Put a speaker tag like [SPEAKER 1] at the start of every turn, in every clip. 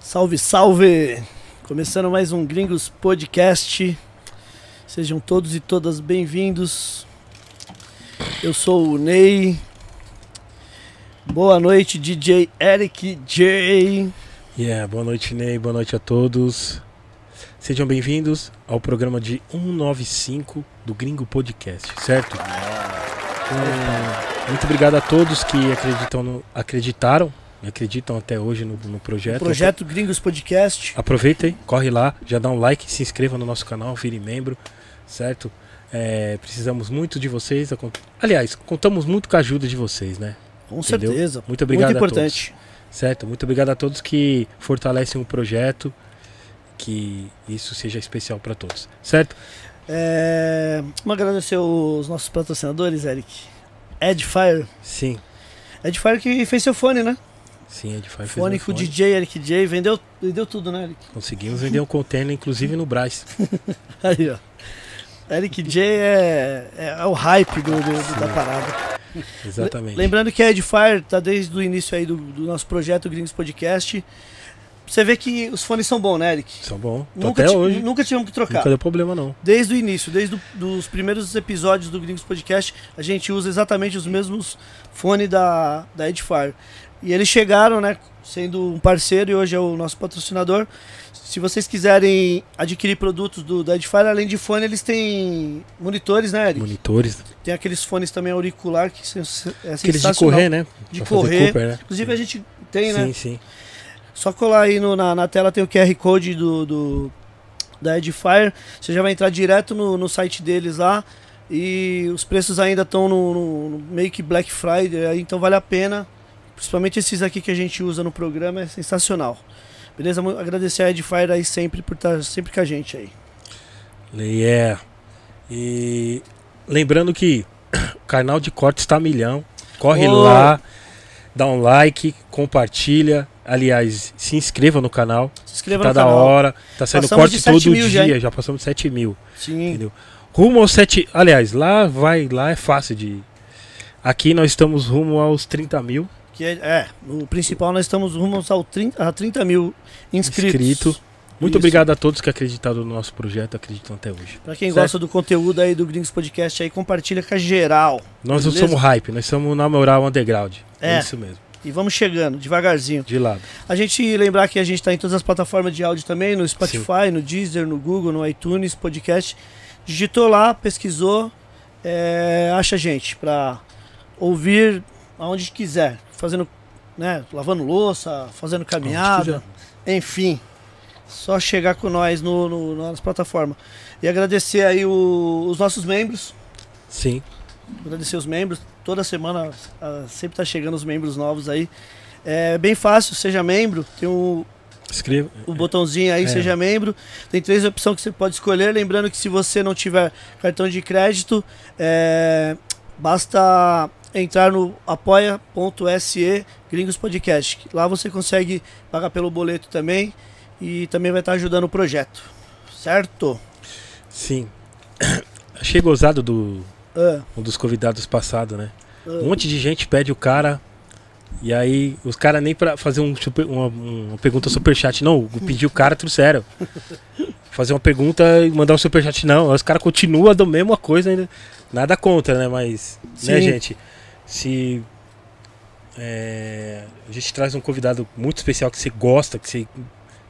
[SPEAKER 1] Salve, salve! Começando mais um Gringos Podcast. Sejam todos e todas bem-vindos. Eu sou o Ney. Boa noite, DJ Eric J.
[SPEAKER 2] Yeah, boa noite, Ney. Boa noite a todos. Sejam bem-vindos ao programa de 195 do Gringo Podcast, certo? Hum, muito obrigado a todos que acreditam no- acreditaram e acreditam até hoje no, no projeto.
[SPEAKER 1] Projeto Gringos Podcast.
[SPEAKER 2] Aproveita aí, corre lá, já dá um like, se inscreva no nosso canal, vire membro, certo? É, precisamos muito de vocês. acon- Aliás, contamos muito com a ajuda de vocês, né?
[SPEAKER 1] Com
[SPEAKER 2] Entendeu?
[SPEAKER 1] certeza.
[SPEAKER 2] Muito obrigado
[SPEAKER 1] Muito
[SPEAKER 2] a todos.
[SPEAKER 1] importante.
[SPEAKER 2] Certo, muito obrigado a todos que fortalecem o projeto. Que isso seja especial para todos, certo?
[SPEAKER 1] É, Vamos agradecer os nossos patrocinadores, Eric. Edfire.
[SPEAKER 2] Sim,
[SPEAKER 1] Edfire que fez seu fone, né?
[SPEAKER 2] sim, Edify fez
[SPEAKER 1] Fone
[SPEAKER 2] meu
[SPEAKER 1] com o
[SPEAKER 2] fone.
[SPEAKER 1] DJ Eric J. Vendeu, vendeu tudo, né, Eric?
[SPEAKER 2] Conseguimos vender um container, inclusive no Brás.
[SPEAKER 1] Aí, ó. Eric J é, é, é o hype do, do- do- da parada.
[SPEAKER 2] Exatamente.
[SPEAKER 1] Lembrando que a Edfire tá desde o início aí do, do nosso projeto Gringos Podcast. Você vê que os fones são bons, né, Eric?
[SPEAKER 2] São bom. Tô
[SPEAKER 1] Nunca,
[SPEAKER 2] até
[SPEAKER 1] ti-
[SPEAKER 2] hoje.
[SPEAKER 1] nunca tivemos que trocar.
[SPEAKER 2] Nunca deu problema, não.
[SPEAKER 1] Desde o início, desde os primeiros episódios do Gringos Podcast, a gente usa exatamente os mesmos fones da, da Edfire. E eles chegaram, né, sendo um parceiro e hoje é o nosso patrocinador. Se vocês quiserem adquirir produtos do, da Edfire, além de fone, eles têm monitores, né, Eric?
[SPEAKER 2] Monitores.
[SPEAKER 1] Tem aqueles fones também auricular que são sen- é
[SPEAKER 2] Aqueles
[SPEAKER 1] sensacional.
[SPEAKER 2] de correr, né?
[SPEAKER 1] De
[SPEAKER 2] Pra fazer
[SPEAKER 1] correr.
[SPEAKER 2] Cooper, né?
[SPEAKER 1] Inclusive a gente tem, né?
[SPEAKER 2] Sim, sim.
[SPEAKER 1] Só colar aí no- na, na tela, tem o QR Code do, do- da Edifier. Você já vai entrar direto no, no site deles lá. E os preços ainda estão no, no- no meio que Black Friday, aí, então vale a pena. Principalmente esses aqui que a gente usa no programa, é sensacional. Beleza? Mu- Agradecer a Edifier aí sempre por estar sempre com a gente aí.
[SPEAKER 2] Yeah. "É." E lembrando que o canal de cortes tá milhão. Corre
[SPEAKER 1] Oh.
[SPEAKER 2] lá, dá um like, compartilha. Aliás, se inscreva no canal.
[SPEAKER 1] Se inscreva
[SPEAKER 2] tá
[SPEAKER 1] no
[SPEAKER 2] da
[SPEAKER 1] canal.
[SPEAKER 2] hora. Tá saindo
[SPEAKER 1] Passamos de
[SPEAKER 2] corte
[SPEAKER 1] 7
[SPEAKER 2] todo
[SPEAKER 1] mil já,
[SPEAKER 2] dia.
[SPEAKER 1] hein?
[SPEAKER 2] Já, passamos de 7 mil.
[SPEAKER 1] Sim.
[SPEAKER 2] Entendeu? Rumo aos 7. Aliás, lá vai, lá é fácil de. Aqui nós estamos rumo aos 30 mil.
[SPEAKER 1] Que é, é, o principal, nós estamos rumo ao 30, a 30 mil inscritos.
[SPEAKER 2] Inscrito. Muito
[SPEAKER 1] Isso.
[SPEAKER 2] obrigado a todos que acreditaram no nosso projeto, acreditam até hoje.
[SPEAKER 1] Pra quem
[SPEAKER 2] Certo.
[SPEAKER 1] gosta do conteúdo aí do Gringos Podcast aí, compartilha com a geral.
[SPEAKER 2] Nós não
[SPEAKER 1] Beleza?
[SPEAKER 2] somos hype, nós somos na moral underground. É,
[SPEAKER 1] É.
[SPEAKER 2] isso mesmo.
[SPEAKER 1] E vamos chegando, devagarzinho.
[SPEAKER 2] De lado.
[SPEAKER 1] A gente lembrar que a gente tá em todas as plataformas de áudio também, no Spotify, no Deezer, no Google, no iTunes, podcast. Digitou lá, pesquisou, é, acha a gente pra ouvir aonde quiser. Fazendo, né, lavando louça, fazendo caminhada. Enfim, só chegar com nós no, no- nas plataformas. E agradecer aí o- os nossos membros.
[SPEAKER 2] Sim.
[SPEAKER 1] Agradecer os membros. Toda semana ah, sempre tá chegando os membros novos aí. É bem fácil, seja membro. Tem o,
[SPEAKER 2] Escreva.
[SPEAKER 1] o botãozinho aí,
[SPEAKER 2] É.
[SPEAKER 1] seja membro. Tem três opções que você pode escolher. Lembrando que se você não tiver cartão de crédito, é, basta entrar no apoia.se Gringos Podcast. Lá você consegue pagar pelo boleto também e também vai estar ajudando o projeto. Certo?
[SPEAKER 2] Sim. Achei gozado do
[SPEAKER 1] Ah,
[SPEAKER 2] um dos convidados passado, né?
[SPEAKER 1] ah,
[SPEAKER 2] Um monte de gente pede o cara. E aí, os caras nem pra fazer um super- uma, uma pergunta superchat, não. Pediu o cara, trouxeram. Fazer uma pergunta e mandar um superchat, não. Os caras continuam da mesma coisa ainda. Nada contra, né? Mas,
[SPEAKER 1] Sim.
[SPEAKER 2] né, gente? Se. é, a gente traz um convidado muito especial que você gosta, que você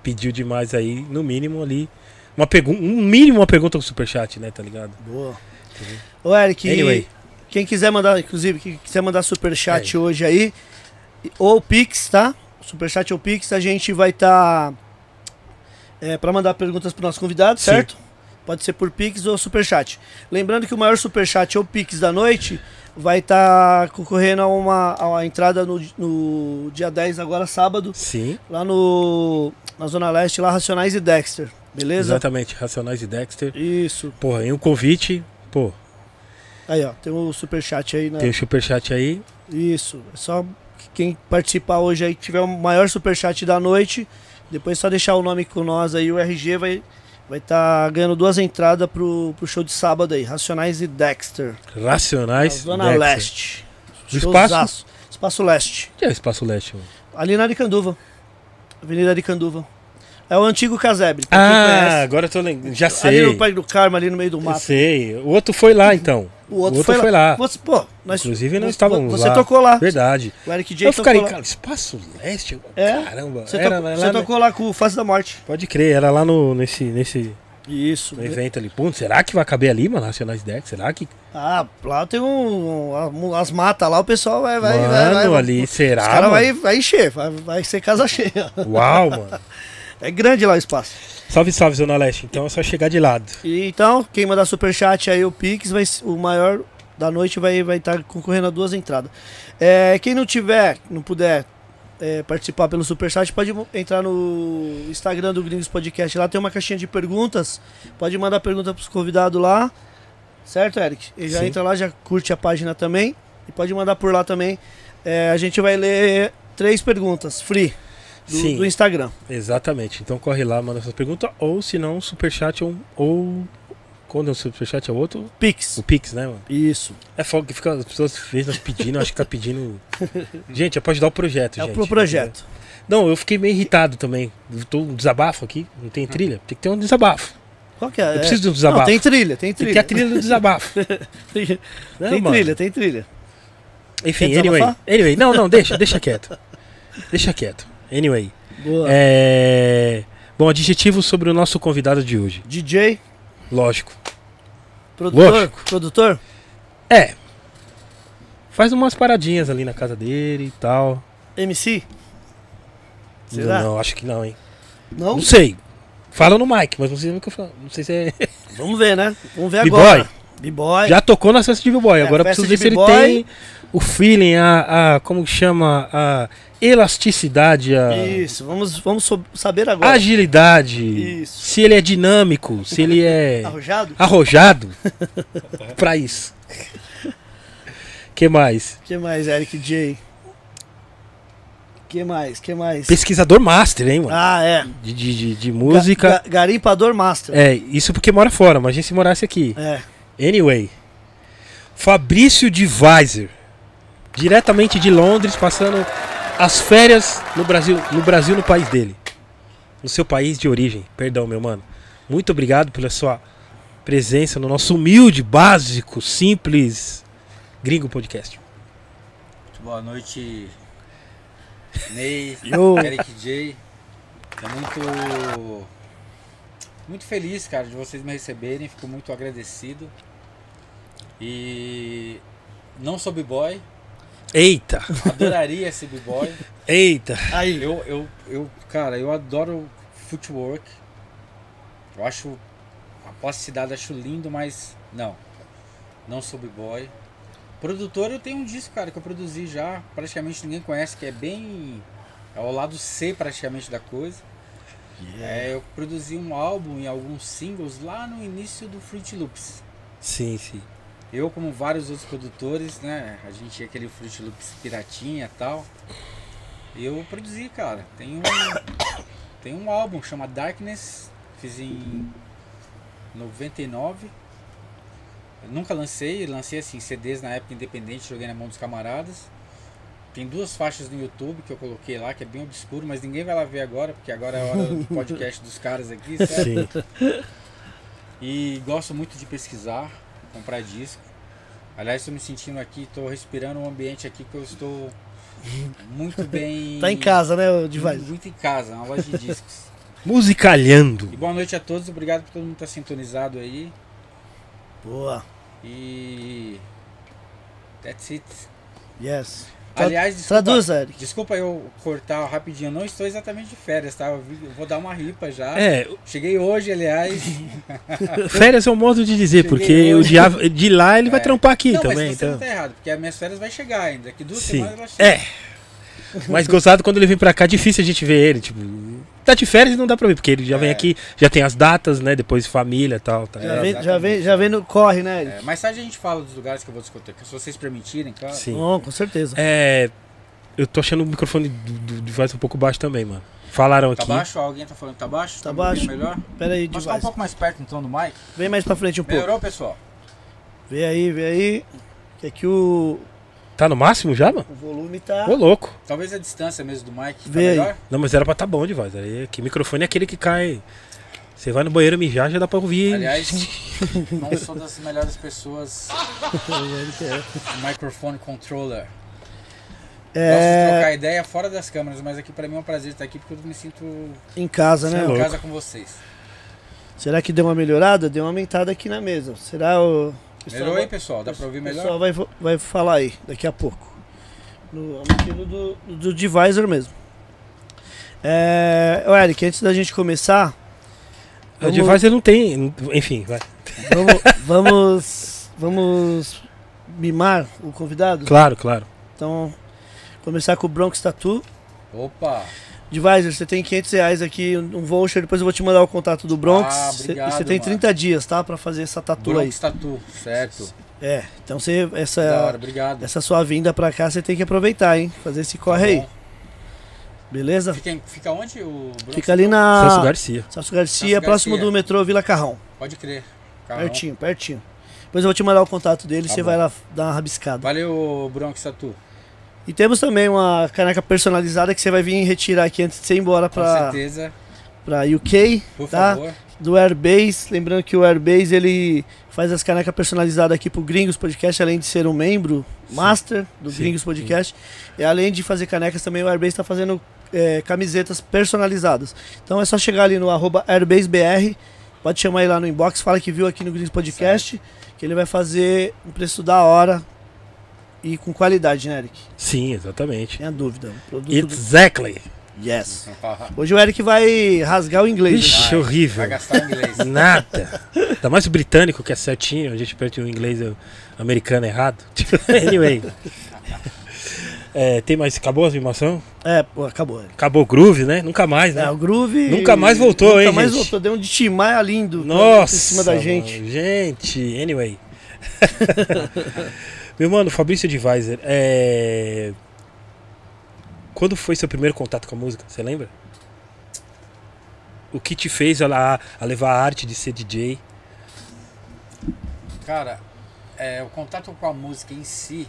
[SPEAKER 2] pediu demais aí, no mínimo ali. Uma pergunta, um mínimo uma pergunta com superchat, né? Tá ligado?
[SPEAKER 1] boa. Ô, Eric,
[SPEAKER 2] Anyway.
[SPEAKER 1] quem quiser mandar, inclusive, quem quiser mandar superchat hoje aí, ou Pix, tá? Superchat ou Pix, a gente vai estar. Tá, é, para mandar perguntas pro nosso convidado,
[SPEAKER 2] Sim.
[SPEAKER 1] certo? Pode ser por Pix ou Superchat. Lembrando que o maior Superchat ou Pix da noite vai estar concorrendo a uma, a uma entrada no, no dia 10, agora sábado,
[SPEAKER 2] Sim.
[SPEAKER 1] lá no, na Zona Leste, lá Racionais e Dexter, beleza?
[SPEAKER 2] Exatamente. Racionais e Dexter.
[SPEAKER 1] Isso.
[SPEAKER 2] Porra, e um convite, pô,
[SPEAKER 1] Aí, ó, tem o Superchat aí, né?
[SPEAKER 2] tem o superchat aí.
[SPEAKER 1] Isso, é só que quem participar hoje aí, que tiver o maior superchat da noite, depois é só deixar o nome com nós aí, o RG vai vai estar ganhando duas entradas pro, pro show de sábado aí, Racionais e Dexter, na
[SPEAKER 2] Racionais.
[SPEAKER 1] Zona
[SPEAKER 2] Dexter.
[SPEAKER 1] Leste.
[SPEAKER 2] Do espaço?
[SPEAKER 1] Showzaço. Espaço Leste,
[SPEAKER 2] Onde é o Espaço Leste? mano?
[SPEAKER 1] ali na Aricanduva, Avenida Aricanduva. É o antigo casebre. pra quem
[SPEAKER 2] Ah,
[SPEAKER 1] conhece.
[SPEAKER 2] agora eu tô lembrando. Já
[SPEAKER 1] Ali é um
[SPEAKER 2] sei.
[SPEAKER 1] no Parque do Carmo, ali no meio do
[SPEAKER 2] Eu
[SPEAKER 1] mato.
[SPEAKER 2] sei. O outro foi lá, então.
[SPEAKER 1] O outro, foi, lá. Você, pô, nós,
[SPEAKER 2] Inclusive, nós
[SPEAKER 1] você-
[SPEAKER 2] estávamos
[SPEAKER 1] Você
[SPEAKER 2] lá.
[SPEAKER 1] tocou lá.
[SPEAKER 2] Verdade.
[SPEAKER 1] O Eric J
[SPEAKER 2] Eu
[SPEAKER 1] tocou
[SPEAKER 2] ficaria,
[SPEAKER 1] lá.
[SPEAKER 2] cara, espaço leste?
[SPEAKER 1] É?
[SPEAKER 2] Caramba.
[SPEAKER 1] Você,
[SPEAKER 2] era
[SPEAKER 1] tocou,
[SPEAKER 2] lá- né?
[SPEAKER 1] você
[SPEAKER 2] lá-
[SPEAKER 1] tocou lá com o Face da Morte.
[SPEAKER 2] Pode crer, era lá no, nesse, nesse
[SPEAKER 1] Isso.
[SPEAKER 2] no evento ali. Pô, será que vai caber ali, mano? Racionais Deck? Será que.
[SPEAKER 1] Ah, lá tem um, um- as matas lá, o pessoal vai... vai,
[SPEAKER 2] mano,
[SPEAKER 1] vai, vai
[SPEAKER 2] ali,
[SPEAKER 1] Os
[SPEAKER 2] será?
[SPEAKER 1] caras
[SPEAKER 2] Mano?
[SPEAKER 1] vai, vai encher, vai, vai ser casa cheia.
[SPEAKER 2] Uau, mano.
[SPEAKER 1] É grande lá o espaço.
[SPEAKER 2] Salve, salve, Zona Leste. Então é só chegar de lado.
[SPEAKER 1] E então, quem mandar superchat aí, o Pix, vai, s- o maior da noite vai estar vai tá concorrendo a duas entradas. É, quem não tiver, não puder é, participar pelo superchat, pode mo- entrar no Instagram do Gringos Podcast. Lá tem uma caixinha de perguntas. Pode mandar pergunta pros convidados lá. Certo, Eric? E já
[SPEAKER 2] Sim.
[SPEAKER 1] entra lá, já curte a página também. E pode mandar por lá também. É, a gente vai ler três perguntas free do,
[SPEAKER 2] Sim.
[SPEAKER 1] do Instagram.
[SPEAKER 2] Exatamente. Então corre lá, manda suas perguntas. Ou se não, superchat ou. ou... Quando é o superchat é o outro? O
[SPEAKER 1] Pix.
[SPEAKER 2] Pix, né, mano?
[SPEAKER 1] Isso.
[SPEAKER 2] É fogo que fica, as pessoas vezes pedindo, acho que tá pedindo. Gente, é pra ajudar o projeto,
[SPEAKER 1] É
[SPEAKER 2] gente.
[SPEAKER 1] pro projeto.
[SPEAKER 2] Não, eu fiquei meio irritado também. Eu Tô um desabafo aqui, não tem trilha? Tem que ter um desabafo.
[SPEAKER 1] Qual que Ah. é?
[SPEAKER 2] Eu
[SPEAKER 1] É-
[SPEAKER 2] preciso de um desabafo.
[SPEAKER 1] Não, tem trilha, tem
[SPEAKER 2] Tem
[SPEAKER 1] trilha.
[SPEAKER 2] que ter a trilha do desabafo.
[SPEAKER 1] Tem,
[SPEAKER 2] né,
[SPEAKER 1] tem
[SPEAKER 2] mano?
[SPEAKER 1] trilha, tem trilha.
[SPEAKER 2] Enfim,
[SPEAKER 1] Quer
[SPEAKER 2] anyway.
[SPEAKER 1] desabafar?
[SPEAKER 2] Anyway, não, não, deixa, deixa quieto. Deixa quieto. Anyway.
[SPEAKER 1] Boa.
[SPEAKER 2] É... Bom, adjetivos sobre o nosso convidado de hoje.
[SPEAKER 1] DJ,
[SPEAKER 2] Lógico.
[SPEAKER 1] produtor,
[SPEAKER 2] Lógico.
[SPEAKER 1] produtor.
[SPEAKER 2] É. Faz umas paradinhas ali na casa dele e tal.
[SPEAKER 1] MC? Será?
[SPEAKER 2] Não, acho que não, hein?
[SPEAKER 1] Não?
[SPEAKER 2] Não sei. Fala no mic, mas não sei, nunca falo- não sei se é.
[SPEAKER 1] Vamos ver, né? Vamos ver
[SPEAKER 2] B-boy.
[SPEAKER 1] agora. B-boy.
[SPEAKER 2] Já tocou na festa de B-Boy,
[SPEAKER 1] É,
[SPEAKER 2] agora
[SPEAKER 1] festa
[SPEAKER 2] preciso ver se
[SPEAKER 1] de
[SPEAKER 2] ele
[SPEAKER 1] B-boy.
[SPEAKER 2] tem o feeling, a, a- como que chama, a elasticidade, a
[SPEAKER 1] Isso, vamos, vamos sob- saber agora.
[SPEAKER 2] agilidade,
[SPEAKER 1] Isso.
[SPEAKER 2] se ele é dinâmico, se ele
[SPEAKER 1] Ah,
[SPEAKER 2] é
[SPEAKER 1] Tá Arrojado?
[SPEAKER 2] arrojado pra isso. que mais?
[SPEAKER 1] O que mais, Eric J? O que mais? que mais?
[SPEAKER 2] Pesquisador master, hein, mano?
[SPEAKER 1] Ah, é.
[SPEAKER 2] De, de, de- de música.
[SPEAKER 1] Ga- ga- garimpador Master.
[SPEAKER 2] É, isso porque mora fora, imagina se morasse aqui.
[SPEAKER 1] É.
[SPEAKER 2] Anyway, Fabrício de Weiser, diretamente de Londres, passando as férias no Brasil, no Brasil, no país dele, no seu país de origem. Perdão, meu mano. Muito obrigado pela sua presença no nosso humilde, básico, simples Gringo Podcast.
[SPEAKER 3] Muito boa noite, Ney,
[SPEAKER 1] Yo.
[SPEAKER 3] Eric J. Tô muito, muito feliz, cara, de vocês me receberem. Fico muito agradecido. E não sou b-boy,
[SPEAKER 2] Eita,
[SPEAKER 3] adoraria ser b-boy.
[SPEAKER 2] eita.
[SPEAKER 1] Aí.
[SPEAKER 3] Eu, eu, eu, cara, eu adoro footwork. Eu acho a plasticidade, acho lindo, mas não. Não sou b-boy. Produtor, eu tenho um disco, cara, que eu produzi já. Praticamente ninguém conhece, que é bem. É o lado C praticamente da coisa. É, eu produzi um álbum e alguns singles lá no início do Fruit Loops.
[SPEAKER 2] Sim, sim.
[SPEAKER 3] Eu, como vários outros produtores, né? A gente tinha aquele Fruit Loops piratinha e tal. Eu produzi, cara. Tem um, tem um álbum que chama Darkness. Fiz em 99. Eu nunca lancei. Lancei, assim, CDs na época independente. Joguei na mão dos camaradas. Tem duas faixas no YouTube que eu coloquei lá, que é bem obscuro, mas ninguém vai lá ver agora, porque agora é a hora do podcast dos caras aqui, certo?
[SPEAKER 2] Sim.
[SPEAKER 3] E gosto muito de pesquisar, comprar disco. Aliás, estou me sentindo aqui, estou respirando um ambiente aqui que eu estou muito bem.
[SPEAKER 1] Tá em casa, né, o Divaz?
[SPEAKER 3] Muito, muito em casa, uma loja de discos.
[SPEAKER 2] Musicalhando.
[SPEAKER 3] E boa noite a todos, obrigado por todo mundo estar sintonizado aí.
[SPEAKER 1] Boa.
[SPEAKER 3] E. That's it.
[SPEAKER 1] Yes. Tra-
[SPEAKER 3] Aliás, desculpa,
[SPEAKER 1] Traduza, Eric.
[SPEAKER 3] desculpa eu cortar rapidinho, eu não estou exatamente de férias, tá? Eu, vi- eu vou dar uma ripa já.
[SPEAKER 2] É,
[SPEAKER 3] Cheguei hoje, aliás.
[SPEAKER 2] férias é um modo de dizer,
[SPEAKER 3] Cheguei
[SPEAKER 2] porque o
[SPEAKER 3] hoje.
[SPEAKER 2] diabo- de lá ele vai
[SPEAKER 3] É.
[SPEAKER 2] trampar aqui
[SPEAKER 3] não,
[SPEAKER 2] também.
[SPEAKER 3] mas você
[SPEAKER 2] então.
[SPEAKER 3] não tá errado, porque as minhas férias vai chegar ainda. Daqui duas
[SPEAKER 2] Sim.
[SPEAKER 3] semanas elas chegam.
[SPEAKER 2] É. Mas gozado quando ele vem pra cá, difícil a gente ver ele, tipo. Tá de férias e não dá pra ver, porque ele já vem
[SPEAKER 3] É.
[SPEAKER 2] aqui, já tem as datas, né? Depois família e tal. Tá,
[SPEAKER 1] Já vem, já,
[SPEAKER 2] É,
[SPEAKER 1] vem,
[SPEAKER 3] exatamente.
[SPEAKER 1] já vem no corre, né, Eric?
[SPEAKER 3] É, mais tarde a gente fala dos lugares que eu vou discoteca, se vocês permitirem, claro.
[SPEAKER 2] Sim.
[SPEAKER 1] Bom, com certeza.
[SPEAKER 2] É, Eu tô achando o microfone do, do, do Vaz um pouco baixo também, mano. Falaram
[SPEAKER 3] Tá
[SPEAKER 2] aqui.
[SPEAKER 3] baixo? Alguém tá falando que tá baixo?
[SPEAKER 1] Tá
[SPEAKER 3] me
[SPEAKER 1] baixo.
[SPEAKER 3] ouvindo Melhor?
[SPEAKER 1] Pera aí,
[SPEAKER 3] Posso ficar um
[SPEAKER 1] Divaz.
[SPEAKER 3] pouco mais perto então do mic?
[SPEAKER 1] um Vem mais pra frente um pouco.
[SPEAKER 3] Melhorou, pessoal?
[SPEAKER 1] Vê aí, vê aí. Que aqui o.
[SPEAKER 2] Tá no máximo já, mano?
[SPEAKER 1] O volume tá.
[SPEAKER 2] Ô, louco.
[SPEAKER 3] Talvez a distância mesmo do Mike tá
[SPEAKER 1] Vê aí.
[SPEAKER 3] melhor.
[SPEAKER 2] Não, mas era pra tá bom de voz. Aí, que microfone é aquele que cai. Você vai no banheiro mijar, já dá pra ouvir.
[SPEAKER 3] Aliás, não sou das melhores pessoas
[SPEAKER 1] é.
[SPEAKER 3] com microphone controller. Gosto de
[SPEAKER 1] É,
[SPEAKER 3] trocar ideia fora das câmeras, mas aqui pra mim é um prazer estar aqui porque eu me sinto
[SPEAKER 1] em casa,
[SPEAKER 2] Cê é
[SPEAKER 1] né?
[SPEAKER 3] em
[SPEAKER 2] louco.
[SPEAKER 3] casa com vocês.
[SPEAKER 1] Será que deu uma melhorada? Deu uma aumentada aqui na mesa. Será o. o pessoal
[SPEAKER 3] Melhorou aí,
[SPEAKER 1] vai-
[SPEAKER 3] pessoal? Dá pra ouvir
[SPEAKER 1] O
[SPEAKER 3] melhor?
[SPEAKER 1] pessoal vai, vai falar aí daqui a pouco. No no estilo do, do divisor mesmo. É, ô, Eric, antes da gente começar,
[SPEAKER 2] o device não tem. Enfim, vai.
[SPEAKER 1] vamos, vamos, vamos mimar o convidado?
[SPEAKER 2] Claro, claro.
[SPEAKER 1] Então, começar com o Bronx Tattoo.
[SPEAKER 3] Opa!
[SPEAKER 1] Divisor, você tem 500 reais aqui, um voucher, depois eu vou te mandar o contato do Bronx.
[SPEAKER 3] Ah,
[SPEAKER 1] Você-
[SPEAKER 3] obrigado,
[SPEAKER 1] você tem
[SPEAKER 3] mano.
[SPEAKER 1] 30 dias, tá? Pra fazer essa tatu aí.
[SPEAKER 3] Bronx Tatu, certo.
[SPEAKER 1] É, então você,
[SPEAKER 3] Da hora,
[SPEAKER 1] essa,
[SPEAKER 3] obrigado.
[SPEAKER 1] essa sua vinda pra cá, você tem que aproveitar, hein? Fazer esse corre aí,
[SPEAKER 3] Tá Bom,
[SPEAKER 1] beleza?
[SPEAKER 3] Fica, em- fica onde o Bronx?
[SPEAKER 1] Fica ali
[SPEAKER 3] Ah.
[SPEAKER 2] Celso
[SPEAKER 1] na
[SPEAKER 2] Garcia.
[SPEAKER 1] Celso Garcia,
[SPEAKER 3] Celso
[SPEAKER 1] próximo
[SPEAKER 3] Garcia.
[SPEAKER 1] do metrô Vila Carrão.
[SPEAKER 3] Pode crer. Carrão.
[SPEAKER 1] Pertinho, pertinho. Depois eu vou te mandar o contato dele,
[SPEAKER 3] Tá
[SPEAKER 1] você
[SPEAKER 3] bom.
[SPEAKER 1] vai lá dar uma rabiscada.
[SPEAKER 3] Valeu, Bronx Tatu.
[SPEAKER 1] E temos também uma caneca personalizada que você vai vir retirar aqui antes de você ir embora
[SPEAKER 3] Com
[SPEAKER 2] Tá.
[SPEAKER 1] pra,
[SPEAKER 3] certeza.
[SPEAKER 1] pra UK,
[SPEAKER 3] Por
[SPEAKER 1] tá?
[SPEAKER 3] favor.
[SPEAKER 1] Do Airbase. Lembrando que o Airbase, ele faz as canecas personalizadas aqui pro Gringos Podcast, além de ser um membro master do
[SPEAKER 2] sim,
[SPEAKER 1] Gringos
[SPEAKER 2] sim.
[SPEAKER 1] Podcast. E além de fazer canecas também, o Airbase tá fazendo é, camisetas personalizadas. Então é só chegar ali no arroba AirbaseBR, pode chamar ele lá no inbox, fala que viu aqui no Gringos Podcast, que ele vai fazer um preço da hora e com qualidade, né, Eric?
[SPEAKER 2] Sim, exatamente.
[SPEAKER 1] Tenha dúvida. um Produto do...
[SPEAKER 2] Exactly.
[SPEAKER 1] Yes. Hoje o Eric vai rasgar o inglês. né?
[SPEAKER 2] Ixi, horrível.
[SPEAKER 3] Vai gastar o inglês.
[SPEAKER 2] Nada. Ainda mais o britânico, que é certinho. A gente perde o inglês o americano errado. anyway. É, tem mais. Acabou a animação?
[SPEAKER 1] É, pô, acabou.
[SPEAKER 2] Acabou o groove, né? Nunca mais, né?
[SPEAKER 1] É, o Groove.
[SPEAKER 2] Nunca mais voltou,
[SPEAKER 1] nunca
[SPEAKER 2] hein,
[SPEAKER 1] mais
[SPEAKER 2] gente?
[SPEAKER 1] voltou. Deu um de Timaya lindo
[SPEAKER 2] Nossa!
[SPEAKER 1] em cima da
[SPEAKER 2] mano.
[SPEAKER 1] gente.
[SPEAKER 2] Gente, anyway. Meu mano, Fabrício Divisor, é. Quando foi seu primeiro contato com a música? Você lembra? O que te fez ela, a levar a arte de ser DJ?
[SPEAKER 3] Cara, é, o contato com a música em si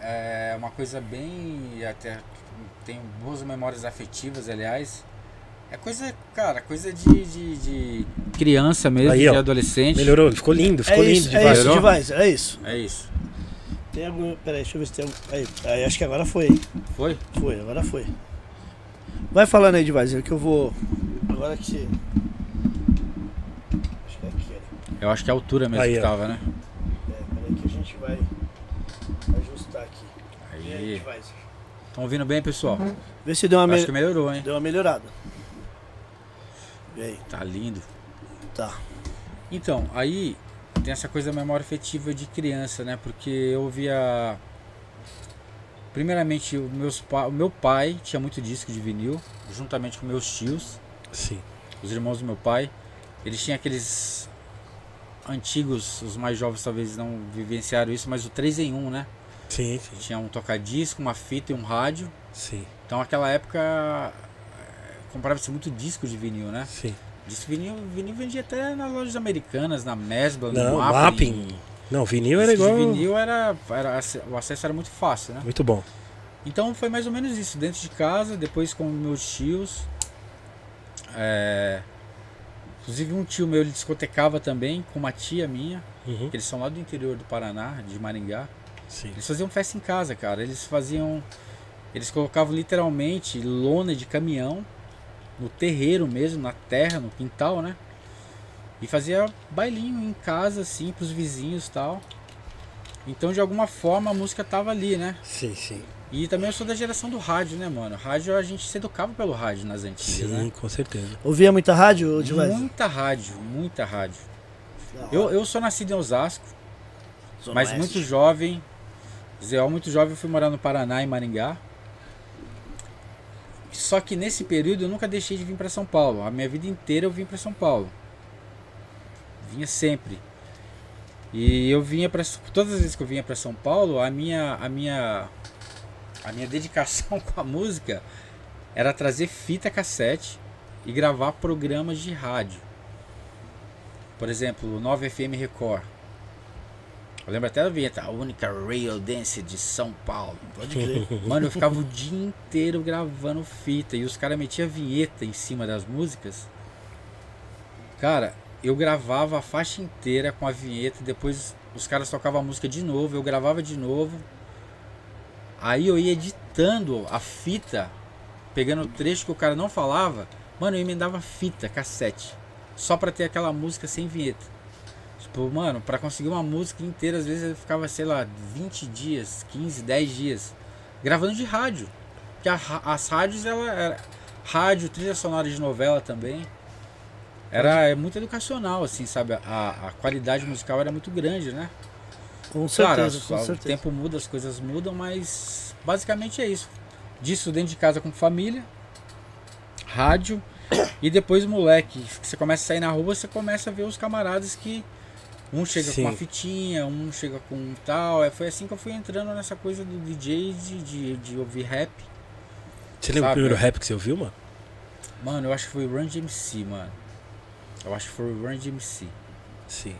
[SPEAKER 3] é uma coisa bem. Até tenho boas memórias afetivas, aliás. É coisa, cara, coisa de, de- de criança mesmo,
[SPEAKER 2] Aí,
[SPEAKER 3] de
[SPEAKER 2] ó.
[SPEAKER 3] adolescente.
[SPEAKER 2] Melhorou, ficou lindo, ficou
[SPEAKER 1] é
[SPEAKER 2] lindo
[SPEAKER 1] isso, é
[SPEAKER 2] Divisor.
[SPEAKER 1] isso, Divisor, é isso.
[SPEAKER 3] É isso.
[SPEAKER 1] Tem algum... Peraí, deixa eu ver se tem algum... Aí, aí, acho que agora foi, hein?
[SPEAKER 3] Foi?
[SPEAKER 1] Foi, agora foi. Vai falando aí, Divisor, que eu vou... Agora que você... Acho que é aqui, Eric.
[SPEAKER 3] Eu acho que é a altura mesmo
[SPEAKER 2] Aí,
[SPEAKER 3] que
[SPEAKER 2] ó.
[SPEAKER 3] tava, né?
[SPEAKER 1] É, peraí que a gente vai ajustar aqui. E aí,
[SPEAKER 3] Aí.
[SPEAKER 1] Divisor?
[SPEAKER 3] Estão ouvindo bem, pessoal?
[SPEAKER 2] Uhum.
[SPEAKER 1] Vê se deu uma,
[SPEAKER 3] Acho
[SPEAKER 1] me...
[SPEAKER 3] que melhorou, hein?
[SPEAKER 1] deu uma melhorada. E aí,
[SPEAKER 3] Tá lindo.
[SPEAKER 1] tá.
[SPEAKER 3] Então, aí tem essa coisa da memória afetiva de criança, né? Porque eu via. Primeiramente, o, meus pa... o meu pai tinha muito disco de vinil, juntamente com meus tios,
[SPEAKER 2] Sim.
[SPEAKER 3] os irmãos do meu pai. Eles tinham aqueles antigos, os mais jovens talvez não vivenciaram isso, mas o 3 em 1, né?
[SPEAKER 2] Sim, sim,
[SPEAKER 3] Tinha um tocadisco, uma fita e um rádio.
[SPEAKER 2] sim,
[SPEAKER 3] Então, naquela época, eh, comprava-se muito disco de vinil, né?
[SPEAKER 2] sim.
[SPEAKER 3] Disco de vinil, vinil vendia até nas lojas americanas, na Mesbla,
[SPEAKER 2] Não,
[SPEAKER 3] no Mapping.
[SPEAKER 2] mapping. Não, vinil era
[SPEAKER 3] Disco
[SPEAKER 2] igual.
[SPEAKER 3] de vinil era, era ac- o acesso era muito fácil, né?
[SPEAKER 2] Muito bom.
[SPEAKER 3] Então foi mais ou menos isso, dentro de casa, depois com meus tios. É, Inclusive um tio meu ele discotecava também com uma tia minha,
[SPEAKER 2] Uhum,
[SPEAKER 3] que eles são lá do interior do Paraná, de Maringá.
[SPEAKER 2] Sim.
[SPEAKER 3] Eles faziam festa em casa, cara. Eles faziam. Eles colocavam literalmente lona de caminhão no terreiro mesmo, na terra, no quintal, né? E fazia bailinho em casa, assim, pros vizinhos e tal. Então, de alguma forma, a música tava ali, né?
[SPEAKER 2] Sim, sim.
[SPEAKER 3] E também eu sou da geração do rádio, né, mano? Rádio, a gente se educava pelo rádio nas antigas,
[SPEAKER 2] Sim,
[SPEAKER 3] né?
[SPEAKER 2] com certeza.
[SPEAKER 1] Ouvia muita rádio, Divisor?
[SPEAKER 3] Muita rádio, muita rádio. Eu, eu sou nascido em Osasco,
[SPEAKER 1] Zona
[SPEAKER 3] Mas
[SPEAKER 1] Oeste.
[SPEAKER 3] muito jovem, Zéu muito jovem, eu fui morar no Paraná, em Maringá. Só que nesse período eu nunca deixei de vir para São Paulo. A minha vida inteira eu vim para São Paulo. Vinha sempre. E eu vinha para todas as vezes que eu vinha para São Paulo, a minha a minha a minha dedicação com a música era trazer fita cassete e gravar programas de rádio. Por exemplo, o 9 FM Record. Eu lembro até da vinheta, a única Rail Dance de São Paulo.
[SPEAKER 1] Pode crer.
[SPEAKER 3] Mano, eu ficava o dia inteiro gravando fita e os caras metiam vinheta em cima das músicas. Cara, eu gravava a faixa inteira com a vinheta, depois os caras tocavam a música de novo, eu gravava de novo. Aí eu ia editando a fita, pegando o trecho que o cara não falava, mano, eu emendava fita, cassete, só pra ter aquela música sem vinheta. Tipo, mano, pra conseguir uma música inteira, às vezes eu ficava, sei lá, 20 dias, 15, 10 dias, gravando de rádio. Porque a ra- as rádios, ela era rádio, trilha sonora de novela também. Era é muito educacional, assim, sabe? A, a qualidade musical era muito grande, né?
[SPEAKER 1] Com
[SPEAKER 3] Claro,
[SPEAKER 1] certeza,
[SPEAKER 3] a-
[SPEAKER 1] com
[SPEAKER 3] o
[SPEAKER 1] certeza.
[SPEAKER 3] tempo muda, as coisas mudam, mas basicamente é isso. Disso dentro de casa com família, rádio e depois moleque. Você começa a sair na rua, você começa a ver os camaradas que um chega
[SPEAKER 2] Sim.
[SPEAKER 3] com uma fitinha, um chega com um tal. É, Foi assim que eu fui entrando nessa coisa do DJ de, de, de ouvir rap.
[SPEAKER 2] Você lembra
[SPEAKER 3] Sabe,
[SPEAKER 2] o primeiro
[SPEAKER 3] é.
[SPEAKER 2] rap que você ouviu, mano?
[SPEAKER 3] Mano, eu acho que foi Run DMC, mano. Eu acho que foi Run DMC.
[SPEAKER 2] Sim.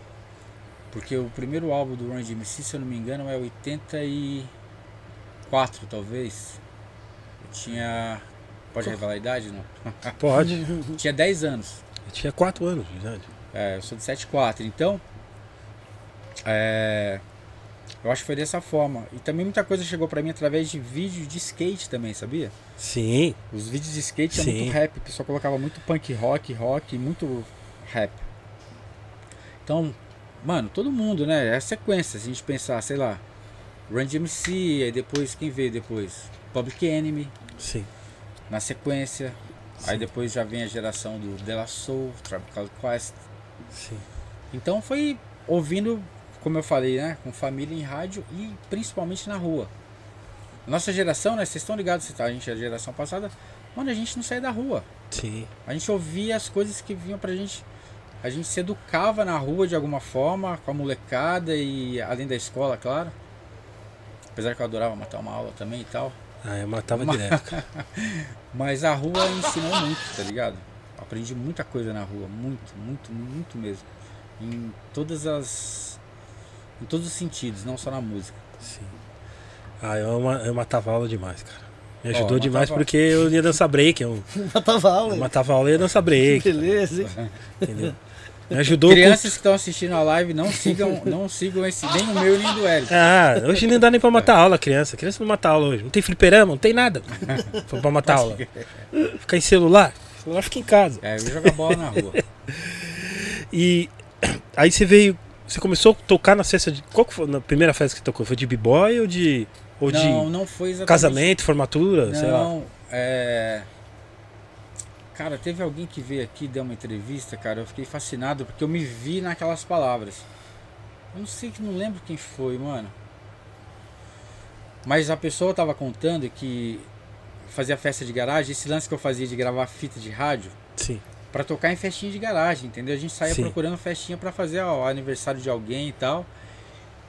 [SPEAKER 3] Porque o primeiro álbum do Run DMC, se eu não me engano, é 84, talvez. Eu tinha. Pode revelar a idade? Não.
[SPEAKER 2] Pode. Eu
[SPEAKER 3] Eu tinha 10 anos.
[SPEAKER 2] tinha 4 anos de idade.
[SPEAKER 3] É, eu sou de 74, então. É, eu acho que foi dessa forma. E também muita coisa chegou pra mim através de vídeo de skate também, sabia?
[SPEAKER 2] Sim.
[SPEAKER 3] Os vídeos de skate tinha
[SPEAKER 2] Sim.
[SPEAKER 3] muito rap, o pessoal colocava muito punk rock, rock, muito rap. Então, mano, todo mundo, né? É a sequência, se a gente pensar, sei lá, Run DMC, aí depois, quem veio depois? Public Enemy,
[SPEAKER 2] Sim.
[SPEAKER 3] na sequência. Aí
[SPEAKER 2] Sim.
[SPEAKER 3] depois já vem a geração do De La Soul, Tribe Called Quest.
[SPEAKER 2] Sim.
[SPEAKER 3] Então foi ouvindo, como eu falei, né? Com família em rádio e principalmente na rua. Nossa geração, né? Vocês estão ligados, tá? a gente é a geração passada. Mano, a gente não saía da rua.
[SPEAKER 2] Sim.
[SPEAKER 3] A gente ouvia as coisas que vinham pra gente. A gente se educava na rua de alguma forma, com a molecada e além da escola, claro. Apesar que eu adorava matar uma aula também e tal.
[SPEAKER 2] Ah, eu matava
[SPEAKER 3] Mas-
[SPEAKER 2] direto, cara.
[SPEAKER 3] Mas a rua ensinou muito, tá ligado? Aprendi muita coisa na rua, muito, muito, muito mesmo. Em todas as. Em todos os sentidos, não só na música.
[SPEAKER 2] Sim. Ah, eu, ama- eu matava aula demais, cara. Me
[SPEAKER 3] Ó,
[SPEAKER 2] ajudou
[SPEAKER 3] eu
[SPEAKER 2] demais
[SPEAKER 3] matava-
[SPEAKER 2] porque eu ia dançar break. Eu,
[SPEAKER 1] Matava
[SPEAKER 2] eu
[SPEAKER 1] aula.
[SPEAKER 2] matava aula e ia dançar break,
[SPEAKER 1] Beleza, hein?
[SPEAKER 2] entendeu? Me ajudou. com-
[SPEAKER 3] Crianças que estão assistindo a live, não sigam, não sigam esse, nem o meu nem o do Eric.
[SPEAKER 2] Ah, hoje não dá nem pra matar aula, criança. Criança não mata aula hoje. Não tem fliperama, não tem nada pra- pra matar aula. Ficar em celular? Celular fica em casa.
[SPEAKER 3] É, eu jogo bola na rua.
[SPEAKER 2] E aí você veio. Você começou a tocar na festa de. Qual que foi na primeira festa que tocou? Foi de b-boy ou de. Ou
[SPEAKER 3] não,
[SPEAKER 2] de
[SPEAKER 3] não foi exatamente.
[SPEAKER 2] casamento, formatura?
[SPEAKER 3] Não,
[SPEAKER 2] Sei lá.
[SPEAKER 3] é. Cara, teve alguém que veio aqui deu uma entrevista, cara. Eu fiquei fascinado porque eu me vi naquelas palavras. Eu não sei que não lembro quem foi, mano. Mas a pessoa tava contando que fazia festa de garagem, esse lance que eu fazia de gravar fita de rádio
[SPEAKER 2] Sim,
[SPEAKER 3] pra tocar em festinha de garagem, entendeu? A gente saía
[SPEAKER 2] Sim.
[SPEAKER 3] procurando festinha pra fazer ó, o aniversário de alguém e tal.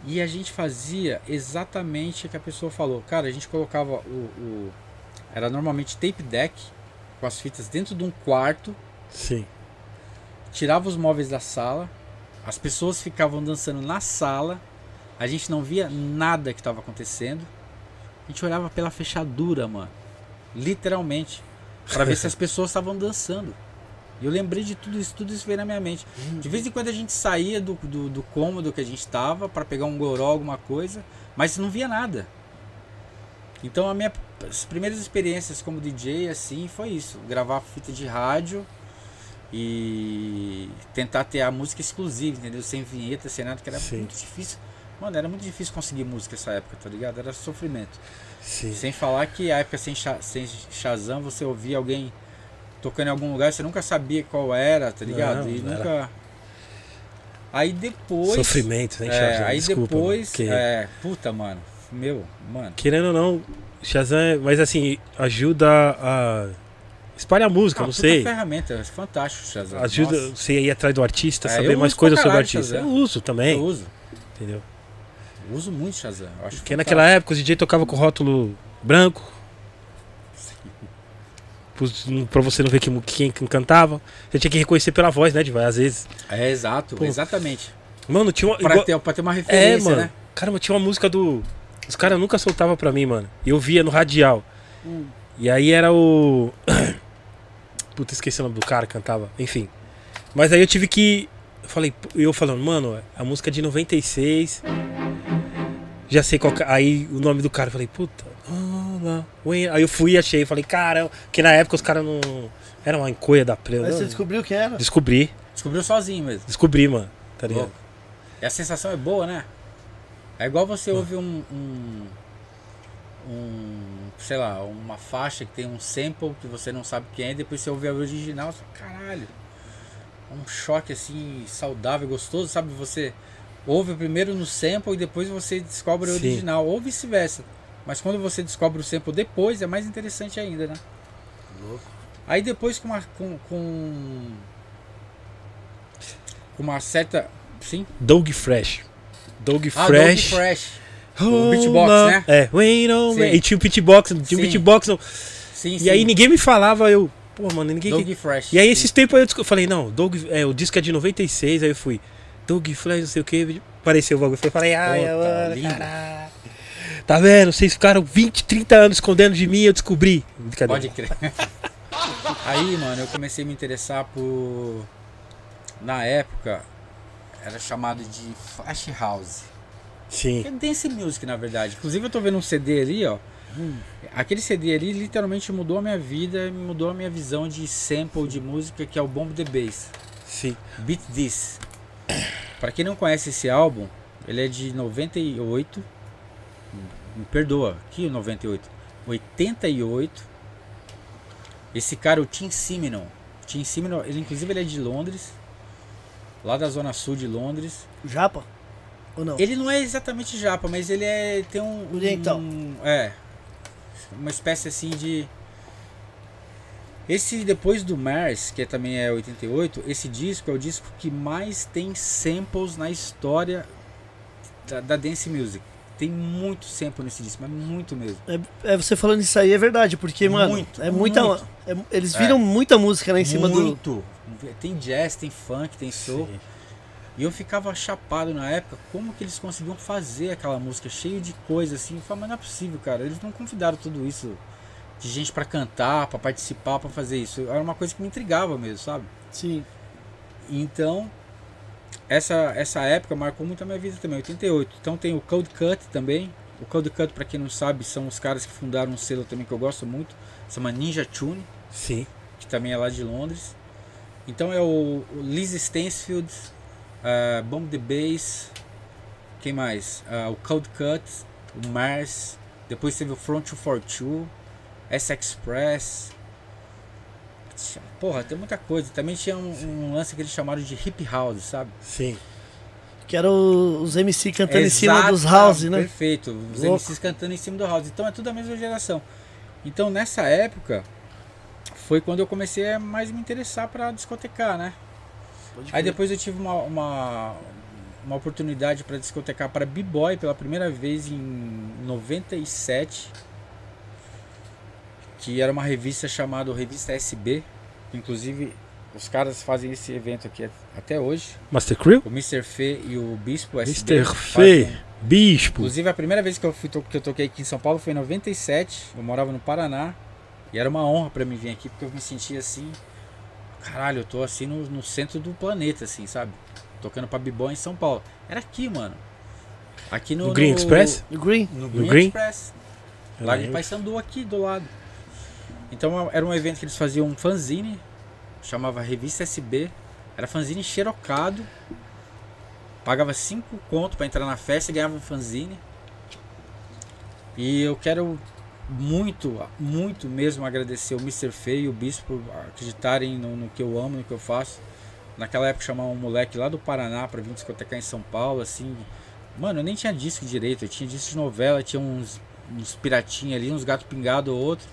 [SPEAKER 3] E a gente fazia exatamente o que a pessoa falou. Cara, a gente colocava o, o- Era normalmente tape deck com as fitas dentro de um quarto,
[SPEAKER 2] sim.
[SPEAKER 3] tirava os móveis da sala, as pessoas ficavam dançando na sala, a gente não via nada que estava acontecendo. A gente olhava pela fechadura, mano. Literalmente. Pra ver se as pessoas estavam dançando. E eu lembrei de tudo isso, tudo isso veio na minha mente. De vez em quando a gente saía do, do, do cômodo que a gente tava pra pegar um goró, alguma coisa, mas não via nada. Então a minha as primeiras experiências como DJ assim foi isso, gravar fita de rádio e tentar ter a música exclusiva, entendeu? Sem vinheta, sem nada, que era
[SPEAKER 2] Sim.
[SPEAKER 3] muito difícil. Mano, era muito difícil conseguir música nessa época, tá ligado? Era sofrimento.
[SPEAKER 2] Sim.
[SPEAKER 3] Sem falar que a época sem, cha- sem Shazam, você ouvia alguém tocando em algum lugar, você nunca sabia qual era, tá ligado?
[SPEAKER 2] Não,
[SPEAKER 3] e
[SPEAKER 2] não era.
[SPEAKER 3] nunca. Aí depois.
[SPEAKER 2] Sofrimento, né?
[SPEAKER 3] É,
[SPEAKER 2] Shazam?
[SPEAKER 3] aí
[SPEAKER 2] Desculpa,
[SPEAKER 3] depois.
[SPEAKER 2] mano, porque-
[SPEAKER 3] É, puta, mano. Meu, mano.
[SPEAKER 2] Querendo ou não, Shazam, é- mas assim, ajuda a. Espalha a música,
[SPEAKER 3] Ah,
[SPEAKER 2] não
[SPEAKER 3] puta
[SPEAKER 2] sei.
[SPEAKER 3] ferramenta, é fantástico o Shazam.
[SPEAKER 2] Ajuda
[SPEAKER 3] Nossa,
[SPEAKER 2] você a ir atrás do artista,
[SPEAKER 3] É,
[SPEAKER 2] saber
[SPEAKER 3] eu
[SPEAKER 2] mais
[SPEAKER 3] uso
[SPEAKER 2] coisas
[SPEAKER 3] pra
[SPEAKER 2] sobre o
[SPEAKER 3] caralho
[SPEAKER 2] artista.
[SPEAKER 3] Shazam.
[SPEAKER 2] Eu uso também,
[SPEAKER 3] Eu uso.
[SPEAKER 2] entendeu?
[SPEAKER 3] Eu uso muito Shazam. Eu acho
[SPEAKER 2] Porque naquela época os DJ tocavam com rótulo branco. Pros- Pra você não ver que- quem, quem cantava. Você tinha que reconhecer pela voz, né, Diva? Às vezes.
[SPEAKER 3] É, exato,
[SPEAKER 2] Pô.
[SPEAKER 3] exatamente.
[SPEAKER 2] Mano, tinha uma.
[SPEAKER 3] Pra,
[SPEAKER 2] igual-
[SPEAKER 3] ter, pra ter uma
[SPEAKER 2] É,
[SPEAKER 3] referência,
[SPEAKER 2] mano.
[SPEAKER 3] né?
[SPEAKER 2] Caramba, tinha uma música do. Os caras nunca soltavam pra mim, mano. E Eu via no radial. E aí era o. Puta, esqueci o nome do cara que cantava. Enfim. Mas aí eu tive que. Eu falei, eu falando, mano, a música é de 96. Já sei qual. que- Aí o nome do cara, eu falei, puta. ah, lá, ué. Aí eu fui e achei, falei, caramba. Que na época os caras não. Era uma encolha da plena.
[SPEAKER 1] Aí você descobriu que era?
[SPEAKER 2] Descobri,
[SPEAKER 3] Descobriu sozinho mesmo.
[SPEAKER 2] descobri, mano. Tá ligado?
[SPEAKER 3] Louco. E a sensação é boa, né? É igual você ouvir um, um. um. sei lá, uma faixa que tem um sample que você não sabe quem é, e depois você ouve a original, você, caralho. Um choque assim, saudável, gostoso, sabe? Você ouve primeiro no sample e depois você descobre o
[SPEAKER 2] Sim.
[SPEAKER 3] original, ou vice-versa. Mas quando você descobre o sample depois, é mais interessante ainda, né? Aí depois com uma. com. com com uma certa. Sim?
[SPEAKER 2] Doug Fresh. Doug
[SPEAKER 3] Ah,
[SPEAKER 2] Fresh.
[SPEAKER 3] Doug Fresh.
[SPEAKER 2] O
[SPEAKER 3] beatbox, né?
[SPEAKER 2] É, wait on,
[SPEAKER 3] Sim.
[SPEAKER 2] man. e tinha o beatbox, tinha o
[SPEAKER 3] Sim.
[SPEAKER 2] beatbox. não.
[SPEAKER 3] Sim,
[SPEAKER 2] E aí ninguém me falava, eu, pô, mano, ninguém.
[SPEAKER 3] Doug Fresh.
[SPEAKER 2] E aí esses tempos aí eu desco- eu falei, não, Doug, é, o disco é de 96, aí eu fui, Doug Flash, não sei o que, apareceu o bagulho. Eu falei, ai,
[SPEAKER 3] Puta,
[SPEAKER 2] mano,
[SPEAKER 3] lindo.
[SPEAKER 2] caralho. Tá vendo? Vocês ficaram 20, 30 anos escondendo de mim, eu descobri. Brincadeira.
[SPEAKER 3] Pode crer. aí, mano, eu comecei a me interessar por. Na época, era chamado de Flash House.
[SPEAKER 2] Sim.
[SPEAKER 3] É dance music, na verdade. Inclusive, eu tô vendo um CD ali, ó. Aquele CD ali literalmente mudou a minha vida, mudou a minha visão de sample de música, que é o Bomb the Bass.
[SPEAKER 2] Sim.
[SPEAKER 3] Beat This. Pra quem não conhece esse álbum, ele é de 98. Me perdoa, que 98? 88. Esse cara, o Tim Simenon. Tim Simenon, ele inclusive ele é de Londres. Lá da zona sul de Londres.
[SPEAKER 1] Japa? Ou não?
[SPEAKER 3] Ele não é exatamente japa, mas ele é tem um
[SPEAKER 1] Oriental.
[SPEAKER 3] um- é. Uma espécie assim de Esse depois do Mars, que é- também é 88, esse disco é o disco que mais tem samples na história da, da dance music. Tem muito sample nesse disco, mas muito mesmo.
[SPEAKER 1] É, é você falando isso aí, é verdade, porque, mano,
[SPEAKER 3] Muito,
[SPEAKER 1] é muita.
[SPEAKER 3] muito.
[SPEAKER 1] é- eles viram muita música lá em cima do.
[SPEAKER 3] muito. Tem jazz, tem funk, tem soul.
[SPEAKER 2] Sim.
[SPEAKER 3] E eu ficava chapado na época, como que eles conseguiam fazer aquela música, cheio de coisa assim. Eu falava, mas não é possível, cara. Eles não convidaram tudo isso de gente pra cantar, pra participar, pra fazer isso. Era uma coisa que me intrigava mesmo, sabe?
[SPEAKER 1] Sim.
[SPEAKER 3] Então, essa, essa época marcou muito a minha vida também, 88. Então tem o Cold Cut também. O Cold Cut, pra quem não sabe, são os caras que fundaram um selo também que eu gosto muito. Chama Ninja Tune
[SPEAKER 2] Sim.
[SPEAKER 3] que também é lá de Londres. Então é o, o Liz Stansfield, ah, Bomb the Bass, quem mais? Ah, o Cold Cut, o Mars, depois teve o Front 242, S-Express. Porra, tem muita coisa. Também tinha um, um lance que eles chamaram de Hip House, sabe?
[SPEAKER 2] Sim.
[SPEAKER 1] Que era o- os MC cantando em cima
[SPEAKER 3] Exato,
[SPEAKER 1] dos house, né?
[SPEAKER 3] Perfeito, os
[SPEAKER 1] Louco.
[SPEAKER 3] MCs cantando em cima do house. Então é tudo a mesma geração. Então nessa época foi quando eu comecei a mais me interessar pra discotecar, né?
[SPEAKER 1] Tipo,
[SPEAKER 3] Aí depois eu tive uma, uma, uma oportunidade para discotecar para B-Boy pela primeira vez em 97, que era uma revista chamada Revista SB. Inclusive, os caras fazem esse evento aqui até hoje.
[SPEAKER 2] Master Crew?
[SPEAKER 3] O Mr. Fê e o Bispo SB.
[SPEAKER 2] Mr.
[SPEAKER 3] fazem-
[SPEAKER 2] Fê, Bispo.
[SPEAKER 3] Inclusive, a primeira vez que eu, fui, to- que eu toquei aqui em São Paulo foi em 97. Eu morava no Paraná. E era uma honra pra mim vir aqui, porque eu me sentia assim. Caralho, eu tô assim no, no centro do planeta, assim, sabe? Tocando pra Bibó em São Paulo. Era aqui, mano. Aqui no.
[SPEAKER 2] No Green Express?
[SPEAKER 1] O Green?
[SPEAKER 3] No
[SPEAKER 2] No
[SPEAKER 3] Green,
[SPEAKER 2] Green?
[SPEAKER 3] Express.
[SPEAKER 2] Eu
[SPEAKER 3] É Lá de
[SPEAKER 2] lembro.
[SPEAKER 3] Paysandu, aqui do lado. Então era um evento que eles faziam um fanzine, chamava Revista SB. Era fanzine xerocado. Pagava 5 conto pra entrar na festa e ganhava um fanzine. E eu quero muito, muito mesmo agradecer o Mr. Fê e o Bispo por acreditarem no, no que eu amo, no que eu faço. Naquela época chamar um moleque lá do Paraná pra vir discotecar em São Paulo, assim. Mano, eu nem tinha disco direito, eu tinha disco de novela, tinha uns, uns piratinhos ali, uns gato pingado ou outro.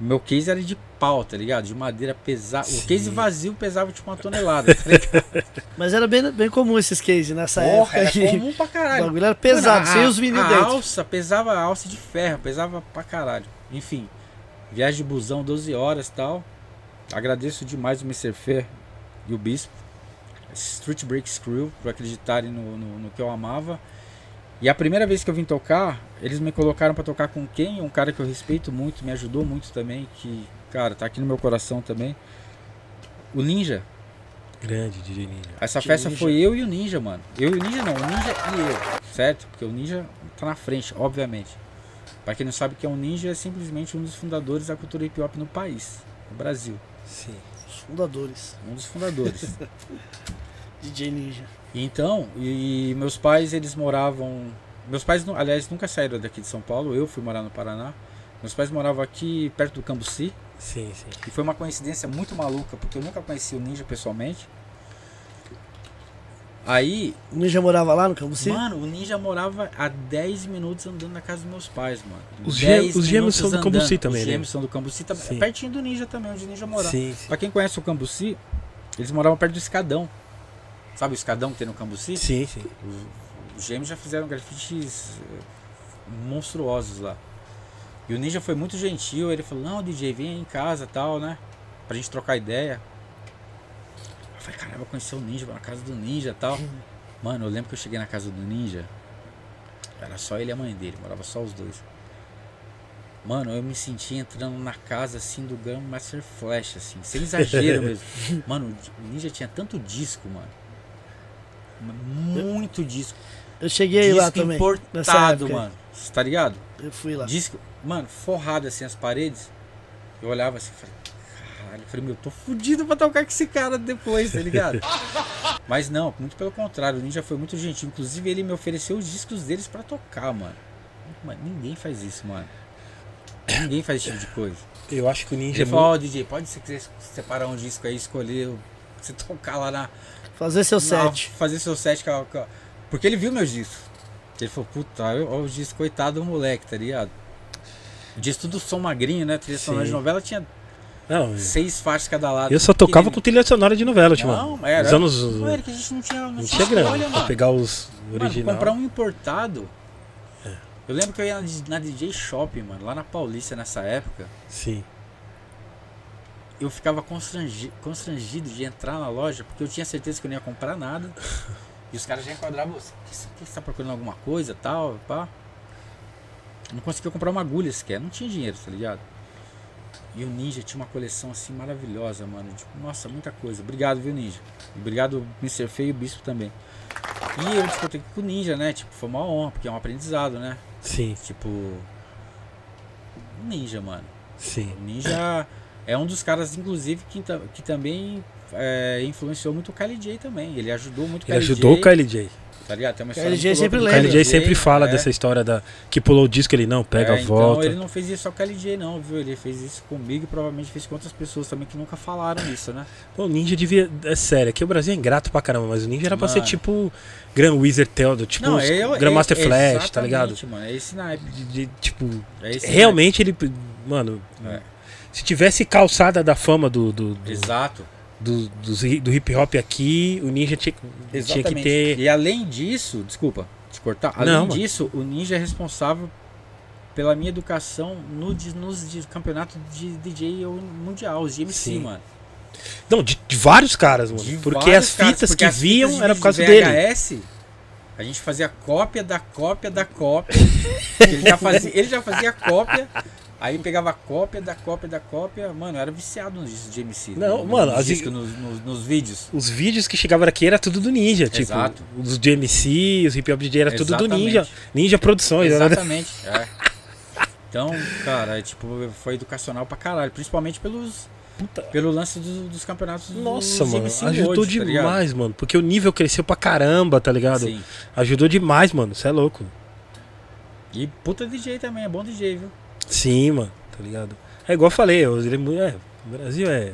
[SPEAKER 3] Meu case era de pau, tá ligado? De madeira pesada. O
[SPEAKER 2] Sim.
[SPEAKER 3] case vazio pesava tipo uma tonelada. tá ligado?
[SPEAKER 1] Mas era bem, bem comum esses cases nessa
[SPEAKER 3] Porra,
[SPEAKER 1] época
[SPEAKER 3] era
[SPEAKER 1] aí.
[SPEAKER 3] comum pra
[SPEAKER 1] O
[SPEAKER 3] caralho.
[SPEAKER 1] bagulho era pesado,
[SPEAKER 3] Mano, a-
[SPEAKER 1] sem os vinil
[SPEAKER 3] a
[SPEAKER 1] dentro.
[SPEAKER 3] alça, pesava a alça de ferro, pesava pra caralho. Enfim, viagem de busão, 12 horas e tal. Agradeço demais o Mr. Fer e o Bispo. Street Breaks Crew, por acreditarem no, no, no que eu amava. E a primeira vez que eu vim tocar, eles me colocaram para tocar com quem? Um cara que eu respeito muito, me ajudou muito também, que, cara, tá aqui no meu coração também. O Ninja.
[SPEAKER 2] Grande, DJ Ninja.
[SPEAKER 3] Essa
[SPEAKER 1] Que
[SPEAKER 3] festa
[SPEAKER 1] Ninja.
[SPEAKER 3] foi eu e o Ninja, mano. Eu e o Ninja não, o Ninja e eu, certo? Porque o Ninja tá na frente, obviamente. Pra quem não sabe o que é um Ninja, é simplesmente um dos fundadores da cultura hip hop no país, no Brasil.
[SPEAKER 2] Sim.
[SPEAKER 1] Os fundadores.
[SPEAKER 3] Um dos fundadores.
[SPEAKER 1] DJ Ninja.
[SPEAKER 3] Então, e meus pais, eles moravam. Meus pais, nu- aliás, nunca saíram daqui de São Paulo, eu fui morar no Paraná. Meus pais moravam aqui perto do Cambuci,
[SPEAKER 2] Sim, sim.
[SPEAKER 3] e foi uma coincidência muito maluca, porque eu nunca conheci o Ninja pessoalmente. Aí,
[SPEAKER 1] O Ninja morava lá no Cambuci?
[SPEAKER 3] mano, o Ninja morava a 10 minutos andando na casa dos meus pais, mano.
[SPEAKER 2] Os
[SPEAKER 3] 10
[SPEAKER 2] gê- os gêmeos são do
[SPEAKER 3] minutos
[SPEAKER 2] Cambuci
[SPEAKER 3] andando.
[SPEAKER 2] também,
[SPEAKER 3] Os
[SPEAKER 2] né?
[SPEAKER 3] gêmeos são do Cambuci também,
[SPEAKER 2] Sim.
[SPEAKER 3] pertinho do Ninja também, onde o Ninja morava.
[SPEAKER 2] Sim, sim.
[SPEAKER 3] Pra quem conhece o Cambuci, eles moravam perto do Escadão. Sabe o Escadão que tem no Cambuci?
[SPEAKER 2] Sim, sim.
[SPEAKER 3] Os gêmeos já fizeram grafites eh, monstruosos lá. E o Ninja foi muito gentil, ele falou, não, DJ, vem em casa tal, né? Pra gente trocar ideia. Eu falei, caramba, eu conheci o Ninja, vou na casa do Ninja tal. Mano, eu lembro que eu cheguei na casa do Ninja, era só ele e a mãe dele, morava só os dois. Mano, eu me senti entrando na casa assim do Grandmaster Flash, assim, sem exagero mesmo. Mano, o Ninja tinha tanto disco, mano. Muito disco
[SPEAKER 1] Eu cheguei lá também. nessa
[SPEAKER 3] importado,
[SPEAKER 1] época.
[SPEAKER 3] mano. Cê Tá ligado?
[SPEAKER 1] Eu fui lá.
[SPEAKER 3] Disco, mano, forrado assim as paredes. Eu olhava assim e falei, caralho, eu falei, meu, tô fudido pra tocar com esse cara depois, tá ligado? Mas não, muito pelo contrário, o Ninja foi muito gentil. Inclusive, ele me ofereceu os discos deles pra tocar, mano. Mano, ninguém faz isso, mano. Ninguém faz esse tipo de coisa.
[SPEAKER 2] Eu acho que o Ninja
[SPEAKER 3] Ele
[SPEAKER 2] é
[SPEAKER 3] falou,
[SPEAKER 2] muito...
[SPEAKER 3] ó, DJ, pode se quiser separar um disco aí, escolher, você tocar lá na,
[SPEAKER 1] Fazer seu
[SPEAKER 3] na-
[SPEAKER 1] set.
[SPEAKER 3] Fazer seu set com a- com a- Porque ele viu meus discos. Ele falou, puta, olha os discos, coitado do moleque, tá ligado? O disco tudo som magrinho, né? Trilha sonora
[SPEAKER 2] Sim.
[SPEAKER 3] de novela tinha
[SPEAKER 2] Não,
[SPEAKER 3] seis faixas cada lado.
[SPEAKER 2] eu só tocava com
[SPEAKER 3] Pequenininho.
[SPEAKER 2] trilha sonora de novela, tipo,
[SPEAKER 3] Não,
[SPEAKER 2] mano.
[SPEAKER 3] era-
[SPEAKER 2] Os anos...
[SPEAKER 3] Não era que a gente não tinha, não
[SPEAKER 2] Não
[SPEAKER 3] tinha
[SPEAKER 2] tinha
[SPEAKER 3] escolha,
[SPEAKER 2] grana pra
[SPEAKER 3] mano.
[SPEAKER 2] pegar os
[SPEAKER 3] Mano,
[SPEAKER 2] original. É.
[SPEAKER 3] comprar um importado. Eu lembro que eu ia na, na DJ Shop, mano, lá na Paulista nessa época.
[SPEAKER 2] Sim.
[SPEAKER 3] eu ficava constrangi- constrangido de entrar na loja, porque eu tinha certeza que eu não ia comprar nada. E os caras já enquadravam, "Você- que você que você tá procurando alguma coisa tal, pá. Não conseguia comprar uma agulha sequer, não tinha dinheiro, tá ligado? E o Ninja tinha uma coleção assim maravilhosa, mano. Tipo, nossa, muita coisa. Obrigado, viu, Ninja? Obrigado, Mr. Feio e o Bispo também. E eu discutei com o Ninja, né? Tipo, foi uma honra, porque é um aprendizado, né?
[SPEAKER 2] Sim,
[SPEAKER 3] Tipo. Ninja, mano.
[SPEAKER 2] sim.
[SPEAKER 3] O Ninja é um dos caras, inclusive, que, ta- que também é, influenciou muito o Kylie J também. Ele ajudou muito o
[SPEAKER 2] Ele
[SPEAKER 3] Kylie
[SPEAKER 2] ajudou
[SPEAKER 3] J,
[SPEAKER 2] o Kylie J.
[SPEAKER 3] Tá ligado? Tem uma
[SPEAKER 1] Kylie
[SPEAKER 3] história
[SPEAKER 1] J
[SPEAKER 3] muito
[SPEAKER 1] sempre
[SPEAKER 2] O
[SPEAKER 3] louca do
[SPEAKER 1] lembra.
[SPEAKER 2] Kylie J sempre fala
[SPEAKER 3] é.
[SPEAKER 2] dessa história da que pulou o disco, ele não, pega,
[SPEAKER 3] É,
[SPEAKER 2] volta.
[SPEAKER 3] Então ele não fez isso só com o Kylie J, não, viu? Ele fez isso comigo e provavelmente fez com outras pessoas também que nunca falaram isso, né?
[SPEAKER 2] Pô, o Ninja devia. É sério, aqui o Brasil é ingrato pra caramba, mas o Ninja era pra ser
[SPEAKER 3] Mano.
[SPEAKER 2] tipo Grand Wizard Theodore, tipo os Grandmaster Flash, tá ligado?
[SPEAKER 3] é, exatamente, mano. É esse naipe.
[SPEAKER 2] De- de- tipo,
[SPEAKER 3] É esse
[SPEAKER 2] realmente ele. Mano,
[SPEAKER 3] naipe. né?
[SPEAKER 2] se tivesse calçada da fama do, do,
[SPEAKER 3] É.
[SPEAKER 2] do,
[SPEAKER 3] Exato.
[SPEAKER 2] do- dos hi- do hip hop aqui, o Ninja tinha, que- tinha que
[SPEAKER 3] Exatamente.
[SPEAKER 2] ter.
[SPEAKER 3] E além disso, desculpa te cortar, além
[SPEAKER 2] Não, mano.
[SPEAKER 3] disso, o Ninja é responsável pela minha educação no, dis- nos dis- campeonatos de DJ ou mundial, os MC,
[SPEAKER 2] Sim.
[SPEAKER 3] mano.
[SPEAKER 2] Não, de, de vários caras, mano.
[SPEAKER 3] De
[SPEAKER 2] porque
[SPEAKER 3] vários
[SPEAKER 2] as
[SPEAKER 3] caras,
[SPEAKER 2] fitas
[SPEAKER 3] porque
[SPEAKER 2] que
[SPEAKER 3] as fitas
[SPEAKER 2] viam
[SPEAKER 3] de
[SPEAKER 2] era por causa dele.
[SPEAKER 3] VHS, A gente fazia cópia da cópia da cópia. ele, já fazia, ele já fazia cópia, aí pegava cópia da cópia da cópia. Mano, eu era viciado nos discos de MC.
[SPEAKER 2] Não,
[SPEAKER 3] no-
[SPEAKER 2] mano,
[SPEAKER 3] nos,
[SPEAKER 2] as-
[SPEAKER 3] discos, nos, nos- nos vídeos.
[SPEAKER 2] Os vídeos que chegavam aqui era tudo do Ninja, tipo,
[SPEAKER 3] Exato.
[SPEAKER 2] os de MC, os hip hop DJ era tudo do
[SPEAKER 3] Exatamente.
[SPEAKER 2] Ninja. Ninja Produções, era
[SPEAKER 3] Exatamente. é. Então, cara, é, tipo, foi educacional pra caralho. Principalmente pelos,
[SPEAKER 2] Puta.
[SPEAKER 3] pelo lance dos, dos campeonatos do-
[SPEAKER 2] Nossa,
[SPEAKER 3] dos
[SPEAKER 2] mano,
[SPEAKER 3] MC
[SPEAKER 2] ajudou
[SPEAKER 3] World, tá ligado?
[SPEAKER 2] demais, mano. Porque o nível cresceu pra caramba, tá ligado?
[SPEAKER 3] Sim.
[SPEAKER 2] Ajudou demais, mano. Você é louco.
[SPEAKER 3] E puta DJ também, é bom DJ, viu?
[SPEAKER 2] Sim, mano, tá ligado? É igual eu falei, eu, ele, é mu- é, o Brasil é.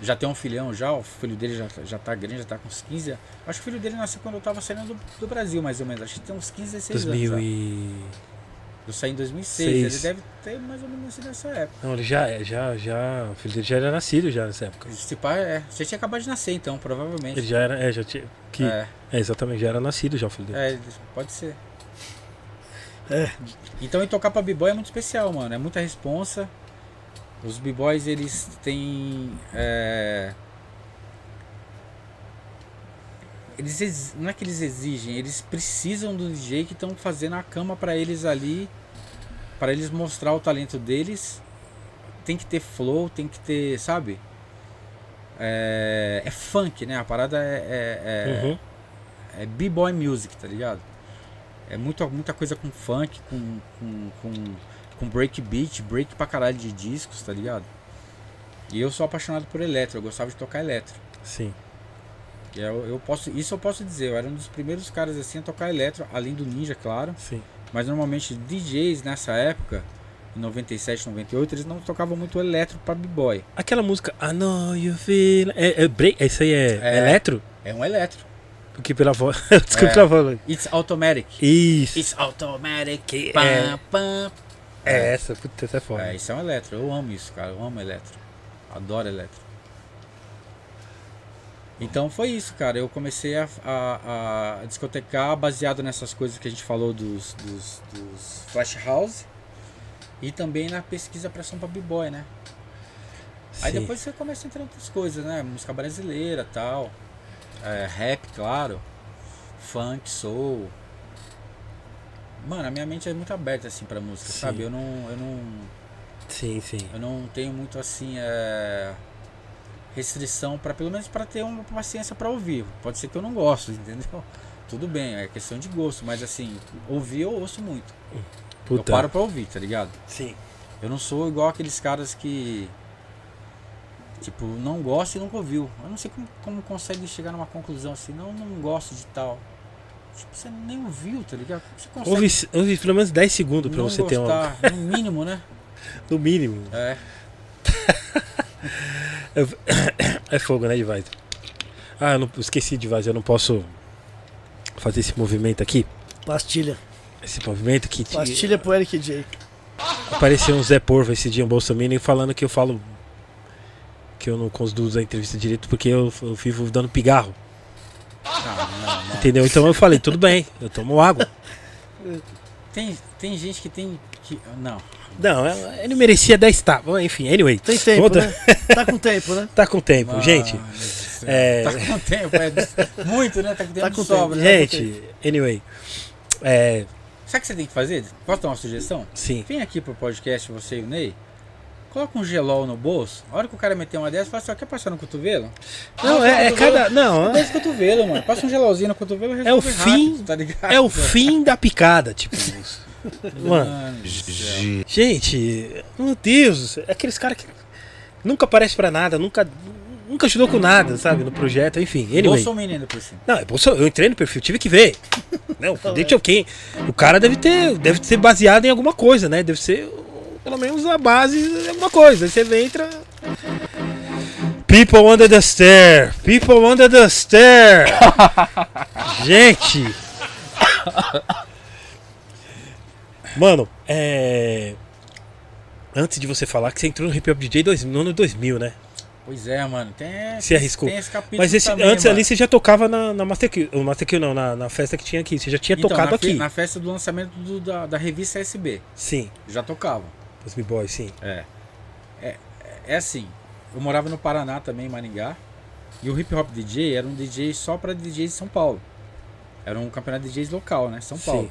[SPEAKER 3] Já tem um filhão já, o filho dele já, já tá grande, já tá com uns 15 anos. Acho que o filho dele nasceu quando eu tava saindo do, do Brasil, mais ou menos. Acho que tem uns 15, 16
[SPEAKER 2] 2000
[SPEAKER 3] anos. já.
[SPEAKER 2] e.
[SPEAKER 3] Eu saí em 2006,
[SPEAKER 2] Seis.
[SPEAKER 3] ele deve ter mais ou menos nascido nessa época.
[SPEAKER 2] Não, ele já é, já, já. O filho dele já era nascido já nessa época.
[SPEAKER 3] Esse pá, é, você tinha acabado de nascer então, provavelmente.
[SPEAKER 2] Ele já era. É, já tinha. Que, é.
[SPEAKER 3] É,
[SPEAKER 2] exatamente, já era nascido já o filho dele.
[SPEAKER 3] é, ele- pode ser.
[SPEAKER 1] É.
[SPEAKER 3] Então, e tocar pra b-boy é muito especial, mano. É muita responsa. Os b-boys, eles têm. é, Eles ex- não é que eles exigem, eles precisam do DJ que estão fazendo a cama pra eles ali, pra eles mostrar o talento deles. Tem que ter flow, tem que ter, sabe? É, é funk, né? A parada é, é- é-
[SPEAKER 2] Uhum.
[SPEAKER 3] é b-boy music, tá ligado? É muita, muita coisa com funk, com, com, com, com breakbeat, break pra caralho de discos, tá ligado? E eu sou apaixonado por eletro, eu gostava de tocar eletro.
[SPEAKER 2] Sim.
[SPEAKER 3] E Eu, eu posso, isso eu posso dizer, eu era um dos primeiros caras assim a tocar eletro, além do Ninja, claro.
[SPEAKER 2] Sim.
[SPEAKER 3] Mas normalmente DJs nessa época, em 97, 98, eles não tocavam muito eletro pra b-boy.
[SPEAKER 2] Aquela música I know you feel. É, é break. Isso aí é,
[SPEAKER 3] É.
[SPEAKER 2] eletro?
[SPEAKER 3] É um eletro.
[SPEAKER 2] Porque pela voz. Desculpa
[SPEAKER 3] É.
[SPEAKER 2] pela voz.
[SPEAKER 3] It's automatic.
[SPEAKER 2] Isso.
[SPEAKER 3] It's automatic.
[SPEAKER 2] Que
[SPEAKER 3] Pam,
[SPEAKER 2] é-
[SPEAKER 3] pam,
[SPEAKER 2] É essa, puta, essa é foda.
[SPEAKER 3] É, isso é um eletro. Eu amo isso, cara. Eu amo eletro. Adoro eletro. Então foi isso, cara. Eu comecei a, a- a discotecar baseado nessas coisas que a gente falou dos, dos, dos Flash House e também na pesquisa pra São pra B-Boy, né? Aí
[SPEAKER 2] Sim.
[SPEAKER 3] depois você começa a entrar em outras coisas, né? Música brasileira tal. É, rap, claro. Funk, soul. Mano, a minha mente é muito aberta assim pra música,
[SPEAKER 2] Sim.
[SPEAKER 3] sabe? Eu não, eu não
[SPEAKER 2] Sim, sim.
[SPEAKER 3] eu não tenho muito assim é, restrição para pelo menos para ter uma paciência para ouvir. Pode ser que eu não gosto, entendeu? Tudo bem, é questão de gosto, mas assim, ouvir eu ouço muito.
[SPEAKER 2] Puta.
[SPEAKER 3] Eu paro pra ouvir, tá ligado?
[SPEAKER 2] Sim.
[SPEAKER 3] Eu não sou igual aqueles caras que tipo, não gosta e nunca ouviu. Eu não sei como, como consegue chegar numa conclusão assim, não, não gosto de tal. Tipo, você nem ouviu, tá ligado? Como você consegue
[SPEAKER 2] Ouve, ouve pelo menos 10 segundos pra
[SPEAKER 3] não
[SPEAKER 2] você ter uma.
[SPEAKER 3] gostar, no mínimo, né?
[SPEAKER 2] No mínimo.
[SPEAKER 3] É.
[SPEAKER 2] É fogo, né, Divisor? Ah, eu não, esqueci, Divisor. Eu não posso fazer esse movimento aqui.
[SPEAKER 1] Pastilha.
[SPEAKER 2] Esse movimento que te-
[SPEAKER 1] Pastilha pro Eric J.
[SPEAKER 2] apareceu um Zé Porvo esse dia, um Bolsonaro, falando que eu falo. Que eu não conduzo a entrevista direito porque eu, eu vivo dando pigarro.
[SPEAKER 3] Ah, não, não.
[SPEAKER 2] Entendeu? Então eu falei, tudo bem, eu tomo água.
[SPEAKER 3] Tem, tem gente que tem. Que, não.
[SPEAKER 2] Não, ela- ele merecia 10 tapas. Enfim, anyway.
[SPEAKER 1] Tem tempo,
[SPEAKER 2] Volta-
[SPEAKER 1] né? Tá com tempo, né?
[SPEAKER 2] Tá com tempo, gente.
[SPEAKER 3] Ah, meu Deus do céu.
[SPEAKER 2] É,
[SPEAKER 3] Tá com tempo, é muito, né? Tá com tempo
[SPEAKER 1] com
[SPEAKER 3] de sobra. né?
[SPEAKER 2] gente, anyway. É,
[SPEAKER 3] Sabe o que você tem que fazer? Posso dar uma sugestão?
[SPEAKER 2] sim.
[SPEAKER 3] Vem aqui pro podcast, você e o Ney. Coloca um gelol no bolso. A hora que o cara meter uma dessa, fala assim: ó, quer passar no cotovelo?
[SPEAKER 2] Não, é, é cada. Não, é,
[SPEAKER 3] Passa no cotovelo, mano. Passa um gelolzinho no cotovelo e
[SPEAKER 2] É o
[SPEAKER 3] resolve
[SPEAKER 2] fim-
[SPEAKER 3] rápido, tá ligado?
[SPEAKER 2] é o fim da picada, tipo. isso. Mano.
[SPEAKER 3] Mano do céu.
[SPEAKER 2] Gente, meu Deus, do céu, é aqueles caras que nunca aparecem pra nada, nunca, nunca ajudou com nada, sabe, no projeto, enfim. Anyway.
[SPEAKER 3] Bolsa um menino por cima.
[SPEAKER 2] Não, é Bolson, eu entrei no perfil, tive que ver. Não, deixa eu quem. O cara deve ter, deve ser baseado em alguma coisa, né? Deve ser pelo menos a base de alguma coisa. Aí você vem e entra People under the stair. People under the stair. Gente. Mano, é Antes de você falar que você entrou no Hip Hop DJ dois, no ano 2000, né?
[SPEAKER 3] Pois é, mano. Tem,
[SPEAKER 2] Se arriscou.
[SPEAKER 3] tem esse capítulo.
[SPEAKER 2] Mas esse,
[SPEAKER 3] também,
[SPEAKER 2] antes
[SPEAKER 3] mano.
[SPEAKER 2] ali você já tocava na, na Master Kill. Ou Master Kill não, na, na festa que tinha aqui. Você já tinha
[SPEAKER 3] Então,
[SPEAKER 2] tocado
[SPEAKER 3] na fe-
[SPEAKER 2] aqui.
[SPEAKER 3] Na festa do lançamento do- da, da revista SB.
[SPEAKER 2] Sim,
[SPEAKER 3] Já tocava.
[SPEAKER 2] os B-Boys, sim.
[SPEAKER 3] É. é. É assim, eu morava no Paraná também, em Maringá. E o hip hop DJ era um DJ só pra DJs de São Paulo. Era um campeonato de DJs local, né? São Paulo.
[SPEAKER 2] Sim.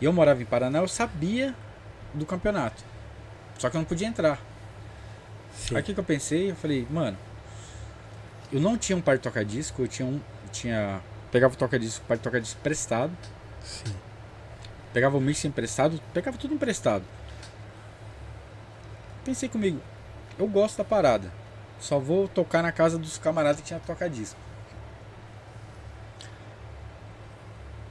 [SPEAKER 3] E eu morava em Paraná, eu sabia do campeonato. Só que eu não podia entrar.
[SPEAKER 2] sim.
[SPEAKER 3] Aí o que, que eu pensei? Eu falei, mano, eu não tinha um par de toca-disco, eu tinha um. Tinha, pegava o toca-disco, par de toca-disco emprestado.
[SPEAKER 2] Sim.
[SPEAKER 3] Pegava o mix emprestado, pegava tudo emprestado. Pensei comigo, eu gosto da parada. Só vou tocar na casa dos camaradas que tinha toca-disco.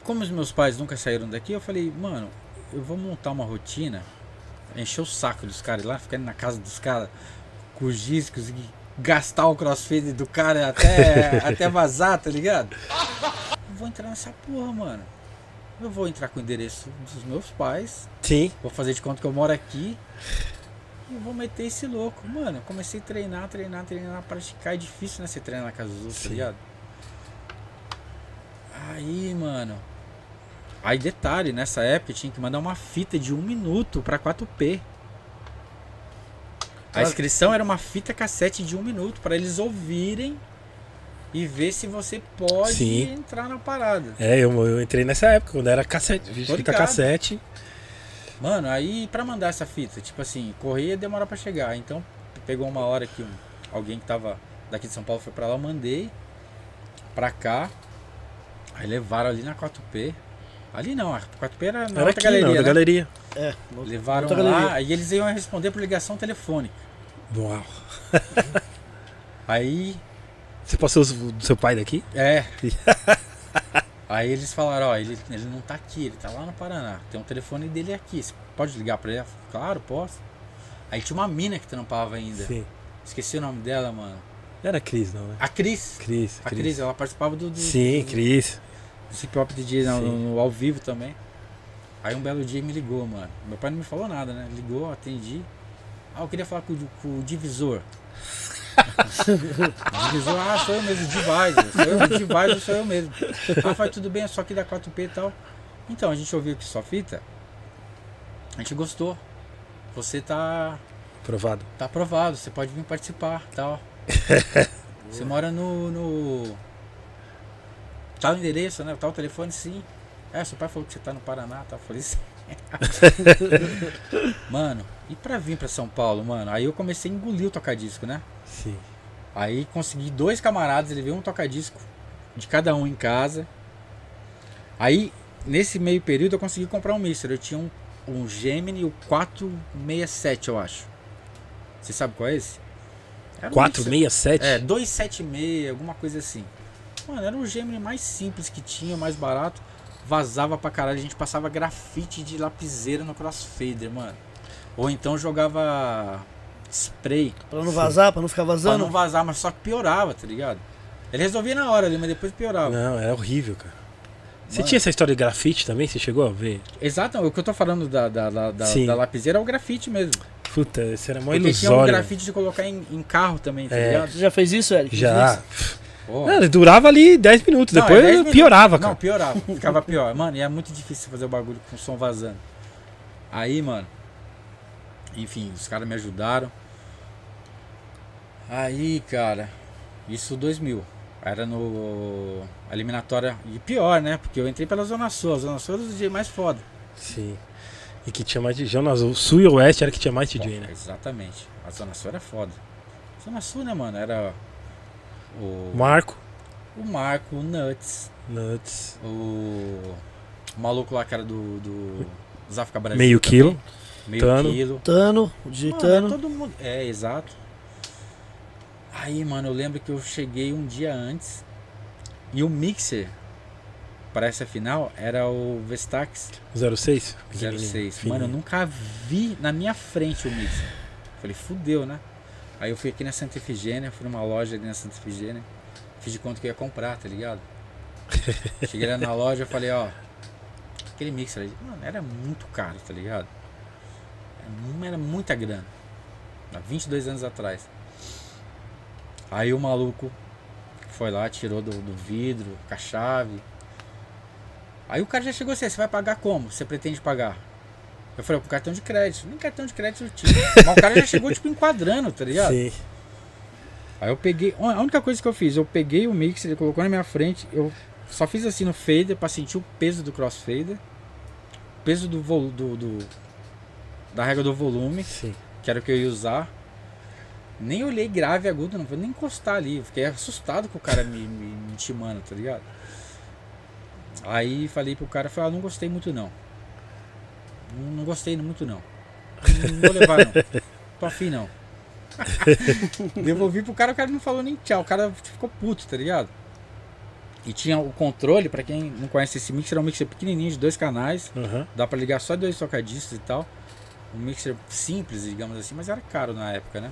[SPEAKER 3] Como os meus pais nunca saíram daqui, eu falei, mano, eu vou montar uma rotina, encher o saco dos caras lá, ficar na casa dos caras com os discos e gastar o crossfade do cara até, até vazar, tá ligado? Eu vou entrar nessa porra, mano. Eu vou entrar com o endereço dos meus pais,
[SPEAKER 2] Sim.
[SPEAKER 3] vou fazer de conta que eu moro aqui e vou meter esse louco. Mano, eu comecei a treinar, treinar, treinar, praticar. É difícil, né? Você treinar na casa dos outros, tá
[SPEAKER 2] Sim.
[SPEAKER 3] ligado? Aí, mano. Aí, detalhe, nessa época eu tinha que mandar uma fita de um minuto pra 4P. A
[SPEAKER 1] Ah.
[SPEAKER 2] Tá.
[SPEAKER 3] inscrição era uma fita cassete de um minuto pra eles ouvirem e ver se você pode
[SPEAKER 2] Sim.
[SPEAKER 3] entrar na parada.
[SPEAKER 2] É, eu, eu entrei nessa época, quando era cassete,
[SPEAKER 3] Tô
[SPEAKER 2] fita
[SPEAKER 3] ligado.
[SPEAKER 2] cassete.
[SPEAKER 3] Mano, aí pra mandar essa fita, tipo assim, correr demora pra chegar. Então pegou uma hora que um- alguém que tava daqui de São Paulo foi pra lá, eu mandei pra cá. Aí levaram ali na 4P. Ali não, a 4P era na
[SPEAKER 2] era
[SPEAKER 3] outra
[SPEAKER 2] aqui,
[SPEAKER 3] galeria.
[SPEAKER 2] não, da
[SPEAKER 3] né?
[SPEAKER 2] galeria.
[SPEAKER 1] É,
[SPEAKER 3] Levaram
[SPEAKER 1] Outra
[SPEAKER 3] lá
[SPEAKER 1] galeria.
[SPEAKER 3] e eles iam responder por ligação telefônica.
[SPEAKER 2] Uau.
[SPEAKER 3] Aí,
[SPEAKER 2] Você passou os- do seu pai daqui?
[SPEAKER 3] é. Aí eles falaram, ó, ele, ele não tá aqui, ele tá lá no Paraná. Tem um telefone dele aqui. Você pode ligar pra ele? Eu falei, Claro, posso. Aí tinha uma mina que trampava ainda.
[SPEAKER 2] Sim.
[SPEAKER 3] Esqueci o nome dela, mano.
[SPEAKER 2] Não era Cris, não, né?
[SPEAKER 3] A Cris.
[SPEAKER 2] Cris,
[SPEAKER 3] A Cris,
[SPEAKER 2] Cris.
[SPEAKER 3] ela participava do, do,
[SPEAKER 2] Sim,
[SPEAKER 3] do,
[SPEAKER 2] Cris.
[SPEAKER 3] do hip hop DJ no,
[SPEAKER 2] Sim.
[SPEAKER 3] no- ao vivo também. Aí um belo dia me ligou, mano. Meu pai não me falou nada, né? Ligou, atendi. Ah, eu queria falar com, o di- com o divisor. O divisor, ah, sou eu mesmo, Divisor. Sou eu, Divisor sou eu mesmo. Ah, faz tudo bem, é só aqui da 4P e tal. Então, a gente ouviu aqui sua fita. A gente gostou. Você tá
[SPEAKER 2] Aprovado.
[SPEAKER 3] tá aprovado, você pode vir participar tal. você mora no, no. Tal endereço, né? Tal telefone, sim. É, seu pai falou que você tá no Paraná, tá? Eu Falei sim. mano, e pra vir pra São Paulo, mano? Aí eu comecei a engolir o tocadisco, né?
[SPEAKER 2] Sim.
[SPEAKER 3] Aí consegui dois camaradas, ele veio um tocadisco de cada um em casa. Aí, nesse meio período, eu consegui comprar um mixer. Eu tinha um, um Gemini, o 467, eu acho. Você sabe qual é esse? Era um mixer.
[SPEAKER 2] 467?
[SPEAKER 3] É, 276, alguma coisa assim. Mano, era um Gemini mais simples que tinha, mais barato. Vazava pra caralho, a gente passava grafite de lapiseira no crossfader, mano. Ou então jogava spray
[SPEAKER 1] pra não vazar, pra não ficar
[SPEAKER 3] pra
[SPEAKER 1] vazando.
[SPEAKER 3] não vazar, mas só que piorava, tá ligado? Ele resolvia na hora ali, mas depois piorava.
[SPEAKER 2] Não, era horrível, cara. Você
[SPEAKER 3] Mano.
[SPEAKER 2] tinha essa história de grafite também? Você chegou a ver?
[SPEAKER 3] Exato, o que eu tô falando da, da, da, da-
[SPEAKER 2] Sim.
[SPEAKER 3] da lapiseira é o grafite mesmo.
[SPEAKER 2] Puta, isso era mó
[SPEAKER 3] Porque tinha um
[SPEAKER 2] ilusório.
[SPEAKER 3] grafite de colocar em, em carro também, tá
[SPEAKER 2] É.
[SPEAKER 1] Você
[SPEAKER 3] ligado?
[SPEAKER 1] já fez isso, Eric?
[SPEAKER 2] Já.
[SPEAKER 3] Pô.
[SPEAKER 2] Não, ele durava ali 10 minutos,
[SPEAKER 3] Não,
[SPEAKER 2] depois
[SPEAKER 3] é 10 minutos.
[SPEAKER 2] piorava,
[SPEAKER 3] Não,
[SPEAKER 2] cara.
[SPEAKER 3] piorava, ficava pior. Mano, e é muito difícil fazer o bagulho com o som vazando. Aí, mano. Enfim, os caras me ajudaram. Aí, cara. Isso 2000. Era no. a Eliminatória. E pior, né? Porque eu entrei pela Zona Sul. A Zona Sul era o DJ mais foda.
[SPEAKER 2] Sim. E que tinha mais DJ. Nas, o sul e o oeste era que tinha mais DJ, né?
[SPEAKER 3] Exatamente. A Zona Sul era foda. Zona Sul, né, mano? Era. O,
[SPEAKER 2] Marco,
[SPEAKER 3] o Marco, o Nuts,
[SPEAKER 2] Nuts,
[SPEAKER 3] o. O maluco lá que era do. do dos África Brasil.
[SPEAKER 2] meio
[SPEAKER 3] também.
[SPEAKER 2] quilo.
[SPEAKER 3] Meio
[SPEAKER 2] Tano.
[SPEAKER 3] quilo.
[SPEAKER 1] Tano, o
[SPEAKER 3] Mano,
[SPEAKER 1] digitano.
[SPEAKER 3] é todo mundo. É, exato. Aí, mano, eu lembro que eu cheguei um dia antes e o mixer para essa final era o Vestax
[SPEAKER 2] 06? pequenininho,
[SPEAKER 3] 06.
[SPEAKER 2] fininho.
[SPEAKER 3] Mano, eu nunca vi na minha frente o mixer. Falei, fudeu, né? Aí eu fui aqui na Santa Efigênia, fui numa loja ali na Santa Efigênia, fiz de conta que eu ia comprar, tá ligado? Cheguei lá na loja, falei, ó, aquele mixer ali, mano, era muito caro, tá ligado? Era mu- Era muita grana. Há 22 anos atrás. Aí o maluco foi lá, tirou do, do vidro, com a chave. Aí o cara já chegou assim, você vai pagar como? Você pretende pagar? Eu falei, com cartão de crédito. Nem cartão de crédito eu tinha. Mas o cara já chegou, tipo, enquadrando, tá ligado?
[SPEAKER 2] Sim.
[SPEAKER 3] Aí eu peguei. A única coisa que eu fiz, eu peguei o mix, ele colocou na minha frente, eu só fiz assim no fader pra sentir o peso do crossfader, o peso do, volu, do, do- da regra do volume,
[SPEAKER 2] Sim.
[SPEAKER 3] que era o que eu ia usar. Nem olhei grave e agudo, não vou nem encostar ali. eu Fiquei assustado com o cara me, me, me intimando, tá ligado? Aí falei pro cara, falei, ah, não gostei muito não. Não, não gostei muito não. Não vou levar não. Tô afim não. Devolvi pro cara, o cara não falou nem tchau. O cara ficou puto, tá ligado? E tinha o controle, pra quem não conhece esse mixer, é um mixer pequenininho de dois canais.
[SPEAKER 2] Aham.
[SPEAKER 3] Dá pra ligar só dois tocadiscos e tal. Um mixer simples, digamos assim, mas era caro na época, né?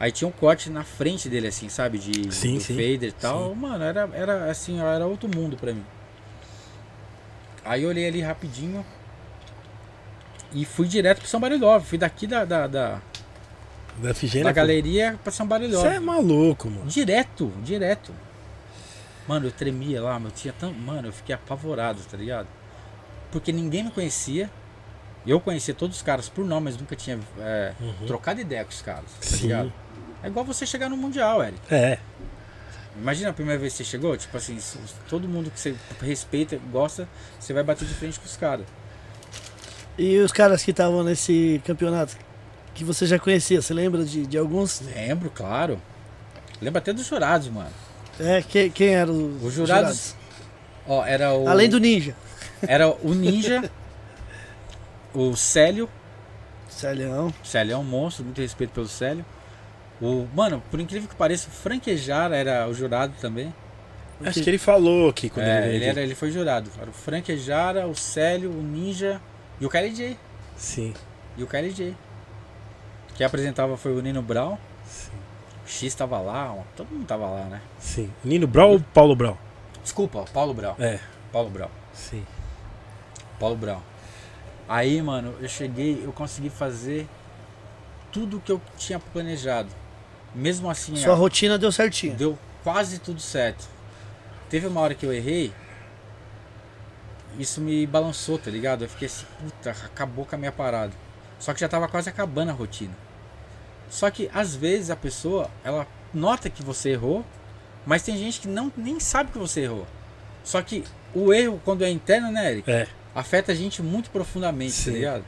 [SPEAKER 3] Aí tinha um corte na frente dele, assim, sabe? De
[SPEAKER 2] Sim,
[SPEAKER 3] do
[SPEAKER 2] sim,
[SPEAKER 3] fader e tal. Mano, era, era assim, ó, era outro mundo pra mim. Aí eu olhei ali rapidinho e fui direto pro São Bariló. Fui daqui da, da, da,
[SPEAKER 2] Da Figênia.
[SPEAKER 3] da galeria pra São Bariló.
[SPEAKER 2] Você é maluco, mano.
[SPEAKER 3] Direto, direto. Mano, eu tremia lá, mas eu tinha tão. Mano, eu fiquei apavorado, tá ligado? Porque ninguém me conhecia. Eu conhecia todos os caras por nome, mas nunca tinha é, trocado ideia com os caras, tá
[SPEAKER 2] Sim.
[SPEAKER 3] Ah, ligado? É igual você chegar no Mundial, Eric.
[SPEAKER 2] É.
[SPEAKER 3] Imagina a primeira vez que você chegou, tipo assim, se- todo mundo que você respeita, gosta, você vai bater de frente com os caras.
[SPEAKER 1] E os caras que estavam nesse campeonato que você já conhecia, você lembra de, de alguns?
[SPEAKER 3] Lembro, claro. Lembro até dos jurados, mano.
[SPEAKER 1] É, que- quem eram os,
[SPEAKER 3] Os jurados. Ó, era o.
[SPEAKER 1] Além do Ninja.
[SPEAKER 3] Era o Ninja, o Célio.
[SPEAKER 1] Celhão.
[SPEAKER 3] O Célio é um monstro, muito respeito pelo Célio. O, mano, por incrível que pareça, o Franquejar era o jurado também.
[SPEAKER 2] Acho que ele falou aqui quando
[SPEAKER 3] É,
[SPEAKER 2] ele veio.
[SPEAKER 3] ele, era, ele foi jurado. Era o Franquejara, o Célio, o Ninja e o KLJ.
[SPEAKER 2] Sim,
[SPEAKER 3] E o KLJ. Quem apresentava foi o Nino Brown.
[SPEAKER 2] sim,
[SPEAKER 3] O X tava lá, ó, todo mundo tava lá, né?
[SPEAKER 2] sim. Nino Brown ou Paulo Brown?
[SPEAKER 3] Desculpa, ó, Paulo Brown.
[SPEAKER 2] É,
[SPEAKER 3] Paulo Brown.
[SPEAKER 2] sim.
[SPEAKER 3] Paulo Brown. Aí, mano, eu cheguei, eu consegui fazer tudo o que eu tinha planejado. Mesmo assim,
[SPEAKER 1] Sua
[SPEAKER 3] ó,
[SPEAKER 1] rotina deu certinho.
[SPEAKER 3] deu quase tudo certo. Teve uma hora que eu errei, isso me balançou, tá ligado? Eu fiquei assim, puta, acabou com a minha parada. Só que já tava quase acabando a rotina. Só que às vezes a pessoa, ela nota que você errou, mas tem gente que não nem sabe que você errou. Só que o erro, quando é interno, né, Eric?
[SPEAKER 2] É.
[SPEAKER 3] afeta a gente muito profundamente,
[SPEAKER 2] Sim.
[SPEAKER 3] tá ligado?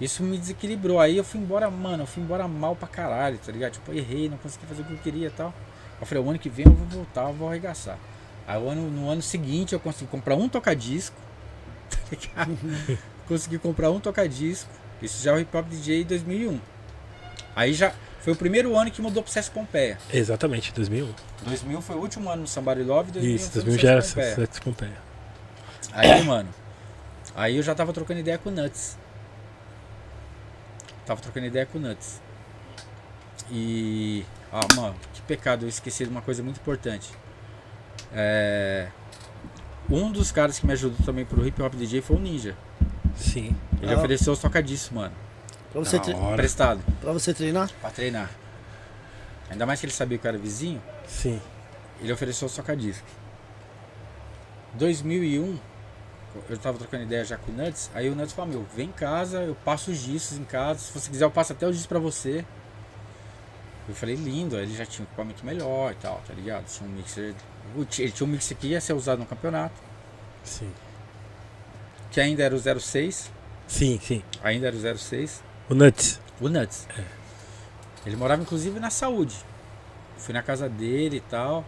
[SPEAKER 3] Isso me desequilibrou. Aí eu fui embora, mano, eu fui embora mal pra caralho, tá ligado? Tipo, eu errei, não consegui fazer o que eu queria e tal. Eu falei, o ano que vem eu vou voltar, eu vou arregaçar. Aí o ano, no ano seguinte eu consegui comprar um tocadisco, tá ligado? consegui comprar um tocadisco. Isso já é o Hip Hop DJ 2001. Aí já foi o primeiro ano que mudou pro César Pompeia.
[SPEAKER 2] Exatamente, 2001.
[SPEAKER 3] 2000 foi o último ano no Somebody Love, 2001
[SPEAKER 2] Isso,
[SPEAKER 3] foi no
[SPEAKER 2] 2000 já
[SPEAKER 3] César
[SPEAKER 2] era
[SPEAKER 3] Pompeia.
[SPEAKER 2] Sex Pompeia.
[SPEAKER 3] Aí, mano. Aí eu já tava trocando ideia com o Nuts. Tava trocando ideia com o Nuts. E. Ah, mano, que pecado, eu esqueci de uma coisa muito importante. É. Um dos caras que me ajudou também pro hip hop DJ foi o Ninja.
[SPEAKER 2] Sim.
[SPEAKER 3] Ele
[SPEAKER 1] Ah.
[SPEAKER 3] ofereceu os tocadiscos, mano.
[SPEAKER 1] Pra você,
[SPEAKER 2] Da
[SPEAKER 1] tre-
[SPEAKER 2] hora.
[SPEAKER 3] Prestado,
[SPEAKER 1] pra você treinar?
[SPEAKER 3] pra treinar. Ainda mais que ele sabia que eu era vizinho.
[SPEAKER 2] Sim.
[SPEAKER 3] Ele ofereceu o socadisco. 2001, eu tava trocando ideia já com o Nuts, aí o Nuts falou, meu, vem em casa, eu passo os discos em casa, se você quiser eu passo até os discos pra você. Eu falei, lindo, aí ele já tinha um equipamento melhor e tal, tá ligado? Tinha um mixer, o ti- ele tinha um mixer que ia ser usado no campeonato,
[SPEAKER 2] Sim.
[SPEAKER 3] que ainda era o 06,
[SPEAKER 2] Sim, sim.
[SPEAKER 3] ainda era o 06,
[SPEAKER 2] O Nuts.
[SPEAKER 3] O Nuts. Ele morava inclusive na saúde. Fui na casa dele e tal.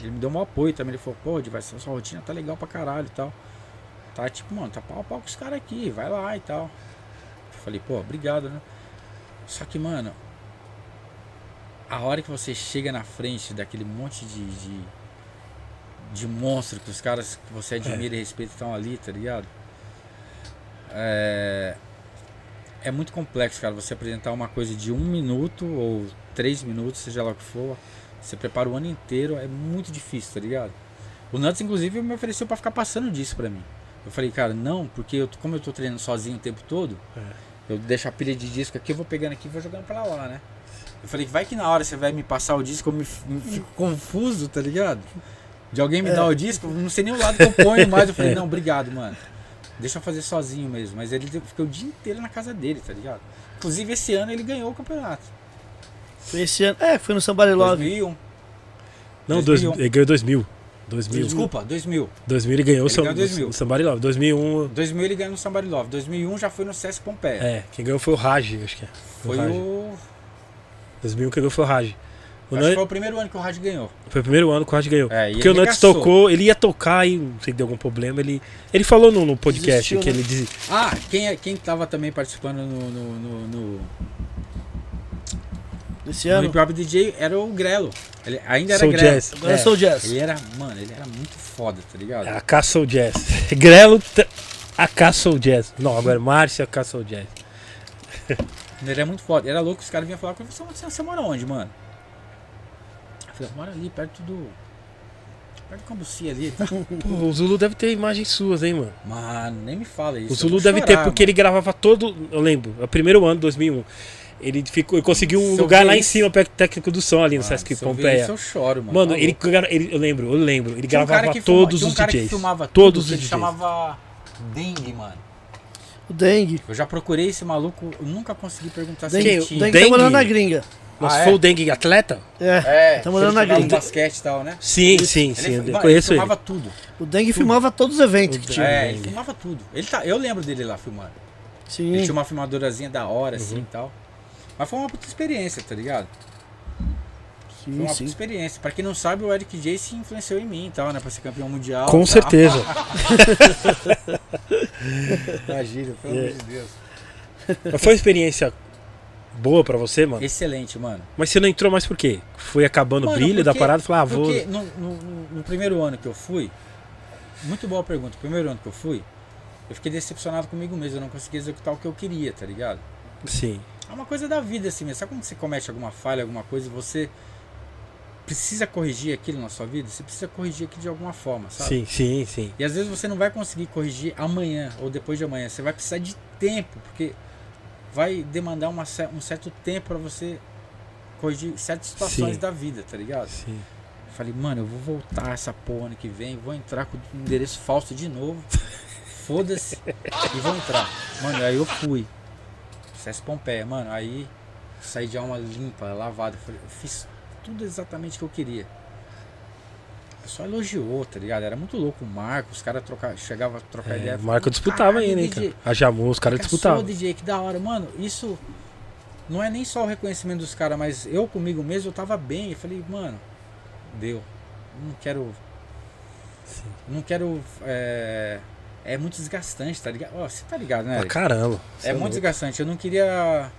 [SPEAKER 3] Ele me deu um apoio também. Ele falou, pô, diversão, sua rotina tá legal pra caralho e tal. Tá tipo, mano, tá pau a pau com os caras aqui, vai lá e tal. Eu falei, pô, obrigado, né? Só que, mano, a hora que você chega na frente daquele monte de. de, de monstro que os caras que você admira e respeita estão ali, tá ligado? É. É muito complexo, cara, você apresentar uma coisa de um minuto ou três minutos, seja lá o que for. Você prepara o ano inteiro, é muito difícil, tá ligado? O Nuts, inclusive, me ofereceu pra ficar passando disso pra mim. Eu falei, cara, não, porque eu, como eu tô treinando sozinho o tempo todo, eu deixo a pilha de disco aqui, eu vou pegando aqui e vou jogando pra lá, né? Eu falei, vai que na hora você vai me passar o disco, eu me, f- me fico confuso, tá ligado? De alguém me dar o disco, eu não sei nem o lado que eu ponho mais. Eu falei, não, obrigado, mano. Deixa eu fazer sozinho mesmo. Mas ele ficou o dia inteiro na casa dele, tá ligado? Inclusive, esse ano ele ganhou o campeonato.
[SPEAKER 1] Foi esse ano. É, foi no Somebody Love.
[SPEAKER 3] 2001.
[SPEAKER 2] Não,
[SPEAKER 3] 2001.
[SPEAKER 2] dois, ele ganhou 2000. 2000.
[SPEAKER 3] Desculpa, 2000.
[SPEAKER 2] 2000 ele ganhou o
[SPEAKER 3] Ele
[SPEAKER 2] Sam-
[SPEAKER 3] ganhou 2000.
[SPEAKER 2] o Somebody Love. 2001.
[SPEAKER 3] 2000 ele ganhou no Somebody Love. 2001 já foi no César Pompeia.
[SPEAKER 2] É, quem ganhou foi o Raj, acho que é.
[SPEAKER 3] foi
[SPEAKER 2] Raj.
[SPEAKER 3] o...
[SPEAKER 2] 2001 quem ganhou foi o Raj. O
[SPEAKER 3] Acho que
[SPEAKER 2] Nuts,
[SPEAKER 3] foi o primeiro ano que o Raj ganhou.
[SPEAKER 2] foi o primeiro ano que o Raj ganhou.
[SPEAKER 3] É, e
[SPEAKER 2] porque o
[SPEAKER 3] ele
[SPEAKER 2] Nuts
[SPEAKER 3] arregaçou.
[SPEAKER 2] tocou, ele ia tocar e não sei se deu algum problema. Ele, ele falou no, no podcast
[SPEAKER 1] Desistiu,
[SPEAKER 2] que
[SPEAKER 1] né?
[SPEAKER 2] ele dizia.
[SPEAKER 3] Ah, quem, é- quem tava também participando no- no- no- no,
[SPEAKER 1] Esse
[SPEAKER 3] O
[SPEAKER 1] ano.
[SPEAKER 3] hip hop DJ era o Grelo. Ele ainda era
[SPEAKER 2] Soul
[SPEAKER 3] Grelo.
[SPEAKER 2] Jazz.
[SPEAKER 1] Agora
[SPEAKER 2] É.
[SPEAKER 1] eu sou o Jazz.
[SPEAKER 3] Ele era, mano, ele era muito foda, tá ligado?
[SPEAKER 2] A Castle Jazz. Grelo, t- a Castle Jazz. Não, agora Márcia, Castle Jazz.
[SPEAKER 3] Ele era muito foda. Era louco, os caras vinham falar comigo, você, você, você mora onde, mano? Eu falei, eu moro ali, perto do. Perto do Cambuci ali.
[SPEAKER 2] Pô, o Zulu deve ter imagens suas, hein, mano?
[SPEAKER 3] Mano, nem me fala isso.
[SPEAKER 2] O
[SPEAKER 3] eu
[SPEAKER 2] Zulu
[SPEAKER 3] vou
[SPEAKER 2] deve
[SPEAKER 3] chorar,
[SPEAKER 2] ter, porque
[SPEAKER 3] mano.
[SPEAKER 2] ele gravava todo. Eu lembro, é o primeiro ano, 2001. Ele, ficou, ele conseguiu um
[SPEAKER 3] Se eu
[SPEAKER 2] lugar
[SPEAKER 3] ver
[SPEAKER 2] lá em
[SPEAKER 3] isso-
[SPEAKER 2] cima, perto do técnico do som, ali no
[SPEAKER 3] Mano,
[SPEAKER 2] Sesc
[SPEAKER 3] se eu ver
[SPEAKER 2] Pompeia.
[SPEAKER 3] Isso eu choro, mano.
[SPEAKER 2] Mano,
[SPEAKER 3] Tá
[SPEAKER 2] ele,
[SPEAKER 3] louco.
[SPEAKER 2] ele- Eu lembro, eu lembro. Ele
[SPEAKER 3] Tinha um cara
[SPEAKER 2] gravava
[SPEAKER 3] que filma-
[SPEAKER 2] todos
[SPEAKER 3] tinha um
[SPEAKER 2] os
[SPEAKER 3] cara Que
[SPEAKER 2] DJs.
[SPEAKER 3] filmava
[SPEAKER 2] Todos
[SPEAKER 3] tudo,
[SPEAKER 2] os
[SPEAKER 3] que
[SPEAKER 2] DJs.
[SPEAKER 3] chamava Dengue, mano.
[SPEAKER 1] O Dengue.
[SPEAKER 3] Eu já procurei esse maluco, eu nunca consegui perguntar se
[SPEAKER 1] Dengue,
[SPEAKER 3] ele
[SPEAKER 2] Quem?
[SPEAKER 1] Dengue,
[SPEAKER 3] tinha.
[SPEAKER 1] tá
[SPEAKER 2] Dengue?
[SPEAKER 1] morando na gringa.
[SPEAKER 2] Nossa,
[SPEAKER 3] Ah, é?
[SPEAKER 2] foi o Dengue atleta?
[SPEAKER 1] É,
[SPEAKER 3] É,
[SPEAKER 1] tá morando
[SPEAKER 3] ele
[SPEAKER 1] na
[SPEAKER 3] jogava
[SPEAKER 1] gringa.
[SPEAKER 3] basquete e tal, né?
[SPEAKER 2] Sim, sim, sim.
[SPEAKER 3] ele,
[SPEAKER 2] eu conheço ele. um
[SPEAKER 3] filmava tudo.
[SPEAKER 1] O Dengue filmava todos os eventos que tinha.
[SPEAKER 3] É,
[SPEAKER 2] Dengue.
[SPEAKER 3] ele filmava tudo. Ele tá, eu lembro dele lá filmando. Ele
[SPEAKER 1] Sim.
[SPEAKER 3] tinha uma filmadorazinha da hora,
[SPEAKER 2] Uhum.
[SPEAKER 3] assim e tal. Mas foi uma puta experiência, tá ligado?
[SPEAKER 2] um
[SPEAKER 3] Foi
[SPEAKER 1] Sim,
[SPEAKER 3] uma puta
[SPEAKER 1] sim.
[SPEAKER 3] experiência. Pra quem não sabe, o Eric J se influenciou em mim e tal, né? Pra ser campeão mundial.
[SPEAKER 2] Com
[SPEAKER 3] e tal.
[SPEAKER 2] certeza.
[SPEAKER 3] Imagina, pelo
[SPEAKER 2] É.
[SPEAKER 3] amor de Deus.
[SPEAKER 2] Mas foi uma experiência boa pra você, mano?
[SPEAKER 3] Excelente, mano.
[SPEAKER 2] Mas você não entrou mais por quê? Foi acabando o
[SPEAKER 3] Mano,
[SPEAKER 2] brilho da
[SPEAKER 3] porque-
[SPEAKER 2] parada e falou, ah, vou.
[SPEAKER 3] Porque no, no- no- no primeiro ano que eu fui, muito boa pergunta. No primeiro ano que eu fui, eu fiquei decepcionado comigo mesmo. Eu não consegui executar o que eu queria, tá ligado?
[SPEAKER 2] Sim.
[SPEAKER 3] É uma coisa da vida assim mesmo. Sabe quando você comete alguma falha, alguma coisa e você precisa corrigir aquilo na sua vida? Você precisa corrigir aquilo de alguma forma, sabe?
[SPEAKER 2] Sim, sim, sim.
[SPEAKER 3] E às vezes você não vai conseguir corrigir amanhã ou depois de amanhã. Você vai precisar de tempo, porque vai demandar uma cer- um certo tempo pra você corrigir certas situações
[SPEAKER 2] Sim.
[SPEAKER 3] da vida, tá ligado?
[SPEAKER 2] Sim.
[SPEAKER 3] Eu Falei, mano, eu vou voltar essa porra ano que vem, vou entrar com o endereço falso de novo. Foda-se. e vou entrar. Mano, aí eu fui. César Pompeia, mano, aí saí de alma limpa, lavada. Eu Falei, eu fiz tudo exatamente o que eu queria. O pessoal elogiou, tá ligado? Era muito louco o Marco, os caras troca... chegavam a trocar
[SPEAKER 2] É,
[SPEAKER 3] ideia.
[SPEAKER 2] o Marco disputava
[SPEAKER 3] "Caralho,
[SPEAKER 2] ainda, hein,
[SPEAKER 3] DJ,
[SPEAKER 2] cara. A Jamu, os caras
[SPEAKER 3] Cara,
[SPEAKER 2] disputavam.
[SPEAKER 3] sou DJ, que da hora. Mano, isso não é nem só o reconhecimento dos caras, mas eu comigo mesmo, eu tava bem. Eu falei, mano, deu. Não quero.
[SPEAKER 2] Sim.
[SPEAKER 3] Não quero. É, é muito desgastante, tá ligado? Ó, você tá ligado, né?
[SPEAKER 2] Pra
[SPEAKER 3] Eric?
[SPEAKER 2] caramba. Cê
[SPEAKER 3] É muito
[SPEAKER 2] louco.
[SPEAKER 3] desgastante. Eu não queria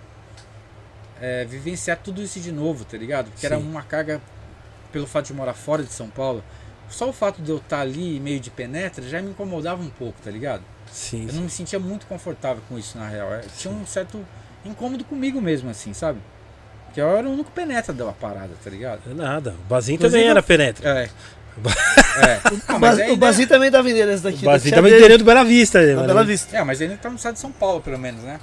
[SPEAKER 3] é, vivenciar tudo isso de novo, tá ligado? Porque era
[SPEAKER 2] Sim.
[SPEAKER 3] uma carga pelo fato de morar fora de São Paulo. Só o fato de eu estar ali meio de penetra já me incomodava um pouco, tá ligado?
[SPEAKER 2] Sim,
[SPEAKER 3] Eu
[SPEAKER 2] sim.
[SPEAKER 3] não me sentia muito confortável com isso, na real. Eu tinha um certo incômodo comigo mesmo, assim, sabe? Porque eu era o único penetra da parada, tá ligado?
[SPEAKER 2] É nada. O Bazinho
[SPEAKER 3] Inclusive,
[SPEAKER 2] também era
[SPEAKER 3] eu-
[SPEAKER 2] penetra.
[SPEAKER 3] É. é. Ah,
[SPEAKER 1] O
[SPEAKER 3] mas
[SPEAKER 1] Basi-
[SPEAKER 3] ainda-
[SPEAKER 1] O Bazinho também dava endereço daqui.
[SPEAKER 2] é O Bazinho
[SPEAKER 1] da
[SPEAKER 2] tava
[SPEAKER 1] tia dele,
[SPEAKER 2] interior do Bela Vista. né,
[SPEAKER 1] da
[SPEAKER 2] mano?
[SPEAKER 1] Bela Vista.
[SPEAKER 3] É, mas ele tá no estado de São Paulo, pelo menos, né?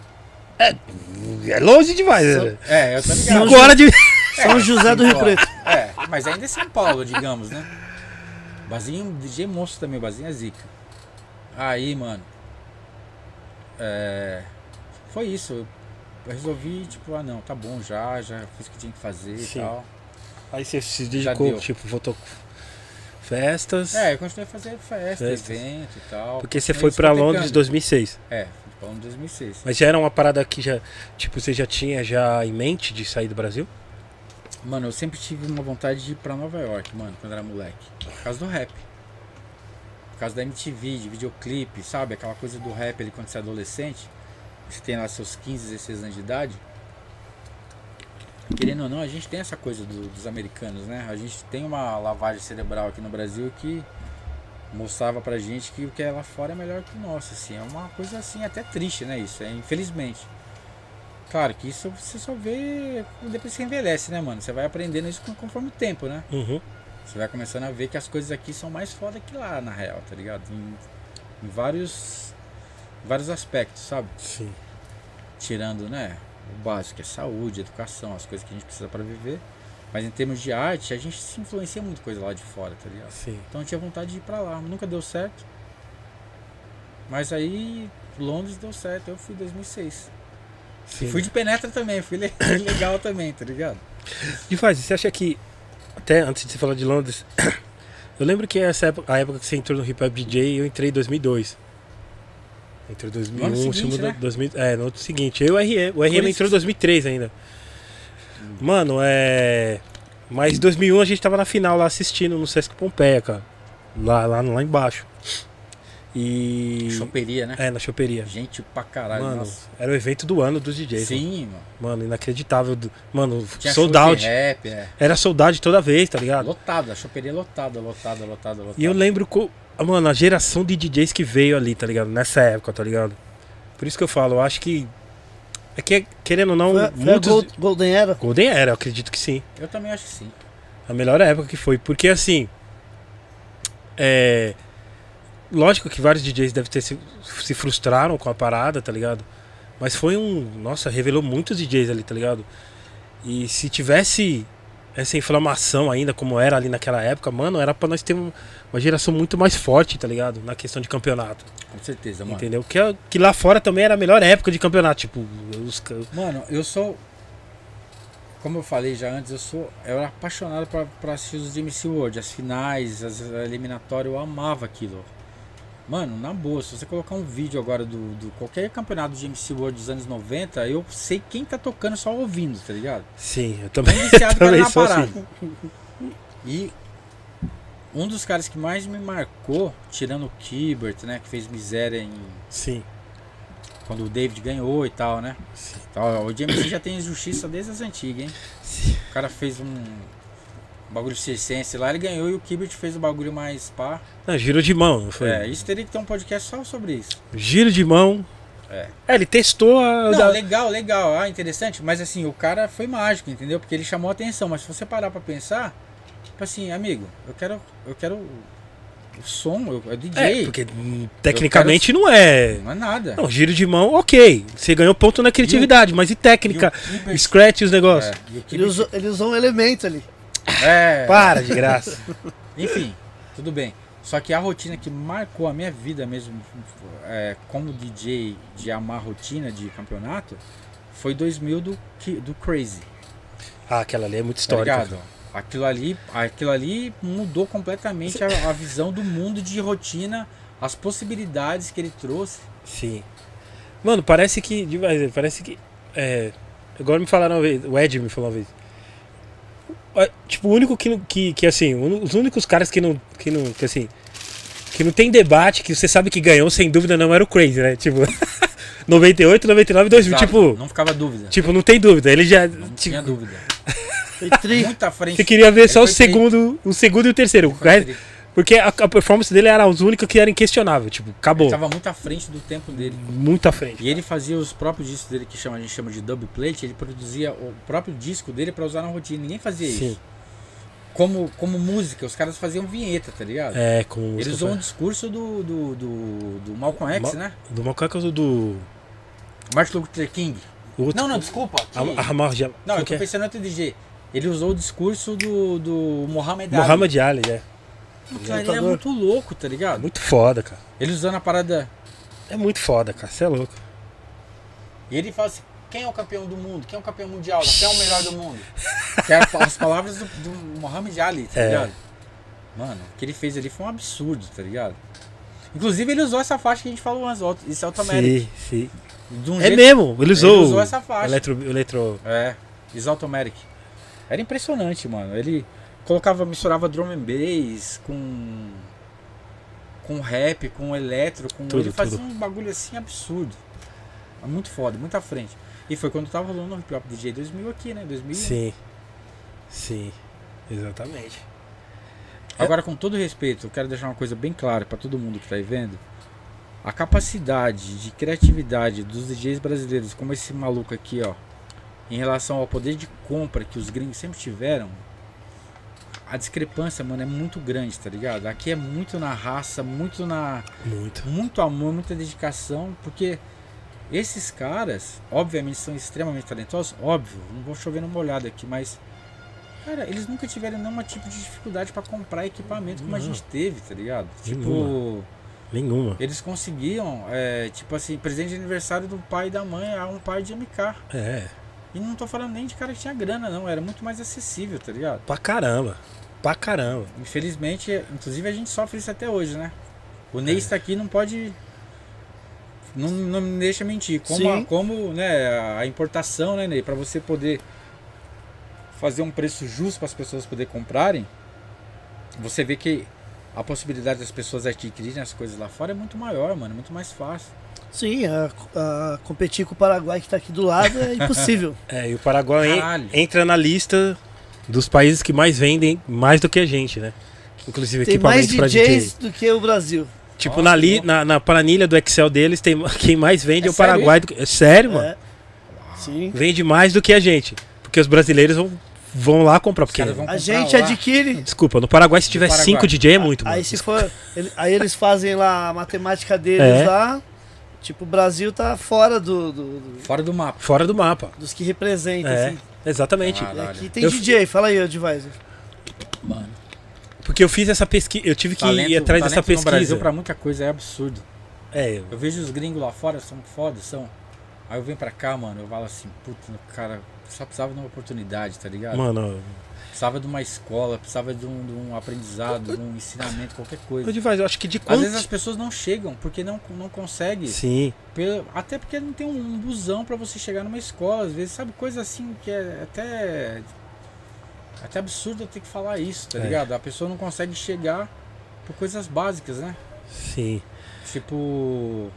[SPEAKER 2] É longe demais. né?
[SPEAKER 3] É, eu tô ligado.
[SPEAKER 2] Cinco horas de.
[SPEAKER 1] São José do Rio Preto.
[SPEAKER 3] É, mas ainda é São Paulo, digamos, né? Bazinho, DJ monstro também, Bazinho é zica. Aí, mano. É, foi isso. Eu resolvi, tipo, ah não, tá bom já, já fiz o que tinha que fazer
[SPEAKER 2] Sim.
[SPEAKER 3] e tal.
[SPEAKER 2] Aí você se
[SPEAKER 3] Já
[SPEAKER 2] dedicou,
[SPEAKER 3] deu.
[SPEAKER 2] tipo, voltou. Festas.
[SPEAKER 3] É, eu continuei a fazer festa,
[SPEAKER 2] Festas.
[SPEAKER 3] evento e tal.
[SPEAKER 2] Porque você
[SPEAKER 3] Aí
[SPEAKER 2] foi
[SPEAKER 3] eu
[SPEAKER 2] pra
[SPEAKER 3] fui
[SPEAKER 2] Londres em
[SPEAKER 3] tentando.
[SPEAKER 2] 2006.
[SPEAKER 3] É, fui pra Londres em 2006.
[SPEAKER 2] Mas já era uma parada que já. Tipo, você já tinha já em mente de sair do Brasil?
[SPEAKER 3] Mano, eu sempre tive uma vontade de ir pra Nova York, mano, quando era moleque. Por causa do rap. Por causa da MTV, de videoclipe, sabe? Aquela coisa do rap ali quando você é adolescente. Você tem lá seus 15, 16 anos de idade. Querendo ou não, a gente tem essa coisa do- dos americanos, né? A gente tem uma lavagem cerebral aqui no Brasil que mostrava pra gente que o que é lá fora é melhor que o nosso, assim. É uma coisa assim, até triste, né? Isso, é, infelizmente. Claro que isso você só vê depois que você envelhece, né, mano? Você vai aprendendo isso com- conforme o tempo, né?
[SPEAKER 2] Uhum.
[SPEAKER 3] Você vai começando a ver que as coisas aqui são mais foda que lá, na real, tá ligado? Em, em vários em vários aspectos, sabe?
[SPEAKER 2] Sim.
[SPEAKER 3] Tirando, né, o básico, que é saúde, educação, as coisas que a gente precisa pra viver. Mas em termos de arte, a gente se influencia muito coisa lá de fora, tá ligado?
[SPEAKER 2] Sim.
[SPEAKER 3] Então eu tinha vontade de ir pra lá, nunca deu certo. Mas aí Londres deu certo, eu fui em 2006. E
[SPEAKER 2] sim.
[SPEAKER 3] fui de penetra também, fui le- legal também, tá ligado?
[SPEAKER 2] E faz, você acha que. Até antes de você falar de Londres. Eu lembro que essa época, a época que você entrou no Hip Hop DJ, eu entrei em 2002. Entrou em 2001,
[SPEAKER 3] No ano
[SPEAKER 2] você
[SPEAKER 3] seguinte,
[SPEAKER 2] mudou-
[SPEAKER 3] né?
[SPEAKER 2] 2000, é, no outro seguinte. Eu e o RM, o RM
[SPEAKER 3] isso-
[SPEAKER 2] entrou em 2003 ainda.
[SPEAKER 3] Hum.
[SPEAKER 2] Mano, é. Mas em 2001 a gente tava na final lá assistindo no Sesc Pompeia, cara. Lá, lá, lá embaixo. E.
[SPEAKER 3] Choperia, né?
[SPEAKER 2] É, na choperia.
[SPEAKER 3] Gente pra caralho,
[SPEAKER 2] Mano,
[SPEAKER 3] nossa.
[SPEAKER 2] era o evento do ano dos DJs.
[SPEAKER 3] Sim, mano.
[SPEAKER 2] Mano, Mano, inacreditável. do- Mano,
[SPEAKER 3] Tinha show
[SPEAKER 2] sold
[SPEAKER 3] de
[SPEAKER 2] out.
[SPEAKER 3] rap, é.
[SPEAKER 2] Era sold out toda vez, tá ligado?
[SPEAKER 3] Lotada, a choperia lotada, lotada, lotada, lotada.
[SPEAKER 2] E eu lembro, co- mano, a geração de DJs que veio ali, tá ligado? Nessa época, tá ligado? Por isso que eu falo, eu acho que. É que, querendo ou não,
[SPEAKER 1] Foi a- Foi a
[SPEAKER 2] muitos-
[SPEAKER 1] Gold- Golden Era.
[SPEAKER 2] Golden era, eu acredito que sim.
[SPEAKER 3] Eu também acho que sim.
[SPEAKER 2] A melhor época que foi. Porque assim. É. Lógico que vários DJs devem ter se, se frustraram com a parada, tá ligado? Mas foi um. Nossa, revelou muitos DJs ali, tá ligado? E se tivesse essa inflamação ainda, como era ali naquela época, mano, era pra nós ter um- uma geração muito mais forte, tá ligado? Na questão de campeonato,
[SPEAKER 3] Com certeza, mano.
[SPEAKER 2] entendeu? Que, é- que lá fora também era a melhor época de campeonato, tipo, os, ca-
[SPEAKER 3] Mano, eu sou. como eu falei já antes, eu sou eu era apaixonado pra, pra assistir os MC World, as finais, as eliminatórias, eu amava aquilo. Mano, na boa, se você colocar um vídeo agora do, do qualquer campeonato de MC World dos anos 90, eu sei quem tá tocando só ouvindo, tá ligado?
[SPEAKER 2] Sim, eu também,
[SPEAKER 3] Viciado cara
[SPEAKER 2] também
[SPEAKER 3] na
[SPEAKER 2] sou
[SPEAKER 3] parada.
[SPEAKER 2] assim.
[SPEAKER 3] E um dos caras que mais me marcou, tirando o Kibert, né, que fez miséria em
[SPEAKER 2] Sim,
[SPEAKER 3] quando o David ganhou e tal, né? Tal, o DMC já tem justiça desde as antigas, hein?
[SPEAKER 2] sim.
[SPEAKER 3] O cara fez um bagulho circense lá, ele ganhou e o Kibert fez o bagulho mais pá.
[SPEAKER 2] Não, giro de mão, não foi?
[SPEAKER 3] É, isso teria que ter um podcast só sobre isso.
[SPEAKER 2] Giro de mão.
[SPEAKER 3] É.
[SPEAKER 2] ele testou a.
[SPEAKER 3] Não,
[SPEAKER 2] da-
[SPEAKER 3] legal, legal, ah, interessante, mas assim, o cara foi mágico, entendeu? Porque ele chamou a atenção, mas se você parar pra pensar, tipo assim, amigo, eu quero eu quero o som, eu, eu DJ,
[SPEAKER 2] É, porque hum, tecnicamente não é.
[SPEAKER 3] não é nada.
[SPEAKER 2] Não, giro de mão, ok. Você ganhou ponto na criatividade, mas e técnica?
[SPEAKER 3] E o Kibert-
[SPEAKER 2] Scratch os negócios.
[SPEAKER 3] é, e o
[SPEAKER 1] Ele
[SPEAKER 3] Kibert-
[SPEAKER 1] usou, ele usou um elemento ali.
[SPEAKER 3] é,
[SPEAKER 2] Para de graça.
[SPEAKER 3] Enfim, tudo bem. Só que a rotina que marcou a minha vida mesmo, é, como DJ de amar rotina de campeonato, foi 2000 do, Ki- do Crazy.
[SPEAKER 2] Ah, aquela ali é muito
[SPEAKER 3] Tá
[SPEAKER 2] histórica.
[SPEAKER 3] ligado? Aquilo ali, aquilo ali mudou completamente a, a visão do mundo de rotina, as possibilidades que ele trouxe.
[SPEAKER 2] Sim. Mano, parece que. de verdade, Parece que. É, agora me falaram uma vez. O Ed me falou uma vez. É, Tipo, o único que. não- que, que assim, o uni- os únicos caras que não. Que não. Que assim. Que não tem debate, que você sabe que ganhou, sem dúvida, não era o Crazy, né? Tipo. 98, 99, 2000.
[SPEAKER 3] Exato,
[SPEAKER 2] Tipo.
[SPEAKER 3] não ficava dúvida.
[SPEAKER 2] Tipo, não tem dúvida. Ele já.
[SPEAKER 3] Não
[SPEAKER 2] tipo,
[SPEAKER 3] tinha dúvida.
[SPEAKER 1] Foi tri.
[SPEAKER 3] Muita frente.
[SPEAKER 2] você queria ver
[SPEAKER 3] Ele
[SPEAKER 2] só o
[SPEAKER 3] foi tri.
[SPEAKER 2] segundo. O segundo e o terceiro.
[SPEAKER 3] Foi
[SPEAKER 2] né?
[SPEAKER 3] tri.
[SPEAKER 2] Porque a, a performance dele era os únicos que era inquestionável. Tipo, acabou.
[SPEAKER 3] Ele tava muito à frente do tempo dele.
[SPEAKER 2] Muito à frente.
[SPEAKER 3] E ele fazia os próprios discos dele que chama, a gente chama de double plate, ele produzia o próprio disco dele pra usar na rotina, ninguém fazia
[SPEAKER 2] Sim.
[SPEAKER 3] isso. Como, como música, os caras faziam vinheta, tá ligado?
[SPEAKER 2] É, com
[SPEAKER 3] Eles usam um discurso do, do, do, do Malcolm X,
[SPEAKER 2] Ma-
[SPEAKER 3] né?
[SPEAKER 2] Do Macaco ou do.
[SPEAKER 3] Martin Luther King.
[SPEAKER 2] O outro?
[SPEAKER 3] Não, não, desculpa. que-
[SPEAKER 2] A, a Ramar já.
[SPEAKER 3] não, eu
[SPEAKER 2] Ah, como que
[SPEAKER 3] tô
[SPEAKER 2] é?
[SPEAKER 3] pensando em outro DJ. Ele usou o discurso do, do Muhammad Ali.
[SPEAKER 2] Muhammad Ali, é.
[SPEAKER 3] Pô, cara, ele é
[SPEAKER 1] Lutador.
[SPEAKER 3] muito louco, tá ligado?
[SPEAKER 2] Muito foda, cara.
[SPEAKER 3] Ele usando a parada.
[SPEAKER 2] É muito foda, cara. Você é louco.
[SPEAKER 3] E ele fala assim: quem é o campeão do mundo? Quem é o campeão mundial? Quem é o melhor do mundo? Que era as palavras do, do Muhammad Ali, tá
[SPEAKER 2] É.
[SPEAKER 3] ligado? Mano, o que ele fez ali foi um absurdo, tá ligado? Inclusive, ele usou essa faixa que a gente falou antes, auto- isso é automatic.
[SPEAKER 2] Sim, sim.
[SPEAKER 3] De um
[SPEAKER 2] É
[SPEAKER 3] jeito-
[SPEAKER 2] mesmo, ele usou.
[SPEAKER 3] usou essa faixa.
[SPEAKER 2] Eletro, eletro...
[SPEAKER 3] É, isso é automatic. Era impressionante, mano. Ele colocava, misturava drum and bass com. com rap, com eletro, com.
[SPEAKER 2] Tudo,
[SPEAKER 3] ele fazia
[SPEAKER 2] tudo.
[SPEAKER 3] um bagulho assim absurdo. É Muito foda, muito à frente. E foi quando tava rolando o Hip Hop DJ 2000 aqui, né? 2000.
[SPEAKER 2] Sim. Sim. Exatamente.
[SPEAKER 3] Agora, com todo respeito, eu quero deixar uma coisa bem clara para todo mundo que está aí vendo. A capacidade de criatividade dos DJs brasileiros, como esse maluco aqui, ó, em relação ao poder de compra que os gringos sempre tiveram, a discrepância, mano, é muito grande, tá ligado? Aqui é muito na raça, muito na
[SPEAKER 2] Muito.
[SPEAKER 3] muito amor, muita dedicação, porque esses caras, obviamente, são extremamente talentosos, óbvio, não vou chover numa olhada aqui, mas, cara, eles nunca tiveram nenhum tipo de dificuldade pra comprar equipamento como a
[SPEAKER 2] Não.
[SPEAKER 3] gente teve, tá ligado?
[SPEAKER 2] Nenhuma.
[SPEAKER 3] Tipo,
[SPEAKER 2] Nenhuma.
[SPEAKER 3] eles conseguiam, é, tipo assim, presente de aniversário do pai e da mãe a um par de MK.
[SPEAKER 2] É.
[SPEAKER 3] E não tô falando nem de cara que tinha grana, não, era muito mais acessível, tá ligado?
[SPEAKER 2] Pra caramba. Pra caramba.
[SPEAKER 3] Infelizmente, inclusive a gente sofre isso até hoje, né? O
[SPEAKER 2] É.
[SPEAKER 3] Ney está aqui não pode. Não, não me deixa mentir. Como, a,
[SPEAKER 1] Sim.
[SPEAKER 3] como né, a importação, né, Ney? Para você poder fazer um preço justo para as pessoas poderem comprarem, você vê que a possibilidade das pessoas adquirirem as coisas lá fora é muito maior, mano. Muito mais fácil.
[SPEAKER 1] Sim, a- a competir com o Paraguai que tá aqui do lado é impossível.
[SPEAKER 2] É, e o Paraguai en-
[SPEAKER 3] Caralho.
[SPEAKER 2] entra na lista dos países que mais vendem, mais do que a gente, né? Inclusive
[SPEAKER 1] Tem mais
[SPEAKER 2] equipamentos pra
[SPEAKER 1] DJs do que o Brasil.
[SPEAKER 2] Tipo, na, li,
[SPEAKER 3] Nossa.
[SPEAKER 2] na, na planilha do Excel deles, tem, quem mais vende
[SPEAKER 3] É
[SPEAKER 2] é o Paraguai. Do que, é sério, mano.
[SPEAKER 1] É. Sim.
[SPEAKER 2] Vende mais do que a gente. Porque os brasileiros vão, vão lá comprar. Porque,
[SPEAKER 3] caras vão
[SPEAKER 1] A
[SPEAKER 3] comprar
[SPEAKER 1] gente
[SPEAKER 3] lá.
[SPEAKER 1] adquire.
[SPEAKER 2] desculpa, no Paraguai, se tiver
[SPEAKER 3] Paraguai.
[SPEAKER 2] 5 DJ é muito, mano.
[SPEAKER 1] Aí se for. ele- aí eles fazem lá a matemática deles
[SPEAKER 2] É.
[SPEAKER 1] lá. Tipo, o Brasil tá fora do, do- do-
[SPEAKER 3] Fora do mapa.
[SPEAKER 2] Fora do mapa.
[SPEAKER 1] dos que representam,
[SPEAKER 2] É,
[SPEAKER 1] assim.
[SPEAKER 2] exatamente.
[SPEAKER 1] E
[SPEAKER 3] Caralho.
[SPEAKER 1] aqui tem
[SPEAKER 2] Eu-
[SPEAKER 1] DJ, fala aí, Advisor.
[SPEAKER 3] Mano,
[SPEAKER 2] Porque eu fiz essa pesquisa, eu tive que ir atrás dessa
[SPEAKER 3] talento No
[SPEAKER 2] pesquisa.
[SPEAKER 3] Brasil, para muita coisa, é absurdo.
[SPEAKER 2] É,
[SPEAKER 3] Eu vejo os gringos lá fora, são foda, são. Aí eu venho pra cá, mano, eu falo assim, puta, cara, só precisava de uma oportunidade, tá ligado?
[SPEAKER 2] Mano,
[SPEAKER 3] Precisava de uma escola, precisava de um, de um aprendizado, de um ensinamento, qualquer coisa.
[SPEAKER 2] eu, de fato, eu acho que de
[SPEAKER 3] Às
[SPEAKER 2] quanto.
[SPEAKER 3] vezes as pessoas não chegam porque não, não conseguem.
[SPEAKER 2] Sim,
[SPEAKER 3] Pelo- até porque não tem um busão pra você chegar numa escola, às vezes, sabe? Coisa assim que é até. Até absurdo eu ter que falar isso, tá
[SPEAKER 2] É.
[SPEAKER 3] ligado? A pessoa não consegue chegar por coisas básicas, né?
[SPEAKER 2] sim.
[SPEAKER 3] Tipo.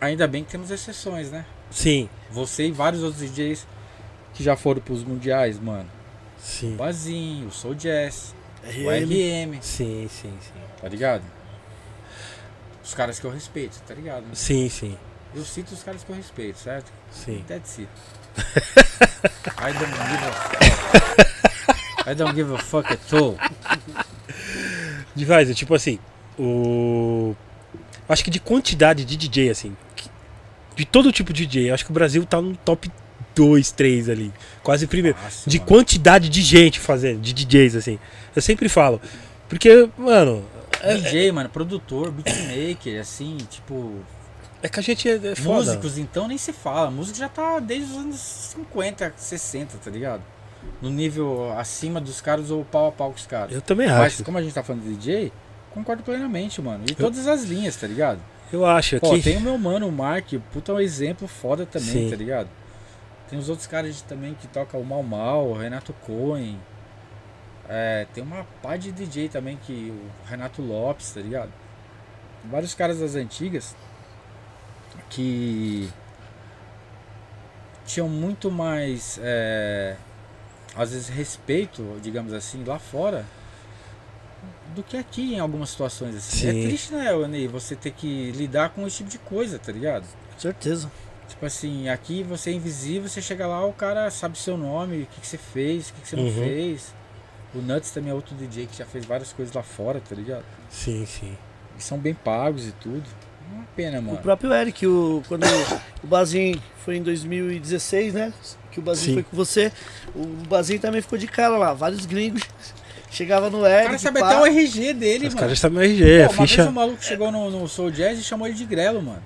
[SPEAKER 3] Ainda bem que temos exceções, né?
[SPEAKER 2] Sim,
[SPEAKER 3] Você e vários outros DJs que já foram pros mundiais, mano.
[SPEAKER 2] sim.
[SPEAKER 3] Bazinho, o Soul Jazz, o
[SPEAKER 1] RM.
[SPEAKER 3] RM,
[SPEAKER 2] Sim, sim, sim.
[SPEAKER 3] tá ligado? Os caras que eu respeito, tá ligado?
[SPEAKER 2] Sim, sim.
[SPEAKER 3] Eu cito os caras que eu respeito, certo?
[SPEAKER 2] Sim.
[SPEAKER 3] That's it. I don't give a fuck. I don't give a fuck at all.
[SPEAKER 2] De fato, tipo assim, o. Acho que de quantidade de DJ, assim. que- De todo tipo de DJ, acho que o Brasil tá no top 2, 3 ali. Quase primeiro.
[SPEAKER 3] Nossa,
[SPEAKER 2] de
[SPEAKER 3] mano.
[SPEAKER 2] quantidade de gente fazendo, de DJs, assim. Eu sempre falo. Porque, mano,
[SPEAKER 3] DJ, mano, produtor, beatmaker, assim, tipo.
[SPEAKER 2] é que a gente é, é foda.
[SPEAKER 3] Músicos, então, nem se fala. Músico já tá desde os anos 50, 60, tá ligado? No nível acima dos caras ou pau a pau com os caras.
[SPEAKER 2] Eu também
[SPEAKER 3] Mas
[SPEAKER 2] acho.
[SPEAKER 3] como a gente tá falando de DJ, concordo plenamente, mano. E todas as linhas, tá ligado?
[SPEAKER 2] Eu acho
[SPEAKER 3] Pô,
[SPEAKER 2] aqui.
[SPEAKER 3] tem o meu mano, o Mark, o puta é um exemplo foda também,
[SPEAKER 2] Sim.
[SPEAKER 3] tá ligado? Tem os outros caras de- também que tocam o Mal Mal, o Renato Cohen. É, tem uma pá de DJ também que. O Renato Lopes, tá ligado? Tem vários caras das antigas que tinham muito mais. é, às vezes respeito, digamos assim, lá fora. Do que aqui em algumas situações assim.
[SPEAKER 2] Sim.
[SPEAKER 3] É triste, né, Ney? Você ter que lidar com esse tipo de coisa, tá ligado?
[SPEAKER 1] Com certeza.
[SPEAKER 3] Tipo assim, aqui você é invisível, você chega lá, o cara sabe seu nome, o que, que você fez, o que, que você não
[SPEAKER 2] Uhum.
[SPEAKER 3] fez. O Nuts também é outro DJ que já fez várias coisas lá fora, tá ligado?
[SPEAKER 2] Sim, sim.
[SPEAKER 3] E são bem pagos e tudo. É Uma pena,
[SPEAKER 1] O
[SPEAKER 3] mano.
[SPEAKER 1] próprio Eric, o, quando o Bazin foi em 2016, né? Que o Bazin
[SPEAKER 2] Sim.
[SPEAKER 1] foi com você. O Bazin também ficou de cara lá, vários gringos. Chegava no
[SPEAKER 3] O
[SPEAKER 1] Eric.
[SPEAKER 3] cara sabe
[SPEAKER 1] pá,
[SPEAKER 3] até o RG dele,
[SPEAKER 2] Os
[SPEAKER 3] mano.
[SPEAKER 2] caras sabem o RG, a
[SPEAKER 3] Pô, uma vez um
[SPEAKER 2] é ficha.
[SPEAKER 3] maluco chegou no, no Soul Jazz e chamou ele de Grelo, mano.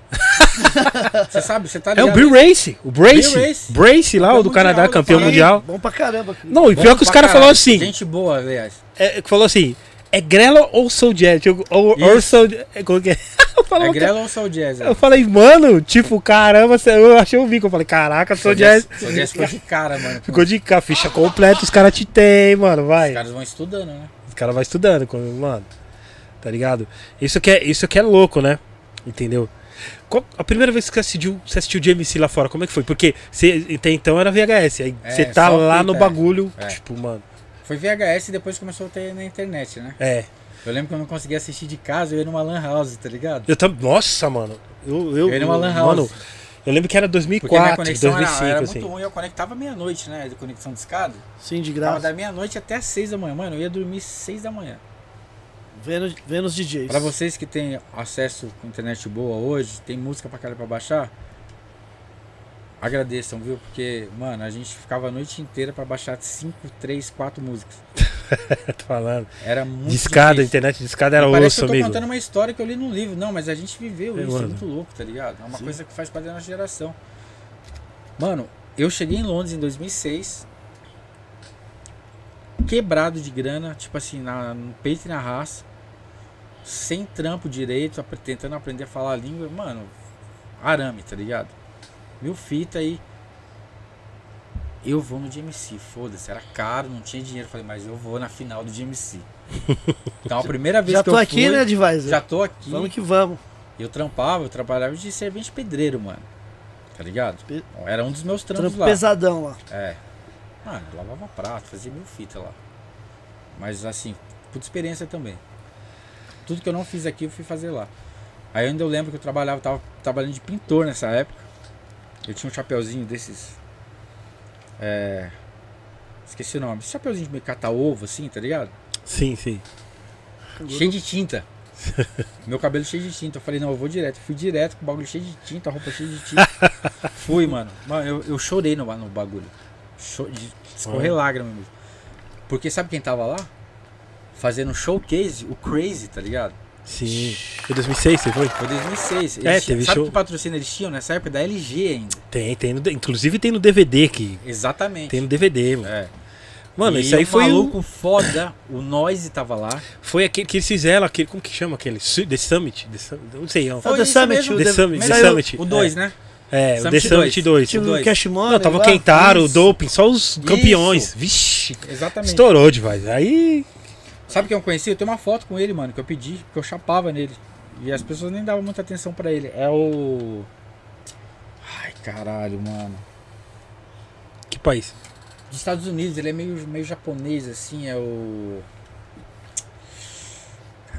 [SPEAKER 3] Você sabe, você tá
[SPEAKER 2] É
[SPEAKER 3] ligado?
[SPEAKER 2] o Bill Race, o
[SPEAKER 3] Bill
[SPEAKER 2] Brace.
[SPEAKER 3] Race.
[SPEAKER 2] Brace lá, o
[SPEAKER 3] Campeão
[SPEAKER 2] do Canadá,
[SPEAKER 3] mundial,
[SPEAKER 2] campeão
[SPEAKER 3] eu falei.
[SPEAKER 2] mundial.
[SPEAKER 1] Bom pra caramba. cara.
[SPEAKER 2] Não, e
[SPEAKER 3] Bom
[SPEAKER 2] pior que os
[SPEAKER 3] pra
[SPEAKER 2] caras
[SPEAKER 3] caralho.
[SPEAKER 2] falaram assim.
[SPEAKER 3] Gente boa, aliás.
[SPEAKER 2] é, que falou assim, é Grela ou Soul Jazz? Eu- Ou, ou
[SPEAKER 3] Isso.
[SPEAKER 2] Soul Jazz- é, como que é? Eu, falava
[SPEAKER 3] É
[SPEAKER 2] que-
[SPEAKER 3] Grelo ou Soul Jazz?
[SPEAKER 2] eu falei, mano, tipo, caramba, cê- eu achei um bico. Eu falei, caraca, Soul Jazz
[SPEAKER 3] Soul Jazz ficou de cara, mano.
[SPEAKER 2] ficou de ca- ficha completa, os caras te tem, mano,
[SPEAKER 3] Os
[SPEAKER 2] vai.
[SPEAKER 3] caras vão estudando, né?
[SPEAKER 2] Os caras vão estudando, quando- mano, tá ligado? Isso que é, isso que é louco, né? Entendeu? Qual- a primeira vez que você assistiu, você assistiu de MC lá fora, como é que foi? Porque você, até então era VHS, aí
[SPEAKER 3] É,
[SPEAKER 2] você tá
[SPEAKER 3] só
[SPEAKER 2] lá
[SPEAKER 3] fita,
[SPEAKER 2] no
[SPEAKER 3] é.
[SPEAKER 2] bagulho,
[SPEAKER 3] É.
[SPEAKER 2] tipo, mano,
[SPEAKER 3] Foi VHS e depois começou a ter na internet, né?
[SPEAKER 2] é.
[SPEAKER 3] Eu lembro que eu não conseguia assistir de casa, eu ia numa lan house, tá ligado?
[SPEAKER 2] Eu também. Nossa, mano. Eu, eu,
[SPEAKER 3] Eu ia numa lan house.
[SPEAKER 2] Mano, eu lembro que era
[SPEAKER 3] Porque
[SPEAKER 2] 2004,
[SPEAKER 3] minha conexão
[SPEAKER 2] 2005,
[SPEAKER 3] era, era
[SPEAKER 2] assim.
[SPEAKER 3] muito ruim, eu conectava meia-noite, né? De conexão de escada.
[SPEAKER 1] Sim, de
[SPEAKER 3] Tava
[SPEAKER 1] graça.
[SPEAKER 3] da meia-noite até as seis da manhã. Mano, eu ia dormir seis da manhã.
[SPEAKER 1] Vênus, Vênus DJs.
[SPEAKER 3] Pra vocês que têm acesso com internet boa hoje, tem música pra caralho pra baixar, agradeçam, viu? Porque, mano, a gente ficava a noite inteira pra baixar 5, 3, 4 músicas.
[SPEAKER 2] Tô falando.
[SPEAKER 3] Era muito
[SPEAKER 2] Discada,
[SPEAKER 3] difícil.
[SPEAKER 2] internet discada era
[SPEAKER 3] E Parece que
[SPEAKER 2] osso,
[SPEAKER 3] eu tô
[SPEAKER 2] amigo.
[SPEAKER 3] contando uma história que eu li num livro. Não, mas a gente viveu
[SPEAKER 2] Eu
[SPEAKER 3] isso,
[SPEAKER 2] ando.
[SPEAKER 3] é muito louco, tá ligado? É uma coisa que faz parte da nossa geração. Mano, eu cheguei em Londres em 2006, quebrado de grana, tipo assim, na, no peito e na raça, sem trampo direito, apre- tentando aprender a falar a língua, mano, arame, tá ligado? Mil fita aí. Eu vou no GMC, foda-se, era caro, não tinha dinheiro. Falei, mas eu vou na final do GMC. Então a primeira vez
[SPEAKER 1] Já
[SPEAKER 3] que
[SPEAKER 1] tô
[SPEAKER 3] eu
[SPEAKER 1] aqui,
[SPEAKER 3] fui,
[SPEAKER 1] né, Advisor?
[SPEAKER 3] já tô aqui.
[SPEAKER 1] Vamos que vamos.
[SPEAKER 3] Eu trampava, eu trabalhava de servente pedreiro, mano. Tá ligado?
[SPEAKER 1] Pe-
[SPEAKER 3] Era um dos meus trampos
[SPEAKER 1] Trampo
[SPEAKER 3] lá.
[SPEAKER 1] pesadão lá.
[SPEAKER 3] É. Mano, eu lavava prato, fazia mil fita lá. Mas assim, puta experiência também. Tudo que eu não fiz aqui, eu fui fazer lá. Aí ainda eu lembro que eu trabalhava, tava trabalhando de pintor nessa época. Eu tinha um chapeuzinho desses. É. Esqueci o nome. Esse chapeuzinho de meio cata-ovo, assim, tá ligado?
[SPEAKER 2] Sim, sim.
[SPEAKER 3] Cheio de tinta. Meu cabelo cheio de tinta. Eu falei, não, eu vou direto. Fui direto com o bagulho cheio de tinta, a roupa cheia de tinta. Fui, mano. Mano, eu, eu chorei no, no bagulho. Cho- de- Escorrer
[SPEAKER 2] Olha.
[SPEAKER 3] lágrima mesmo. Porque sabe quem tava lá? Fazendo showcase, o Crazy, tá ligado?
[SPEAKER 2] Sim. Foi 2006, você foi?
[SPEAKER 3] Foi 2006.
[SPEAKER 2] É,
[SPEAKER 3] Eles tinham-
[SPEAKER 2] teve
[SPEAKER 3] sabe
[SPEAKER 2] show.
[SPEAKER 3] que patrocínio eles tinham nessa época? Da LG ainda.
[SPEAKER 2] Tem, tem. no D- inclusive tem no DVD que
[SPEAKER 3] Exatamente.
[SPEAKER 2] Tem no DVD, mano.
[SPEAKER 3] É.
[SPEAKER 2] Mano,
[SPEAKER 3] E
[SPEAKER 2] isso aí
[SPEAKER 3] um
[SPEAKER 2] foi o-
[SPEAKER 3] maluco foda, o Noise tava lá.
[SPEAKER 2] Foi aquele que eles fizeram, aquele, como que chama aquele? Su- The Summit? The Sum- não sei, é um- não.
[SPEAKER 1] Foi
[SPEAKER 3] isso
[SPEAKER 1] Summit,
[SPEAKER 3] mesmo,
[SPEAKER 1] o
[SPEAKER 2] The
[SPEAKER 3] mesmo
[SPEAKER 2] Summit, The
[SPEAKER 1] saiu
[SPEAKER 2] Summit.
[SPEAKER 3] O 2, né?
[SPEAKER 2] É, o The
[SPEAKER 3] Summit
[SPEAKER 2] Summit 2.
[SPEAKER 3] dois.
[SPEAKER 1] Tinha o
[SPEAKER 3] Dois.
[SPEAKER 1] Cash Money.
[SPEAKER 2] Não, tava
[SPEAKER 1] lá.
[SPEAKER 2] quem Kentaro, o
[SPEAKER 3] Isso.
[SPEAKER 2] Doping, só os
[SPEAKER 3] Isso.
[SPEAKER 2] campeões. Vixe,
[SPEAKER 3] Exatamente.
[SPEAKER 2] estourou demais. Aí,
[SPEAKER 3] Sabe quem eu conheci? Eu tenho uma foto com ele, mano, que eu pedi, que eu chapava nele. E as pessoas nem davam muita atenção pra ele. É o. Ai, caralho, mano.
[SPEAKER 2] que país?
[SPEAKER 3] Dos Estados Unidos, ele é meio, meio japonês, assim, é o.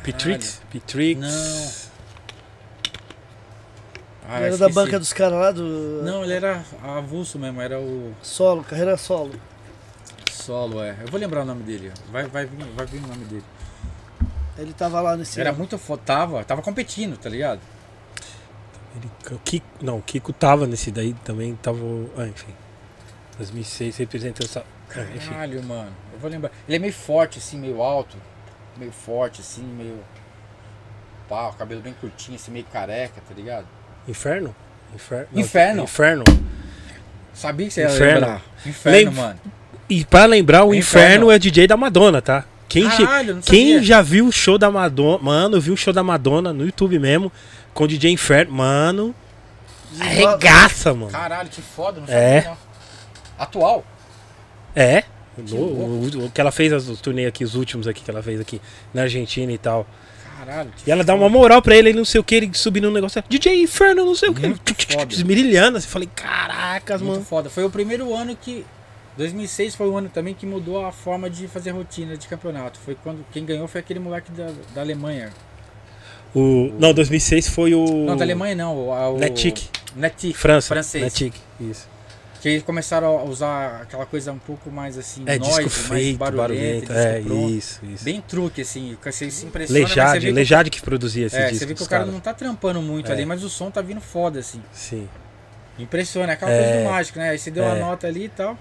[SPEAKER 2] Petrix? Petrix.
[SPEAKER 3] Não. Ah,
[SPEAKER 1] Ele Era
[SPEAKER 3] eu
[SPEAKER 1] da
[SPEAKER 3] Ah, esqueci.
[SPEAKER 1] banca né? dos caras lá do.
[SPEAKER 3] Não, ele era avulso mesmo, era o
[SPEAKER 1] Solo, carreira solo.
[SPEAKER 3] solo, é. Eu vou lembrar o nome dele, ó. vai, vai, vir, vai vir o nome dele.
[SPEAKER 1] Ele tava lá nesse.
[SPEAKER 3] Era muito foda, tava, tava competindo, tá ligado?
[SPEAKER 2] Ele- o Kiko, não, o Kiko tava nesse daí também, tava. Ah, enfim. 2006 representando essa. ah, enfim.
[SPEAKER 3] Caralho, mano. Eu vou lembrar. Ele é meio forte, assim, meio alto. Meio forte, assim, meio. Pá, o cabelo bem curtinho, assim, meio careca, tá ligado?
[SPEAKER 2] Inferno? Infer...
[SPEAKER 3] Inferno.
[SPEAKER 2] Inferno.
[SPEAKER 3] Sabia que você ia
[SPEAKER 2] Inferno.
[SPEAKER 3] lembrar. Inferno,
[SPEAKER 2] Lem-
[SPEAKER 3] mano.
[SPEAKER 2] E pra lembrar, o
[SPEAKER 3] É
[SPEAKER 2] Inferno
[SPEAKER 3] Inferno.
[SPEAKER 2] é o DJ da Madonna, tá? Quem, che-
[SPEAKER 3] Caralho, Ah, não
[SPEAKER 2] Quem
[SPEAKER 3] sabia.
[SPEAKER 2] já viu o show da Madonna? Mano, eu vi o show da Madonna no YouTube mesmo, com o DJ Inferno. Mano, arregaça, mano.
[SPEAKER 3] Caralho, que foda, não
[SPEAKER 2] É.
[SPEAKER 3] sabia não. Atual.
[SPEAKER 2] É.
[SPEAKER 3] Que
[SPEAKER 2] O, o- o que ela fez, os turnês aqui, os últimos aqui que ela fez aqui na Argentina e tal.
[SPEAKER 3] Caralho. que
[SPEAKER 2] E ela dá uma moral pra ele, ele não sei o que, ele subindo no negócio. DJ Inferno, não sei o que. Ele
[SPEAKER 3] Muito foda.
[SPEAKER 2] Esmirilhando. Assim, falei, caracas,
[SPEAKER 3] Muito
[SPEAKER 2] mano.
[SPEAKER 3] foda. Foi o primeiro ano que. 2006 foi o ano também que mudou a forma de fazer rotina de campeonato. Foi quando quem ganhou foi aquele moleque da, da Alemanha.
[SPEAKER 2] O, não, 2006 foi o.
[SPEAKER 3] Não, da Alemanha não. O, o,
[SPEAKER 2] Netic.
[SPEAKER 3] Netic.
[SPEAKER 2] França.
[SPEAKER 3] Francês.
[SPEAKER 2] Netic, isso.
[SPEAKER 3] Que eles começaram a usar aquela coisa um pouco mais assim,
[SPEAKER 2] É,
[SPEAKER 3] noise,
[SPEAKER 2] disco feito,
[SPEAKER 3] mais
[SPEAKER 2] barulhento.
[SPEAKER 3] barulhenta,
[SPEAKER 2] É,
[SPEAKER 3] disco pronto.
[SPEAKER 2] isso, isso.
[SPEAKER 3] Bem truque, assim, que você se impressiona. mas você
[SPEAKER 2] Lejade,
[SPEAKER 3] vê que-
[SPEAKER 2] Lejade que produzia esse
[SPEAKER 3] É,
[SPEAKER 2] disco.
[SPEAKER 3] você vê que
[SPEAKER 2] dos
[SPEAKER 3] o cara
[SPEAKER 2] caras.
[SPEAKER 3] não tá trampando muito
[SPEAKER 2] É.
[SPEAKER 3] ali, mas o som tá vindo foda, assim.
[SPEAKER 2] Sim.
[SPEAKER 3] Impressiona, é aquela
[SPEAKER 2] É.
[SPEAKER 3] coisa do mágico, né? Aí você deu
[SPEAKER 2] É.
[SPEAKER 3] uma nota ali e tal.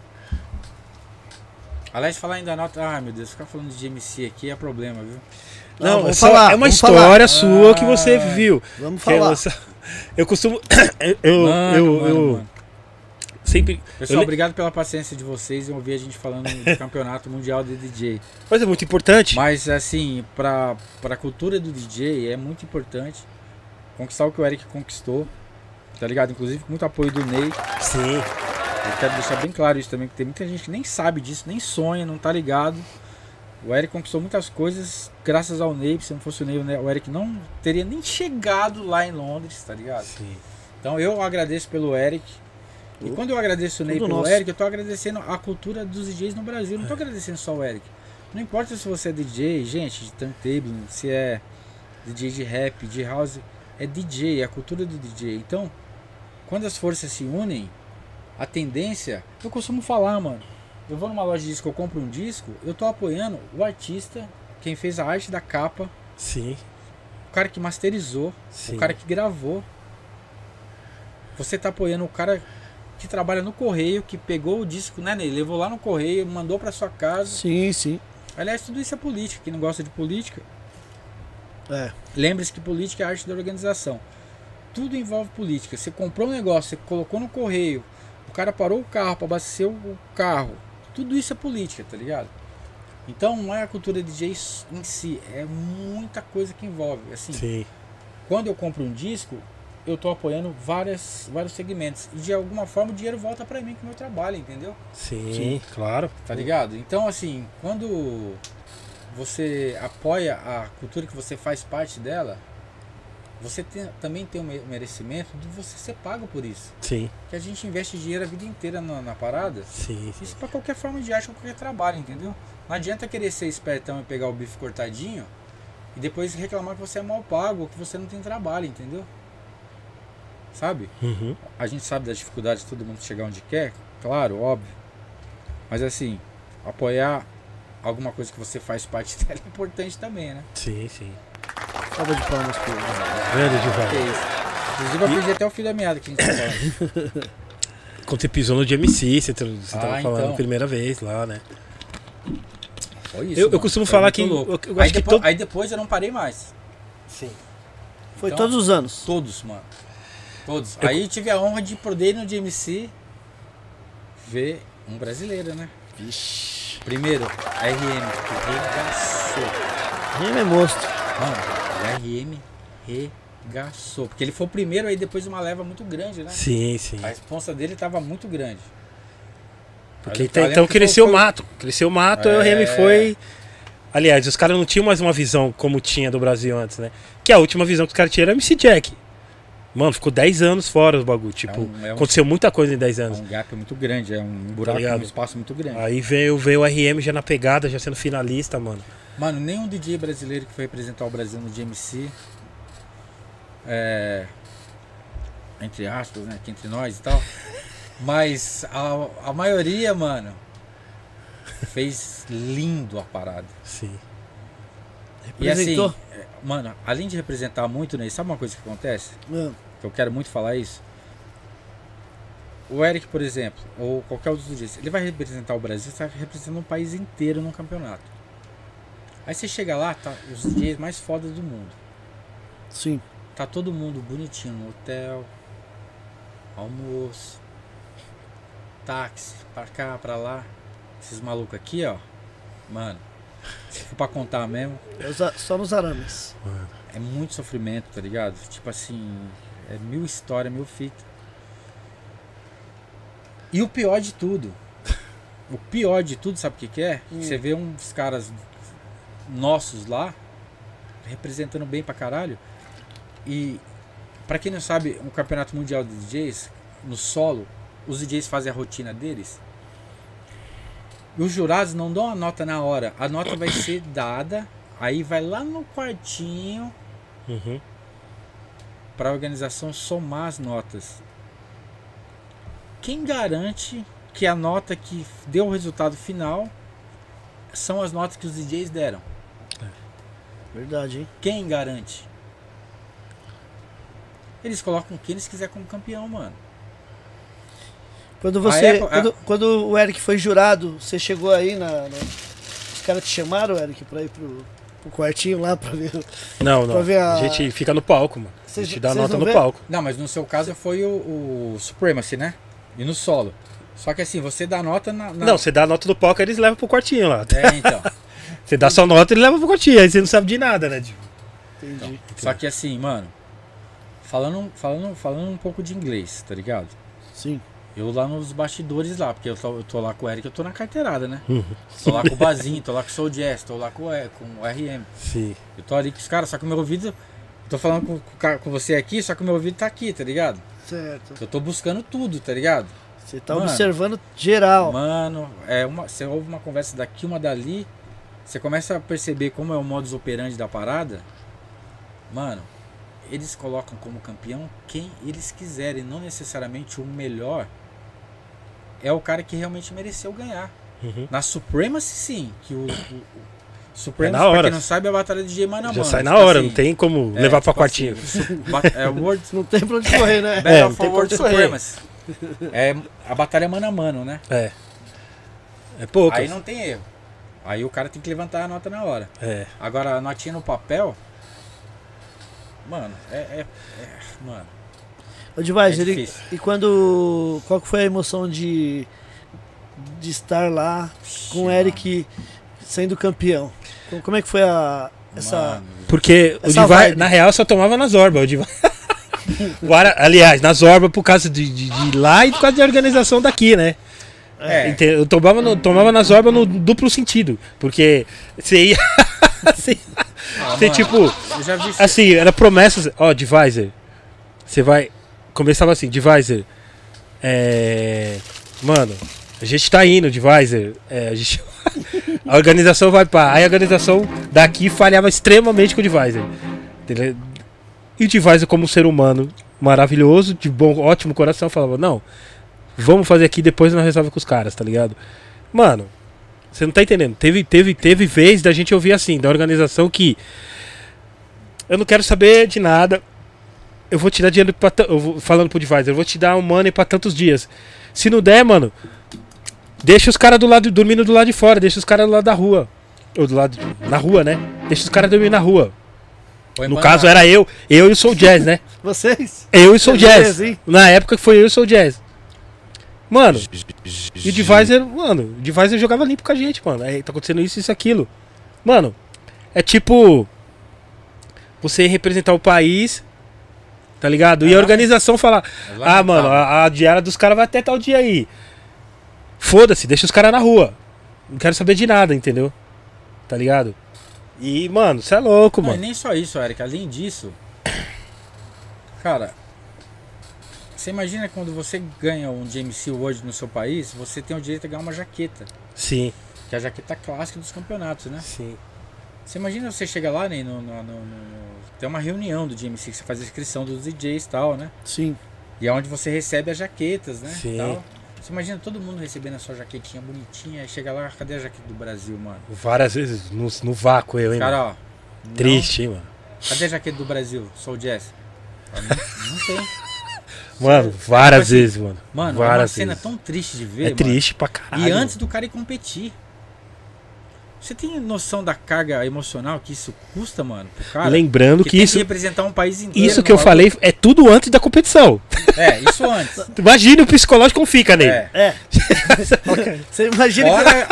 [SPEAKER 3] Aliás, falar ainda nota. Ah, meu Deus, ficar falando de MC aqui é problema, viu?
[SPEAKER 2] Não,
[SPEAKER 1] vamos
[SPEAKER 2] é só-
[SPEAKER 1] falar,
[SPEAKER 2] é uma
[SPEAKER 1] vamos
[SPEAKER 2] história sua que
[SPEAKER 3] Ah,
[SPEAKER 2] você viu.
[SPEAKER 1] Vamos
[SPEAKER 2] Que
[SPEAKER 1] falar.
[SPEAKER 2] você- Eu costumo. Eu, eu,
[SPEAKER 3] Mano,
[SPEAKER 2] eu,
[SPEAKER 3] mano,
[SPEAKER 2] eu
[SPEAKER 3] mano.
[SPEAKER 2] sempre.
[SPEAKER 3] Pessoal,
[SPEAKER 2] eu le-
[SPEAKER 3] obrigado pela paciência de vocês e ouvir a gente falando do campeonato mundial de DJ.
[SPEAKER 2] Mas é muito importante.
[SPEAKER 3] Mas assim, pra, pra cultura do DJ é muito importante conquistar o que o Eric conquistou. Tá ligado? Inclusive com muito apoio do Ney.
[SPEAKER 2] Sim.
[SPEAKER 3] Eu quero deixar bem claro isso também, que tem muita gente que nem sabe disso, nem sonha, não tá ligado. O Eric conquistou muitas coisas graças ao Ney. Se não fosse o Ney, o Ne- o Eric não teria nem chegado lá em Londres, tá ligado?
[SPEAKER 2] Sim.
[SPEAKER 3] Então eu agradeço pelo Eric. E quando eu agradeço o Ney
[SPEAKER 1] Tudo
[SPEAKER 3] pelo
[SPEAKER 1] nosso. É.
[SPEAKER 3] Eric, eu tô agradecendo a cultura dos DJs no Brasil. Não tô agradecendo só o Eric. Não importa se você é DJ, gente, de turntable, se é DJ de rap, de house, é DJ, é a cultura do DJ. Então, quando as forças se unem, a tendência, eu costumo falar, mano. Eu vou numa loja de disco, eu compro um disco, eu tô apoiando o artista, quem fez a arte da capa,
[SPEAKER 2] Sim.
[SPEAKER 3] o cara que masterizou,
[SPEAKER 2] Sim.
[SPEAKER 3] o cara que gravou. Você tá apoiando o cara que trabalha no correio, que pegou o disco, né, Ney? Levou lá no correio, mandou pra sua casa.
[SPEAKER 1] Sim, sim.
[SPEAKER 3] Aliás, tudo isso é política. Quem não gosta de política,
[SPEAKER 1] É.
[SPEAKER 3] lembre-se que política é a arte da organização. Tudo envolve política. Você comprou um negócio, você colocou no correio, o cara parou o carro para abastecer o carro. Tudo isso é política, tá ligado? Então não é a cultura de DJ em si, é muita coisa que envolve. Assim,
[SPEAKER 2] Sim.
[SPEAKER 3] quando eu compro um disco, eu estou apoiando várias, vários segmentos. E de alguma forma o dinheiro volta para mim com o meu trabalho, entendeu?
[SPEAKER 2] Sim. Claro.
[SPEAKER 3] Tá ligado? Então, assim, quando você apoia a cultura que você faz parte dela, você tem- também tem o me- merecimento de você ser pago por isso.
[SPEAKER 2] Sim.
[SPEAKER 3] Que a gente investe dinheiro a vida inteira na, na parada.
[SPEAKER 2] Sim. sim.
[SPEAKER 3] Isso para qualquer forma de arte, qualquer trabalho, entendeu? Não adianta querer ser espertão e pegar o bife cortadinho e depois reclamar que você é mal pago ou que você não tem trabalho, entendeu? Sabe?
[SPEAKER 2] Uhum.
[SPEAKER 3] A gente sabe das dificuldades de todo mundo chegar onde quer, claro, óbvio. Mas assim, apoiar alguma coisa que você faz parte dela é importante também, né?
[SPEAKER 2] Sim. Sim.
[SPEAKER 1] Salva de palmas pro.
[SPEAKER 2] Grande
[SPEAKER 3] Que
[SPEAKER 2] Giovanni.
[SPEAKER 3] é isso. Inclusive eu perdi até o fio da meada que a gente tá falando.
[SPEAKER 2] Quando você pisou no DMC, você, tá- você
[SPEAKER 3] Ah,
[SPEAKER 2] tava falando
[SPEAKER 3] então. Tá.
[SPEAKER 2] a primeira vez lá, né?
[SPEAKER 3] Foi isso.
[SPEAKER 2] Eu- eu
[SPEAKER 3] mano.
[SPEAKER 2] costumo
[SPEAKER 3] Foi
[SPEAKER 2] falar
[SPEAKER 3] muito
[SPEAKER 2] que-
[SPEAKER 3] louco.
[SPEAKER 2] eu- eu
[SPEAKER 3] aí,
[SPEAKER 2] acho que
[SPEAKER 3] depois,
[SPEAKER 2] todo-
[SPEAKER 3] aí depois eu não parei mais.
[SPEAKER 2] Sim.
[SPEAKER 1] Foi
[SPEAKER 3] Então-
[SPEAKER 1] todos os anos.
[SPEAKER 3] Todos, mano. Todos. Aí tive a honra de poder ir no DMC ver um brasileiro, né?
[SPEAKER 1] Vixe.
[SPEAKER 3] Primeiro, RM, que regaçou.
[SPEAKER 1] Ele é monstro.
[SPEAKER 3] Mano, o RM regaçou. Porque ele foi o primeiro aí depois de uma leva muito grande, né?
[SPEAKER 2] Sim, sim.
[SPEAKER 3] A responsa dele tava muito grande.
[SPEAKER 2] Porque
[SPEAKER 3] Eu
[SPEAKER 2] até
[SPEAKER 3] lembro
[SPEAKER 2] então
[SPEAKER 3] que foi- um
[SPEAKER 2] cresceu o
[SPEAKER 3] foi-
[SPEAKER 2] mato. Cresceu o mato, aí o Remy
[SPEAKER 3] É.
[SPEAKER 2] foi. Aliás, os caras não tinham mais uma visão como tinha do Brasil antes, né? Que a última visão que os caras tinham era MC Jack. Mano, ficou 10 anos fora os bagulho. Tipo,
[SPEAKER 3] um- é um-
[SPEAKER 2] aconteceu muita coisa em 10
[SPEAKER 3] É
[SPEAKER 2] anos.
[SPEAKER 3] um gap muito grande, é um buraco,
[SPEAKER 2] Tá ligado?
[SPEAKER 3] um espaço muito grande.
[SPEAKER 2] Aí veio, veio o RM já na pegada, já sendo finalista, mano.
[SPEAKER 3] Mano, nenhum DJ brasileiro que foi representar o Brasil no DMC. É. Entre aspas, né? Aqui entre nós e tal. Mas a, a maioria, mano, fez lindo a parada.
[SPEAKER 2] Sim.
[SPEAKER 3] E assim,
[SPEAKER 1] Representou.
[SPEAKER 3] é, mano, além de representar muito, né? Sabe uma coisa que acontece?
[SPEAKER 1] Mano,
[SPEAKER 3] que eu quero muito falar é isso. O Eric, por exemplo, ou qualquer outro disso, ele vai representar o Brasil, está representando um país inteiro num campeonato. Aí você chega lá, tá os DJs mais fodas do mundo.
[SPEAKER 1] Sim.
[SPEAKER 3] Tá todo mundo bonitinho no hotel, almoço, táxi, pra cá, pra lá. Esses malucos aqui, ó. Mano, se for pra contar mesmo,
[SPEAKER 1] é os a- Só nos arames.
[SPEAKER 3] é muito sofrimento, tá ligado? Tipo assim, é mil história, mil fita. E o pior de tudo, o pior de tudo, sabe o que, que é?
[SPEAKER 1] Hum.
[SPEAKER 3] Você vê uns caras nossos lá, representando bem pra caralho. E, pra quem não sabe, um campeonato mundial de DJs, no solo, os DJs fazem a rotina deles. E os jurados não dão a nota na hora. A nota vai ser dada, aí vai lá no quartinho,
[SPEAKER 2] Uhum.
[SPEAKER 3] para a organização somar as notas. Quem garante que a nota que deu o resultado final são as notas que os DJs deram?
[SPEAKER 1] Verdade, hein?
[SPEAKER 3] Quem garante? Eles colocam quem eles quiser como campeão, mano.
[SPEAKER 1] Quando você.
[SPEAKER 3] época-
[SPEAKER 1] quando, quando o Eric foi jurado, você chegou aí na. na- Os caras te chamaram, Eric, pra ir pro, pro quartinho lá pra ver.
[SPEAKER 2] Não, não.
[SPEAKER 1] Pra ver a-
[SPEAKER 2] a... gente fica no palco, mano. a
[SPEAKER 1] Cês-
[SPEAKER 2] gente dá
[SPEAKER 1] cês
[SPEAKER 2] nota
[SPEAKER 1] não
[SPEAKER 2] no
[SPEAKER 1] vê?
[SPEAKER 2] palco.
[SPEAKER 3] Não, mas no seu caso foi o, o Supremacy, né? E no solo. Só que assim, você dá nota na. na-
[SPEAKER 2] Não, você dá a nota do palco, aí eles levam pro quartinho lá.
[SPEAKER 3] É, então.
[SPEAKER 2] Você dá sua nota, ele leva pro quartinho. Aí você não sabe de nada, né? Tipo,
[SPEAKER 1] Entendi.
[SPEAKER 3] Só que assim, mano. Falando, falando, falando um pouco de inglês, tá ligado?
[SPEAKER 1] Sim.
[SPEAKER 3] Eu lá nos bastidores lá, porque eu tô, eu tô lá com o Eric, eu tô na carteirada, né? tô lá com o Bazinho, tô lá com o Soul Jazz, tô lá com, o E- com o RM.
[SPEAKER 2] sim.
[SPEAKER 3] Eu tô ali com os caras, só que o meu ouvido. eu Tô falando com, com o cara- com você aqui, só que o meu ouvido tá aqui, tá ligado?
[SPEAKER 1] Certo.
[SPEAKER 3] Eu tô buscando tudo, tá ligado?
[SPEAKER 1] Você tá
[SPEAKER 3] Mano.
[SPEAKER 1] observando geral.
[SPEAKER 3] Mano, é uma, você ouve uma conversa daqui, uma dali, você começa a perceber como é o modus operandi da parada. Mano, eles colocam como campeão quem eles quiserem, não necessariamente o melhor é o cara que realmente mereceu ganhar.
[SPEAKER 2] Uhum.
[SPEAKER 3] Na Supremacy, sim, que o, o, o
[SPEAKER 2] É
[SPEAKER 3] Supremacy,
[SPEAKER 2] na
[SPEAKER 3] pra
[SPEAKER 2] hora.
[SPEAKER 3] quem não sabe, é a batalha de DJ mano a
[SPEAKER 2] Já
[SPEAKER 3] mano.
[SPEAKER 2] sai na
[SPEAKER 3] Tipo
[SPEAKER 2] hora,
[SPEAKER 3] assim,
[SPEAKER 2] não tem como
[SPEAKER 3] é,
[SPEAKER 2] levar pra
[SPEAKER 3] tipo
[SPEAKER 2] quartinho.
[SPEAKER 3] assim, su- ba- é World
[SPEAKER 1] Não tem pra onde correr, né?
[SPEAKER 2] É,
[SPEAKER 3] Battle
[SPEAKER 2] não
[SPEAKER 3] for
[SPEAKER 2] tem
[SPEAKER 3] World
[SPEAKER 2] pra onde correr.
[SPEAKER 3] Supremacy. É a batalha mano a mano, né?
[SPEAKER 2] É. É pouco.
[SPEAKER 3] Aí não tem erro. Aí o cara tem que levantar a nota na hora.
[SPEAKER 2] É.
[SPEAKER 3] Agora, a notinha no papel. Mano, é. é- é- mano,
[SPEAKER 1] Ô, Divais,
[SPEAKER 3] É
[SPEAKER 1] ele-
[SPEAKER 3] difícil.
[SPEAKER 1] e quando. Qual que foi a emoção de. de estar lá com o
[SPEAKER 3] Mano.
[SPEAKER 1] Eric sendo campeão? Co- Como é que foi a. essa.
[SPEAKER 3] mano.
[SPEAKER 2] Porque o
[SPEAKER 1] Essa
[SPEAKER 2] Divai,
[SPEAKER 1] É vibe.
[SPEAKER 2] na real, só tomava nas orbas. O Divai... O Ara- aliás, nas orbas por causa de, de- de lá e por causa da organização daqui, né?
[SPEAKER 3] É,
[SPEAKER 2] Ente- Eu tomava, no- tomava nas orbas no duplo sentido. Porque você ia. você ia-
[SPEAKER 3] ah,
[SPEAKER 2] você,
[SPEAKER 3] mano,
[SPEAKER 2] tipo.
[SPEAKER 3] Eu já vi isso.
[SPEAKER 2] Assim, era promessas. Ó, Divisor. Você vai. Começava assim, Divisor. É. Mano, a gente tá indo, Divisor. É, a gente. a organização vai pá. Aí a organização daqui falhava extremamente com o Divisor. Entendeu? E o Divisor, como um ser humano maravilhoso, de bom, ótimo coração, falava: Não, vamos fazer aqui, depois nós resolvemos com os caras, tá ligado? Mano, você não tá entendendo. Teve, teve, teve vez da gente ouvir assim, da organização que. Eu não quero saber de nada. Eu vou te dar dinheiro pra. ta- Eu vou, falando pro Divisor, eu vou te dar um money pra tantos dias. Se não der, mano, deixa os caras do lado dormindo do lado de fora, deixa os caras do lado da rua. Ou do lado. Na rua, né? Deixa os caras dormir na rua.
[SPEAKER 3] Põe
[SPEAKER 2] No
[SPEAKER 3] Banana.
[SPEAKER 2] caso era eu, eu e o Soul Jazz, né?
[SPEAKER 1] Vocês?
[SPEAKER 2] Eu e o Soul Jazz.
[SPEAKER 1] Beleza, hein?
[SPEAKER 2] Na época que foi eu e o Soul Jazz. Mano, e o Divisor, mano, o Divisor jogava limpo com a gente, mano. Aí tá acontecendo isso, isso, aquilo. Mano, é tipo. Você representar o país, tá ligado? E
[SPEAKER 3] Ah.
[SPEAKER 2] a organização falar:
[SPEAKER 3] lamentável.
[SPEAKER 2] Ah, mano, a, a diária dos caras vai até tal dia aí. Foda-se, deixa os caras na rua. Não quero saber de nada, entendeu? Tá ligado? E, mano, você é louco,
[SPEAKER 3] Não, e
[SPEAKER 2] mano.
[SPEAKER 3] nem só isso, Eric. Além disso, cara, você imagina quando você ganha um GMC World no seu país, você tem o direito a ganhar uma jaqueta,
[SPEAKER 2] Sim,
[SPEAKER 3] que é a jaqueta clássica dos campeonatos, né?
[SPEAKER 2] sim.
[SPEAKER 3] Você imagina você chegar lá, né, no, no- no- no- tem uma reunião do GMC que você faz a inscrição dos DJs e tal, né?
[SPEAKER 1] Sim.
[SPEAKER 3] E é onde você recebe as jaquetas, né?
[SPEAKER 2] Sim.
[SPEAKER 3] Tal. Você imagina todo mundo recebendo a sua jaquetinha bonitinha, aí chega lá, cadê a jaqueta do Brasil, mano?
[SPEAKER 2] Várias vezes no, no vácuo eu, hein, mano.
[SPEAKER 3] Cara, ó. não-
[SPEAKER 2] Triste, hein, mano.
[SPEAKER 3] Cadê a jaqueta do Brasil? Sou o Jazz. Ah, Não, não tem.
[SPEAKER 2] Mano,
[SPEAKER 3] Tipo
[SPEAKER 2] várias
[SPEAKER 3] assim,
[SPEAKER 2] vezes, mano.
[SPEAKER 3] Mano, é uma
[SPEAKER 2] várias
[SPEAKER 3] cena
[SPEAKER 2] vezes.
[SPEAKER 3] tão triste de ver.
[SPEAKER 2] assim. É
[SPEAKER 3] mano.
[SPEAKER 2] triste pra
[SPEAKER 3] E
[SPEAKER 2] caralho.
[SPEAKER 3] antes do cara ir competir. Você tem noção da carga emocional que isso custa, mano, pro cara?
[SPEAKER 2] mano. Lembrando que,
[SPEAKER 3] tem
[SPEAKER 2] isso,
[SPEAKER 3] que representar um país inteiro.
[SPEAKER 2] isso
[SPEAKER 3] no
[SPEAKER 2] que eu
[SPEAKER 3] bagulho.
[SPEAKER 2] falei é tudo antes da competição.
[SPEAKER 3] É, isso antes.
[SPEAKER 2] Imagina o psicológico como fica nele.
[SPEAKER 3] é.
[SPEAKER 1] É. Você imagina
[SPEAKER 3] Fora-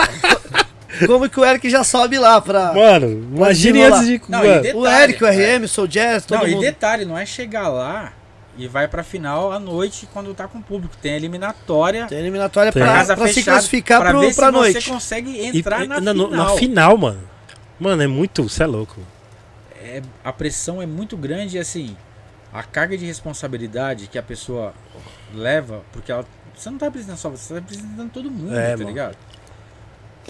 [SPEAKER 1] como que o Eric já sobe lá pra.
[SPEAKER 2] Mano, imagine
[SPEAKER 1] desenrolar.
[SPEAKER 2] antes de.
[SPEAKER 3] Não,
[SPEAKER 2] mano,
[SPEAKER 3] e de-
[SPEAKER 1] o Eric, o
[SPEAKER 3] detalhe, é.
[SPEAKER 1] RM, o Soul Jazz, todo
[SPEAKER 3] Não, e
[SPEAKER 1] mundo.
[SPEAKER 3] detalhe, não é chegar lá e vai pra final à noite quando tá com o público. Tem a eliminatória
[SPEAKER 1] Tem eliminatória
[SPEAKER 2] Tem.
[SPEAKER 1] pra,
[SPEAKER 3] casa
[SPEAKER 1] pra se
[SPEAKER 3] fechada,
[SPEAKER 1] classificar
[SPEAKER 3] pra
[SPEAKER 1] pro,
[SPEAKER 3] ver
[SPEAKER 1] pra
[SPEAKER 3] se
[SPEAKER 1] noite.
[SPEAKER 3] você consegue
[SPEAKER 2] e-
[SPEAKER 3] entrar
[SPEAKER 2] e-
[SPEAKER 3] na,
[SPEAKER 2] na, no-
[SPEAKER 3] final.
[SPEAKER 2] na final, mano. Mano, é muito. Você é louco.
[SPEAKER 3] É, a pressão é muito grande e assim, a carga de responsabilidade que a pessoa leva, porque ela, você não tá apresentando só você, você tá apresentando todo mundo,
[SPEAKER 2] É,
[SPEAKER 3] tá
[SPEAKER 2] mano.
[SPEAKER 3] ligado?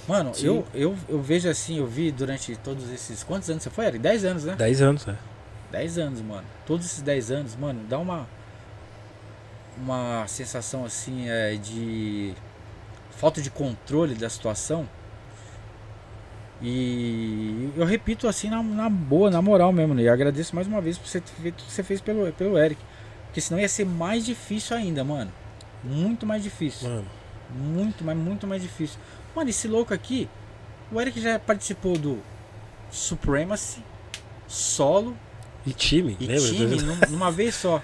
[SPEAKER 3] Mano,
[SPEAKER 1] Sim.
[SPEAKER 3] eu, eu, eu vejo assim, eu vi durante todos esses. Quantos anos você foi, Eric? 10 anos, né?
[SPEAKER 2] 10 anos, né?
[SPEAKER 3] 10 anos, mano. Todos esses 10 anos, mano, dá uma uma sensação assim é, de falta de controle da situação. E eu repito assim na, na boa, na moral mesmo, né? E agradeço mais uma vez por você ter feito o que você fez pelo, pelo Eric. Porque senão ia ser mais difícil ainda, mano. Muito mais difícil.
[SPEAKER 2] Mano,
[SPEAKER 3] Muito, mas muito mais difícil. Mano, esse louco aqui, o Eric já participou do Supremacy, solo
[SPEAKER 2] e time,
[SPEAKER 3] e
[SPEAKER 2] lembra?
[SPEAKER 3] time num- numa vez só.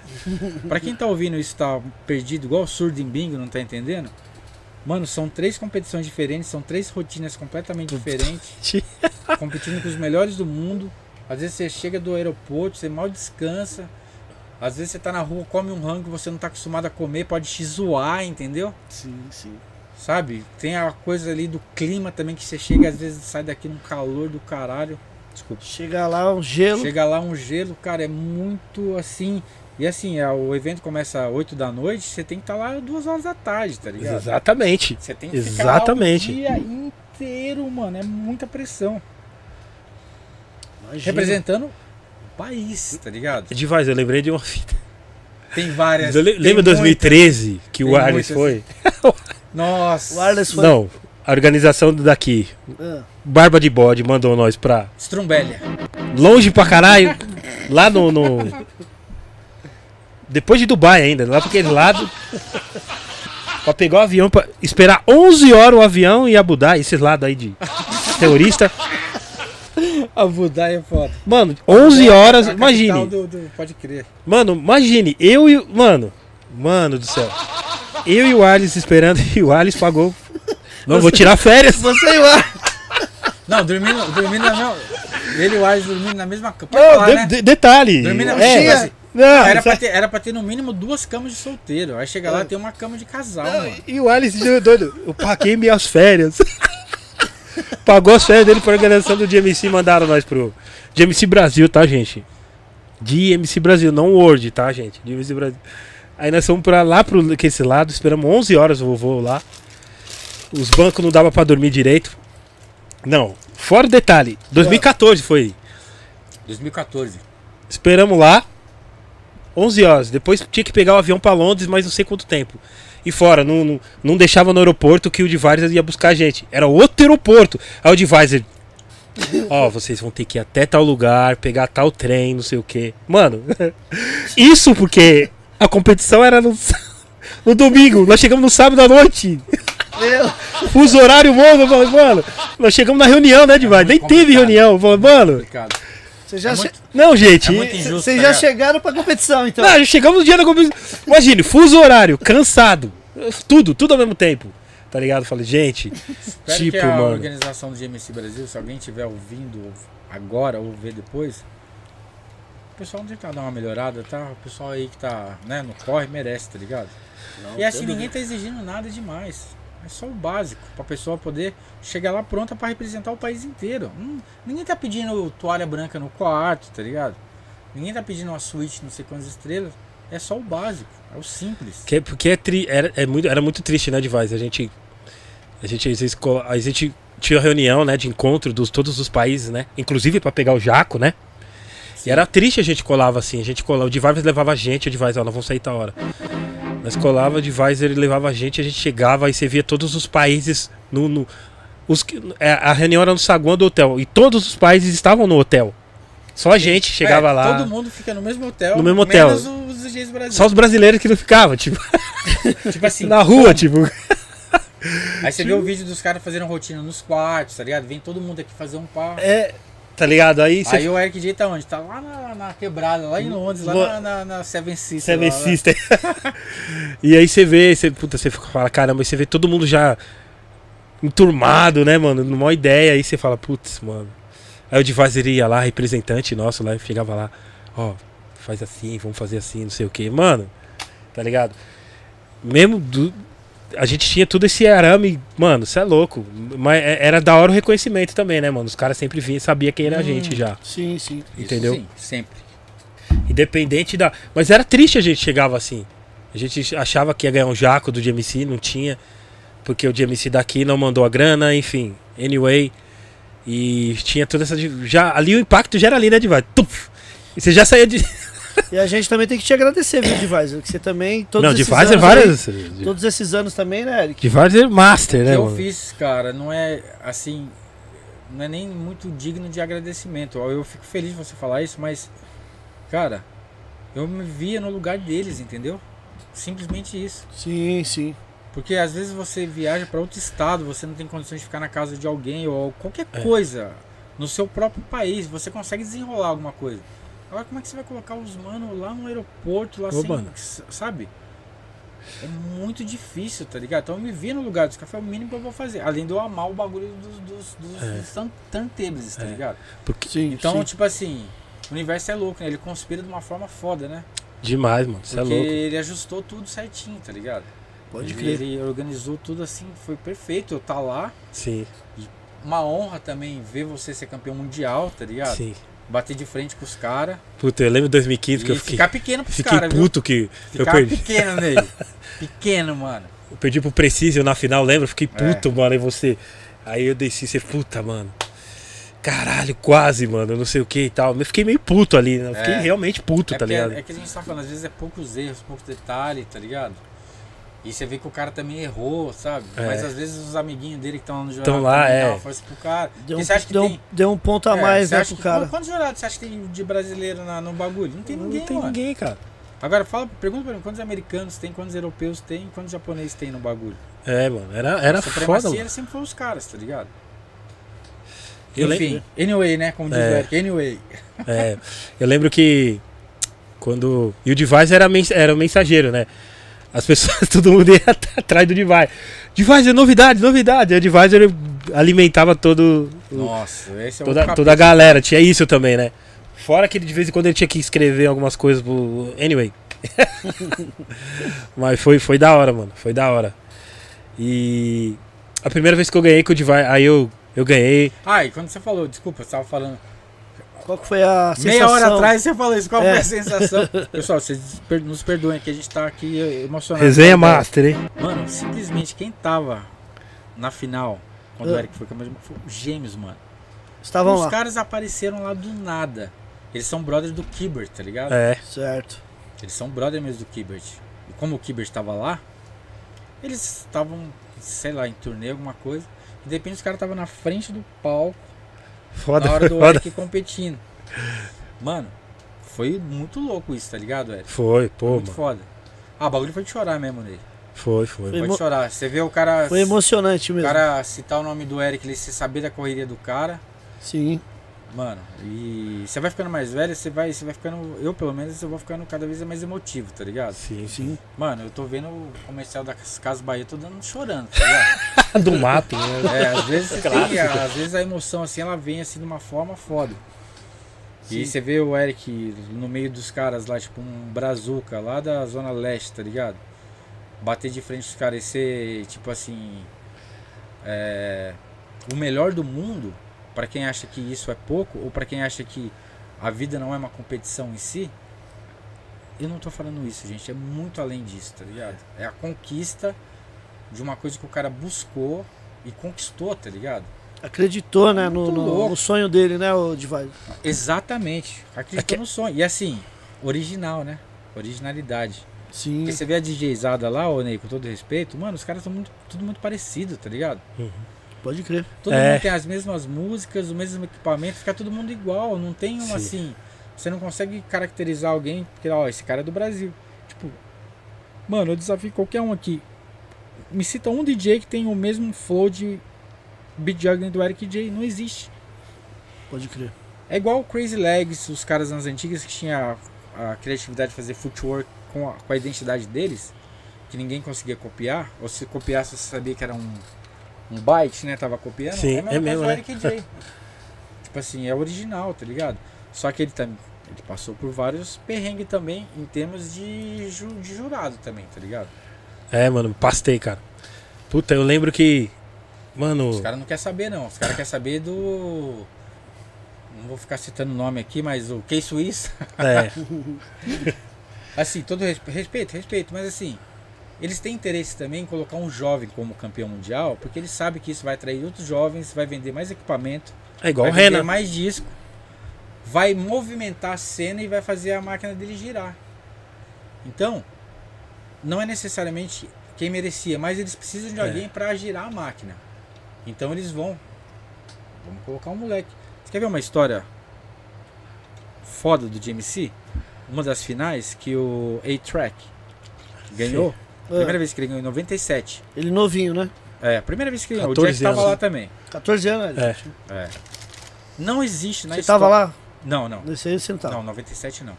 [SPEAKER 3] Pra quem tá ouvindo isso, tá perdido, igual surdo em bingo, não tá entendendo? Mano, são três competições diferentes, são três rotinas completamente diferentes, competindo com os melhores do mundo. Às vezes você chega do aeroporto, você mal descansa. Às vezes você tá na rua, come um rango que você não tá acostumado a comer, pode te zoar, entendeu?
[SPEAKER 1] Sim, sim.
[SPEAKER 3] Sabe? Tem a coisa ali do clima também que você chega, às vezes sai daqui num calor do caralho. Desculpa.
[SPEAKER 1] Chega lá, um gelo.
[SPEAKER 3] Chega lá um gelo, cara, é muito assim. E assim, é, o evento começa às 8 da noite, você tem que estar lá duas horas da tarde, tá ligado?
[SPEAKER 2] Exatamente.
[SPEAKER 3] Você tem que ficar
[SPEAKER 2] Exatamente.
[SPEAKER 3] lá o dia inteiro, mano. É muita pressão.
[SPEAKER 1] Imagina.
[SPEAKER 3] Representando o país, tá ligado?
[SPEAKER 2] Divais, É eu lembrei de uma fita.
[SPEAKER 3] Tem várias.
[SPEAKER 2] Eu le-
[SPEAKER 3] É, tem
[SPEAKER 2] Lembra
[SPEAKER 3] muita-
[SPEAKER 2] 2013 que o
[SPEAKER 3] Tem
[SPEAKER 2] Arles foi?
[SPEAKER 3] muitas.
[SPEAKER 1] O
[SPEAKER 3] Nossa.
[SPEAKER 1] Wireless foi.
[SPEAKER 2] Não, a organização daqui,
[SPEAKER 1] Ah,
[SPEAKER 2] Barba de Bode, mandou nós pra
[SPEAKER 3] Strumbellia.
[SPEAKER 2] longe pra caralho, lá no. no- Depois de Dubai ainda, lá pra aquele lado. Pra pegar o avião, pra esperar 11 horas o avião e Abu Dhabi, esses lados aí de terrorista.
[SPEAKER 3] A Budai é foda.
[SPEAKER 2] Mano, 11 horas,
[SPEAKER 3] A capital
[SPEAKER 2] imagine.
[SPEAKER 3] do- do- pode crer.
[SPEAKER 2] Mano, imagine, eu e. o- Mano, mano do céu. Eu e o Alice esperando e o Alice pagou. Não, vou tirar férias.
[SPEAKER 1] Você e o Ar-
[SPEAKER 3] Não, dormindo, dormindo na mesma. Ele e o Ars dormindo na mesma cama. Pode
[SPEAKER 2] Não,
[SPEAKER 3] falar,
[SPEAKER 2] de-
[SPEAKER 3] né?
[SPEAKER 2] de- detalhe.
[SPEAKER 3] Dormir na
[SPEAKER 2] é,
[SPEAKER 1] coxinha.
[SPEAKER 2] não,
[SPEAKER 3] Era pra,
[SPEAKER 2] sabe?
[SPEAKER 3] ter, era pra ter no mínimo duas camas de solteiro. Aí chega lá tem uma cama de casal, mano.
[SPEAKER 2] E o Alice deu doido. Eu paguei minhas férias. Pagou as férias dele pra organização do GMC mandaram nós pro. GMC Brasil, tá, gente? GMC Brasil, não Word, tá, gente? GMC Brasil. Aí nós fomos pra lá, pro que é esse lado, esperamos 11 horas o vovô lá. Os bancos não dava pra dormir direito. Não, fora o detalhe, 2014 foi.
[SPEAKER 3] 2014.
[SPEAKER 2] Esperamos lá. 11 horas. Depois tinha que pegar o avião pra Londres, mas não sei quanto tempo. E fora, não, não, não deixava no aeroporto que o Divisor ia buscar a gente. Era outro aeroporto. Aí o Divisor. Ó, vocês vão ter que ir até tal lugar, pegar tal trem, não sei o quê. Mano, isso porque a competição era no, s- no domingo. Nós chegamos no sábado à noite.
[SPEAKER 1] Meu,
[SPEAKER 2] Fuso horário, mano. Eu falei, mano, nós chegamos na reunião, né, Divisor? Nem teve
[SPEAKER 3] complicado.
[SPEAKER 2] reunião. Eu falei, mano,
[SPEAKER 3] Complicado.
[SPEAKER 1] Vocês já,
[SPEAKER 3] É
[SPEAKER 1] che-
[SPEAKER 3] muito-
[SPEAKER 2] Não, gente.
[SPEAKER 3] É muito
[SPEAKER 2] e-
[SPEAKER 3] injusto.
[SPEAKER 1] vocês
[SPEAKER 3] tá
[SPEAKER 1] já
[SPEAKER 3] ligado?
[SPEAKER 1] chegaram pra competição, então.
[SPEAKER 2] Não, já chegamos no dia da competição. Imagine, fuso horário, cansado. Tudo, tudo ao mesmo tempo. Tá ligado? Eu Falei, gente.
[SPEAKER 3] Espero
[SPEAKER 2] tipo,
[SPEAKER 3] que a
[SPEAKER 2] mano.
[SPEAKER 3] organização do GMC Brasil, se alguém estiver ouvindo agora ou ver depois, o pessoal não tentar dar uma melhorada, tá? O pessoal aí que tá né, no corre merece, tá ligado? e assim, ninguém tá exigindo nada demais. É só o básico, pra pessoa poder chegar lá pronta pra representar o país inteiro. Hum, ninguém tá pedindo toalha branca no quarto, tá ligado? Ninguém tá pedindo uma suíte, não sei quantas estrelas. É só o básico, é o simples.
[SPEAKER 2] Que, porque é tri- era, é muito, era muito triste, né, Divais? A gente. A gente, às vezes, co- a gente tinha reunião, né, de encontro dos todos os países, né? Inclusive pra pegar o Jaco, né? E era triste a gente colava assim, a gente colava, o Divais levava a gente, o Divais, ó, nós vamos sair tal hora. Nós colava, o Divais ele levava a gente, a gente chegava e você via todos os países no, no- os, que- é, a reunião era no saguão do hotel e todos os países estavam no hotel. Só a gente chegava
[SPEAKER 3] É,
[SPEAKER 2] lá.
[SPEAKER 3] Todo mundo fica no mesmo hotel.
[SPEAKER 2] No mesmo hotel.
[SPEAKER 3] Menos os DJs do Brasil.
[SPEAKER 2] Só os brasileiros que não ficavam, tipo,
[SPEAKER 3] Tipo assim,
[SPEAKER 2] na rua, tipo.
[SPEAKER 3] aí você vê o vídeo dos caras fazendo rotina nos quartos, tá ligado? Vem todo mundo aqui fazer um par.
[SPEAKER 2] É, tá ligado? Aí você
[SPEAKER 3] Aí o Eric J tá onde? Tá lá na, na quebrada, lá em Londres, lá
[SPEAKER 2] Lo-
[SPEAKER 3] na, na, na Seven Sisters.
[SPEAKER 2] Hum, Seven
[SPEAKER 3] lá, né? lá.
[SPEAKER 2] Sister. e aí você vê, você, puta, você fica- fala, caramba, aí você vê todo mundo já enturmado, né, mano? Numa ideia, aí você fala, putz, mano. Aí o Divaz ele ia lá, representante nosso lá, chegava lá, ó, faz assim, vamos fazer assim, não sei o que. Mano, tá ligado? Mesmo do- a gente tinha todo esse arame, mano, você é louco. Mas é- era da hora o reconhecimento também, né, mano? Os caras sempre vinham e sabiam quem era a gente já.
[SPEAKER 1] Sim, sim.
[SPEAKER 3] Hum, Isso
[SPEAKER 2] Entendeu?
[SPEAKER 3] Sim, sempre.
[SPEAKER 2] Independente da. Mas era triste a gente chegava assim. A gente achava que ia ganhar um jaco do GMC, não tinha. Porque o GMC daqui não mandou a grana, enfim. Anyway. E tinha toda essa. di- Já, ali o impacto já era ali, né, Divar? Tuf! E você já saía de.
[SPEAKER 1] E a gente também tem que te agradecer, viu, Divisor? Que você também. Todos
[SPEAKER 2] não,
[SPEAKER 1] esses
[SPEAKER 2] Divisor é
[SPEAKER 1] anos
[SPEAKER 2] várias.
[SPEAKER 1] aí- todos esses anos também, né, Eric?
[SPEAKER 2] Divisor é master,
[SPEAKER 3] O
[SPEAKER 2] né,
[SPEAKER 3] que eu
[SPEAKER 2] mano?
[SPEAKER 3] fiz, cara, não é assim. Não é nem muito digno de agradecimento. Eu fico feliz de você falar isso, mas. Cara, eu me via no lugar deles, entendeu? Simplesmente isso.
[SPEAKER 1] Sim, sim.
[SPEAKER 3] Porque às vezes você viaja para outro estado, você não tem condições de ficar na casa de alguém ou qualquer
[SPEAKER 2] É.
[SPEAKER 3] coisa no seu próprio país, você consegue desenrolar alguma coisa. Agora como é que você vai colocar os manos lá no aeroporto, lá
[SPEAKER 2] Ô,
[SPEAKER 3] sem,
[SPEAKER 2] mano.
[SPEAKER 3] s- sabe? É muito difícil, tá ligado? Então eu me vi no lugar dos cafés, o mínimo que eu vou fazer. Além de eu amar o bagulho dos, dos, dos,
[SPEAKER 2] É.
[SPEAKER 3] dos tan- tantebres, tá
[SPEAKER 2] É.
[SPEAKER 3] ligado?
[SPEAKER 2] Porque...
[SPEAKER 1] Sim,
[SPEAKER 3] Então,
[SPEAKER 1] sim.
[SPEAKER 3] tipo assim, o universo é louco, né? Ele conspira de uma forma foda, né?
[SPEAKER 2] Demais, mano. Você é
[SPEAKER 3] Porque
[SPEAKER 2] louco.
[SPEAKER 3] ele ajustou tudo certinho, tá ligado?
[SPEAKER 1] pode
[SPEAKER 3] ele,
[SPEAKER 1] crer.
[SPEAKER 3] ele organizou tudo assim, foi perfeito. Eu tá lá,
[SPEAKER 2] Sim,
[SPEAKER 3] uma honra também ver você ser campeão mundial, tá ligado?
[SPEAKER 2] sim.
[SPEAKER 3] Bater de frente com os caras
[SPEAKER 2] Puta, eu lembro de 2015 que eu
[SPEAKER 3] e
[SPEAKER 2] fiquei.
[SPEAKER 3] ficar pequeno pros
[SPEAKER 2] Fiquei
[SPEAKER 3] caras, viu?
[SPEAKER 2] puto que eu
[SPEAKER 3] Ficar
[SPEAKER 2] perdi.
[SPEAKER 3] pequeno nele. pequeno, mano.
[SPEAKER 2] Eu perdi pro Precision na final, lembra? Eu Fiquei
[SPEAKER 3] É.
[SPEAKER 2] puto, mano. Aí você. Aí eu desci, você, puta, mano. Caralho, quase, mano. Não sei o que e tal. Eu fiquei meio puto ali, né? Eu fiquei
[SPEAKER 3] É.
[SPEAKER 2] realmente puto,
[SPEAKER 3] é,
[SPEAKER 2] tá
[SPEAKER 3] porque-
[SPEAKER 2] ligado?
[SPEAKER 3] é que a gente tá falando, às vezes é poucos erros, poucos detalhes, tá ligado? E você vê que o cara também errou, sabe?
[SPEAKER 2] É.
[SPEAKER 3] Mas às vezes os amiguinhos dele que estão lá no jornal
[SPEAKER 2] Tão lá,
[SPEAKER 3] também
[SPEAKER 2] é.
[SPEAKER 3] dá uma força pro cara.
[SPEAKER 1] Deu
[SPEAKER 3] e
[SPEAKER 1] um,
[SPEAKER 3] você acha que
[SPEAKER 1] deu, um-
[SPEAKER 3] tem...
[SPEAKER 1] deu um ponto a
[SPEAKER 3] é,
[SPEAKER 1] mais,
[SPEAKER 3] você
[SPEAKER 1] né,
[SPEAKER 3] acha
[SPEAKER 1] pro
[SPEAKER 3] que-
[SPEAKER 1] cara.
[SPEAKER 3] Quantos jurados você acha que tem de brasileiro na- no bagulho? Não tem ninguém,
[SPEAKER 2] não tem
[SPEAKER 3] mano.
[SPEAKER 2] ninguém, cara.
[SPEAKER 3] Agora fala, pergunta pra mim, quantos americanos tem, quantos europeus tem, quantos japoneses tem no bagulho?
[SPEAKER 2] É, mano. Era, era
[SPEAKER 3] a supremacia
[SPEAKER 2] foda, mano.
[SPEAKER 3] sempre foi os caras, tá ligado?
[SPEAKER 2] Eu
[SPEAKER 3] Enfim, anyway, né? Como diz
[SPEAKER 2] É.
[SPEAKER 3] o Eric, anyway.
[SPEAKER 2] É, eu lembro que quando. E o Device era, mens- era o mensageiro, né? As pessoas, todo mundo ia at- atrás do Device. Device é novidade, novidade. E o Device ele alimentava todo. o-
[SPEAKER 3] Nossa, esse é o
[SPEAKER 2] toda, toda a galera, tinha isso também, né? Fora que ele, de vez em quando ele tinha que escrever algumas coisas pro. Anyway. Mas foi, foi da hora, mano. Foi da hora. E. A primeira vez que eu ganhei com o Divine. Aí eu, eu ganhei.
[SPEAKER 3] Ah, e quando você falou, desculpa, você tava falando.
[SPEAKER 1] Qual que foi a sensação?
[SPEAKER 3] Meia hora atrás você falou isso, qual
[SPEAKER 1] É.
[SPEAKER 3] foi a sensação? Pessoal, vocês per- nos perdoem que a gente tá aqui emocionado.
[SPEAKER 2] Ah, Resenha Master, hein?
[SPEAKER 3] Mano, simplesmente quem tava na final, quando o
[SPEAKER 1] Ah.
[SPEAKER 3] Eric foi campeão, foi os gêmeos, mano.
[SPEAKER 2] Tá,
[SPEAKER 1] Estavam
[SPEAKER 3] os
[SPEAKER 1] lá.
[SPEAKER 3] caras apareceram lá do nada. Eles são brothers do Kibber, tá ligado?
[SPEAKER 2] É.
[SPEAKER 1] Certo.
[SPEAKER 3] Eles são brother mesmo do Kibert. E como o Kibert estava lá, eles estavam, sei lá, em turnê, alguma coisa. E de repente os caras estavam na frente do palco
[SPEAKER 2] Foda,
[SPEAKER 3] na hora do
[SPEAKER 2] foda.
[SPEAKER 3] Eric competindo. Mano, foi muito louco isso, tá ligado, Eric?
[SPEAKER 2] Foi, pô,
[SPEAKER 3] muito
[SPEAKER 2] mano.
[SPEAKER 3] foda. Ah, o bagulho foi de chorar mesmo nele.
[SPEAKER 2] Foi,
[SPEAKER 1] Foi
[SPEAKER 2] foi.
[SPEAKER 3] Foi
[SPEAKER 1] emo-
[SPEAKER 3] de chorar. Você vê o cara,
[SPEAKER 1] Foi emocionante
[SPEAKER 3] o
[SPEAKER 1] mesmo.
[SPEAKER 3] cara citar o nome do Eric, ele se saber da correria do cara.
[SPEAKER 1] Sim.
[SPEAKER 3] Mano, e você vai ficando mais velho, você vai, você vai ficando. Eu pelo menos eu vou ficando cada vez mais emotivo, tá ligado?
[SPEAKER 2] Sim,
[SPEAKER 1] Sim.
[SPEAKER 3] Mano, eu tô vendo o comercial da Casa Bahia, eu tô dando chorando, tá ligado?
[SPEAKER 2] Do mato, né?
[SPEAKER 3] É, às vezes você tem, às vezes a emoção assim, ela vem assim de uma forma foda. E você vê o Eric no meio dos caras lá, tipo um brazuca lá da Zona Leste, tá ligado? Bater de frente com os caras e ser, tipo assim. é, o melhor do mundo, pra quem acha que isso é pouco, ou pra quem acha que a vida não é uma competição em si. Eu não tô falando isso, gente. É muito além disso, tá ligado? É a conquista de uma coisa que o cara buscou e conquistou, tá ligado?
[SPEAKER 1] Acreditou, né, no,
[SPEAKER 3] Muito
[SPEAKER 1] no-
[SPEAKER 3] louco.
[SPEAKER 1] no sonho dele, né, o Divaldo?
[SPEAKER 3] Exatamente. Acreditou no sonho. E assim, original, né? Originalidade.
[SPEAKER 1] Sim.
[SPEAKER 3] Porque você vê a DJizada lá, ô Ney, com todo respeito, mano, os caras são muito, tudo muito parecido, tá ligado?
[SPEAKER 1] Pode crer.
[SPEAKER 3] Todo
[SPEAKER 2] É.
[SPEAKER 3] mundo tem as mesmas músicas, o mesmo equipamento, fica todo mundo igual. Não tem uma assim. Você não consegue caracterizar alguém, porque, ó, esse cara é do Brasil. Tipo, mano, eu desafio qualquer um aqui. Me cita um DJ que tem o mesmo flow de Beat Juggling do Eric J. Não existe.
[SPEAKER 1] Pode crer.
[SPEAKER 3] É igual o Crazy Legs, os caras nas antigas que tinha a, a criatividade de fazer footwork com a, com a identidade deles, que ninguém conseguia copiar, ou se copiasse você sabia que era um, um byte, né? Tava copiando.
[SPEAKER 2] Sim,
[SPEAKER 3] a mesma
[SPEAKER 2] é
[SPEAKER 3] coisa
[SPEAKER 2] mesmo,
[SPEAKER 3] do
[SPEAKER 2] né?
[SPEAKER 3] Eric J. tipo assim, é original, tá ligado? Só que ele também. Ele passou por vários perrengues também em termos de, ju- de jurado também, tá ligado?
[SPEAKER 2] É, mano, pastei, cara. Puta, eu lembro que. Mano.
[SPEAKER 3] Os caras não querem saber, não. Os caras querem saber do. Não vou ficar citando o nome aqui, mas o Key Suíça. tá
[SPEAKER 2] É,
[SPEAKER 3] Assim, todo respe- respeito, respeito, mas assim, eles têm interesse também em colocar um jovem como campeão mundial, porque eles sabem que isso vai atrair outros jovens, vai vender mais equipamento,
[SPEAKER 2] é igual o
[SPEAKER 3] vai vender
[SPEAKER 2] Renan.
[SPEAKER 3] mais disco, vai movimentar a cena e vai fazer a máquina dele girar. Então, não é necessariamente quem merecia, mas eles precisam de
[SPEAKER 2] É.
[SPEAKER 3] alguém pra girar a máquina. Então eles vão. Vamos colocar um moleque. Você quer ver uma história foda do GMC? Uma das finais que o A-Track ganhou. Primeira vez que ele ganhou em 97.
[SPEAKER 1] Ah, Ele novinho, né?
[SPEAKER 3] É, a primeira vez que ele ganhou. O
[SPEAKER 2] 14
[SPEAKER 3] Jack tava
[SPEAKER 2] anos.
[SPEAKER 3] lá também.
[SPEAKER 1] 14 anos, né?
[SPEAKER 2] É.
[SPEAKER 1] gente?
[SPEAKER 3] É. Não existe na
[SPEAKER 1] Você
[SPEAKER 3] história.
[SPEAKER 1] tava lá?
[SPEAKER 3] Não, não.
[SPEAKER 1] Nesse aí você não
[SPEAKER 2] Tá.
[SPEAKER 1] tava.
[SPEAKER 3] Não, 97 não.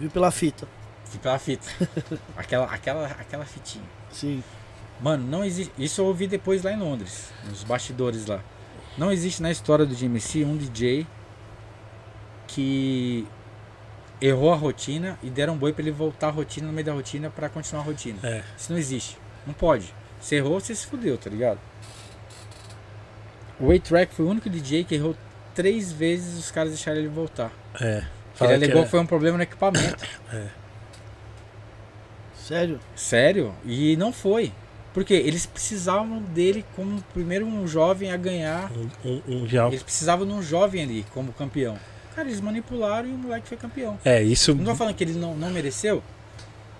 [SPEAKER 1] Viu pela fita.
[SPEAKER 3] Fui pela fita. aquela, aquela, aquela fitinha.
[SPEAKER 1] Sim.
[SPEAKER 3] Mano, não existe. Isso eu ouvi depois lá em Londres, nos bastidores lá. Não existe na história do GMC um DJ que errou a rotina e deram um boi pra ele voltar a rotina no meio da rotina pra continuar a rotina.
[SPEAKER 2] É.
[SPEAKER 3] Isso não existe. Não pode. Você errou, você se fudeu, tá ligado? O A-Track foi o único DJ que errou três vezes os caras deixaram ele voltar.
[SPEAKER 2] É.
[SPEAKER 3] Ele
[SPEAKER 2] Fala que
[SPEAKER 3] alegou
[SPEAKER 2] é-
[SPEAKER 3] que foi um problema no equipamento.
[SPEAKER 1] Sério?
[SPEAKER 3] Sério? E não foi. Porque eles precisavam dele como primeiro um jovem a ganhar.
[SPEAKER 2] um, um, um geral.
[SPEAKER 3] Eles precisavam de um jovem ali como campeão. Cara, eles manipularam e o moleque foi campeão.
[SPEAKER 2] É, isso.
[SPEAKER 3] Não tô falando que ele não, não mereceu.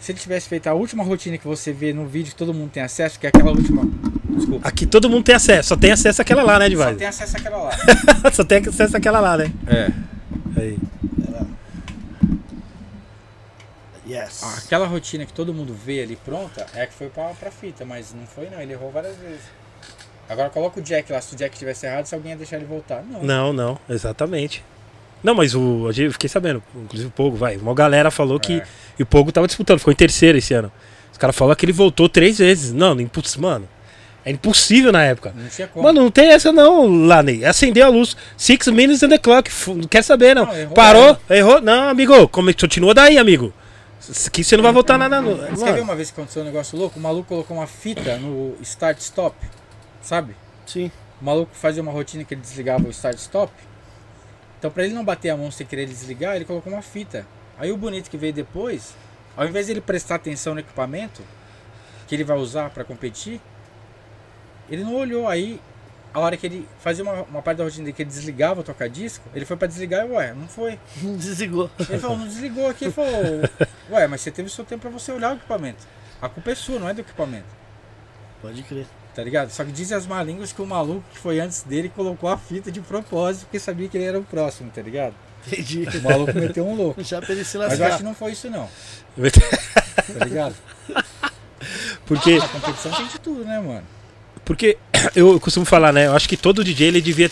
[SPEAKER 3] Se ele tivesse feito a última rotina que você vê no vídeo que todo mundo tem acesso, que é aquela última. Desculpa.
[SPEAKER 2] Aqui todo mundo tem acesso, só tem acesso àquela lá, né,
[SPEAKER 3] Só
[SPEAKER 2] Divaldo?
[SPEAKER 3] tem acesso àquela lá.
[SPEAKER 2] Só tem acesso àquela lá, né?
[SPEAKER 3] É.
[SPEAKER 2] Aí.
[SPEAKER 1] Yes.
[SPEAKER 3] Aquela rotina que todo mundo vê ali pronta é a que foi pra, pra fita, mas não foi não, ele errou várias vezes. Agora coloca o Jack lá, se o Jack tivesse errado, se alguém ia deixar ele voltar. Não.
[SPEAKER 2] Não, não, exatamente. Não, mas o. a gente- Eu fiquei sabendo, inclusive o Pogo, vai. Uma galera falou que.
[SPEAKER 3] É.
[SPEAKER 2] E o Pogo tava disputando, ficou em terceiro esse ano. Os caras falaram que ele voltou três vezes. Não, impuls... mano. É impossível na época.
[SPEAKER 3] Não tinha como.
[SPEAKER 2] Mano, não tem essa não, Laney. Acendeu a luz. Six minutes and the clock. F- Não quer saber, não.
[SPEAKER 3] Não, errou,
[SPEAKER 2] Parou, errou. Não, amigo, come- continua daí, amigo. S- Que você não vai voltar nada. no-
[SPEAKER 3] Você quer ver
[SPEAKER 2] Mano,
[SPEAKER 3] uma vez que aconteceu um negócio louco? O maluco colocou uma fita no start-stop, sabe?
[SPEAKER 1] Sim.
[SPEAKER 3] O maluco fazia uma rotina que ele desligava o start-stop. Então, pra ele não bater a mão sem querer desligar, ele colocou uma fita. Aí o bonito que veio depois, ao invés de ele prestar atenção no equipamento que ele vai usar pra competir, ele não olhou. Aí, a hora que ele fazia uma, uma parte da rotina dele que ele desligava o toca-disco, ele foi pra desligar e, ué, não foi.
[SPEAKER 1] Desligou.
[SPEAKER 3] Ele falou, não desligou aqui. Ele falou, ué, mas você teve seu tempo pra você olhar o equipamento. A culpa é sua, não é do equipamento.
[SPEAKER 1] Pode crer.
[SPEAKER 3] Tá ligado? Só que dizem as malínguas que o maluco que foi antes dele colocou a fita de propósito porque sabia que ele era o próximo, tá ligado?
[SPEAKER 1] Entendi.
[SPEAKER 3] O maluco meteu um louco.
[SPEAKER 1] Já pra ele se
[SPEAKER 3] Mas eu acho
[SPEAKER 1] lascar.
[SPEAKER 3] que não foi isso não, tá ligado?
[SPEAKER 2] porque,
[SPEAKER 3] A competição tem de tudo, né, mano?
[SPEAKER 2] porque eu costumo falar, né? Eu acho que todo DJ ele devia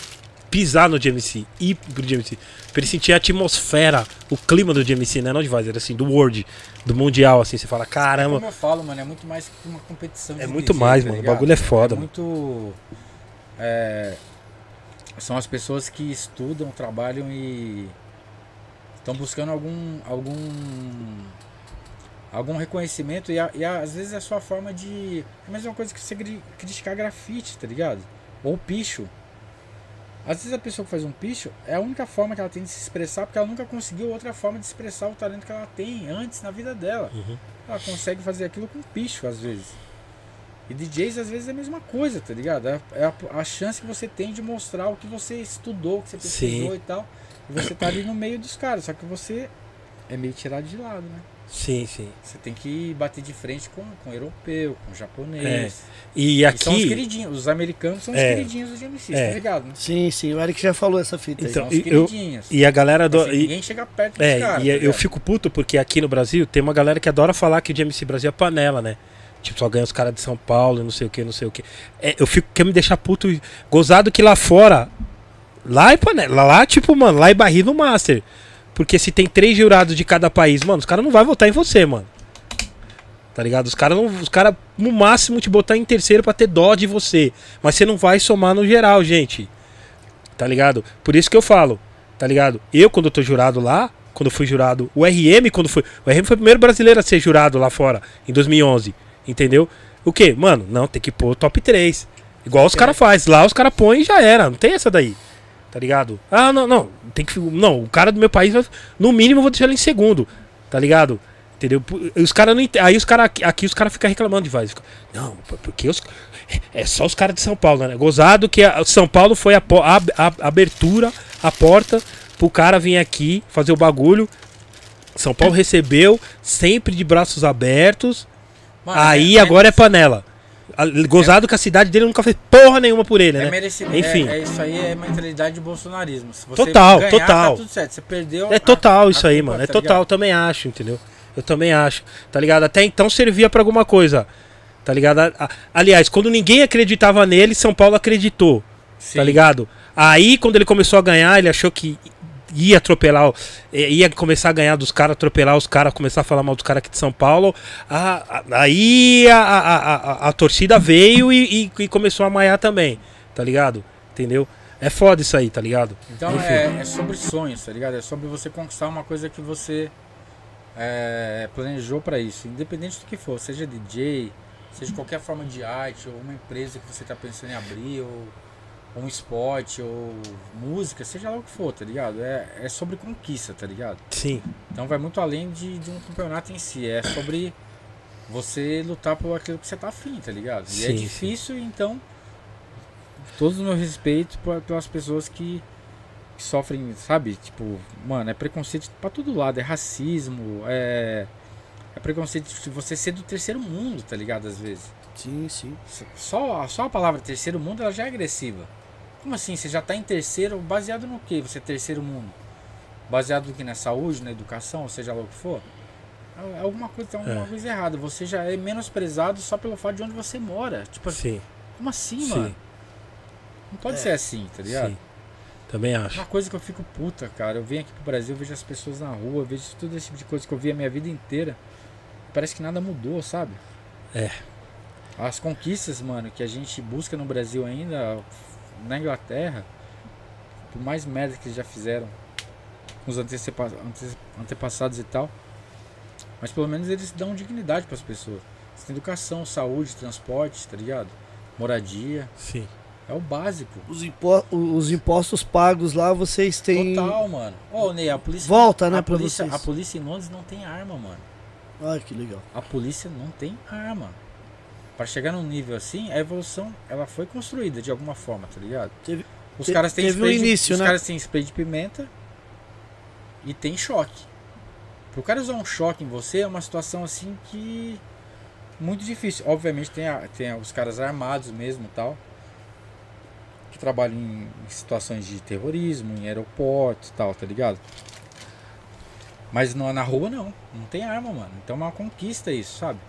[SPEAKER 2] pisar no GMC, ir pro GMC, pra ele sentir a atmosfera, o clima do GMC, né? Não de Vazer, assim, do World, do Mundial, assim, você fala, caramba,
[SPEAKER 3] Como eu falo, mano, é muito mais que uma competição de
[SPEAKER 2] é muito
[SPEAKER 3] desenho,
[SPEAKER 2] mais,
[SPEAKER 3] tá
[SPEAKER 2] mano, o
[SPEAKER 3] ligado?
[SPEAKER 2] bagulho é foda,
[SPEAKER 3] É
[SPEAKER 2] mano.
[SPEAKER 3] muito. é, são as pessoas que estudam, trabalham e estão buscando algum. algum. algum reconhecimento. E, a- e a- às vezes é a sua forma de. É a mesma coisa que você gri- criticar grafite, tá ligado? Ou picho. Às vezes a pessoa que faz um picho é a única forma que ela tem de se expressar, porque ela nunca conseguiu outra forma de expressar o talento que ela tem antes na vida dela.
[SPEAKER 2] Uhum.
[SPEAKER 3] Ela consegue fazer aquilo com picho, às vezes. E DJs às vezes é a mesma coisa, tá ligado? É, é a, a chance que você tem de mostrar o que você estudou, o que você pesquisou
[SPEAKER 2] Sim.
[SPEAKER 3] e tal. E você tá ali no meio dos caras, só que você é meio tirado de lado, né?
[SPEAKER 2] Sim, sim.
[SPEAKER 3] Você tem que bater de frente com, com europeu, com
[SPEAKER 2] É.
[SPEAKER 3] japonês.
[SPEAKER 2] E
[SPEAKER 3] E são os
[SPEAKER 2] aqui.
[SPEAKER 3] queridinhos, os americanos são os
[SPEAKER 2] É.
[SPEAKER 3] queridinhos do GMC,
[SPEAKER 2] É.
[SPEAKER 3] tá ligado? né?
[SPEAKER 1] Sim, sim, o Eric já falou essa fita aí.
[SPEAKER 2] Então,
[SPEAKER 3] são os
[SPEAKER 2] e eu-
[SPEAKER 3] queridinhos.
[SPEAKER 2] E a galera do.
[SPEAKER 3] Assim,
[SPEAKER 2] e-
[SPEAKER 3] ninguém chega perto dos
[SPEAKER 2] É,
[SPEAKER 3] caras.
[SPEAKER 2] e
[SPEAKER 3] tá
[SPEAKER 2] eu
[SPEAKER 3] ligado?
[SPEAKER 2] fico puto porque aqui no Brasil tem uma galera que adora falar que o GMC Brasil é panela, né? Tipo, só ganha os caras de São Paulo, e não sei o que, não sei o que. eu fico, quer me deixar puto, e gozado que lá fora, lá é panela, lá tipo, mano, lá é barril no Master. Porque se tem três jurados de cada país, mano, os caras não vão votar em você, mano. Tá ligado? Os caras, não- os cara, no máximo, te botar em terceiro pra ter dó de você. Mas você não vai somar no geral, gente. Tá ligado? Por isso que eu falo, tá ligado? Eu, quando eu tô jurado lá, quando eu fui jurado, o RM, quando foi. O RM foi o primeiro brasileiro a ser jurado lá fora, em 2011. Entendeu? O que? Mano, não, tem que pôr top 3. Igual os caras faz Lá os caras põem e já era. Não tem essa daí. Tá ligado? Ah, não, não. Tem que. Não, o cara do meu país, vai- no mínimo, eu vou deixar ele em segundo. Tá ligado? Entendeu? Pu- Os cara não ente- Aí os caras aqui, aqui os caras ficam reclamando de Vaz. Fica, não, por- porque os. É só os caras de São Paulo, né? Gozado que a- São Paulo foi a, po- a- a- a abertura, a porta pro cara vir aqui fazer o bagulho. São Paulo recebeu, sempre de braços abertos.
[SPEAKER 3] Mano,
[SPEAKER 2] aí
[SPEAKER 3] é-
[SPEAKER 2] agora é panela. A- Gozado que a cidade dele nunca fez porra nenhuma por ele,
[SPEAKER 3] É,
[SPEAKER 2] né?
[SPEAKER 3] merecimento.
[SPEAKER 2] Enfim.
[SPEAKER 3] É, é isso aí é mentalidade de bolsonarismo. Se você
[SPEAKER 2] Total,
[SPEAKER 3] ganhar,
[SPEAKER 2] total.
[SPEAKER 3] Tá tudo certo. Você perdeu.
[SPEAKER 2] É
[SPEAKER 3] a-
[SPEAKER 2] total
[SPEAKER 3] a
[SPEAKER 2] isso aí,
[SPEAKER 3] culpa,
[SPEAKER 2] mano. É
[SPEAKER 3] tá
[SPEAKER 2] total, eu também acho, entendeu? Eu também acho, tá ligado? Até então servia pra alguma coisa, tá ligado? A- a- Aliás, quando ninguém acreditava nele, São Paulo acreditou,
[SPEAKER 3] ligado?
[SPEAKER 2] tá
[SPEAKER 3] Sim.
[SPEAKER 2] ligado? Aí, quando ele começou a ganhar, ele achou que ia atropelar, o- eh, ia começar a ganhar dos caras, atropelar os caras, começar a falar mal dos caras aqui de São Paulo. Ah, ah, aí a, a- a- a- a torcida veio e, e- e começou a maiar também, tá ligado? Entendeu? É foda isso aí, tá ligado?
[SPEAKER 3] Então
[SPEAKER 2] Enfim.
[SPEAKER 3] é, é sobre sonhos, tá ligado? É sobre você conquistar uma coisa que você é, planejou pra isso, independente do que for, seja DJ, seja qualquer forma de arte, ou uma empresa que você tá pensando em abrir, ou ou um esporte, ou música, seja lá o que for, tá ligado? É, é sobre conquista, tá ligado?
[SPEAKER 2] Sim,
[SPEAKER 3] Então vai muito além de, de um campeonato em si, é sobre você lutar por aquilo que você tá afim, tá ligado? E é
[SPEAKER 2] Sim,
[SPEAKER 3] difícil, então, todo o meu respeito pra- pelas pessoas que, que sofrem, sabe? Tipo, mano, é preconceito pra todo lado, é racismo, é, é preconceito de você ser do terceiro mundo, tá ligado? Às vezes.
[SPEAKER 1] Sim, sim.
[SPEAKER 3] Só, só a palavra terceiro mundo ela já é agressiva. Como assim? Você já tá em terceiro, baseado no que você é terceiro mundo? Baseado no que? Na saúde, na educação, seja lá o que for? É Alguma coisa, tem alguma
[SPEAKER 2] É.
[SPEAKER 3] coisa errada. Você já é menosprezado só pelo fato de onde você mora. Tipo assim,
[SPEAKER 2] sim.
[SPEAKER 3] como assim,
[SPEAKER 2] Sim.
[SPEAKER 3] mano? Não pode ser assim, tá ligado?
[SPEAKER 2] Sim. Também acho.
[SPEAKER 3] Uma coisa que eu fico puta, cara. Eu venho aqui pro Brasil, vejo as pessoas na rua, vejo tudo esse tipo de coisa que eu vi a minha vida inteira. Parece que nada mudou, sabe?
[SPEAKER 2] É.
[SPEAKER 3] As conquistas, mano, que a gente busca no Brasil ainda, na Inglaterra, por mais merda que eles já fizeram, com os antecepa- ante- antepassados e tal, mas pelo menos eles dão dignidade pras pessoas. Você tem educação, saúde, transporte, tá ligado? Moradia,
[SPEAKER 2] Sim.
[SPEAKER 3] é o básico.
[SPEAKER 1] Os, impo- os impostos pagos lá, vocês têm.
[SPEAKER 3] Total, mano. Ô, Ney, a polícia.
[SPEAKER 1] Volta, né,
[SPEAKER 3] a
[SPEAKER 1] pra
[SPEAKER 3] polícia,
[SPEAKER 1] vocês.
[SPEAKER 3] A polícia em Londres não tem arma, mano.
[SPEAKER 1] Ah, que legal.
[SPEAKER 3] A polícia não tem arma. Pra chegar num nível assim, a evolução ela foi construída de alguma forma, tá ligado?
[SPEAKER 1] Teve-
[SPEAKER 3] os
[SPEAKER 1] te-
[SPEAKER 3] caras têm
[SPEAKER 1] teve um
[SPEAKER 3] spray de,
[SPEAKER 1] início,
[SPEAKER 3] Os
[SPEAKER 1] né?
[SPEAKER 3] caras têm spray de pimenta e tem choque. Pro cara usar um choque em você é uma situação assim que. Muito difícil. Obviamente tem, a- tem os caras armados mesmo e tal. Que trabalham em em situações de terrorismo, em aeroportos e tal, tá ligado? Mas no- na rua não, não tem arma, mano. Então é uma conquista isso, sabe?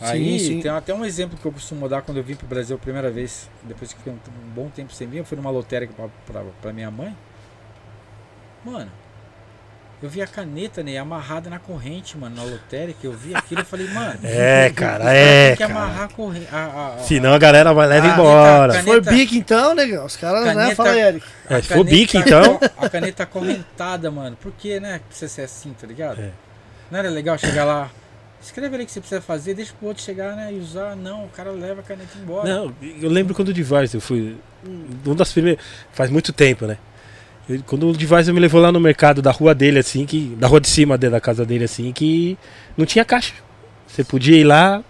[SPEAKER 3] Aí
[SPEAKER 1] Sim, sim.
[SPEAKER 3] tem até um exemplo que eu costumo dar quando eu vim pro Brasil a primeira vez, depois que fiquei um, um bom tempo sem vir, eu fui numa lotérica pra, pra, pra minha mãe. Mano, eu vi a caneta, né, amarrada na corrente, mano, na lotérica, eu vi aquilo e falei, mano,
[SPEAKER 2] É, cara,
[SPEAKER 3] tem
[SPEAKER 2] é,
[SPEAKER 3] que
[SPEAKER 2] cara.
[SPEAKER 3] amarrar a corrente. A, a, a-
[SPEAKER 2] Senão a galera vai leva
[SPEAKER 3] Ah,
[SPEAKER 2] embora.
[SPEAKER 3] tá,
[SPEAKER 1] Foi
[SPEAKER 3] Caneta.
[SPEAKER 1] bico então, negão. Os caras, né?
[SPEAKER 3] Caneta.
[SPEAKER 1] Fala aí, Eric.
[SPEAKER 2] É,
[SPEAKER 3] a
[SPEAKER 2] se for
[SPEAKER 3] caneta
[SPEAKER 2] bique, então.
[SPEAKER 3] co- A caneta correntada, mano. Por que, né? Precisa ser assim, tá ligado?
[SPEAKER 2] É.
[SPEAKER 3] Não era legal chegar lá. Escreve ali o que você precisa fazer, deixa pro outro chegar, né? E usar. Não, o cara leva a caneta embora.
[SPEAKER 2] Não, eu lembro quando o Divars, eu fui. Um das primeiras. Faz muito tempo, né? Eu- quando o Divars me levou lá no mercado da rua dele, assim, que. Da rua de cima dele, da casa dele, assim, que não tinha caixa. Você podia ir lá,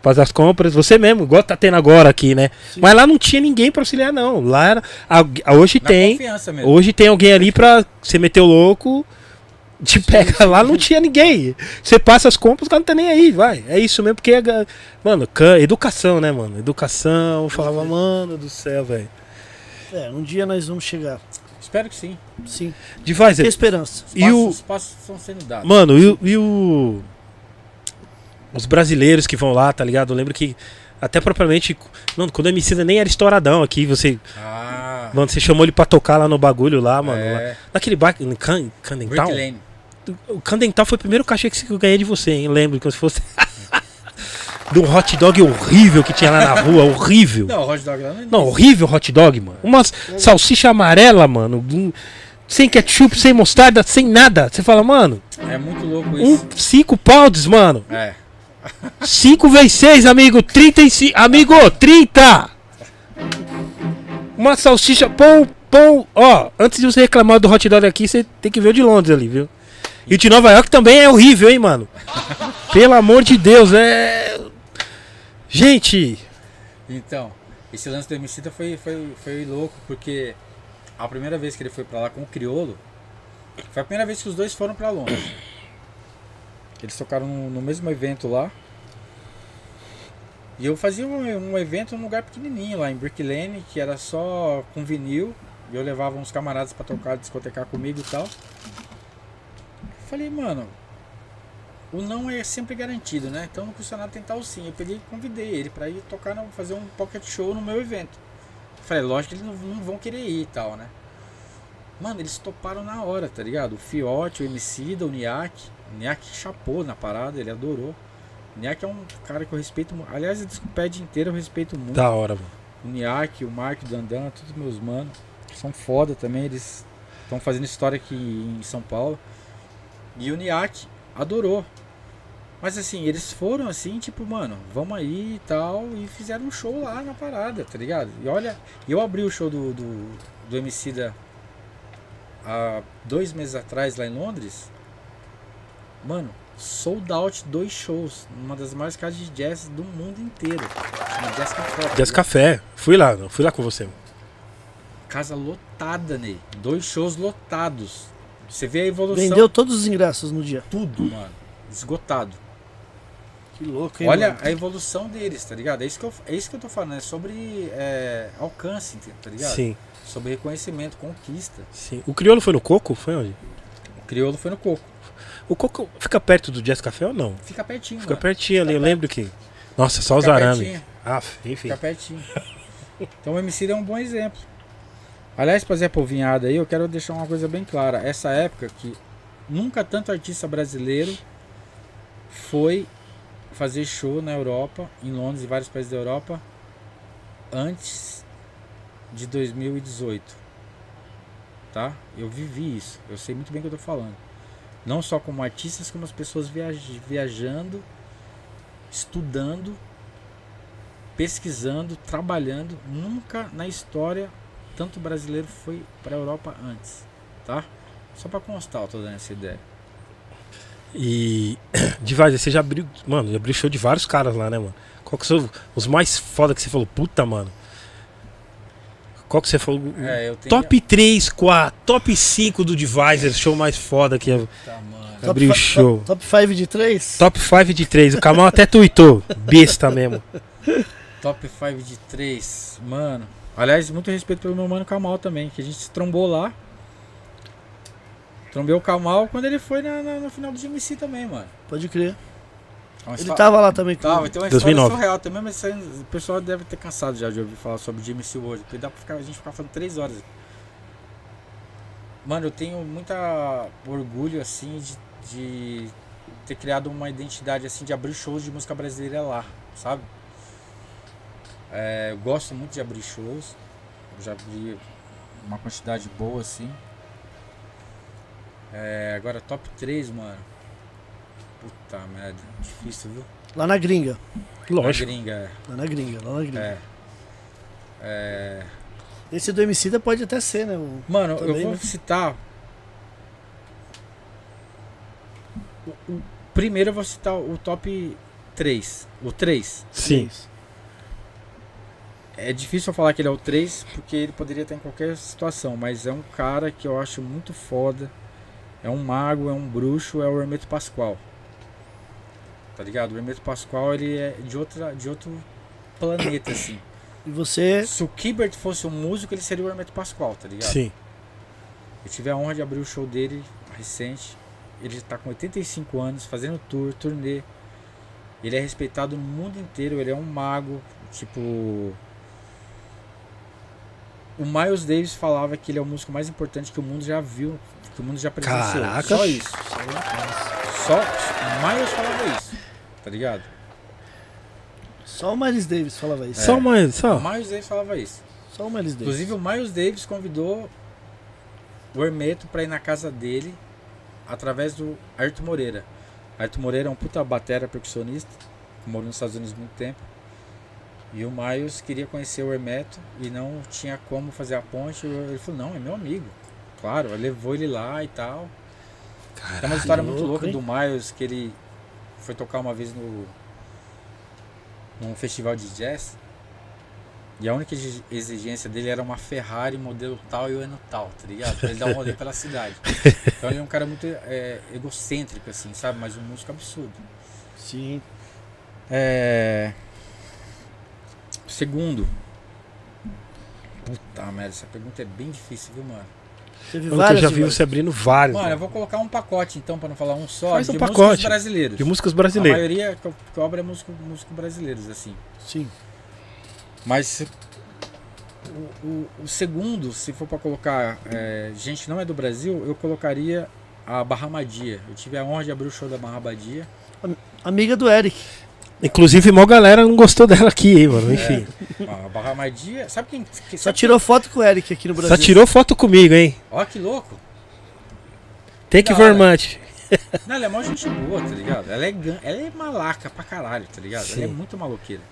[SPEAKER 2] fazer as compras, você mesmo, igual tá tendo agora aqui, né? Mas lá não tinha ninguém pra auxiliar, não. Lá era. algu- ah, Hoje
[SPEAKER 3] Na
[SPEAKER 2] tem.
[SPEAKER 3] confiança mesmo.
[SPEAKER 2] Hoje tem alguém ali pra você meter o louco, te pega lá, não tinha ninguém. Você passa as compras, o cara não tá nem aí, vai. É isso mesmo, porque, a ga- mano, can- educação, né, mano? Educação, eu falava, mano do céu, velho.
[SPEAKER 1] É, um dia nós vamos chegar.
[SPEAKER 3] Espero que sim.
[SPEAKER 1] Sim.
[SPEAKER 2] Devais,
[SPEAKER 1] Tem esperança.
[SPEAKER 3] Os
[SPEAKER 2] E
[SPEAKER 3] passos,
[SPEAKER 2] o-
[SPEAKER 3] os passos estão sendo dados.
[SPEAKER 2] mano, e, o- e o. Os brasileiros que vão lá, tá ligado? Eu lembro que. Até propriamente. Mano, quando o MC nem era estouradão aqui, você.
[SPEAKER 3] Ah,
[SPEAKER 2] Mano, você chamou ele pra tocar lá no bagulho lá, mano. lá-
[SPEAKER 3] é.
[SPEAKER 2] naquele bairro. em Can-
[SPEAKER 3] Brick
[SPEAKER 2] Candental?
[SPEAKER 3] Lane.
[SPEAKER 2] O Candental foi o primeiro cachê que eu ganhei de você, hein? Lembro, como se fosse. de um hot dog horrível que tinha lá na rua, horrível. Não,
[SPEAKER 3] Não, o Hot Dog lá não é
[SPEAKER 2] horrível hot dog, mano. Uma salsicha amarela, mano. um- Sem ketchup, sem mostarda, sem nada. Você fala, mano,
[SPEAKER 3] É muito louco
[SPEAKER 2] um,
[SPEAKER 3] isso.
[SPEAKER 2] cinco pounds, mano.
[SPEAKER 3] É.
[SPEAKER 2] Cinco vezes seis, amigo. 35. Amigo, 30! Uma salsicha, pão, pão. Ó, antes de você reclamar do hot dog aqui, você tem que ver o de Londres ali, viu? E o de Nova York também é horrível, hein, mano? Pelo amor de Deus, é. Gente,
[SPEAKER 3] Então, esse lance do Emicida foi, foi, foi louco, porque a primeira vez que ele foi pra lá com o Criolo, foi a primeira vez que os dois foram pra Londres. Eles tocaram no, no mesmo evento lá. E eu fazia um, um evento num lugar pequenininho lá em Brick Lane, que era só com vinil. E eu levava uns camaradas pra tocar, discotecar comigo e tal. Eu Falei, mano, o não é sempre garantido, né? Então não custa nada tentar o sim. Eu peguei e convidei ele pra ir tocar, no- fazer um pocket show no meu evento. Falei, lógico que eles não, não vão querer ir e tal, né? Mano, eles toparam na hora, tá ligado? O Fiote, o MC, o Niak. O Niak chapou na parada, ele adorou. O Niak é um cara que eu respeito muito. Aliás, o pad inteiro eu respeito muito.
[SPEAKER 2] da hora, mano.
[SPEAKER 3] O Niak, o Mark, o Dandana, todos meus manos. São foda também, eles estão fazendo história aqui em São Paulo. E o Niak adorou. Mas assim, eles foram assim, tipo, mano, vamos aí e tal. E fizeram um show lá na parada, tá ligado? E olha, eu abri o show do, do, do MC da há dois meses atrás lá em Londres. Mano, sold out dois shows. Uma das maiores casas de jazz do mundo inteiro. Uma jazz café.
[SPEAKER 2] Jazz
[SPEAKER 3] tá
[SPEAKER 2] é
[SPEAKER 3] ligado?
[SPEAKER 2] Café. Fui lá, não. Fui lá com você. mano.
[SPEAKER 3] Casa lotada, Ney. Dois shows lotados. Você vê a evolução.
[SPEAKER 1] Vendeu todos os ingressos no dia.
[SPEAKER 3] tudo, mano. Esgotado.
[SPEAKER 1] Que louco, hein?
[SPEAKER 3] Olha
[SPEAKER 1] mano?
[SPEAKER 2] é
[SPEAKER 3] a evolução deles, tá ligado? É isso que eu, é isso que eu tô falando. É sobre é, alcance, tá ligado?
[SPEAKER 2] Sim,
[SPEAKER 3] Sobre reconhecimento, conquista.
[SPEAKER 2] sim. O crioulo foi no Coco? Foi onde?
[SPEAKER 3] O crioulo foi no coco.
[SPEAKER 2] O Coco fica perto do Jazz Café ou não?
[SPEAKER 3] Fica pertinho,
[SPEAKER 2] Fica
[SPEAKER 3] mano.
[SPEAKER 2] pertinho ali, eu lembro que. Nossa, só os
[SPEAKER 3] Fica
[SPEAKER 2] arames.
[SPEAKER 3] pertinho.
[SPEAKER 2] Ah, enfim.
[SPEAKER 3] Fica pertinho. Então o MC é um bom exemplo. Aliás, pra Zé Povinhada aí, eu quero deixar uma coisa bem clara. Essa época que nunca tanto artista brasileiro foi fazer show na Europa, em Londres e vários países da Europa, antes de 2018. Tá? Eu vivi isso. Eu sei muito bem o que eu tô falando. Não só como artistas, como as pessoas viaj- viajando, estudando pesquisando, trabalhando. Nunca na história tanto brasileiro foi para a Europa antes, tá? Só para constar, eu tô dando essa ideia.
[SPEAKER 2] E de várias, você já abriu, mano, já abriu show de vários caras lá, né, mano? Qual que são os mais foda que você falou? Puta, mano. Qual que você falou?
[SPEAKER 3] É, eu tenho
[SPEAKER 2] Top 3, 4, top 5 do Divisor, show mais foda que é-
[SPEAKER 3] Tá, mano.
[SPEAKER 1] Top
[SPEAKER 2] abriu o
[SPEAKER 1] fi-
[SPEAKER 2] show.
[SPEAKER 1] Top 5 de 3?
[SPEAKER 2] Top 5 de 3, o Kamal até tuitou, besta mesmo.
[SPEAKER 3] Top 5 de 3, mano. Aliás, muito respeito pelo meu mano Kamal também, que a gente se trombou lá. Trombei o Kamal quando ele foi na- na- no final do GMC também, mano. É
[SPEAKER 1] Pode crer.
[SPEAKER 3] Uma
[SPEAKER 1] Ele
[SPEAKER 3] histó-
[SPEAKER 1] tava lá também. com-
[SPEAKER 3] Tava, então é uma
[SPEAKER 2] 2009.
[SPEAKER 3] história surreal também, mas isso aí, o pessoal deve ter cansado já de ouvir falar sobre Jimmy Stewart, porque dá pra ficar, a gente ficar falando três horas. Mano, eu tenho muita orgulho, assim, de, de ter criado uma identidade, assim, de abrir shows de música brasileira lá, sabe? É, eu gosto muito de abrir shows, eu já vi uma quantidade boa, assim. É, agora, top 3, mano. Puta merda, difícil, viu?
[SPEAKER 1] Lá na gringa.
[SPEAKER 2] Lógico.
[SPEAKER 3] Na gringa,
[SPEAKER 1] Lá na gringa, lá na
[SPEAKER 3] é.
[SPEAKER 1] gringa.
[SPEAKER 3] é. É,
[SPEAKER 1] Esse do Emicida pode até ser, né? o-
[SPEAKER 3] Mano,
[SPEAKER 1] Também,
[SPEAKER 3] eu vou
[SPEAKER 1] né?
[SPEAKER 3] citar. O, o- Primeiro eu vou citar o top 3. O 3.
[SPEAKER 2] Sim.
[SPEAKER 3] É difícil eu falar que ele é o 3, porque ele poderia estar em qualquer situação, mas é um cara que eu acho muito foda. É um mago, é um bruxo, é o Hermeto Pascoal. Tá ligado? O Hermeto Pascoal ele é de, outra, de outro planeta, assim.
[SPEAKER 1] E você.
[SPEAKER 3] Se o Kibert fosse um músico, ele seria o Hermeto Pascoal, tá ligado?
[SPEAKER 2] Sim.
[SPEAKER 3] Eu tive a honra de abrir o show dele recente. Ele tá com 85 anos, fazendo tour, turnê. Ele é respeitado no mundo inteiro, ele é um mago. Tipo. O Miles Davis falava que ele é o músico mais importante que o mundo já viu, que o mundo já presenciou.
[SPEAKER 2] Caraca.
[SPEAKER 3] Só isso. Só. O Miles falava isso, tá ligado?
[SPEAKER 1] Só o Miles Davis falava isso.
[SPEAKER 2] Só mais, só.
[SPEAKER 3] O Miles Davis falava isso.
[SPEAKER 1] Só o Miles Davis.
[SPEAKER 3] É. um Inclusive o Miles Davis convidou o Hermeto pra ir na casa dele através do Ayrton Moreira. Ayrton Moreira é um puta batera percussionista, que morou nos Estados Unidos há muito tempo. E o Miles queria conhecer o Hermeto e não tinha como fazer a ponte. Ele falou, não, é meu amigo. Claro, ele levou ele lá e tal. Tem uma história muito
[SPEAKER 1] louco,
[SPEAKER 3] louca
[SPEAKER 1] hein?
[SPEAKER 3] do Miles, que ele foi tocar uma vez no num festival de jazz. E a única exi- exigência dele era uma Ferrari modelo tal e o ano tal, tá ligado? Pra ele dar um rolê pela cidade. Então ele é um cara muito é, egocêntrico, assim, sabe? Mas um músico absurdo.
[SPEAKER 1] Sim.
[SPEAKER 3] É... Segundo. Puta merda, essa pergunta é bem difícil, viu, mano?
[SPEAKER 1] Teve
[SPEAKER 2] Eu que
[SPEAKER 1] várias.
[SPEAKER 2] já vi
[SPEAKER 1] mano. é
[SPEAKER 2] você abrindo vários.
[SPEAKER 3] Mano, eu
[SPEAKER 2] mano,
[SPEAKER 3] vou colocar um pacote então, pra não falar um só,
[SPEAKER 2] é. Faz
[SPEAKER 3] de
[SPEAKER 2] um
[SPEAKER 3] músicos
[SPEAKER 2] pacote
[SPEAKER 3] brasileiros.
[SPEAKER 2] De músicas
[SPEAKER 3] A
[SPEAKER 2] brasileiras.
[SPEAKER 3] maioria que eu- que eu abro é músico, músico brasileiros, assim.
[SPEAKER 1] Sim.
[SPEAKER 3] Mas se- o, o- o segundo, se for pra colocar é, gente que não é do Brasil, eu colocaria a Barramadia. Eu tive a honra de abrir o show da Barramadia.
[SPEAKER 1] Amiga do Eric. é
[SPEAKER 2] Inclusive, mó galera não gostou dela aqui, hein, mano. Enfim.
[SPEAKER 3] A Barramadia, sabe quem? Que,
[SPEAKER 1] Só
[SPEAKER 3] sabe,
[SPEAKER 1] tirou foto com o Eric aqui no
[SPEAKER 2] Só
[SPEAKER 1] Brasil.
[SPEAKER 2] tirou foto comigo, hein?
[SPEAKER 3] ó, que louco!
[SPEAKER 2] Take
[SPEAKER 3] Da hora.
[SPEAKER 2] very much.
[SPEAKER 3] Não, ela é mó gente boa, tá ligado? Ela é, gan- ela é malaca pra caralho, tá ligado? Ela é
[SPEAKER 2] Sim.
[SPEAKER 3] muito maloqueira.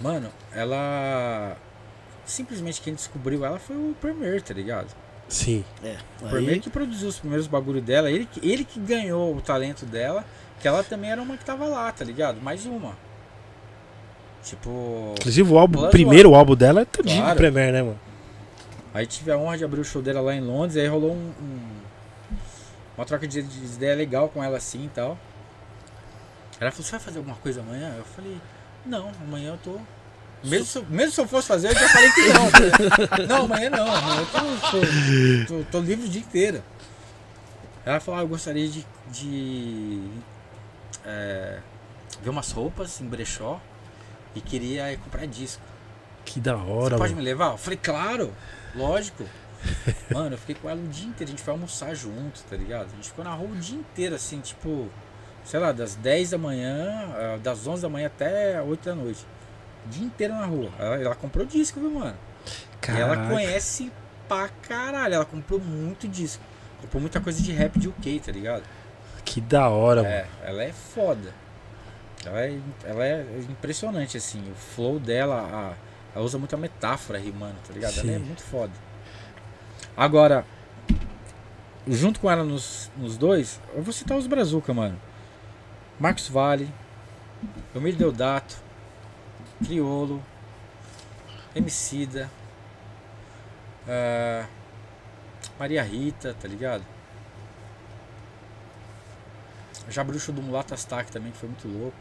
[SPEAKER 3] Mano, ela. Simplesmente quem descobriu ela foi o Premier, tá ligado?
[SPEAKER 2] Sim.
[SPEAKER 1] É.
[SPEAKER 3] O
[SPEAKER 1] Aí,
[SPEAKER 3] Premier que produziu os primeiros bagulho dela, ele, que- ele que ganhou o talento dela, que ela também era uma que tava lá, tá ligado? Mais uma. Tipo.
[SPEAKER 2] Inclusive, o álbum,
[SPEAKER 3] Plus
[SPEAKER 2] o primeiro álbum dela é todinho
[SPEAKER 3] Claro.
[SPEAKER 2] do Premier, né, mano?
[SPEAKER 3] Aí tive a honra de abrir o show dela lá em Londres, aí rolou um, um- uma troca de, de ideia legal com ela assim e tal. Ela falou, você vai fazer alguma coisa amanhã? Eu falei, não, amanhã eu tô. Mesmo se, eu- mesmo se eu fosse fazer, eu já falei que não. né?" não, amanhã não, amanhã eu tô, tô, tô- tô livre o dia inteiro. Ela falou, ah, eu gostaria de, de é, ver umas roupas em brechó e queria eh, comprar disco.
[SPEAKER 2] Que da
[SPEAKER 3] Você
[SPEAKER 2] hora,
[SPEAKER 3] pode
[SPEAKER 2] mano.
[SPEAKER 3] me levar? Eu falei, claro, lógico. Mano, eu fiquei com ela o dia inteiro, a gente foi almoçar junto, tá ligado? A gente ficou na rua o dia inteiro, assim, tipo, sei lá, das 10 da manhã, ah, das 11 da manhã até 8 da noite. O dia inteiro na rua. Ela, ela comprou disco, viu, mano? E ela é
[SPEAKER 2] Caraca.
[SPEAKER 3] conhece pra caralho, ela comprou muito disco. Comprou muita coisa de rap de UK, tá ligado?
[SPEAKER 2] Que da hora, mano.
[SPEAKER 3] É, ela é foda. Ela é, ela é impressionante, assim. O flow dela, a- ela usa muita metáfora rimando, tá ligado? Ela é
[SPEAKER 2] Sim.
[SPEAKER 3] muito foda. Agora, junto com ela nos, nos dois, eu vou citar os Brazuca, mano. Marcos Vale, Elmir Deodato, Criolo, Emicida, ah, Maria Rita, tá ligado? Já abri o show do Mulato Astaque também, que foi muito louco.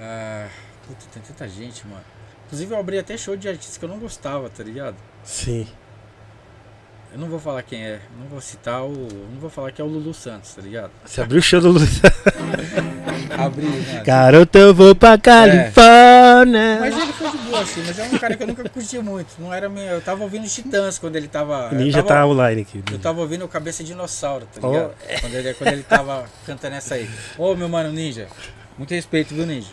[SPEAKER 3] Ah, puta, tem tanta gente, mano. Inclusive eu abri até show de artistas que eu não gostava, tá ligado?
[SPEAKER 2] Sim.
[SPEAKER 3] Eu não vou falar quem é, não vou citar o. Não vou falar que é o Lulu Santos, tá ligado?
[SPEAKER 2] Você abriu o show do Lulu
[SPEAKER 3] Abriu, né?
[SPEAKER 2] Garoto, eu vou pra Califórnia.
[SPEAKER 3] Mas ele foi de boa, assim, mas é um cara que eu nunca curti muito. Não era minha. Eu tava ouvindo Titãs quando ele tava.
[SPEAKER 2] O Ninja
[SPEAKER 3] eu
[SPEAKER 2] tá
[SPEAKER 3] tava,
[SPEAKER 2] online aqui.
[SPEAKER 3] eu tava ouvindo o Cabeça Dinossauro, tá ligado? Quando, ele, quando ele tava cantando essa aí. Ô meu mano Ninja, muito respeito, viu, Ninja?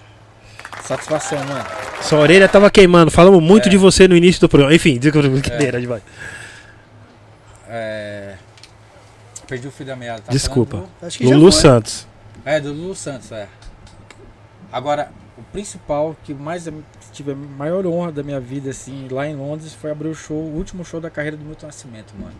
[SPEAKER 3] Satisfação, mano.
[SPEAKER 2] Sua orelha tava queimando. Falamos muito de você no início do programa. Enfim, diz que brincadeira demais.
[SPEAKER 3] É, Perdi o fio da meada. tá
[SPEAKER 2] Desculpa.
[SPEAKER 3] falando
[SPEAKER 1] Acho que já
[SPEAKER 2] Lulu
[SPEAKER 1] foi.
[SPEAKER 2] Santos.
[SPEAKER 3] do- É, do Lulu Santos, é. Agora, o principal que mais que tive a maior honra da minha vida, assim, lá em Londres, foi abrir o show, o último show da carreira do Milton Nascimento, mano.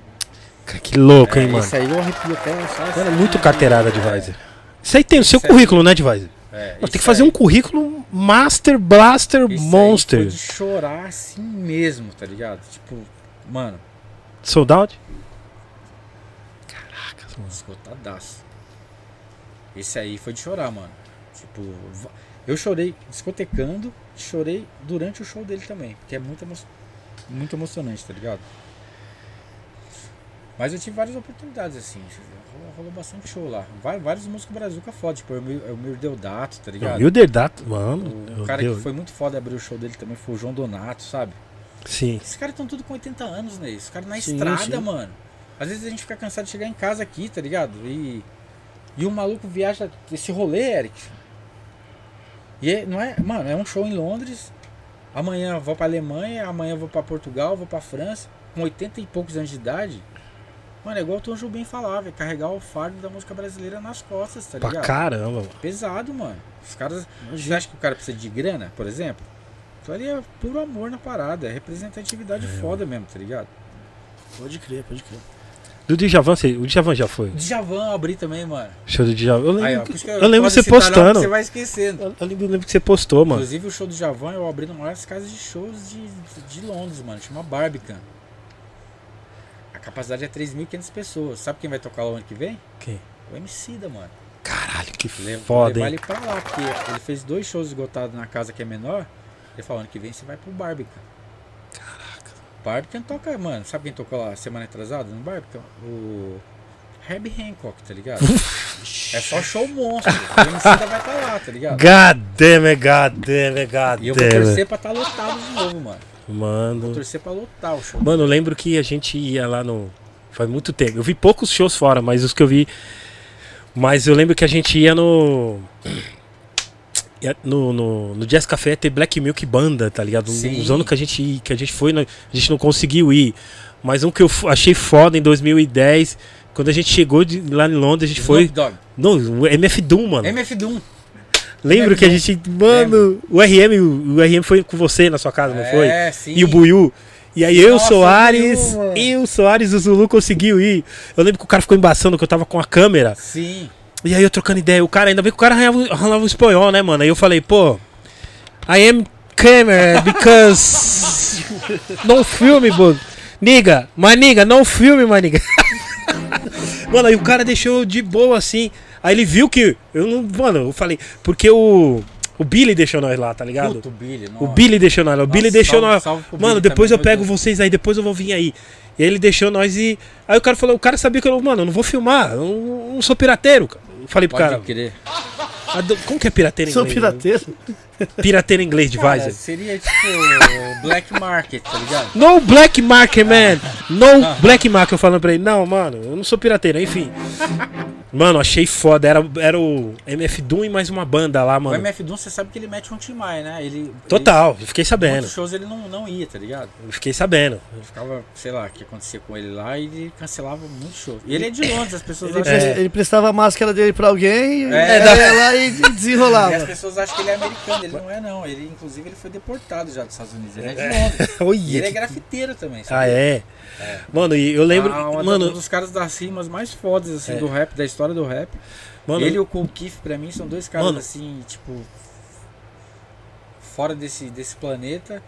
[SPEAKER 2] Cara, que louco,
[SPEAKER 3] É,
[SPEAKER 2] hein, mano.
[SPEAKER 3] Isso aí eu arrepio até só
[SPEAKER 2] Era
[SPEAKER 3] assim.
[SPEAKER 2] muito carteirada, Advisor. Isso aí tem no seu currículo, né, Advisor?
[SPEAKER 3] É,
[SPEAKER 2] Tem
[SPEAKER 3] isso
[SPEAKER 2] que fazer
[SPEAKER 3] aí-
[SPEAKER 2] um currículo Master Blaster
[SPEAKER 3] isso aí
[SPEAKER 2] Monster.
[SPEAKER 3] foi de chorar assim mesmo, tá ligado? Tipo, mano,
[SPEAKER 2] Sold out? Caraca, mano.
[SPEAKER 3] tá esgotadaço. Esse aí foi de chorar, mano. Tipo, va- eu chorei discotecando, chorei durante o show dele também, porque é muito, emo muito emocionante, tá ligado? Mas eu tive várias oportunidades, assim, rolou, rolou bastante show lá. Vai- vários músicos brazuca foda, tipo, o Elmir Elmir Deodato, tá ligado?
[SPEAKER 2] Wilder Dato, mano.
[SPEAKER 3] O
[SPEAKER 2] meu
[SPEAKER 3] cara
[SPEAKER 2] Deus.
[SPEAKER 3] que foi muito foda abrir o show dele também foi o João Donato, sabe?
[SPEAKER 2] Sim.
[SPEAKER 3] Esses caras estão tudo com 80 anos, né? Os caras na
[SPEAKER 2] Sim,
[SPEAKER 3] estrada,
[SPEAKER 2] sim.
[SPEAKER 3] mano. Às vezes a gente fica cansado de chegar em casa aqui, tá ligado? E. E o maluco viaja esse rolê, Eric. E é- não é. Mano, é um show em Londres. Amanhã eu vou pra Alemanha, amanhã eu vou pra Portugal, vou pra França. Com 80 e poucos anos de idade. Mano, é igual o Tom Jobim falava, é carregar o fardo da música brasileira nas costas, tá
[SPEAKER 2] Pra
[SPEAKER 3] ligado?
[SPEAKER 2] caramba, mano.
[SPEAKER 3] Pesado, mano. Os caras. Você acha que o cara precisa de grana, por exemplo? Então ali é puro amor na parada. É representatividade
[SPEAKER 2] É.
[SPEAKER 3] foda mesmo, tá ligado?
[SPEAKER 1] Pode crer, pode crer.
[SPEAKER 2] Do Djavan, você- o Djavan já foi?
[SPEAKER 3] Djavan eu abri também, mano.
[SPEAKER 2] Show do Djavan. Eu lembro,
[SPEAKER 3] Aí, ó,
[SPEAKER 2] que,
[SPEAKER 3] por isso que
[SPEAKER 2] eu lembro
[SPEAKER 3] posso
[SPEAKER 2] você
[SPEAKER 3] citar não, porque
[SPEAKER 2] postando.
[SPEAKER 3] Você vai esquecendo.
[SPEAKER 2] Eu lembro, eu lembro que você postou, mano.
[SPEAKER 3] Inclusive o show do Djavan eu abri numa das casas de shows de, de Londres, mano. Chama Barbican. A capacidade é 3.500 pessoas. Sabe quem vai tocar lá o ano que vem?
[SPEAKER 2] Quem?
[SPEAKER 3] O MC da, mano.
[SPEAKER 2] Caralho, que
[SPEAKER 3] Levo-
[SPEAKER 2] foda,
[SPEAKER 3] levar
[SPEAKER 2] hein?
[SPEAKER 3] ele pra lá, porque ele fez dois shows esgotados na casa que é menor. Ele falou, ano que vem você vai pro Barbican. Caraca. Barbican toca, mano. Sabe quem tocou lá semana atrasada no Barbican? O Herb Hancock, tá ligado? é só show monstro. O MC ainda vai pra lá, tá ligado?
[SPEAKER 2] God damn it, god damn it, god
[SPEAKER 3] E eu vou
[SPEAKER 2] damn it.
[SPEAKER 3] torcer pra tá lotado de novo, mano. Vou
[SPEAKER 2] Mano.
[SPEAKER 3] torcer pra lotar o show.
[SPEAKER 2] Mano, eu lembro que a gente ia lá no. Faz muito tempo. Eu vi poucos shows fora, mas os que eu vi. Mas eu lembro que a gente ia no. ia No, no, no Jazz Café ter Black Milk Banda, tá ligado?
[SPEAKER 3] Sim.
[SPEAKER 2] Uns anos que a gente, que a gente foi, né? a gente não conseguiu ir. Mas um que eu fu- achei foda em 2010, quando a gente chegou de- lá em Londres, a gente foi.
[SPEAKER 3] Snoop Dogg.
[SPEAKER 2] No, o MF Doom, mano.
[SPEAKER 3] MF Doom.
[SPEAKER 2] Lembro que a gente. Mano, o RM, o, o RM foi com você na sua casa, não foi?
[SPEAKER 3] É, sim.
[SPEAKER 2] E o Buiu. E aí eu,
[SPEAKER 3] Nossa,
[SPEAKER 2] Soares,
[SPEAKER 3] Buiu, mano.
[SPEAKER 2] eu, Soares, o Zulu conseguiu ir. Eu lembro que o cara ficou embaçando que eu tava com a câmera.
[SPEAKER 3] Sim.
[SPEAKER 2] E aí eu trocando ideia. O cara, ainda bem que o cara arranhava, arranhava um espanhol, né, mano? Aí eu falei, pô, I am camera because. no filme, bug. Niga, maniga, no filme, maniga. mano, aí o cara deixou eu de boa assim. Aí ele viu que. Eu não. Mano, eu falei, porque o. O Billy deixou nós lá, tá ligado?
[SPEAKER 3] Puto Billy.
[SPEAKER 2] O
[SPEAKER 3] nossa.
[SPEAKER 2] Billy deixou nós. lá, O Billy
[SPEAKER 3] Nossa,
[SPEAKER 2] deixou
[SPEAKER 3] salve-
[SPEAKER 2] nós.
[SPEAKER 3] salve pro
[SPEAKER 2] Mano,
[SPEAKER 3] Billy
[SPEAKER 2] depois
[SPEAKER 3] também,
[SPEAKER 2] eu
[SPEAKER 3] meu
[SPEAKER 2] pego vocês aí, depois eu vou vir aí. E ele deixou nós e. Aí o cara falou, o cara sabia que eu, mano, eu não vou filmar, eu não, não sou pirateiro. cara. Eu falei pro
[SPEAKER 3] Pode
[SPEAKER 2] cara,
[SPEAKER 3] crer.
[SPEAKER 2] "Ah, do- como que é pirateiro em
[SPEAKER 1] São
[SPEAKER 2] inglês?
[SPEAKER 1] pirateiro?
[SPEAKER 2] Pirateiro em inglês,
[SPEAKER 3] Cara,
[SPEAKER 2] Divisor.
[SPEAKER 3] seria tipo Black Market, tá ligado?
[SPEAKER 2] No black market, man. No black market, eu falando pra ele. Não, mano, eu não sou pirateiro, enfim. Mano, achei foda. Era, era o MF Doom e mais uma banda lá,
[SPEAKER 3] O
[SPEAKER 2] mano.
[SPEAKER 3] MF Doom, você sabe que ele mete um time né? Ele,
[SPEAKER 2] Total, é, né? eu fiquei
[SPEAKER 3] Ele,
[SPEAKER 2] sabendo.
[SPEAKER 3] muitos shows ele não, não ia, tá ligado?
[SPEAKER 2] eu Fiquei sabendo.
[SPEAKER 3] Ele ficava, sei lá, o que acontecia com ele lá e ele cancelava muito show. E ele é de Londres, as pessoas
[SPEAKER 1] Ele,
[SPEAKER 3] acham.
[SPEAKER 1] presta- ele prestava a máscara dele pra alguém,
[SPEAKER 3] É,
[SPEAKER 1] é,
[SPEAKER 3] dá-
[SPEAKER 1] ia lá e
[SPEAKER 3] E as
[SPEAKER 1] desenrolava.
[SPEAKER 3] pessoas acham que ele é americano, ele não é não. Ele, inclusive, ele foi deportado já dos Estados Unidos, ele é de Londres. E ele é
[SPEAKER 2] Olha.
[SPEAKER 3] grafiteiro também, sabe?
[SPEAKER 2] Ah, é? Mano, e eu lembro.
[SPEAKER 3] Ah, uma- um
[SPEAKER 2] mano,
[SPEAKER 3] dos caras das rimas mais fodas, assim,
[SPEAKER 2] É.
[SPEAKER 3] do rap, da história do rap.
[SPEAKER 2] mano,
[SPEAKER 3] Ele e o Cool Keith, pra mim, são dois caras
[SPEAKER 2] Mano.
[SPEAKER 3] assim, tipo. Fora desse, desse planeta.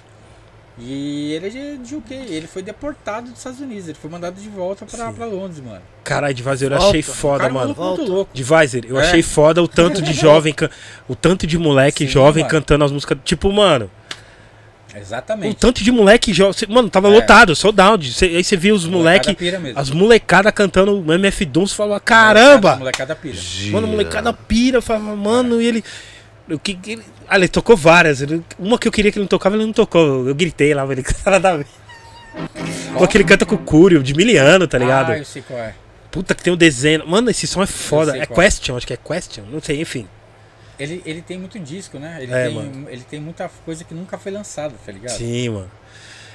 [SPEAKER 3] E ele é de- de UK. Ele foi deportado dos Estados Unidos. Ele foi mandado de volta pra,
[SPEAKER 2] Sim.
[SPEAKER 3] pra Londres, mano.
[SPEAKER 2] Caralho, Divisor, eu
[SPEAKER 1] Volta.
[SPEAKER 2] achei
[SPEAKER 3] O
[SPEAKER 2] foda,
[SPEAKER 3] cara é um
[SPEAKER 2] mano.
[SPEAKER 3] maluco muito
[SPEAKER 1] Volta.
[SPEAKER 3] louco.
[SPEAKER 2] Divisor, eu
[SPEAKER 3] É.
[SPEAKER 2] achei foda o tanto de jovem, can- o tanto de moleque
[SPEAKER 3] Sim,
[SPEAKER 2] jovem
[SPEAKER 3] mano.
[SPEAKER 2] cantando as músicas. Tipo, mano, Um
[SPEAKER 3] Exatamente.
[SPEAKER 2] tanto de moleque joga. cê- Mano, tava
[SPEAKER 3] É.
[SPEAKER 2] lotado, sold out. Cê- aí você via os moleque,
[SPEAKER 3] Molecada pira mesmo.
[SPEAKER 2] as molecada cantando o MF Doom, você falava, caramba!
[SPEAKER 3] Molecada pira.
[SPEAKER 2] Mano, a molecada pira, eu falava, mano, e ele. O que, que ele... Ah, ele tocou várias. ele- Uma que eu queria que ele não tocava, ele não tocou. Eu gritei lá, ele cara da Pô, aquele canta com o Curio, de miliano, tá ligado?
[SPEAKER 3] Ah, eu sei qual é.
[SPEAKER 2] Puta que tem um desenho. Mano, esse som é foda.
[SPEAKER 3] sei
[SPEAKER 2] É
[SPEAKER 3] qual.
[SPEAKER 2] Question, acho que é Question. Não sei, enfim.
[SPEAKER 3] Ele, ele tem muito disco, né? Ele,
[SPEAKER 2] É,
[SPEAKER 3] tem,
[SPEAKER 2] mano.
[SPEAKER 3] ele tem muita coisa que nunca foi lançada, tá ligado?
[SPEAKER 2] Sim, mano.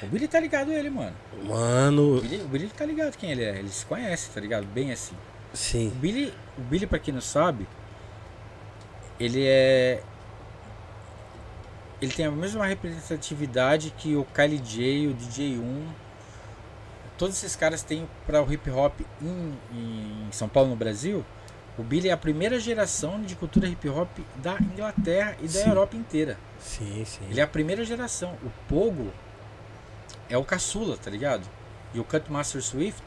[SPEAKER 3] O Billy tá ligado ele, mano. O
[SPEAKER 2] Mano,
[SPEAKER 3] Billy, o Billy tá ligado quem ele é. Ele se conhece, tá ligado? Bem assim.
[SPEAKER 2] sim.
[SPEAKER 3] O Billy, o Billy pra quem não sabe, ele é. Ele tem a mesma representatividade que o Kylie J, o DJ1. Todos esses caras têm para o hip hop em, em São Paulo, no Brasil. O Billy é a primeira geração de cultura hip hop da Inglaterra e da
[SPEAKER 2] Sim.
[SPEAKER 3] Europa inteira.
[SPEAKER 2] Sim, sim.
[SPEAKER 3] Ele é a primeira geração. O Pogo é o caçula, tá ligado? E o Cutmaster Swift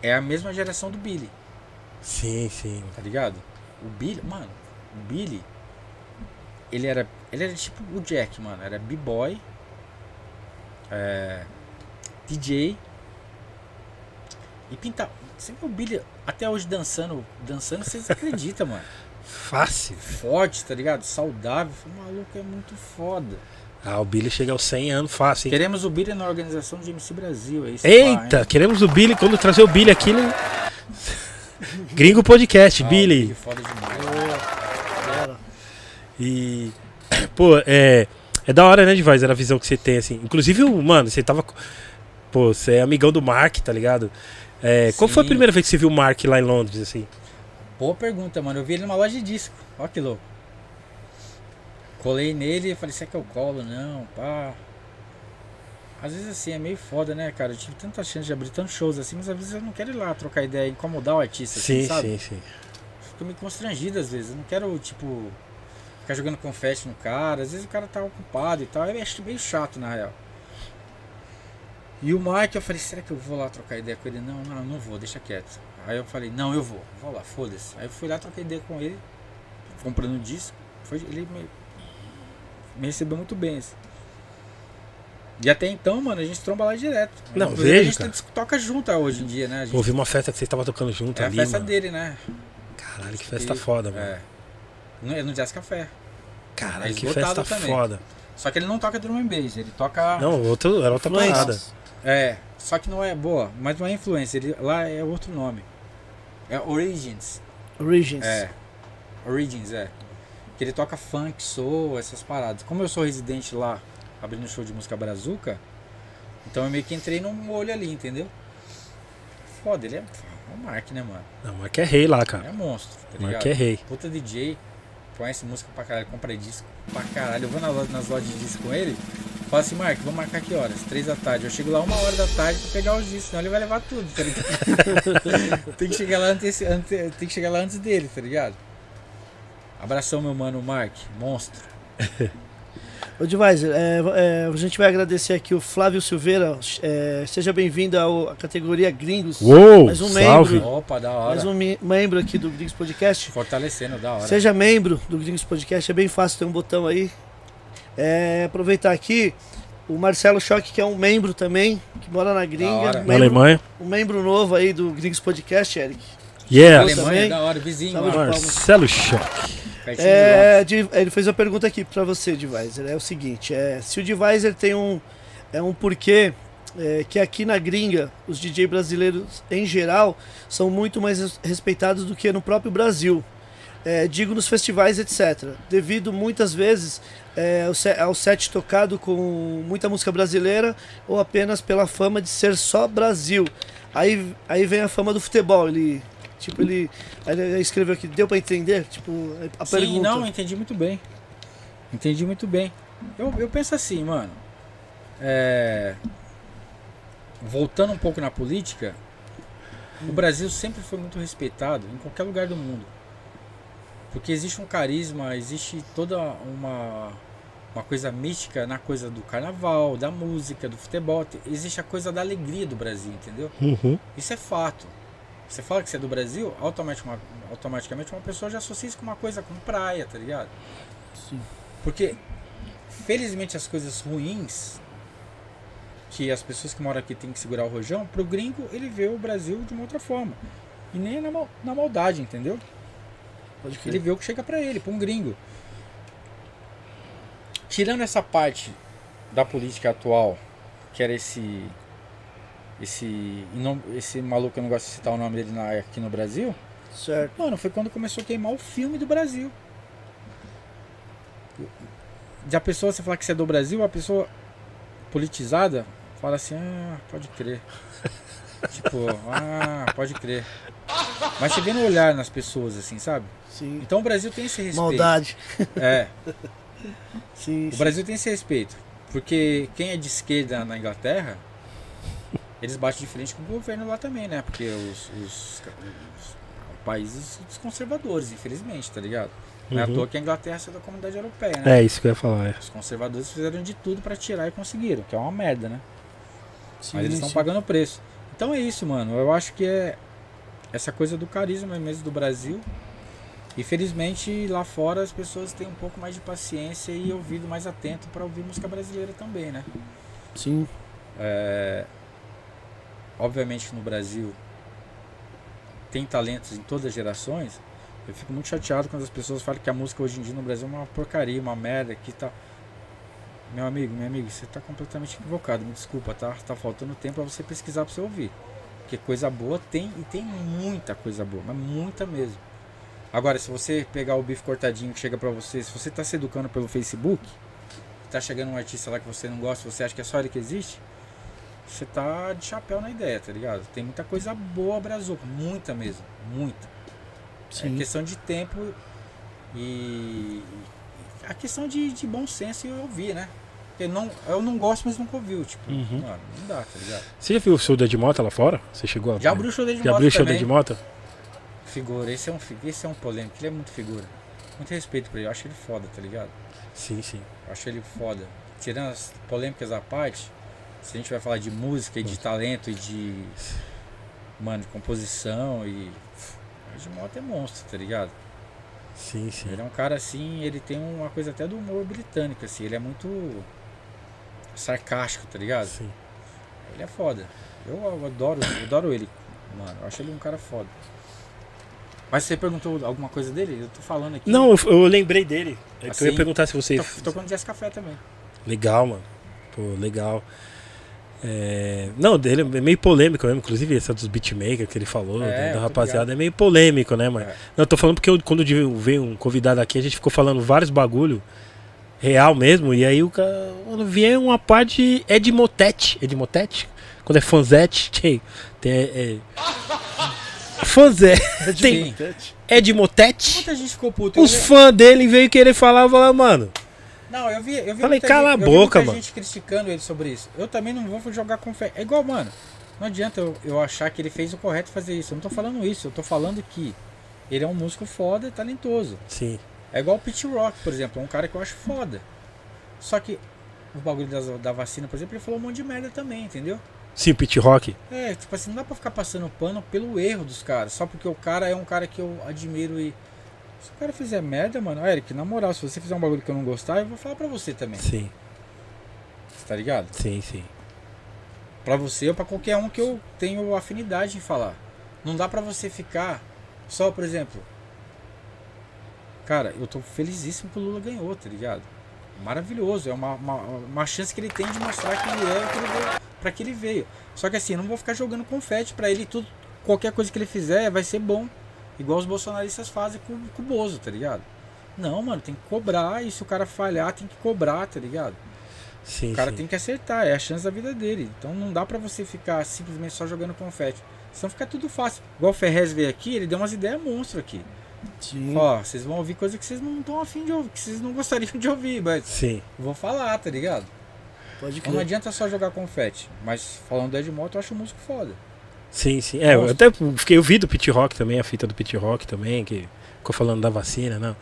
[SPEAKER 3] é a mesma geração do Billy é
[SPEAKER 2] Sim, sim.
[SPEAKER 3] tá ligado? O Billy, mano, o Billy, ele era, ele era tipo o Jack, mano, era b-boy, é, DJ e pintar. Você vê o Billy até hoje dançando, dançando, vocês acreditam, mano?
[SPEAKER 2] Fácil.
[SPEAKER 3] Forte, tá ligado? Saudável, o maluco é muito foda.
[SPEAKER 2] Ah, o Billy chega aos 100 anos fácil, hein?
[SPEAKER 3] Queremos o Billy na organização de MC Brasil, é isso. pá,
[SPEAKER 2] Eita,
[SPEAKER 3] hein?
[SPEAKER 2] queremos o Billy. Quando trazer o Billy aqui, né? Gringo Podcast,
[SPEAKER 3] Ah, o
[SPEAKER 2] Billy.
[SPEAKER 3] foda demais. mano.
[SPEAKER 1] Bora.
[SPEAKER 2] E. Pô, é. É da hora, né, Divaz? Era a visão que você tem, assim. Inclusive, o- mano, você tava. co- Pô, você é amigão do Mark, tá ligado? É, qual foi a
[SPEAKER 3] Sim.
[SPEAKER 2] primeira vez que você viu o Mark lá em Londres, assim?
[SPEAKER 3] Boa pergunta, mano. Eu vi ele numa loja de disco. Ó que louco. Colei nele e falei, será que eu colo? Não, pá. Às vezes assim, é meio foda, né, cara? Eu tive tanta chance de abrir tantos shows assim, mas às vezes eu não quero ir lá trocar ideia, incomodar o artista, assim,
[SPEAKER 2] Sim,
[SPEAKER 3] sabe?
[SPEAKER 2] sim, sim.
[SPEAKER 3] Fico meio constrangido às vezes. Eu não quero, tipo, ficar jogando confete no cara. Às vezes o cara tá ocupado e tal. Eu acho meio chato, na real. E o Mike, eu falei, será que eu vou lá trocar ideia com ele? Não, não, eu não vou, deixa quieto. Aí eu falei, não, eu vou, vou lá, foda-se. Aí eu fui lá, troquei ideia com ele, comprando um disco. Foi, ele me, me recebeu muito bem. assim. E até então, mano, a gente tromba lá direto.
[SPEAKER 2] Não,
[SPEAKER 3] Inclusive,
[SPEAKER 2] vejo,
[SPEAKER 3] A gente
[SPEAKER 2] cara.
[SPEAKER 3] tá- toca junto hoje em dia, né? A gente-
[SPEAKER 2] Pô, vi uma festa que vocês estavam tocando junto
[SPEAKER 3] é a
[SPEAKER 2] ali.
[SPEAKER 3] festa
[SPEAKER 2] mano.
[SPEAKER 3] dele, né?
[SPEAKER 2] Caralho, que festa
[SPEAKER 3] E-
[SPEAKER 2] foda, mano.
[SPEAKER 3] É. No, é no Jazz Café.
[SPEAKER 2] Caralho,
[SPEAKER 3] É
[SPEAKER 2] que festa
[SPEAKER 3] esgotado também.
[SPEAKER 2] foda.
[SPEAKER 3] Só que ele não toca drum and bass, ele toca.
[SPEAKER 2] Não, outro, era outra
[SPEAKER 1] Influência.
[SPEAKER 2] parada.
[SPEAKER 3] É, só que não é boa, mas não é influência, ele, lá é outro nome. É Origins.
[SPEAKER 1] Origins.
[SPEAKER 3] É. Origins, é. Que ele toca funk, soul, essas paradas. Como eu sou residente lá, abrindo show de música brazuca, então eu meio que entrei no molho ali, entendeu? Foda, ele é é um Mark, né, mano?
[SPEAKER 2] Não, o Mark é rei lá, cara.
[SPEAKER 3] É monstro, tá
[SPEAKER 2] O Mark
[SPEAKER 3] ligado?
[SPEAKER 2] é rei.
[SPEAKER 3] Puta DJ, conhece música pra caralho, compra disco pra caralho. Eu vou na loja- nas lojas de disco com ele, falo assim, Marco, vamos marcar que horas? Três da tarde. Eu chego lá uma hora da tarde pra pegar os discos, senão ele vai levar tudo, tá ligado? tem, que chegar lá antes, ante- tem que chegar lá antes dele, tá ligado? Abração, meu mano, Mark, monstro.
[SPEAKER 1] Ô, Divais, é, é, a gente vai agradecer aqui o Flávio Silveira. é, seja bem-vindo ao- à categoria Gringos.
[SPEAKER 2] Uou,
[SPEAKER 1] Mais um
[SPEAKER 2] salve.
[SPEAKER 1] membro.
[SPEAKER 3] Opa, da hora.
[SPEAKER 1] Mais um me- membro aqui do Gringos Podcast.
[SPEAKER 3] Fortalecendo, da hora.
[SPEAKER 1] Seja membro do Gringos Podcast, é bem fácil, tem um botão aí. É, aproveitar aqui o Marcelo Choque, que é um membro também, que mora na
[SPEAKER 3] Da
[SPEAKER 1] gringa.
[SPEAKER 3] hora.
[SPEAKER 1] Um
[SPEAKER 2] Na
[SPEAKER 1] membro,
[SPEAKER 2] Alemanha.
[SPEAKER 1] um membro novo aí do Gringos Podcast, Eric.
[SPEAKER 2] Yeah.
[SPEAKER 3] Alemanha, é
[SPEAKER 1] também.
[SPEAKER 3] da hora, vizinho,
[SPEAKER 1] Salve de
[SPEAKER 3] mano.
[SPEAKER 1] palmas.
[SPEAKER 2] Marcelo Choque.
[SPEAKER 3] Pertinho de Lopes.
[SPEAKER 1] É, de- ele fez uma pergunta aqui pra você, Divisor. É o seguinte: é, se o Divisor tem um, é um porquê é, que aqui na gringa os DJ brasileiros em geral são muito mais res- respeitados do que no próprio Brasil. É, digo nos festivais, etc. Devido muitas vezes é, ao se- ao set tocado com muita música brasileira ou apenas pela fama de ser só Brasil. Aí, aí vem a fama do futebol. Ele, tipo, ele, ele escreveu aqui, deu pra entender? Tipo, a
[SPEAKER 3] Sim,
[SPEAKER 1] pergunta.
[SPEAKER 3] não, entendi muito bem. Entendi muito bem. Eu, eu penso assim, mano. É, Voltando um pouco na política, o Brasil sempre foi muito respeitado em qualquer lugar do mundo. Porque existe um carisma, existe toda uma, uma coisa mística na coisa do carnaval, da música, do futebol. Te- Existe a coisa da alegria do Brasil, entendeu?
[SPEAKER 2] Uhum.
[SPEAKER 3] Isso é fato. Você fala que você é do Brasil, automaticamente, automaticamente uma pessoa já associa isso com uma coisa com praia, tá ligado? Porque infelizmente as coisas ruins que as pessoas que moram aqui têm que segurar o rojão, pro gringo ele vê o Brasil de uma outra forma. E nem é na, mal- na maldade, entendeu?
[SPEAKER 1] Pode crer.
[SPEAKER 3] Ele vê o que chega pra ele, pra um gringo. Tirando essa parte da política atual, que era esse. Esse, ino- esse maluco, eu não gosto de citar o nome dele na- aqui no Brasil.
[SPEAKER 1] Certo.
[SPEAKER 3] Mano, foi quando começou a queimar o filme do Brasil. De a pessoa, você falar que você é do Brasil, a pessoa politizada fala assim, ah, pode crer. tipo, ah, pode crer. Mas você vê no olhar nas pessoas, assim, sabe?
[SPEAKER 1] Sim.
[SPEAKER 3] Então o Brasil tem esse respeito.
[SPEAKER 1] Maldade.
[SPEAKER 3] É,
[SPEAKER 1] Sim.
[SPEAKER 3] o
[SPEAKER 1] sim.
[SPEAKER 3] Brasil tem esse respeito. Porque quem é de esquerda na Inglaterra, eles batem de frente com o governo lá também, né? Porque os, os, os países dos conservadores, infelizmente, tá ligado? Não é à
[SPEAKER 2] Uhum.
[SPEAKER 3] toa que a Inglaterra saiu da comunidade europeia, né?
[SPEAKER 2] É isso que eu ia falar. é.
[SPEAKER 3] Os conservadores fizeram de tudo pra tirar e conseguiram, que é uma merda, né?
[SPEAKER 1] Sim,
[SPEAKER 3] Mas eles estão
[SPEAKER 1] sim.
[SPEAKER 3] pagando o preço. Então é isso, mano. Eu acho que é essa coisa do carisma mesmo do Brasil. E felizmente lá fora as pessoas têm um pouco mais de paciência e ouvido mais atento pra ouvir música brasileira também, né?
[SPEAKER 1] Sim.
[SPEAKER 3] É, Obviamente no Brasil tem talentos em todas as gerações. Eu fico muito chateado quando as pessoas falam que a música hoje em dia no Brasil é uma porcaria, uma merda, que tá. Meu amigo, meu amigo, você tá completamente equivocado, me desculpa, tá? Tá faltando tempo pra você pesquisar pra você ouvir. Porque coisa boa tem e tem muita coisa boa, mas muita mesmo. Agora, se você pegar o bife cortadinho que chega pra você, se você tá se educando pelo Facebook, tá chegando um artista lá que você não gosta, você acha que é só ele que existe, você tá de chapéu na ideia, tá ligado? Tem muita coisa boa, Brazuca, muita mesmo, muita. É
[SPEAKER 1] Sim.
[SPEAKER 3] questão de tempo e a questão de, de bom senso e ouvir, né? Porque não, eu não gosto, mas nunca ouviu, tipo,
[SPEAKER 2] Uhum.
[SPEAKER 3] mano, não dá, tá ligado?
[SPEAKER 2] Você já viu o show da Edmota lá fora? Você chegou a...
[SPEAKER 3] Já abriu o show dele de
[SPEAKER 2] Já abriu o
[SPEAKER 3] moto
[SPEAKER 2] show da
[SPEAKER 3] também.
[SPEAKER 2] Edmota?
[SPEAKER 3] Figura, esse é um fi- esse é um polêmico, ele é muito figura. Muito respeito pra ele, eu acho ele foda, tá ligado?
[SPEAKER 2] Sim, sim.
[SPEAKER 3] Eu acho ele foda. Tirando as polêmicas à parte, se a gente vai falar de música e de talento e de. Mano, de composição e. O Edmota é monstro, tá ligado?
[SPEAKER 2] Sim, sim.
[SPEAKER 3] Ele é um cara assim, ele tem uma coisa até do humor britânico, assim, ele é muito sarcástico, tá ligado?
[SPEAKER 2] Sim.
[SPEAKER 3] Ele é foda. Eu, eu adoro, eu adoro ele, mano. Eu acho ele um cara foda. Mas você perguntou alguma coisa dele? Eu tô falando aqui.
[SPEAKER 2] Não, eu, eu lembrei dele. É que eu ia
[SPEAKER 3] Assim?
[SPEAKER 2] perguntar se você.
[SPEAKER 3] Tô, tô com o Jazz Café também.
[SPEAKER 2] Legal, mano. Pô, legal. É, Não, dele é meio polêmico mesmo. Inclusive, essa dos beatmakers que ele falou,
[SPEAKER 3] É,
[SPEAKER 2] né,
[SPEAKER 3] eu
[SPEAKER 2] da
[SPEAKER 3] tô
[SPEAKER 2] rapaziada, é meio polêmico, né, mano?
[SPEAKER 3] É.
[SPEAKER 2] Não, eu tô falando porque eu- quando de- veio um convidado aqui, a gente ficou falando vários bagulho real mesmo. E aí o cara. Mano, veio uma parte de Edmotete. Edmotete? Quando é fanzete, tem. tem é... Fanzé.
[SPEAKER 1] É
[SPEAKER 2] Tem
[SPEAKER 3] Sim.
[SPEAKER 1] assim.
[SPEAKER 2] Edmotete.
[SPEAKER 3] Muita gente ficou puta. Eu
[SPEAKER 2] Os
[SPEAKER 3] vi-
[SPEAKER 2] fãs dele veio querer falar, eu falava, mano.
[SPEAKER 3] Não, eu vi, eu vi
[SPEAKER 2] Falei,
[SPEAKER 3] muita
[SPEAKER 2] cala
[SPEAKER 3] gente-
[SPEAKER 2] a
[SPEAKER 3] eu vi
[SPEAKER 2] boca,
[SPEAKER 3] muita
[SPEAKER 2] mano.
[SPEAKER 3] gente criticando ele sobre isso. Eu também não vou jogar com fé. É igual, mano. Não adianta eu, eu achar que ele fez o correto fazer isso. Eu não tô falando isso. Eu tô falando que ele é um músico foda e talentoso.
[SPEAKER 2] Sim,
[SPEAKER 3] É igual o Pit Rock, por exemplo, é um cara que eu acho foda. Só que o bagulho das- da vacina, por exemplo, ele falou um monte de merda também, entendeu?
[SPEAKER 2] sim, Pit Rock.
[SPEAKER 3] É, tipo assim, não dá pra ficar passando pano pelo erro dos caras, só porque o cara é um cara que eu admiro e. Se o cara fizer merda, mano, Eric, na moral, se você fizer um bagulho que eu não gostar, eu vou falar pra você também,
[SPEAKER 2] Sim,
[SPEAKER 3] tá ligado?
[SPEAKER 2] sim, sim.
[SPEAKER 3] Pra você ou pra qualquer um que eu tenho afinidade em falar. Não dá pra você ficar só, por exemplo. Cara, eu tô felizíssimo que o Lula ganhou, tá ligado? Maravilhoso, é uma, uma, uma chance que ele tem de mostrar que ele é o que ele veio, pra que ele veio. Só que assim, eu não vou ficar jogando confete pra ele e tudo. Qualquer coisa que ele fizer vai ser bom. Igual os bolsonaristas fazem com, com o Bozo, tá ligado? Não, mano, tem que cobrar. E se o cara falhar, tem que cobrar, tá ligado?
[SPEAKER 2] Sim,
[SPEAKER 3] O cara
[SPEAKER 2] sim.
[SPEAKER 3] tem que acertar, é a chance da vida dele. Então não dá pra você ficar simplesmente só jogando confete. Senão fica tudo fácil. Igual o Ferrez veio aqui, ele deu umas ideias monstro aqui.
[SPEAKER 2] Hum.
[SPEAKER 1] Sim.
[SPEAKER 3] Ó, vocês vão ouvir coisa que vocês não estão afim de ouvir, que vocês não gostariam de ouvir, mas
[SPEAKER 2] Sim,
[SPEAKER 3] vou falar, tá ligado?
[SPEAKER 1] Pode
[SPEAKER 3] Então não
[SPEAKER 1] crer.
[SPEAKER 3] adianta só jogar confete. Mas falando do Edmoto, eu acho o músico foda.
[SPEAKER 2] sim, sim. É, eu
[SPEAKER 3] Nossa.
[SPEAKER 2] até fiquei, eu vi do Pit Rock também, a fita do Pit Rock também, que ficou falando da vacina, não.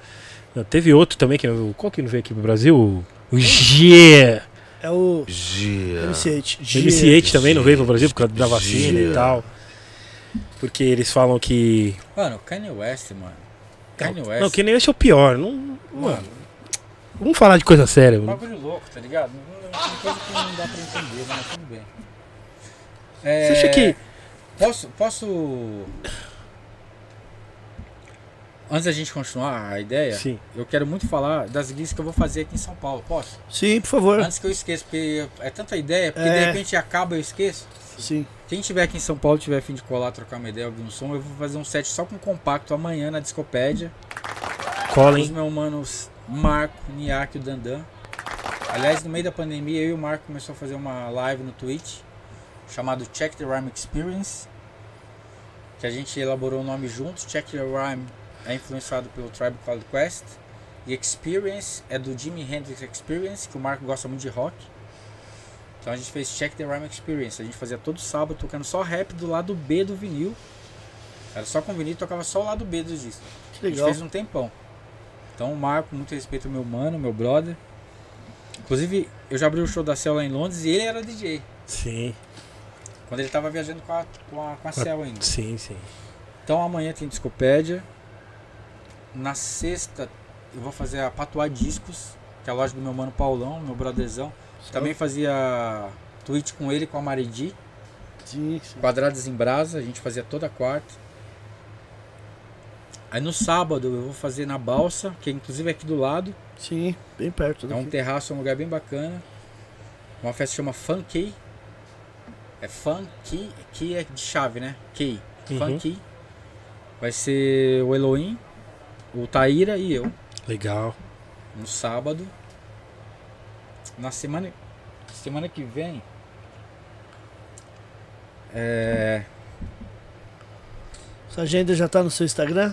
[SPEAKER 2] Não, teve outro também, que eu- qual que não veio aqui pro Brasil? O- O G.
[SPEAKER 1] É o
[SPEAKER 4] Gia.
[SPEAKER 1] MC8.
[SPEAKER 2] O MC8 também não veio pro
[SPEAKER 4] G.
[SPEAKER 2] Brasil por causa da vacina
[SPEAKER 4] G.
[SPEAKER 2] e tal. Porque eles falam que.
[SPEAKER 3] Mano, Kanye West, mano. Kanye West.
[SPEAKER 2] é Não, que nem esse é o pior. Não, mano,
[SPEAKER 3] Mano,
[SPEAKER 2] Vamos falar de coisa séria,
[SPEAKER 3] Um
[SPEAKER 2] mano.
[SPEAKER 3] bagulho louco, tá ligado? Não- não- Coisa que não dá pra entender, mas tudo bem.
[SPEAKER 2] Você acha
[SPEAKER 3] É,
[SPEAKER 2] que.
[SPEAKER 3] Posso. Posso. Antes da gente continuar a ideia,
[SPEAKER 2] Sim.
[SPEAKER 3] eu quero muito falar das gigs que eu vou fazer aqui em São Paulo. Posso?
[SPEAKER 1] Sim, por favor.
[SPEAKER 3] Antes que eu esqueça, porque é tanta ideia, porque
[SPEAKER 1] Ah. É.
[SPEAKER 3] de repente acaba e eu esqueço.
[SPEAKER 1] Sim.
[SPEAKER 3] Quem tiver aqui em São Paulo, tiver fim de colar, trocar uma ideia, ouvir um som, eu vou fazer um set só com compacto amanhã na Discopédia. Com os
[SPEAKER 2] Colin.
[SPEAKER 3] meus manos Marco, Niak e o Dandan. Aliás, no meio da pandemia, eu e o Marco começou a fazer uma live no Twitch chamado Check the Rhyme Experience, que a gente elaborou o nome junto. Check the Rhyme é influenciado pelo Tribe Called Quest e Experience é do Jimi Hendrix Experience, que o Marco gosta muito de rock. Então a gente fez Check the Rhyme Experience. A gente fazia todo sábado tocando só rap do lado B do vinil. Era só com vinil, tocava só o lado B do disco.
[SPEAKER 1] Que
[SPEAKER 3] A gente
[SPEAKER 1] legal.
[SPEAKER 3] fez um tempão. Então, o Marco, muito respeito ao meu mano, meu brother. Inclusive, eu já abri o show da Cel lá em Londres e ele era DJ.
[SPEAKER 2] Sim,
[SPEAKER 3] Quando ele tava viajando com a, com a, com a Cel ainda.
[SPEAKER 2] sim, sim.
[SPEAKER 3] Então, amanhã tem Discopédia. Na sexta, eu vou fazer a Patuá Discos, que é a loja do meu mano Paulão, meu brotherzão. Também fazia tweet com ele, com a Maridi.
[SPEAKER 1] Sim, sim.
[SPEAKER 3] Quadradas em brasa, a gente fazia toda quarta. Aí no sábado eu vou fazer na Balsa, que inclusive é aqui do lado.
[SPEAKER 1] Sim, bem perto
[SPEAKER 3] É um
[SPEAKER 1] daqui.
[SPEAKER 3] terraço, é um lugar bem bacana. Uma festa que chama Funky. É Funky, que é de chave, né? Key.
[SPEAKER 2] Uhum.
[SPEAKER 3] Funky. Vai ser o Elohim, o Taíra e eu.
[SPEAKER 2] Legal.
[SPEAKER 3] No sábado. Na semana. Semana que vem. É,
[SPEAKER 1] Essa agenda já tá no seu Instagram?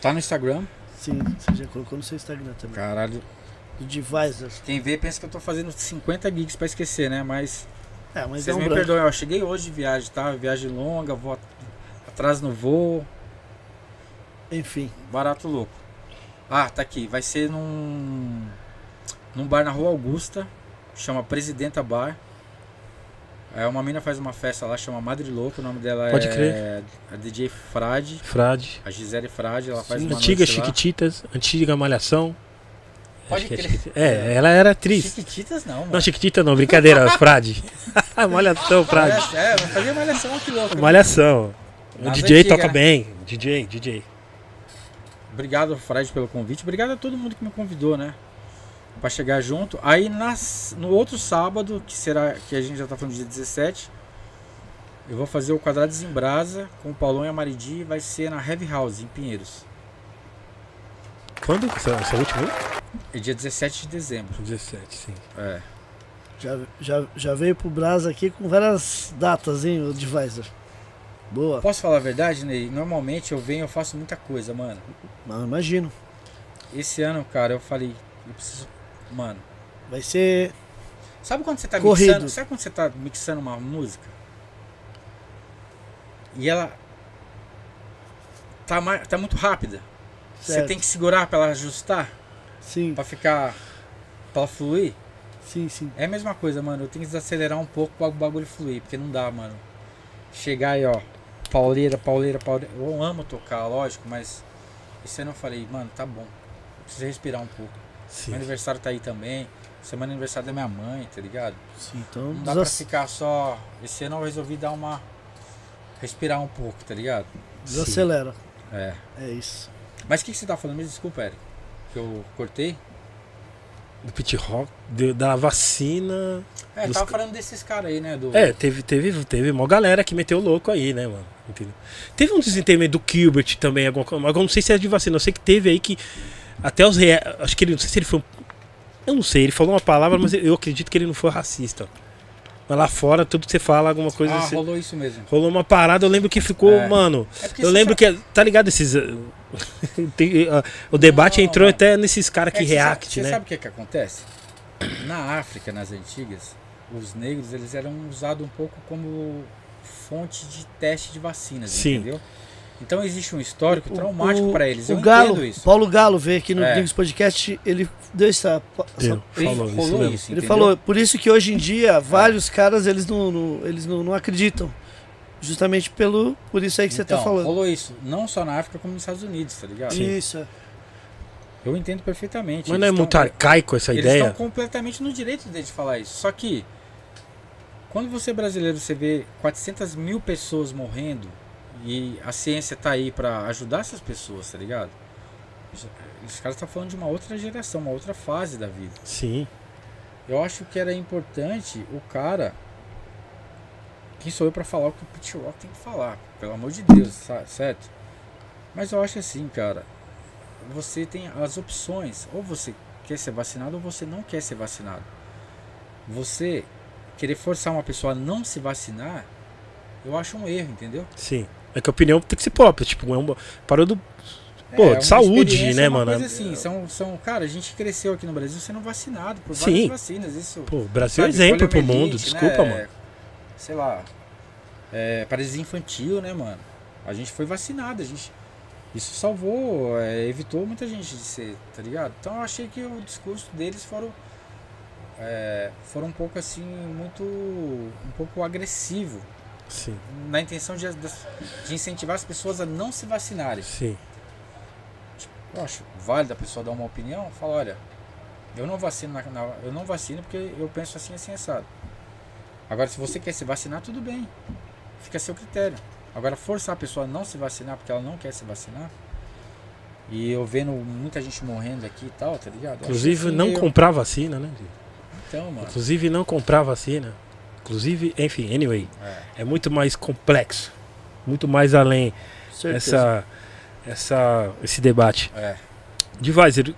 [SPEAKER 3] tá no Instagram.
[SPEAKER 1] Sim, você já colocou no seu Instagram também.
[SPEAKER 3] Caralho.
[SPEAKER 1] Do Divisor.
[SPEAKER 3] Quem vê pensa que eu tô fazendo 50 gigs pra esquecer, né? Mas
[SPEAKER 1] É, mas
[SPEAKER 3] Vocês
[SPEAKER 1] é um
[SPEAKER 3] me
[SPEAKER 1] branco.
[SPEAKER 3] perdoem, eu cheguei hoje de viagem, tá? Viagem longa, vou at- atrás no voo,
[SPEAKER 1] Enfim.
[SPEAKER 3] barato louco. Ah, tá aqui, vai ser num num bar na Rua Augusta, chama Presidenta Bar. É, uma mina faz uma festa lá, chama Madre Louco, o nome dela
[SPEAKER 2] Pode
[SPEAKER 3] é
[SPEAKER 2] crer.
[SPEAKER 3] a DJ Frade,
[SPEAKER 2] Frade.
[SPEAKER 3] a Gisele Frade, ela faz uma
[SPEAKER 2] Antiga
[SPEAKER 3] noite lá.
[SPEAKER 2] Chiquititas, antiga Malhação.
[SPEAKER 3] Pode
[SPEAKER 2] Acho que é
[SPEAKER 3] crer.
[SPEAKER 2] Chiquititas. É, ela era atriz.
[SPEAKER 3] Chiquititas não, mano.
[SPEAKER 2] Não, Chiquitita não, brincadeira, Frade. Ah, Malhação, Frade.
[SPEAKER 3] Malhação, É, vai fazer malhação que louco. né?
[SPEAKER 2] Malhação. O
[SPEAKER 3] Nas
[SPEAKER 2] DJ
[SPEAKER 3] antigas,
[SPEAKER 2] toca
[SPEAKER 3] né?
[SPEAKER 2] bem. DJ, DJ.
[SPEAKER 3] Obrigado, Fred, pelo convite. Obrigado a todo mundo que me convidou, né? Pra chegar junto. Aí nas, no outro sábado, que será que a gente já tá falando dia 17, eu vou fazer o Quadrados em Brasa com o Paulão e a Maridi. Vai ser na Heavy House, em Pinheiros.
[SPEAKER 2] Quando? Essa, essa última?
[SPEAKER 3] É dia 17 de dezembro.
[SPEAKER 2] 17, sim.
[SPEAKER 3] É.
[SPEAKER 1] Já, já, já veio pro Brasa aqui com várias datas, hein, o Divisor. Boa.
[SPEAKER 3] Posso falar a verdade, Ney? Normalmente eu venho, eu faço muita coisa, mano.
[SPEAKER 1] Não, imagino.
[SPEAKER 3] Esse ano, cara, eu falei, eu preciso. Mano.
[SPEAKER 1] Vai ser.
[SPEAKER 3] Sabe quando você tá
[SPEAKER 1] Corrido.
[SPEAKER 3] mixando? Sabe quando você tá mixando uma música? E ela tá, ma- tá muito rápida. Você
[SPEAKER 1] Certo.
[SPEAKER 3] tem que segurar pra ela ajustar,
[SPEAKER 1] Sim,
[SPEAKER 3] pra ficar pra ela fluir.
[SPEAKER 1] sim, sim.
[SPEAKER 3] É a mesma coisa, mano. Eu tenho que desacelerar um pouco pra o bagulho fluir, porque não dá, mano. Chegar aí, ó, pauleira, pauleira, pauleira. Eu amo tocar, lógico, mas esse ano eu falei, mano, tá bom. Eu preciso respirar um pouco.
[SPEAKER 2] Sim.
[SPEAKER 3] Meu aniversário tá aí também. Semana é aniversário da minha mãe, tá ligado?
[SPEAKER 1] sim. Então,
[SPEAKER 3] Não dá pra
[SPEAKER 1] desac-
[SPEAKER 3] ficar só. Esse ano eu resolvi dar uma. respirar um pouco, tá ligado?
[SPEAKER 1] desacelera.
[SPEAKER 3] É.
[SPEAKER 1] É isso.
[SPEAKER 3] Mas o que, que você tá falando mesmo? Desculpa, Eric. Que eu cortei.
[SPEAKER 2] Do pit rock, do- da vacina.
[SPEAKER 3] É,
[SPEAKER 2] Dos
[SPEAKER 3] tava
[SPEAKER 2] ca-
[SPEAKER 3] falando desses caras aí, né? Do...
[SPEAKER 2] É, teve, teve, teve mó galera que meteu louco aí, né, mano? Entendeu? Teve um desenterro do Gilbert também, alguma coisa. Agora não sei se é de vacina. Eu sei que teve aí que. Até os rea... Acho que ele. Não sei se ele foi um. Eu não sei, ele falou uma palavra, mas eu acredito que ele não foi racista. Mas lá fora, tudo que você fala, alguma coisa. assim.
[SPEAKER 3] ah,
[SPEAKER 2] você-
[SPEAKER 3] rolou isso mesmo.
[SPEAKER 2] Rolou uma parada, eu lembro que ficou,
[SPEAKER 3] É.
[SPEAKER 2] mano.
[SPEAKER 3] É porque
[SPEAKER 2] Eu
[SPEAKER 3] você
[SPEAKER 2] lembro
[SPEAKER 3] sabe-
[SPEAKER 2] que. Tá ligado esses. eh, tem, ah, o debate
[SPEAKER 3] Não,
[SPEAKER 2] entrou
[SPEAKER 3] mano.
[SPEAKER 2] até nesses caras
[SPEAKER 3] é
[SPEAKER 2] que
[SPEAKER 3] você sabe-
[SPEAKER 2] react,
[SPEAKER 3] Você
[SPEAKER 2] né?
[SPEAKER 3] sabe o que, que acontece? Na África, nas antigas, os negros eles eram usados um pouco como fonte de teste de vacinas,
[SPEAKER 2] Sim.
[SPEAKER 3] entendeu? Então existe um histórico
[SPEAKER 1] O-
[SPEAKER 3] traumático
[SPEAKER 1] o-
[SPEAKER 3] pra eles.
[SPEAKER 1] O
[SPEAKER 3] Eu
[SPEAKER 1] Galo,
[SPEAKER 3] entendo isso.
[SPEAKER 1] Paulo Galo veio aqui no
[SPEAKER 3] É.
[SPEAKER 1] Gringos Podcast, ele deu essa. essa-
[SPEAKER 2] Deu, falou isso,
[SPEAKER 3] rolou
[SPEAKER 2] mesmo.
[SPEAKER 3] isso
[SPEAKER 1] Ele
[SPEAKER 3] entendeu? É.
[SPEAKER 1] falou, por isso que hoje em dia vários caras eles não, não- eles não, não acreditam. Justamente pelo por isso aí que você tá
[SPEAKER 3] Então,
[SPEAKER 1] falando.
[SPEAKER 3] Rolou isso, não só na África, como nos Estados Unidos, tá ligado?
[SPEAKER 1] Isso. é.
[SPEAKER 3] Eu entendo perfeitamente.
[SPEAKER 2] Mas não é
[SPEAKER 3] Eles
[SPEAKER 2] muito
[SPEAKER 3] tão-
[SPEAKER 2] arcaico essa
[SPEAKER 3] Eles
[SPEAKER 2] ideia?
[SPEAKER 3] estão completamente no direito dele de falar isso. Só que, quando você é brasileiro, você vê 400 mil pessoas morrendo e a ciência tá aí para ajudar essas pessoas, tá ligado? é, Os caras estão tá falando de uma outra geração, uma outra fase da vida.
[SPEAKER 2] Sim.
[SPEAKER 3] Eu acho que era importante o cara. Quem sou eu pra falar o que o Pit Rock tem que falar? Pelo amor de Deus, sa- certo? Mas eu acho assim, cara. Você tem as opções. Ou você quer ser vacinado ou você não quer ser vacinado. Você querer forçar uma pessoa a não se vacinar, eu acho um erro, entendeu?
[SPEAKER 2] Sim. É que a opinião tem que ser própria. Tipo, é uma. Parou do. Pô,
[SPEAKER 3] É,
[SPEAKER 2] de
[SPEAKER 3] uma
[SPEAKER 2] saúde,
[SPEAKER 3] experiência,
[SPEAKER 2] né,
[SPEAKER 3] uma
[SPEAKER 2] mano?
[SPEAKER 3] Coisa assim, são, são, cara, a gente cresceu aqui no Brasil sendo vacinado por várias
[SPEAKER 2] Sim.
[SPEAKER 3] vacinas. Isso
[SPEAKER 2] Pô, o Brasil é
[SPEAKER 3] Sabe,
[SPEAKER 2] exemplo pro
[SPEAKER 3] poliomielite,
[SPEAKER 2] mundo, desculpa,
[SPEAKER 3] né?
[SPEAKER 2] mano.
[SPEAKER 3] Sei lá. É, paralisia infantil, né, mano? A gente foi vacinado, a gente. Isso salvou, é, evitou muita gente de ser, tá ligado? Então eu achei que o discurso deles foram. é, foram um pouco assim, muito. um pouco agressivo.
[SPEAKER 2] Sim,
[SPEAKER 3] Na intenção de, das- de incentivar as pessoas a não se vacinarem.
[SPEAKER 2] sim.
[SPEAKER 3] Eu acho válido a pessoa dar uma opinião, falar, olha, eu não vacino na, na- eu não vacino porque eu penso assim assim assado. Agora se você quer se vacinar, tudo bem. Fica a seu critério. Agora forçar a pessoa a não se vacinar porque ela não quer se vacinar. E eu vendo muita gente morrendo aqui e tal, tá ligado? Eu acho
[SPEAKER 2] Inclusive,
[SPEAKER 3] assim
[SPEAKER 2] não
[SPEAKER 3] meio-
[SPEAKER 2] comprar vacina, né?
[SPEAKER 3] Então, mano.
[SPEAKER 2] Inclusive, não comprar vacina. Inclusive, enfim, anyway. É muito mais complexo. Muito mais além
[SPEAKER 1] Certeza.
[SPEAKER 2] essa, essa, esse debate.
[SPEAKER 3] É, é.
[SPEAKER 2] Divisor,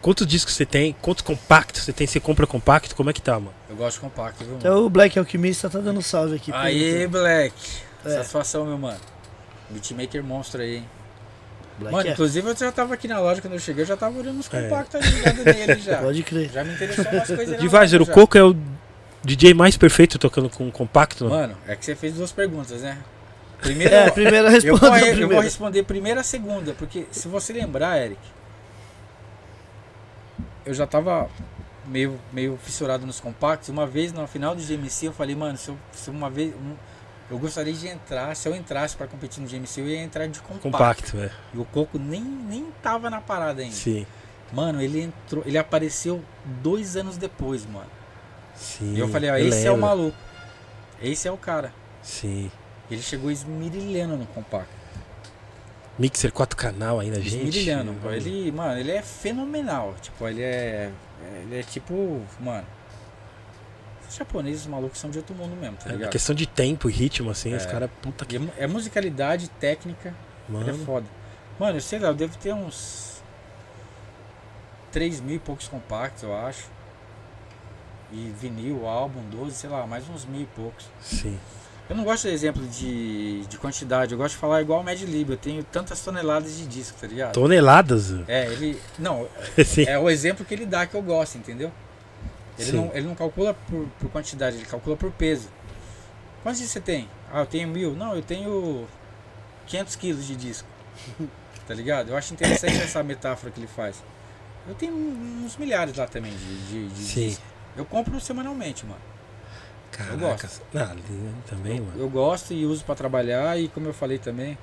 [SPEAKER 2] quantos discos você tem? Quantos compactos você tem? Você compra compacto? Como é que tá, mano?
[SPEAKER 3] Eu gosto de compacto, viu?
[SPEAKER 1] Até
[SPEAKER 3] Mano?
[SPEAKER 1] Então, o Black Alquimista tá dando salve aqui.
[SPEAKER 3] Aê, Black.
[SPEAKER 1] É.
[SPEAKER 3] Satisfação, meu mano. Beatmaker monstro aí, hein?
[SPEAKER 1] Black
[SPEAKER 3] Mano,
[SPEAKER 1] é.
[SPEAKER 3] inclusive eu já tava aqui na loja quando eu cheguei, eu já tava olhando os
[SPEAKER 2] É.
[SPEAKER 3] compactos ali ligado nele já.
[SPEAKER 1] Pode crer.
[SPEAKER 3] Já me interessou umas coisas
[SPEAKER 2] Divisor, o
[SPEAKER 3] já.
[SPEAKER 2] Coco é o DJ mais perfeito tocando com compacto, né? mano?
[SPEAKER 3] Mano, é que você fez duas perguntas, né? Primeiro,
[SPEAKER 1] É, primeiro
[SPEAKER 3] eu, vou,
[SPEAKER 1] responda
[SPEAKER 3] eu vou
[SPEAKER 1] primeiro.
[SPEAKER 3] responder primeiro a segunda, porque se você lembrar, Eric, eu já tava meio, meio fissurado nos compactos. Uma vez na final do GMC eu falei, mano, se, eu, se uma vez. um- eu gostaria de entrar, se eu entrasse pra competir no GMC, eu ia entrar de compacto.
[SPEAKER 2] Compacto, é.
[SPEAKER 3] E o Coco nem, nem tava na parada ainda.
[SPEAKER 2] Sim.
[SPEAKER 3] Mano, ele entrou, ele apareceu dois anos depois, mano.
[SPEAKER 2] Sim.
[SPEAKER 3] E eu falei, ó,
[SPEAKER 2] Hum, eu
[SPEAKER 3] esse é o
[SPEAKER 2] lembro.
[SPEAKER 3] maluco. Esse é o cara.
[SPEAKER 2] Sim.
[SPEAKER 3] Ele chegou esmirilhando no compacto.
[SPEAKER 2] Mixer 4 canal ainda, gente.
[SPEAKER 3] esmirilhando.
[SPEAKER 2] Mano.
[SPEAKER 3] Ele, mano, ele é fenomenal. Tipo, ele é. Ele é tipo. Mano. Os japoneses os malucos são de outro mundo mesmo, tá
[SPEAKER 2] É, a
[SPEAKER 3] ligado?
[SPEAKER 2] questão de tempo e ritmo, assim, os caras, puta
[SPEAKER 3] E
[SPEAKER 2] que.
[SPEAKER 3] É, mu- é musicalidade, técnica. Ele é
[SPEAKER 2] Mano,
[SPEAKER 3] foda. Mano, eu sei lá, eu devo ter uns. 3 mil e poucos compactos, eu acho. E vinil, álbum, 12, sei lá, mais uns mil e poucos.
[SPEAKER 2] sim.
[SPEAKER 3] Eu não gosto de exemplo de, de quantidade, eu gosto de falar igual o Mad Lib, eu tenho tantas toneladas de disco, tá ligado?
[SPEAKER 2] Toneladas. ó.
[SPEAKER 3] É, ele. Não,
[SPEAKER 2] Sim.
[SPEAKER 3] é o exemplo que ele dá que eu gosto, entendeu? Ele,
[SPEAKER 2] Sim.
[SPEAKER 3] não, ele não calcula por, por quantidade, ele calcula por peso. Quantos discos você tem? Ah, eu tenho mil. Não, eu tenho 500 quilos de disco. tá ligado? Eu acho interessante essa metáfora que ele faz. Eu tenho um, uns milhares lá também de, de, de
[SPEAKER 2] Sim.
[SPEAKER 3] disco. Eu compro semanalmente, mano.
[SPEAKER 2] Caracas. Ah, ali também, mano.
[SPEAKER 3] Eu gosto e uso para trabalhar e como eu falei também,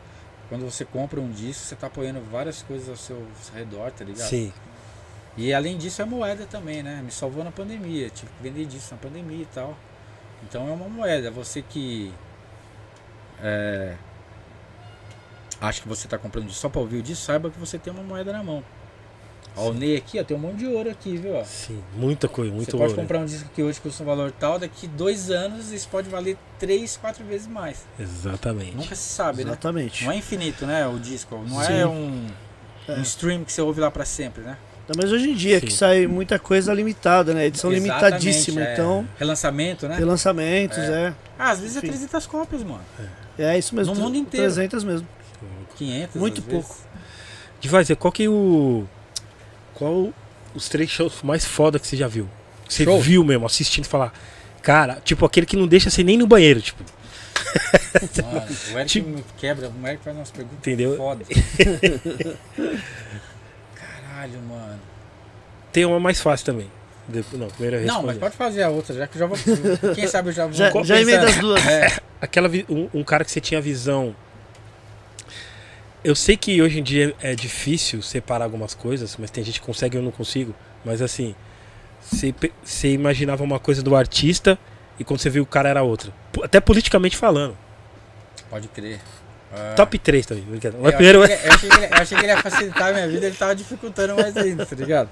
[SPEAKER 3] quando você compra um disco, você tá apoiando várias coisas ao seu redor, tá ligado?
[SPEAKER 2] Sim.
[SPEAKER 3] E além disso é moeda também, né? Me salvou na pandemia, tive que vender disco na pandemia e tal. Então é uma moeda, você que é, acha que você tá comprando disco só para ouvir o disco, saiba que você tem uma moeda na mão. Ó, o Ney aqui, ó, tem um monte de ouro aqui, viu? ó?
[SPEAKER 2] Sim. Muita coisa,
[SPEAKER 3] você
[SPEAKER 2] muito
[SPEAKER 3] pode
[SPEAKER 2] ouro.
[SPEAKER 3] comprar um disco que hoje custa um valor tal, daqui dois anos isso pode valer três, quatro vezes mais.
[SPEAKER 2] Exatamente.
[SPEAKER 3] Nunca se sabe, né?
[SPEAKER 1] Exatamente.
[SPEAKER 3] Não é infinito, né? O disco. Não
[SPEAKER 2] Sim.
[SPEAKER 3] é um, um stream que você ouve lá pra sempre, né?
[SPEAKER 1] Ainda mais hoje em dia,
[SPEAKER 2] Sim.
[SPEAKER 1] que sai muita coisa limitada, né? Edição
[SPEAKER 3] Exatamente,
[SPEAKER 1] limitadíssima.
[SPEAKER 3] é.
[SPEAKER 1] Então,
[SPEAKER 3] Relançamento, né?
[SPEAKER 1] tem lançamentos, é.
[SPEAKER 3] Ah, às vezes
[SPEAKER 1] Enfim.
[SPEAKER 3] é 300 cópias, mano.
[SPEAKER 1] é. isso mesmo.
[SPEAKER 3] No
[SPEAKER 1] tre-
[SPEAKER 3] mundo inteiro.
[SPEAKER 1] 300 mesmo.
[SPEAKER 3] 500.
[SPEAKER 1] Muito
[SPEAKER 3] às vezes.
[SPEAKER 1] pouco.
[SPEAKER 2] Divisor, qual que é o. Qual os três shows mais foda que você já viu? Que Você
[SPEAKER 3] Show?
[SPEAKER 2] viu mesmo, assistindo e falar. Cara, tipo aquele que não deixa você nem no banheiro, tipo.
[SPEAKER 3] Mano, o Eric
[SPEAKER 2] Tipo-
[SPEAKER 3] me quebra, o Eric faz umas perguntas
[SPEAKER 2] Entendeu?
[SPEAKER 3] foda. Caralho, mano.
[SPEAKER 2] Tem uma mais fácil também. De- Não, primeiro eu
[SPEAKER 3] Não, mas
[SPEAKER 2] respondi.
[SPEAKER 3] pode fazer a outra, já que eu já vou. Quem sabe eu já vou.
[SPEAKER 1] Já,
[SPEAKER 3] vou
[SPEAKER 1] já
[SPEAKER 3] pensando.
[SPEAKER 1] emenda as duas.
[SPEAKER 3] É,
[SPEAKER 2] aquela vi- um, um cara que você tinha visão Eu sei que hoje em dia é difícil separar algumas coisas, mas tem gente que consegue e eu não consigo. Mas assim, você pe- você imaginava uma coisa do artista e quando você viu o cara era outra. Po- Até politicamente falando.
[SPEAKER 3] Pode crer. Ah,
[SPEAKER 2] Top 3 também. brincadeira.
[SPEAKER 3] É, eu
[SPEAKER 2] Mas Tá
[SPEAKER 3] achei
[SPEAKER 2] primeiro, é
[SPEAKER 3] que ele- eu, achei que ele, eu achei que ele ia facilitar a minha vida, ele tava dificultando mais ainda, tá ligado?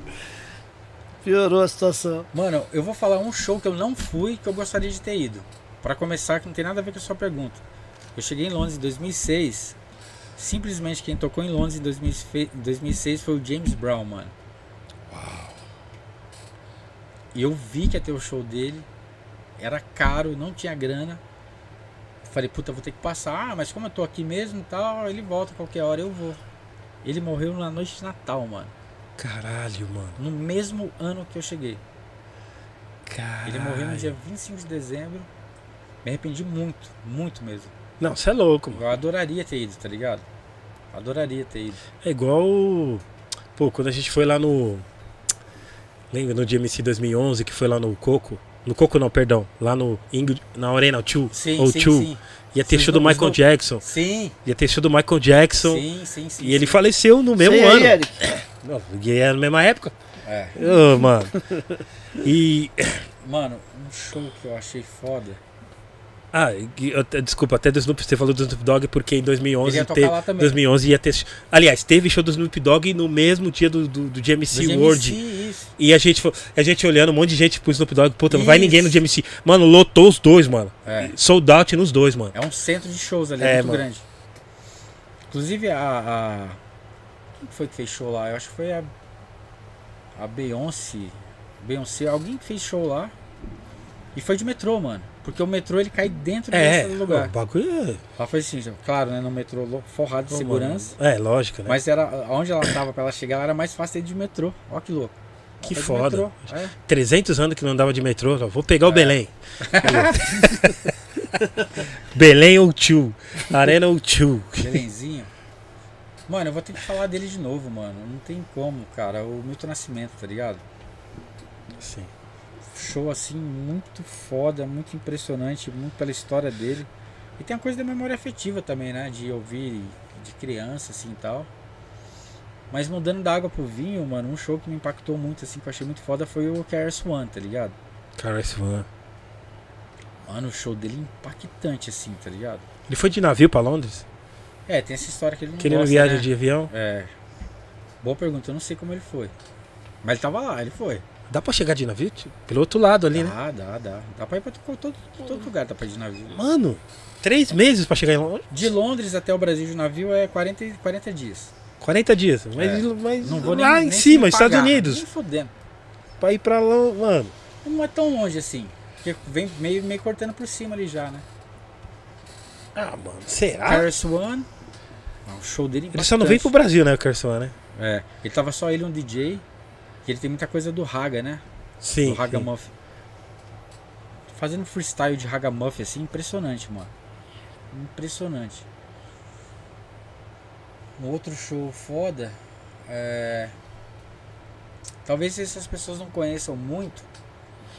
[SPEAKER 1] Piorou a situação.
[SPEAKER 3] Mano, eu vou falar um show que eu não fui que eu gostaria de ter ido. Pra começar, que não tem nada a ver com a sua pergunta. Eu cheguei em Londres em 2006. Simplesmente quem tocou em Londres em 2000 fe- 2006 foi o James Brown, mano. Uau. E eu vi que ia ter o show dele. Era caro, não tinha grana. Falei, puta, vou ter que passar. Ah, mas como eu tô aqui mesmo e tal, ele volta qualquer hora, eu vou. Ele morreu na noite de Natal, mano. é.
[SPEAKER 2] Caralho, mano.
[SPEAKER 3] No mesmo ano que eu cheguei.
[SPEAKER 2] Caralho.
[SPEAKER 3] Ele morreu no dia 25 de dezembro. Me arrependi muito, muito mesmo.
[SPEAKER 2] Não, você é louco, mano.
[SPEAKER 3] Eu adoraria ter ido, tá ligado? Adoraria ter ido.
[SPEAKER 2] É igual. o- Pô, quando a gente foi lá no. Lembra no GMC 2011 que foi lá no Coco? No Coco não, perdão. Lá no Ingrid, na Arena 2.
[SPEAKER 3] Sim,
[SPEAKER 2] ou
[SPEAKER 3] sim,
[SPEAKER 2] 2.
[SPEAKER 3] sim.
[SPEAKER 2] Ia ter
[SPEAKER 3] Sim,
[SPEAKER 2] show do
[SPEAKER 3] não,
[SPEAKER 2] Michael
[SPEAKER 3] não.
[SPEAKER 2] Jackson.
[SPEAKER 3] Sim,
[SPEAKER 2] Ia ter show do Michael Jackson.
[SPEAKER 3] sim, sim, sim.
[SPEAKER 2] E ele
[SPEAKER 3] sim.
[SPEAKER 2] faleceu no mesmo
[SPEAKER 1] Sei aí,
[SPEAKER 2] ano.
[SPEAKER 1] Eric.
[SPEAKER 2] Não, e é na mesma época.
[SPEAKER 3] É.
[SPEAKER 2] Ô, mano. E.
[SPEAKER 3] Mano, um show que eu achei foda.
[SPEAKER 2] Ah, e eu- eu- desculpa, até do Snoop, você falou do Snoop Dogg porque em 2011
[SPEAKER 3] Ele ia tocar
[SPEAKER 2] teve-
[SPEAKER 3] lá também.
[SPEAKER 2] 2011 ia ter. Aliás, teve show do Snoop Dogg no mesmo dia do, do, do GMC
[SPEAKER 3] Do
[SPEAKER 2] World.
[SPEAKER 3] GMC, é isso.
[SPEAKER 2] E a gente, fo- a gente olhando, um monte de gente pro Snoop Dogg, puta, não vai
[SPEAKER 3] Isso.
[SPEAKER 2] ninguém no GMC. Mano, lotou os dois, mano.
[SPEAKER 3] É.
[SPEAKER 2] Sold out nos dois, mano.
[SPEAKER 3] É um centro de shows ali,
[SPEAKER 2] É,
[SPEAKER 3] é, muito
[SPEAKER 2] mano.
[SPEAKER 3] grande. Inclusive a, a- Quem que foi que fez show lá? Eu acho que foi a. A Beyoncé. Beyoncé, alguém que fez show lá. E foi de metrô, mano. Porque o metrô ele cai dentro
[SPEAKER 2] É,
[SPEAKER 3] desse
[SPEAKER 2] o
[SPEAKER 3] lugar.
[SPEAKER 2] bagulho é.
[SPEAKER 3] Ela foi assim, claro, né? No metrô lo- forrado de
[SPEAKER 2] Pô,
[SPEAKER 3] segurança.
[SPEAKER 2] mano, É, lógico, né?
[SPEAKER 3] Mas era onde ela tava pra ela chegar era mais fácil ir de metrô. Ó que louco. Ela
[SPEAKER 2] Que
[SPEAKER 3] foi de
[SPEAKER 2] foda.
[SPEAKER 3] metrô, é.
[SPEAKER 2] 300 anos que não andava de metrô, ó, vou pegar o Belém. Belém ou tio? Arena ou tio?
[SPEAKER 3] Belenzinho. Mano, eu vou ter que falar dele de novo, mano. Não tem como, cara. O Milton Nascimento, tá ligado?
[SPEAKER 2] Sim.
[SPEAKER 3] show assim muito foda, muito impressionante, muito pela história dele. E tem a coisa da memória afetiva também, né? De ouvir de criança, assim e tal. Mas mudando da água pro vinho, mano, um show que me impactou muito, assim, que eu achei muito foda foi o KRS-One, tá ligado?
[SPEAKER 2] Cara, esse mano.
[SPEAKER 3] Mano, o show dele é impactante, assim, tá ligado?
[SPEAKER 2] Ele foi de navio pra Londres?
[SPEAKER 3] É, tem essa história que ele não
[SPEAKER 2] Que ele não
[SPEAKER 3] gosta,
[SPEAKER 2] viaja
[SPEAKER 3] né?
[SPEAKER 2] de avião?
[SPEAKER 3] É. Boa pergunta, eu não sei como ele foi. Mas ele tava lá, ele foi.
[SPEAKER 2] Dá pra chegar de navio? tio? Pelo outro lado ali, né?
[SPEAKER 3] Dá, dá, dá. Dá pra ir pra todo, todo lugar, dá pra ir de navio.
[SPEAKER 2] Mano, três meses pra chegar em Londres?
[SPEAKER 3] De Londres até o Brasil de navio é 40, e- 40 dias.
[SPEAKER 2] 40 dias. Mas,
[SPEAKER 3] É.
[SPEAKER 2] mas
[SPEAKER 3] Não vou nem,
[SPEAKER 2] lá em
[SPEAKER 3] nem
[SPEAKER 2] cima,
[SPEAKER 3] me
[SPEAKER 2] Estados
[SPEAKER 3] pagar,
[SPEAKER 2] Unidos.
[SPEAKER 3] Nem fodendo.
[SPEAKER 2] Pra ir pra lá, mano.
[SPEAKER 3] Não é tão longe assim. Porque vem meio, meio cortando por cima ali já, né?
[SPEAKER 2] Ah, mano, será?
[SPEAKER 3] Paris One. ah, O show dele
[SPEAKER 2] Ele só não veio pro Brasil, né, o Carson, né?
[SPEAKER 3] pro... É. Ele tava só ele e um DJ. E ele tem muita coisa do Raga, né?
[SPEAKER 2] Sim.
[SPEAKER 3] do Hagamuff. Fazendo freestyle de Hagamuff assim, impressionante, mano. Impressionante. Um outro show foda. É... Talvez essas pessoas não conheçam muito,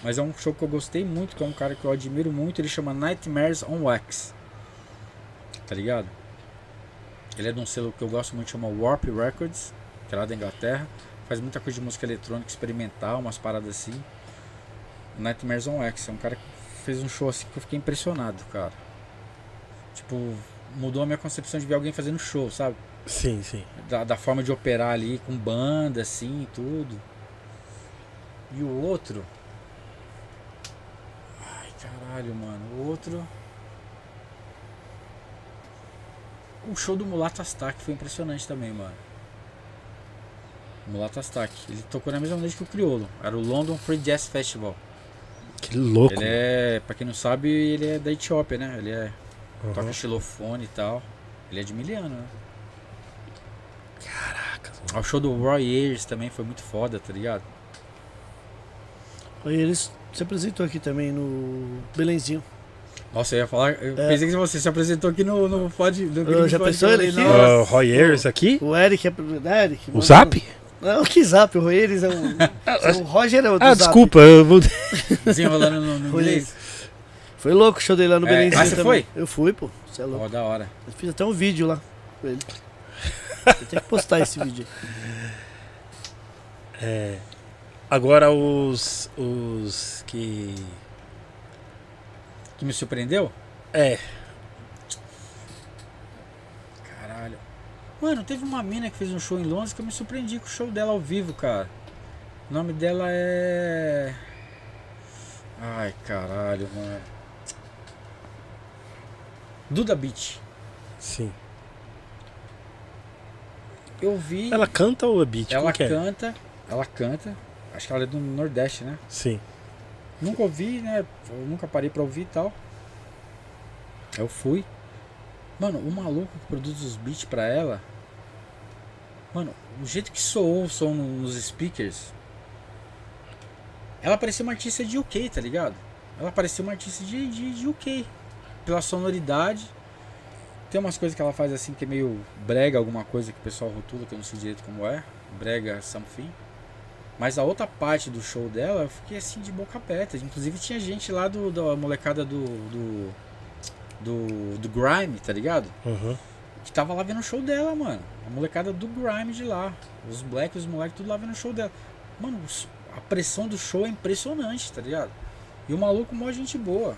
[SPEAKER 3] mas é um show que eu gostei muito, que é um cara que eu admiro muito, ele chama Nightmares on Wax. Tá ligado? Ele é de um selo que eu gosto muito, chama Warp Records, que é lá da Inglaterra. Faz muita coisa de música eletrônica, experimental, umas paradas assim. Nightmares on X, é um cara que fez um show assim que eu fiquei impressionado, cara. Tipo, mudou a minha concepção de ver alguém fazendo show, sabe?
[SPEAKER 2] Sim, sim.
[SPEAKER 3] Da, da forma de operar ali, com banda, assim, e tudo. E o outro. Ai, caralho, mano. O outro. O show do Mulato Astak foi impressionante também, mano. Mulato Astak. Ele tocou na mesma noite que o Criolo. Era o London Free Jazz Festival.
[SPEAKER 2] Que louco.
[SPEAKER 3] Ele é, pra quem não sabe, ele é da Etiópia, né? Ele é,
[SPEAKER 2] Uhum.
[SPEAKER 3] toca xilofone e tal. Ele é de Miliano, né?
[SPEAKER 2] Caraca, mano.
[SPEAKER 3] O show do Roy Ayers também foi muito foda, tá ligado?
[SPEAKER 1] Aí eles se apresentou aqui também no Belenzinho.
[SPEAKER 3] Nossa, eu ia falar. Eu
[SPEAKER 1] É.
[SPEAKER 3] pensei que você se apresentou aqui no, no pod. No
[SPEAKER 1] Eu já
[SPEAKER 3] Pod- né?
[SPEAKER 1] pensou
[SPEAKER 3] eu falei,
[SPEAKER 1] ele aqui?
[SPEAKER 3] "Nossa,
[SPEAKER 2] Ah, o Roy Ayers aqui?
[SPEAKER 1] O Eric é. Né, Eric?
[SPEAKER 2] O Zap?
[SPEAKER 1] Não, que Zap, o Eles é o. o Roger é o do
[SPEAKER 2] Ah,
[SPEAKER 1] Zap.
[SPEAKER 2] desculpa, eu vou.
[SPEAKER 3] Desenrolando no, no inglês.
[SPEAKER 1] Foi louco o show dele lá no
[SPEAKER 3] É,
[SPEAKER 1] Belenzinho.
[SPEAKER 3] ah, você
[SPEAKER 1] também.
[SPEAKER 3] foi?
[SPEAKER 1] Eu fui, pô. Você é louco.
[SPEAKER 3] Ó, da hora.
[SPEAKER 1] Eu fiz até um vídeo lá. Eu tenho que postar esse vídeo.
[SPEAKER 2] É, Agora os. Os que.
[SPEAKER 3] Que me surpreendeu?
[SPEAKER 2] É,
[SPEAKER 3] Caralho. Mano, teve uma mina que fez um show em Londres que eu me surpreendi com o show dela ao vivo, cara. O nome dela é. Ai, caralho, mano. Duda Beach.
[SPEAKER 2] sim.
[SPEAKER 3] Eu vi.
[SPEAKER 2] Ela canta ou é beat?
[SPEAKER 3] ela
[SPEAKER 2] Como que é?
[SPEAKER 3] canta. Ela canta. Acho que ela é do Nordeste, né?
[SPEAKER 2] Sim.
[SPEAKER 3] Nunca ouvi, né? Eu nunca parei pra ouvir e tal. Eu fui. Mano, o maluco que produz os beats pra ela. Mano, o jeito que soou o som no- nos speakers. Ela parecia uma artista de UK, tá ligado? Ela parecia uma artista de, de, de UK. Pela sonoridade. Tem umas coisas que ela faz assim que é meio brega, alguma coisa que o pessoal rotula, que eu não sei direito como é. Brega something. Mas a outra parte do show dela, eu fiquei assim de boca aberta. Inclusive tinha gente lá do, da molecada do, do. do. do Grime, tá ligado?
[SPEAKER 2] Uhum.
[SPEAKER 3] Que tava lá vendo o show dela, mano. A molecada do Grime de lá. Os Black, os moleques, tudo lá vendo o show dela. Mano, os- a pressão do show é impressionante, tá ligado? E o maluco, mó gente boa.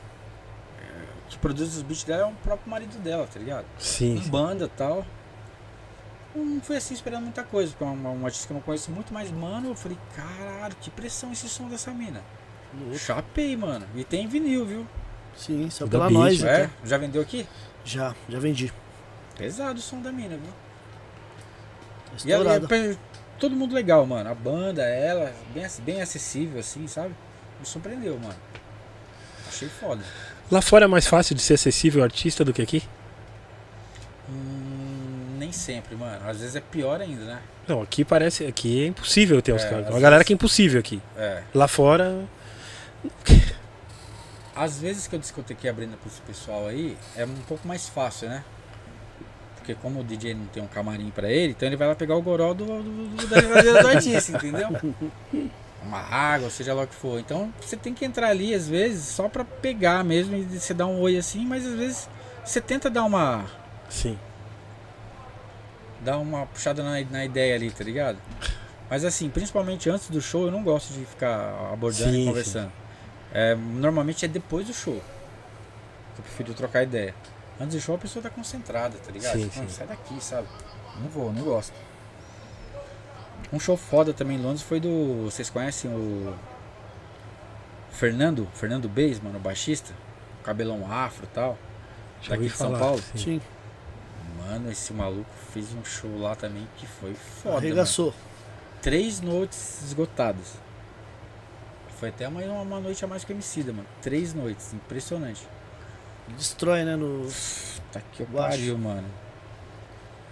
[SPEAKER 3] É, Que produz os beats dela é o próprio marido dela, tá ligado?
[SPEAKER 2] Sim.
[SPEAKER 3] em banda e tal. Não fui assim esperando muita coisa, porque é uma- um artista que eu não conheço muito, mas, mano, eu falei, caralho, que pressão esse som dessa mina. Chapei, mano. E tem vinil, viu?
[SPEAKER 1] Sim, só
[SPEAKER 2] Da
[SPEAKER 1] pela
[SPEAKER 2] Beat,
[SPEAKER 1] nós.
[SPEAKER 3] É?
[SPEAKER 1] então.
[SPEAKER 3] Já vendeu aqui?
[SPEAKER 1] Já, já vendi.
[SPEAKER 3] Pesado o som da mina, viu?
[SPEAKER 1] Tá
[SPEAKER 3] E é ela,
[SPEAKER 1] Estourada.
[SPEAKER 3] pe- todo mundo legal, mano. A banda, ela, bem, ac- bem acessível, assim, sabe? Me surpreendeu, mano. Achei foda.
[SPEAKER 2] Lá fora é mais fácil de ser acessível ao artista do que aqui?
[SPEAKER 3] Hum, nem sempre, mano. Às vezes é pior ainda, né?
[SPEAKER 2] Não, aqui parece. Aqui é impossível ter uns
[SPEAKER 3] É,
[SPEAKER 2] caras.
[SPEAKER 3] às
[SPEAKER 2] Uma galera
[SPEAKER 3] vezes-
[SPEAKER 2] que é impossível aqui.
[SPEAKER 3] É.
[SPEAKER 2] Lá fora.
[SPEAKER 3] Às vezes que eu discotequei abrindo para esse pessoal aí, é um pouco mais fácil, né? Porque como o DJ não tem um camarim pra ele, então ele vai lá pegar o goró do, do, do, do, do artista, entendeu? Uma água, seja lá o que for. Então você tem que entrar ali, às vezes, só pra pegar mesmo e você dar um oi assim, mas às vezes você tenta dar uma,
[SPEAKER 2] Sim.
[SPEAKER 3] dar uma puxada na, na ideia ali, tá ligado? Mas assim, principalmente antes do show, eu não gosto de ficar abordando
[SPEAKER 2] Sim,
[SPEAKER 3] e
[SPEAKER 2] sim.
[SPEAKER 3] conversando. É, normalmente é depois do show. que Eu prefiro trocar ideia. Antes do show a pessoa tá concentrada, tá ligado?
[SPEAKER 2] Sim, sim.
[SPEAKER 3] Mano, sai daqui, sabe? Não vou, não gosto. Um show foda também em Londres foi do. Vocês conhecem o. Fernando? Fernando Beis, mano, o baixista. Cabelão afro e tal.
[SPEAKER 2] Já
[SPEAKER 3] Daqui
[SPEAKER 2] ouvi
[SPEAKER 3] de São
[SPEAKER 2] falar.
[SPEAKER 3] Paulo?
[SPEAKER 2] Sim.
[SPEAKER 1] Sim,
[SPEAKER 3] Mano, esse maluco fez um show lá também que foi foda. mano.
[SPEAKER 1] arregaçou.
[SPEAKER 3] Três noites esgotadas. Foi até uma, uma noite a mais que o Emicida, mano. Três noites, impressionante.
[SPEAKER 1] Destrói, né? No...
[SPEAKER 3] Tá que
[SPEAKER 1] Eu acho.
[SPEAKER 3] pariu, mano.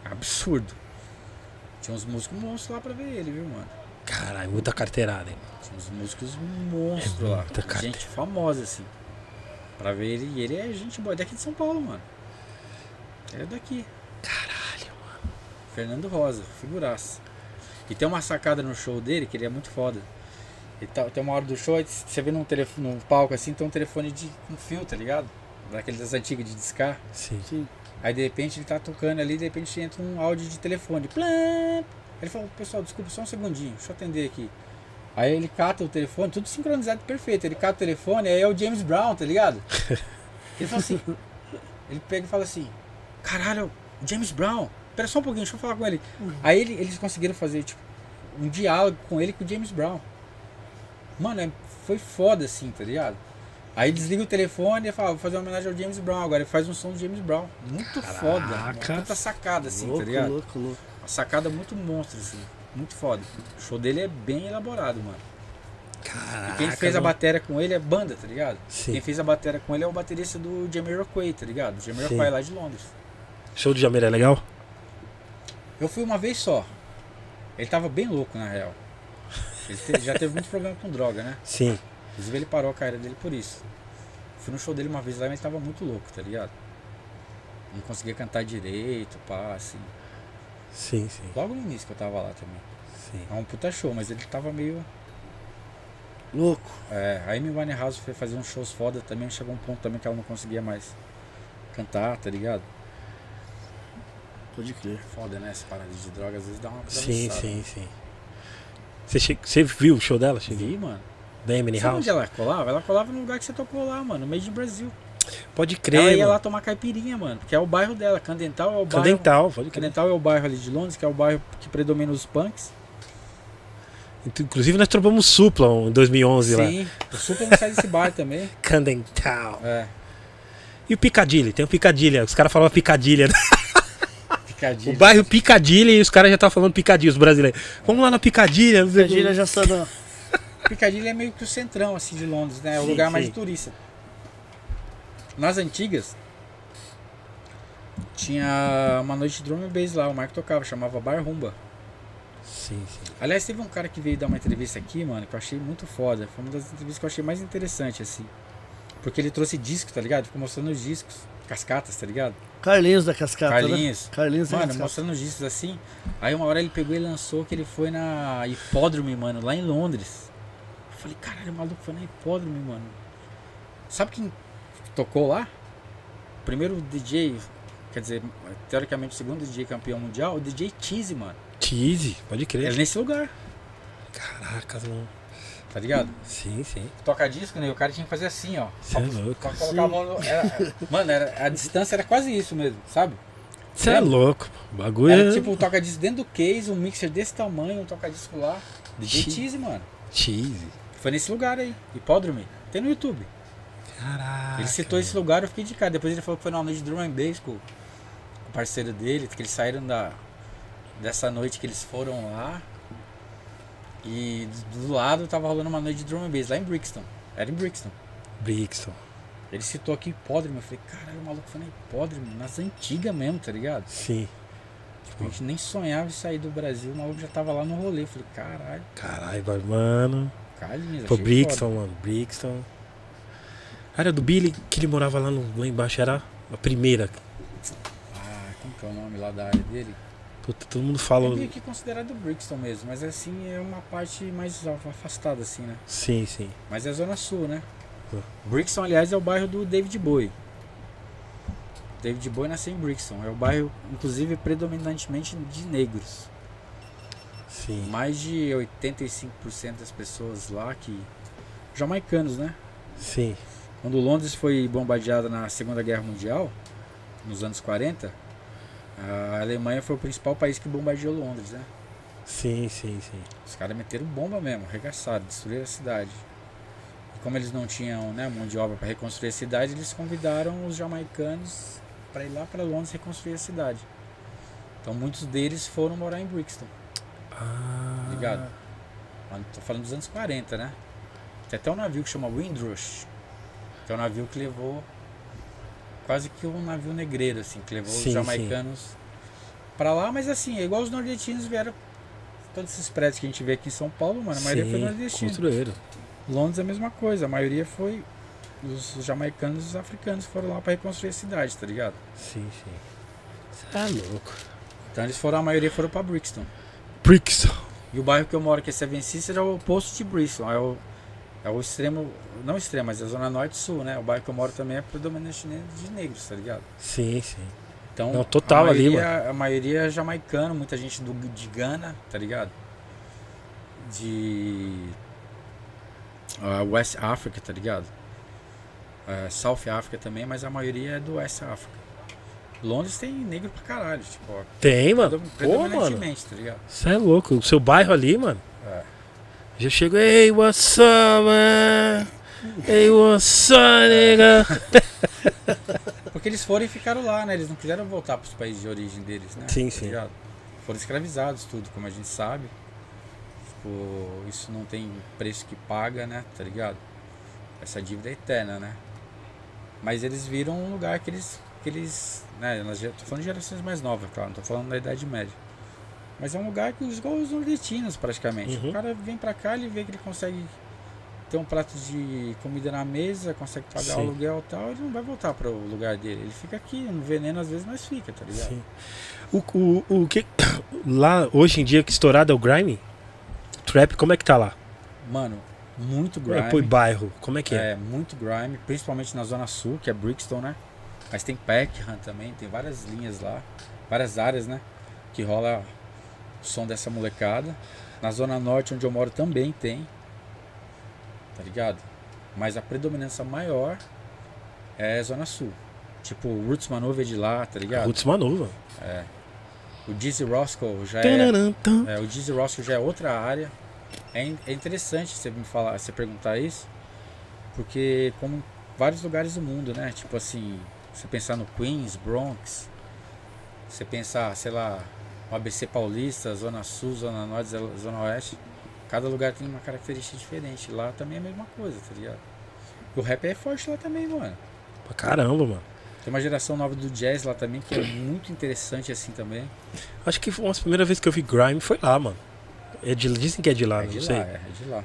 [SPEAKER 3] Absurdo. Tinha uns músicos monstros lá pra ver ele, viu, mano?
[SPEAKER 2] Caralho, muita carteirada, hein?
[SPEAKER 3] Tinha uns músicos monstros lá.
[SPEAKER 2] muita É, carta.
[SPEAKER 3] Gente famosa, assim. Pra ver ele. E ele é gente boa. Daqui de São Paulo, mano. Ele é daqui.
[SPEAKER 2] Caralho.
[SPEAKER 3] Fernando Rosa, figuraça. E tem uma sacada no show dele que ele é muito foda. E tá- tem uma hora do show, aí você vê num, telefone, num palco assim, tem um telefone de, com fio, tá ligado? Daquele das antigas de discar.
[SPEAKER 2] Sim.
[SPEAKER 1] Sim.
[SPEAKER 3] Aí de repente ele tá tocando ali, de repente entra um áudio de telefone. Plam! Ele fala, pessoal, desculpa, só um segundinho, deixa eu atender aqui. Aí ele cata o telefone, tudo sincronizado perfeito. Ele cata o telefone, aí é o James Brown, tá ligado? Ele fala assim. Ele pega e fala assim: Caralho, o James Brown, pera só um pouquinho, deixa eu falar com ele. Aí ele- eles conseguiram fazer, tipo, um diálogo com ele e com o James Brown. Mano, é- foi foda assim, tá ligado? Aí desliga o telefone e fala, vou fazer uma homenagem ao James Brown agora. Ele faz um som do James Brown. Muito foda. Uma
[SPEAKER 2] Caraca.
[SPEAKER 3] puta sacada, assim,
[SPEAKER 1] louco,
[SPEAKER 3] tá ligado?
[SPEAKER 1] louco, louco.
[SPEAKER 3] Uma sacada muito monstro, assim. Muito foda. O show dele é bem elaborado, mano.
[SPEAKER 2] Caraca.
[SPEAKER 3] E quem fez a
[SPEAKER 2] mano.
[SPEAKER 3] bateria com ele é banda, tá ligado?
[SPEAKER 2] Ah, Sim.
[SPEAKER 3] Quem fez a bateria com ele é o baterista do Jamiroquai, tá ligado? O Jamiroquai
[SPEAKER 2] Sim.
[SPEAKER 3] lá de Londres.
[SPEAKER 2] Show do Jameira é legal?
[SPEAKER 3] Eu fui uma vez só. Ele tava bem louco, na real. Ele te- já teve muito problema com droga, né?
[SPEAKER 2] Sim.
[SPEAKER 3] Inclusive ele parou a carreira dele por isso. Fui no show dele uma vez lá, mas ele tava muito louco, tá ligado? Não conseguia cantar direito, pá, assim.
[SPEAKER 2] Sim, sim.
[SPEAKER 3] Logo no início que eu tava lá também.
[SPEAKER 2] Sim.
[SPEAKER 3] É um puta show, mas ele tava meio.
[SPEAKER 1] Louco.
[SPEAKER 3] É, a Amy Winehouse foi fazer uns shows foda também, chegou um ponto também que ela não conseguia mais cantar, tá ligado?
[SPEAKER 1] pode crer.
[SPEAKER 3] Foda, né? Essa parada de droga às vezes dá uma
[SPEAKER 2] Sim,
[SPEAKER 3] atravessada.
[SPEAKER 2] sim, sim. Você, che- você viu o show dela? Cheguei.
[SPEAKER 3] Vi, mano.
[SPEAKER 2] Da Emily
[SPEAKER 3] Sabe
[SPEAKER 2] House?
[SPEAKER 3] onde ela colava? Ela colava no lugar que você tocou lá, mano, no meio de Brasil.
[SPEAKER 2] Pode
[SPEAKER 3] ela
[SPEAKER 2] crer.
[SPEAKER 3] ia
[SPEAKER 2] mano.
[SPEAKER 3] lá tomar caipirinha, mano, porque é o bairro dela. Candental é o bairro.
[SPEAKER 2] Candental, pode crer.
[SPEAKER 3] Candental é o bairro ali de Londres, que é o bairro que predomina os punks.
[SPEAKER 2] Então, Inclusive, nós trombamos Supla em 2011 lá.
[SPEAKER 3] Sim, o Supla não sai desse bar também.
[SPEAKER 2] Candental.
[SPEAKER 3] É,
[SPEAKER 2] E o Picadilly? Tem o Picadilly. Os caras falavam Picadilly. né? O
[SPEAKER 3] picadinho.
[SPEAKER 2] bairro Picadilly e os caras já estavam falando Picadilly, os brasileiros. Vamos lá na Picadilly. não sei o quê.
[SPEAKER 1] Picadilha já sabe. né?
[SPEAKER 3] Picadilho é meio que o centrão assim de Londres, né? É o
[SPEAKER 2] Sim,
[SPEAKER 3] lugar mais
[SPEAKER 2] sim.
[SPEAKER 3] de turista. Nas antigas tinha uma noite de drum and bass lá, o Marco tocava, chamava Bar Rumba.
[SPEAKER 2] Sim, sim.
[SPEAKER 3] Aliás, teve um cara que veio dar uma entrevista aqui, mano, que eu achei muito foda. Foi uma das entrevistas que eu achei mais interessante, assim. Porque ele trouxe disco, tá ligado? Ficou mostrando os discos, cascatas, tá ligado?
[SPEAKER 1] Carlinhos da
[SPEAKER 2] É,
[SPEAKER 1] Cascata, né?
[SPEAKER 3] Carlinhos.
[SPEAKER 1] Carlinhos da
[SPEAKER 3] Mano,
[SPEAKER 1] Cascata.
[SPEAKER 3] mostrando os discos assim. Aí uma hora ele pegou e lançou que ele foi na Hipódromo, mano, lá em Londres. Eu falei, caralho, o maluco foi na Hipódromo, mano. Sabe quem tocou lá? O primeiro DJ, quer dizer, teoricamente o segundo DJ campeão mundial, o DJ Cheese, mano.
[SPEAKER 2] Cheese, pode
[SPEAKER 3] Era
[SPEAKER 2] crer.
[SPEAKER 3] nesse lugar,
[SPEAKER 2] Caracas, mano.
[SPEAKER 3] tá ligado?
[SPEAKER 2] Sim, sim.
[SPEAKER 3] Tocar disco, né? O cara tinha que fazer assim, ó.
[SPEAKER 2] Você é louco.
[SPEAKER 3] Pra colocar a mão no... era- Mano, era- a distância era quase isso mesmo, sabe?
[SPEAKER 2] Você é louco. O bagulho
[SPEAKER 3] Era
[SPEAKER 2] é.
[SPEAKER 3] tipo um toca-disco dentro do case, um mixer desse tamanho, um toca-disco lá. DJ
[SPEAKER 2] Sim.
[SPEAKER 3] Cheese, mano.
[SPEAKER 2] Cheese.
[SPEAKER 3] Foi nesse lugar aí, hipódromo. Tem no YouTube.
[SPEAKER 2] Caraca.
[SPEAKER 3] ele citou esse lugar, eu fiquei de cara. Depois ele falou que foi numa noite de drum and bass com com o parceiro dele, que eles saíram da, dessa noite que eles foram lá. E do do lado tava rolando uma noite de drum and bass lá em Brixton. Era em Brixton.
[SPEAKER 2] Brixton.
[SPEAKER 3] Ele citou aqui hipódromo. Eu falei, caralho, o maluco foi na hipódromo, nas antigas mesmo, tá ligado?
[SPEAKER 2] Sim.
[SPEAKER 3] Tipo, a gente nem sonhava em sair do Brasil, o maluco já tava lá no rolê. Eu falei, caralho,
[SPEAKER 2] Caralho, vai- mano.
[SPEAKER 3] Carlinhos.
[SPEAKER 2] Pô,
[SPEAKER 3] achei
[SPEAKER 2] Brixton, mano. Brixton. A área do Billy, que ele morava lá, no, lá embaixo, era a primeira.
[SPEAKER 3] foda. Ah, como que é o nome lá da área dele?
[SPEAKER 2] Puta, todo mundo
[SPEAKER 3] É
[SPEAKER 2] fala.
[SPEAKER 3] meio que considerado Brixton mesmo, mas assim é uma parte mais af- afastada, assim, né?
[SPEAKER 2] Sim, sim.
[SPEAKER 3] Mas é Zona Sul, né?
[SPEAKER 2] Hum.
[SPEAKER 3] Brixton, aliás, é o bairro do David Bowie. David Bowie nasceu em Brixton. É o bairro, inclusive, predominantemente de negros.
[SPEAKER 2] Sim.
[SPEAKER 3] Mais de 85% das pessoas lá que. jamaicanos, né?
[SPEAKER 2] Sim.
[SPEAKER 3] Quando Londres foi bombardeada na Segunda Guerra Mundial, nos anos 40, a Alemanha foi o principal país que bombardeou Londres, né?
[SPEAKER 2] Sim, sim, sim.
[SPEAKER 3] Os caras meteram bomba mesmo, arregaçaram, destruíram a cidade. E como eles não tinham né, mão de obra para reconstruir a cidade, eles convidaram os jamaicanos para ir lá para Londres reconstruir a cidade. Então muitos deles foram morar em Brixton,
[SPEAKER 2] Ah.
[SPEAKER 3] ligado? Mas Tô falando dos anos 40, né? Tem até um navio que chama Windrush, que é um navio que levou quase que um navio negreiro, assim, que levou
[SPEAKER 2] Sim,
[SPEAKER 3] os
[SPEAKER 2] sim.
[SPEAKER 3] jamaicanos para lá, mas assim, é igual os nordestinos vieram. Todos esses prédios que a gente vê aqui em São Paulo, mano, a maioria foi
[SPEAKER 2] Sim,
[SPEAKER 3] nordestina.
[SPEAKER 2] construíram.
[SPEAKER 3] Londres é a mesma coisa, a maioria foi. Os jamaicanos e os africanos foram lá pra reconstruir a cidade, tá ligado?
[SPEAKER 2] Sim, sim. Você tá louco.
[SPEAKER 3] Então eles foram, a maioria foram pra Brixton.
[SPEAKER 2] Brixton.
[SPEAKER 3] E o bairro que eu moro, que é Seven Sisters, é o oposto de Brixton. É o, é o extremo, não extremo, mas é a zona norte-sul, né? O bairro que eu moro também é predominante ne- de negros, tá ligado?
[SPEAKER 2] Sim, sim.
[SPEAKER 3] Então,
[SPEAKER 2] Não, total
[SPEAKER 3] a
[SPEAKER 2] ali,
[SPEAKER 3] maioria, A maioria é jamaicano, muita gente do, de Gana, tá ligado? De ah, West Africa, tá ligado? Ah, South Africa também, mas a maioria é do West Africa. Londres tem negro pra caralho, tipo, ó,
[SPEAKER 2] Tem, mano.
[SPEAKER 3] predom-
[SPEAKER 2] Pô, mano.
[SPEAKER 3] predominantemente, tá ligado?
[SPEAKER 2] Você é louco. O seu bairro ali, mano.
[SPEAKER 3] É.
[SPEAKER 2] Já chego, ei, what's up, man? Ei, what's up, nigga?
[SPEAKER 3] Porque eles foram e ficaram lá, né? Eles não quiseram voltar pros países de origem deles, né?
[SPEAKER 2] Sim,
[SPEAKER 3] Tá
[SPEAKER 2] sim.
[SPEAKER 3] ligado? Foram escravizados, tudo, como a gente sabe. Tipo, isso não tem preço que paga, né? Tá ligado? Essa dívida é eterna, né? Mas eles viram um lugar que eles. Que eles né? Nós já, tô falando de gerações mais novas, claro, não tô falando da Idade Média. Mas é um lugar que os igual os nordestinos, praticamente.
[SPEAKER 2] Uhum.
[SPEAKER 3] O cara vem pra cá, ele vê que ele consegue ter um prato de comida na mesa, consegue pagar
[SPEAKER 2] Sim.
[SPEAKER 3] o aluguel e tal, ele não vai voltar para o lugar dele. Ele fica aqui, no veneno às vezes, mas fica, tá ligado?
[SPEAKER 2] Sim. O, o, o que. Lá, hoje em dia, que estourado é o grime? Trap, como é que tá lá?
[SPEAKER 3] Mano, muito
[SPEAKER 2] Pô, e
[SPEAKER 3] grime.
[SPEAKER 2] bairro, como é que é?
[SPEAKER 3] É, muito grime, principalmente na Zona Sul, que é Brixton, né? Mas tem Packham também, tem várias linhas lá, várias áreas, né? Que rola o som dessa molecada. Na Zona Norte, onde eu moro, também tem. Tá ligado? Mas a predominância maior é Zona Sul. Tipo, o Roots Manova é de lá, tá ligado?
[SPEAKER 2] Roots Manova.
[SPEAKER 3] O Dizzy Roscoe já é,
[SPEAKER 2] Tararã, tam.
[SPEAKER 3] é. O Dizzy Roscoe já é outra área. É, in- é interessante você me falar, você perguntar isso, porque como em vários lugares do mundo, né? Tipo assim, você pensar no Queens, Bronx, você pensar, sei lá, o ABC Paulista, Zona Sul, Zona Norte, Zé- Zona Oeste, cada lugar tem uma característica diferente. Lá também é a mesma coisa, tá ligado? O rap é forte lá também, mano.
[SPEAKER 2] Pra caramba, mano.
[SPEAKER 3] Tem uma geração nova do jazz lá também que é muito interessante assim também.
[SPEAKER 2] Acho que foi uma das primeiras vezes que eu vi Grime foi lá, mano. É de- dizem que é de lá,
[SPEAKER 3] é
[SPEAKER 2] não
[SPEAKER 3] de
[SPEAKER 2] sei.
[SPEAKER 3] lá, é, é de lá.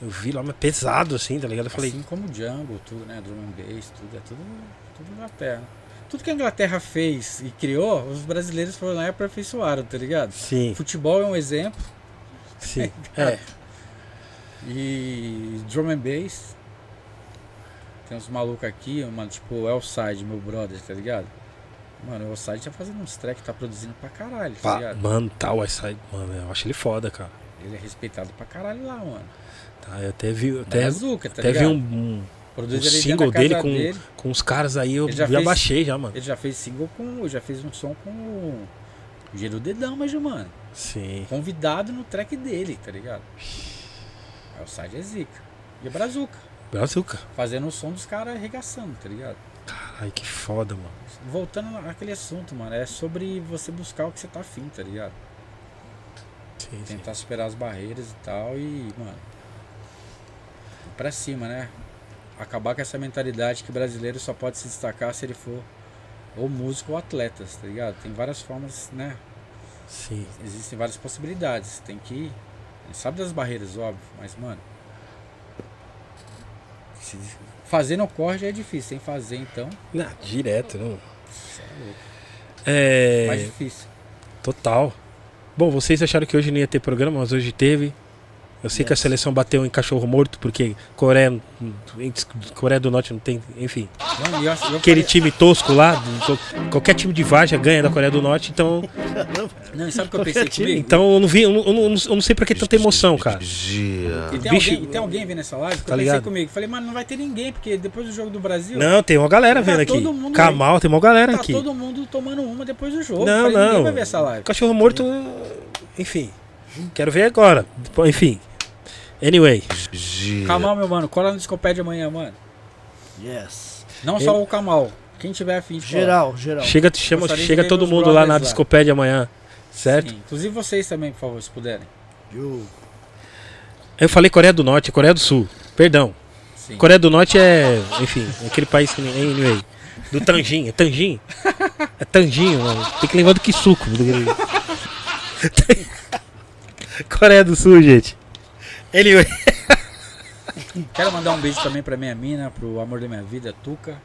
[SPEAKER 2] Eu vi lá, mas pesado assim, tá ligado? Eu falei,
[SPEAKER 3] Assim como o Django, tudo, né? Drum and Bass, tudo, é tudo, tudo Inglaterra. Tudo que a Inglaterra fez e criou, os brasileiros foram lá e aperfeiçoaram, tá ligado?
[SPEAKER 2] sim,
[SPEAKER 3] Futebol é um exemplo
[SPEAKER 2] sim. É,
[SPEAKER 3] e drum and bass. Tem uns malucos aqui, mano, tipo o Elside, meu brother, tá ligado? Mano, o Elside tá fazendo uns tracks, tá produzindo pra caralho, tá
[SPEAKER 2] pá,
[SPEAKER 3] ligado?
[SPEAKER 2] mano, tal, tá, essa- mano, eu acho ele foda, cara.
[SPEAKER 3] Ele é respeitado pra caralho lá, mano.
[SPEAKER 2] Tá, eu até vi, eu
[SPEAKER 3] Da
[SPEAKER 2] até,
[SPEAKER 3] Azuca, tá
[SPEAKER 2] até vi
[SPEAKER 3] ligado?
[SPEAKER 2] um, um-
[SPEAKER 3] Produz
[SPEAKER 2] um
[SPEAKER 3] ele dentro
[SPEAKER 2] single
[SPEAKER 3] da casa
[SPEAKER 2] dele com,
[SPEAKER 3] dele.
[SPEAKER 2] com os caras aí, eu
[SPEAKER 3] Ele
[SPEAKER 2] já,
[SPEAKER 3] já fez-
[SPEAKER 2] baixei já, mano.
[SPEAKER 3] Ele já fez single com. Já fez um som com o Giro Dedão, mas, mano.
[SPEAKER 2] Sim.
[SPEAKER 3] Convidado no track dele, tá ligado? Aí o Side é zica. E a Brazuca,
[SPEAKER 2] Brasil, cara.
[SPEAKER 3] fazendo o som dos caras arregaçando, tá ligado?
[SPEAKER 2] Caralho, que foda, mano.
[SPEAKER 3] Voltando naquele assunto, mano, é sobre você buscar o que você tá afim, tá ligado?
[SPEAKER 2] Sim, sim.
[SPEAKER 3] Tentar superar as barreiras e tal e, mano. ir Pra cima, né? Acabar com essa mentalidade que brasileiro só pode se destacar se ele for ou músico ou atleta, tá ligado? Tem várias formas, né?
[SPEAKER 2] Sim.
[SPEAKER 3] existem várias possibilidades. Tem que ir. Ele sabe das barreiras, óbvio, mas, mano. se- Fazendo o corre já é difícil, sem fazer então.
[SPEAKER 2] Não, direto, não.
[SPEAKER 3] cê é louco.
[SPEAKER 2] É.
[SPEAKER 3] Mais difícil.
[SPEAKER 2] Total. Bom, vocês acharam que hoje não ia ter programa, mas hoje teve. Eu sei que a
[SPEAKER 3] Yes.
[SPEAKER 2] seleção bateu em cachorro morto, porque Coreia, Coreia do Norte não tem. Enfim.
[SPEAKER 3] Mano, e eu, eu
[SPEAKER 2] Aquele
[SPEAKER 3] falei-
[SPEAKER 2] time tosco lá, do- qual- qualquer time de Varja ganha da Coreia do Norte, então.
[SPEAKER 3] Não, e sabe o que eu pensei comigo?
[SPEAKER 2] Então eu não vi, eu não, eu não- eu não sei pra que tanta emoção, cara.
[SPEAKER 3] e, tem
[SPEAKER 2] bicho-
[SPEAKER 3] alguém, e tem alguém vendo essa live? que
[SPEAKER 2] Tá
[SPEAKER 3] eu pensei
[SPEAKER 2] ligado?
[SPEAKER 3] comigo. Falei, mano, não vai ter ninguém, porque depois do jogo do Brasil,
[SPEAKER 2] Não, tem uma galera
[SPEAKER 3] Tá
[SPEAKER 2] vendo aqui.
[SPEAKER 3] todo mundo
[SPEAKER 2] Kamal, tem uma galera
[SPEAKER 3] tá
[SPEAKER 2] aqui.
[SPEAKER 3] todo mundo tomando uma depois do jogo.
[SPEAKER 2] Não,
[SPEAKER 3] Falei, Ninguém vai
[SPEAKER 2] não.
[SPEAKER 3] ver essa live.
[SPEAKER 2] Cachorro morto, enfim. Quero ver agora. Enfim. Anyway.
[SPEAKER 3] Então, Kamal, meu mano, cola no Discopédia amanhã, mano.
[SPEAKER 1] Yes.
[SPEAKER 3] Não só o Kamal. Quem tiver afim de colar.
[SPEAKER 1] Geral, geral.
[SPEAKER 2] Chega, chama,
[SPEAKER 3] Gostaria de
[SPEAKER 2] chega
[SPEAKER 3] ver
[SPEAKER 2] todo
[SPEAKER 3] meus
[SPEAKER 2] mundo lá na
[SPEAKER 3] brothers lá.
[SPEAKER 2] discopédia amanhã, certo?
[SPEAKER 3] Sim. Inclusive vocês também, por favor, se puderem.
[SPEAKER 1] You.
[SPEAKER 2] Eu falei Coreia do Norte, é Coreia do Sul. Perdão.
[SPEAKER 3] Sim.
[SPEAKER 2] Coreia do Norte é, enfim, é aquele país que nem anyway. Do Tanjin, é Tanjin? É Tanjin, mano. Tem que lembrar do que suco. Coreia do Sul, gente. Anyway.
[SPEAKER 3] Quero mandar um beijo também pra minha mina, pro amor da minha vida, Tuca,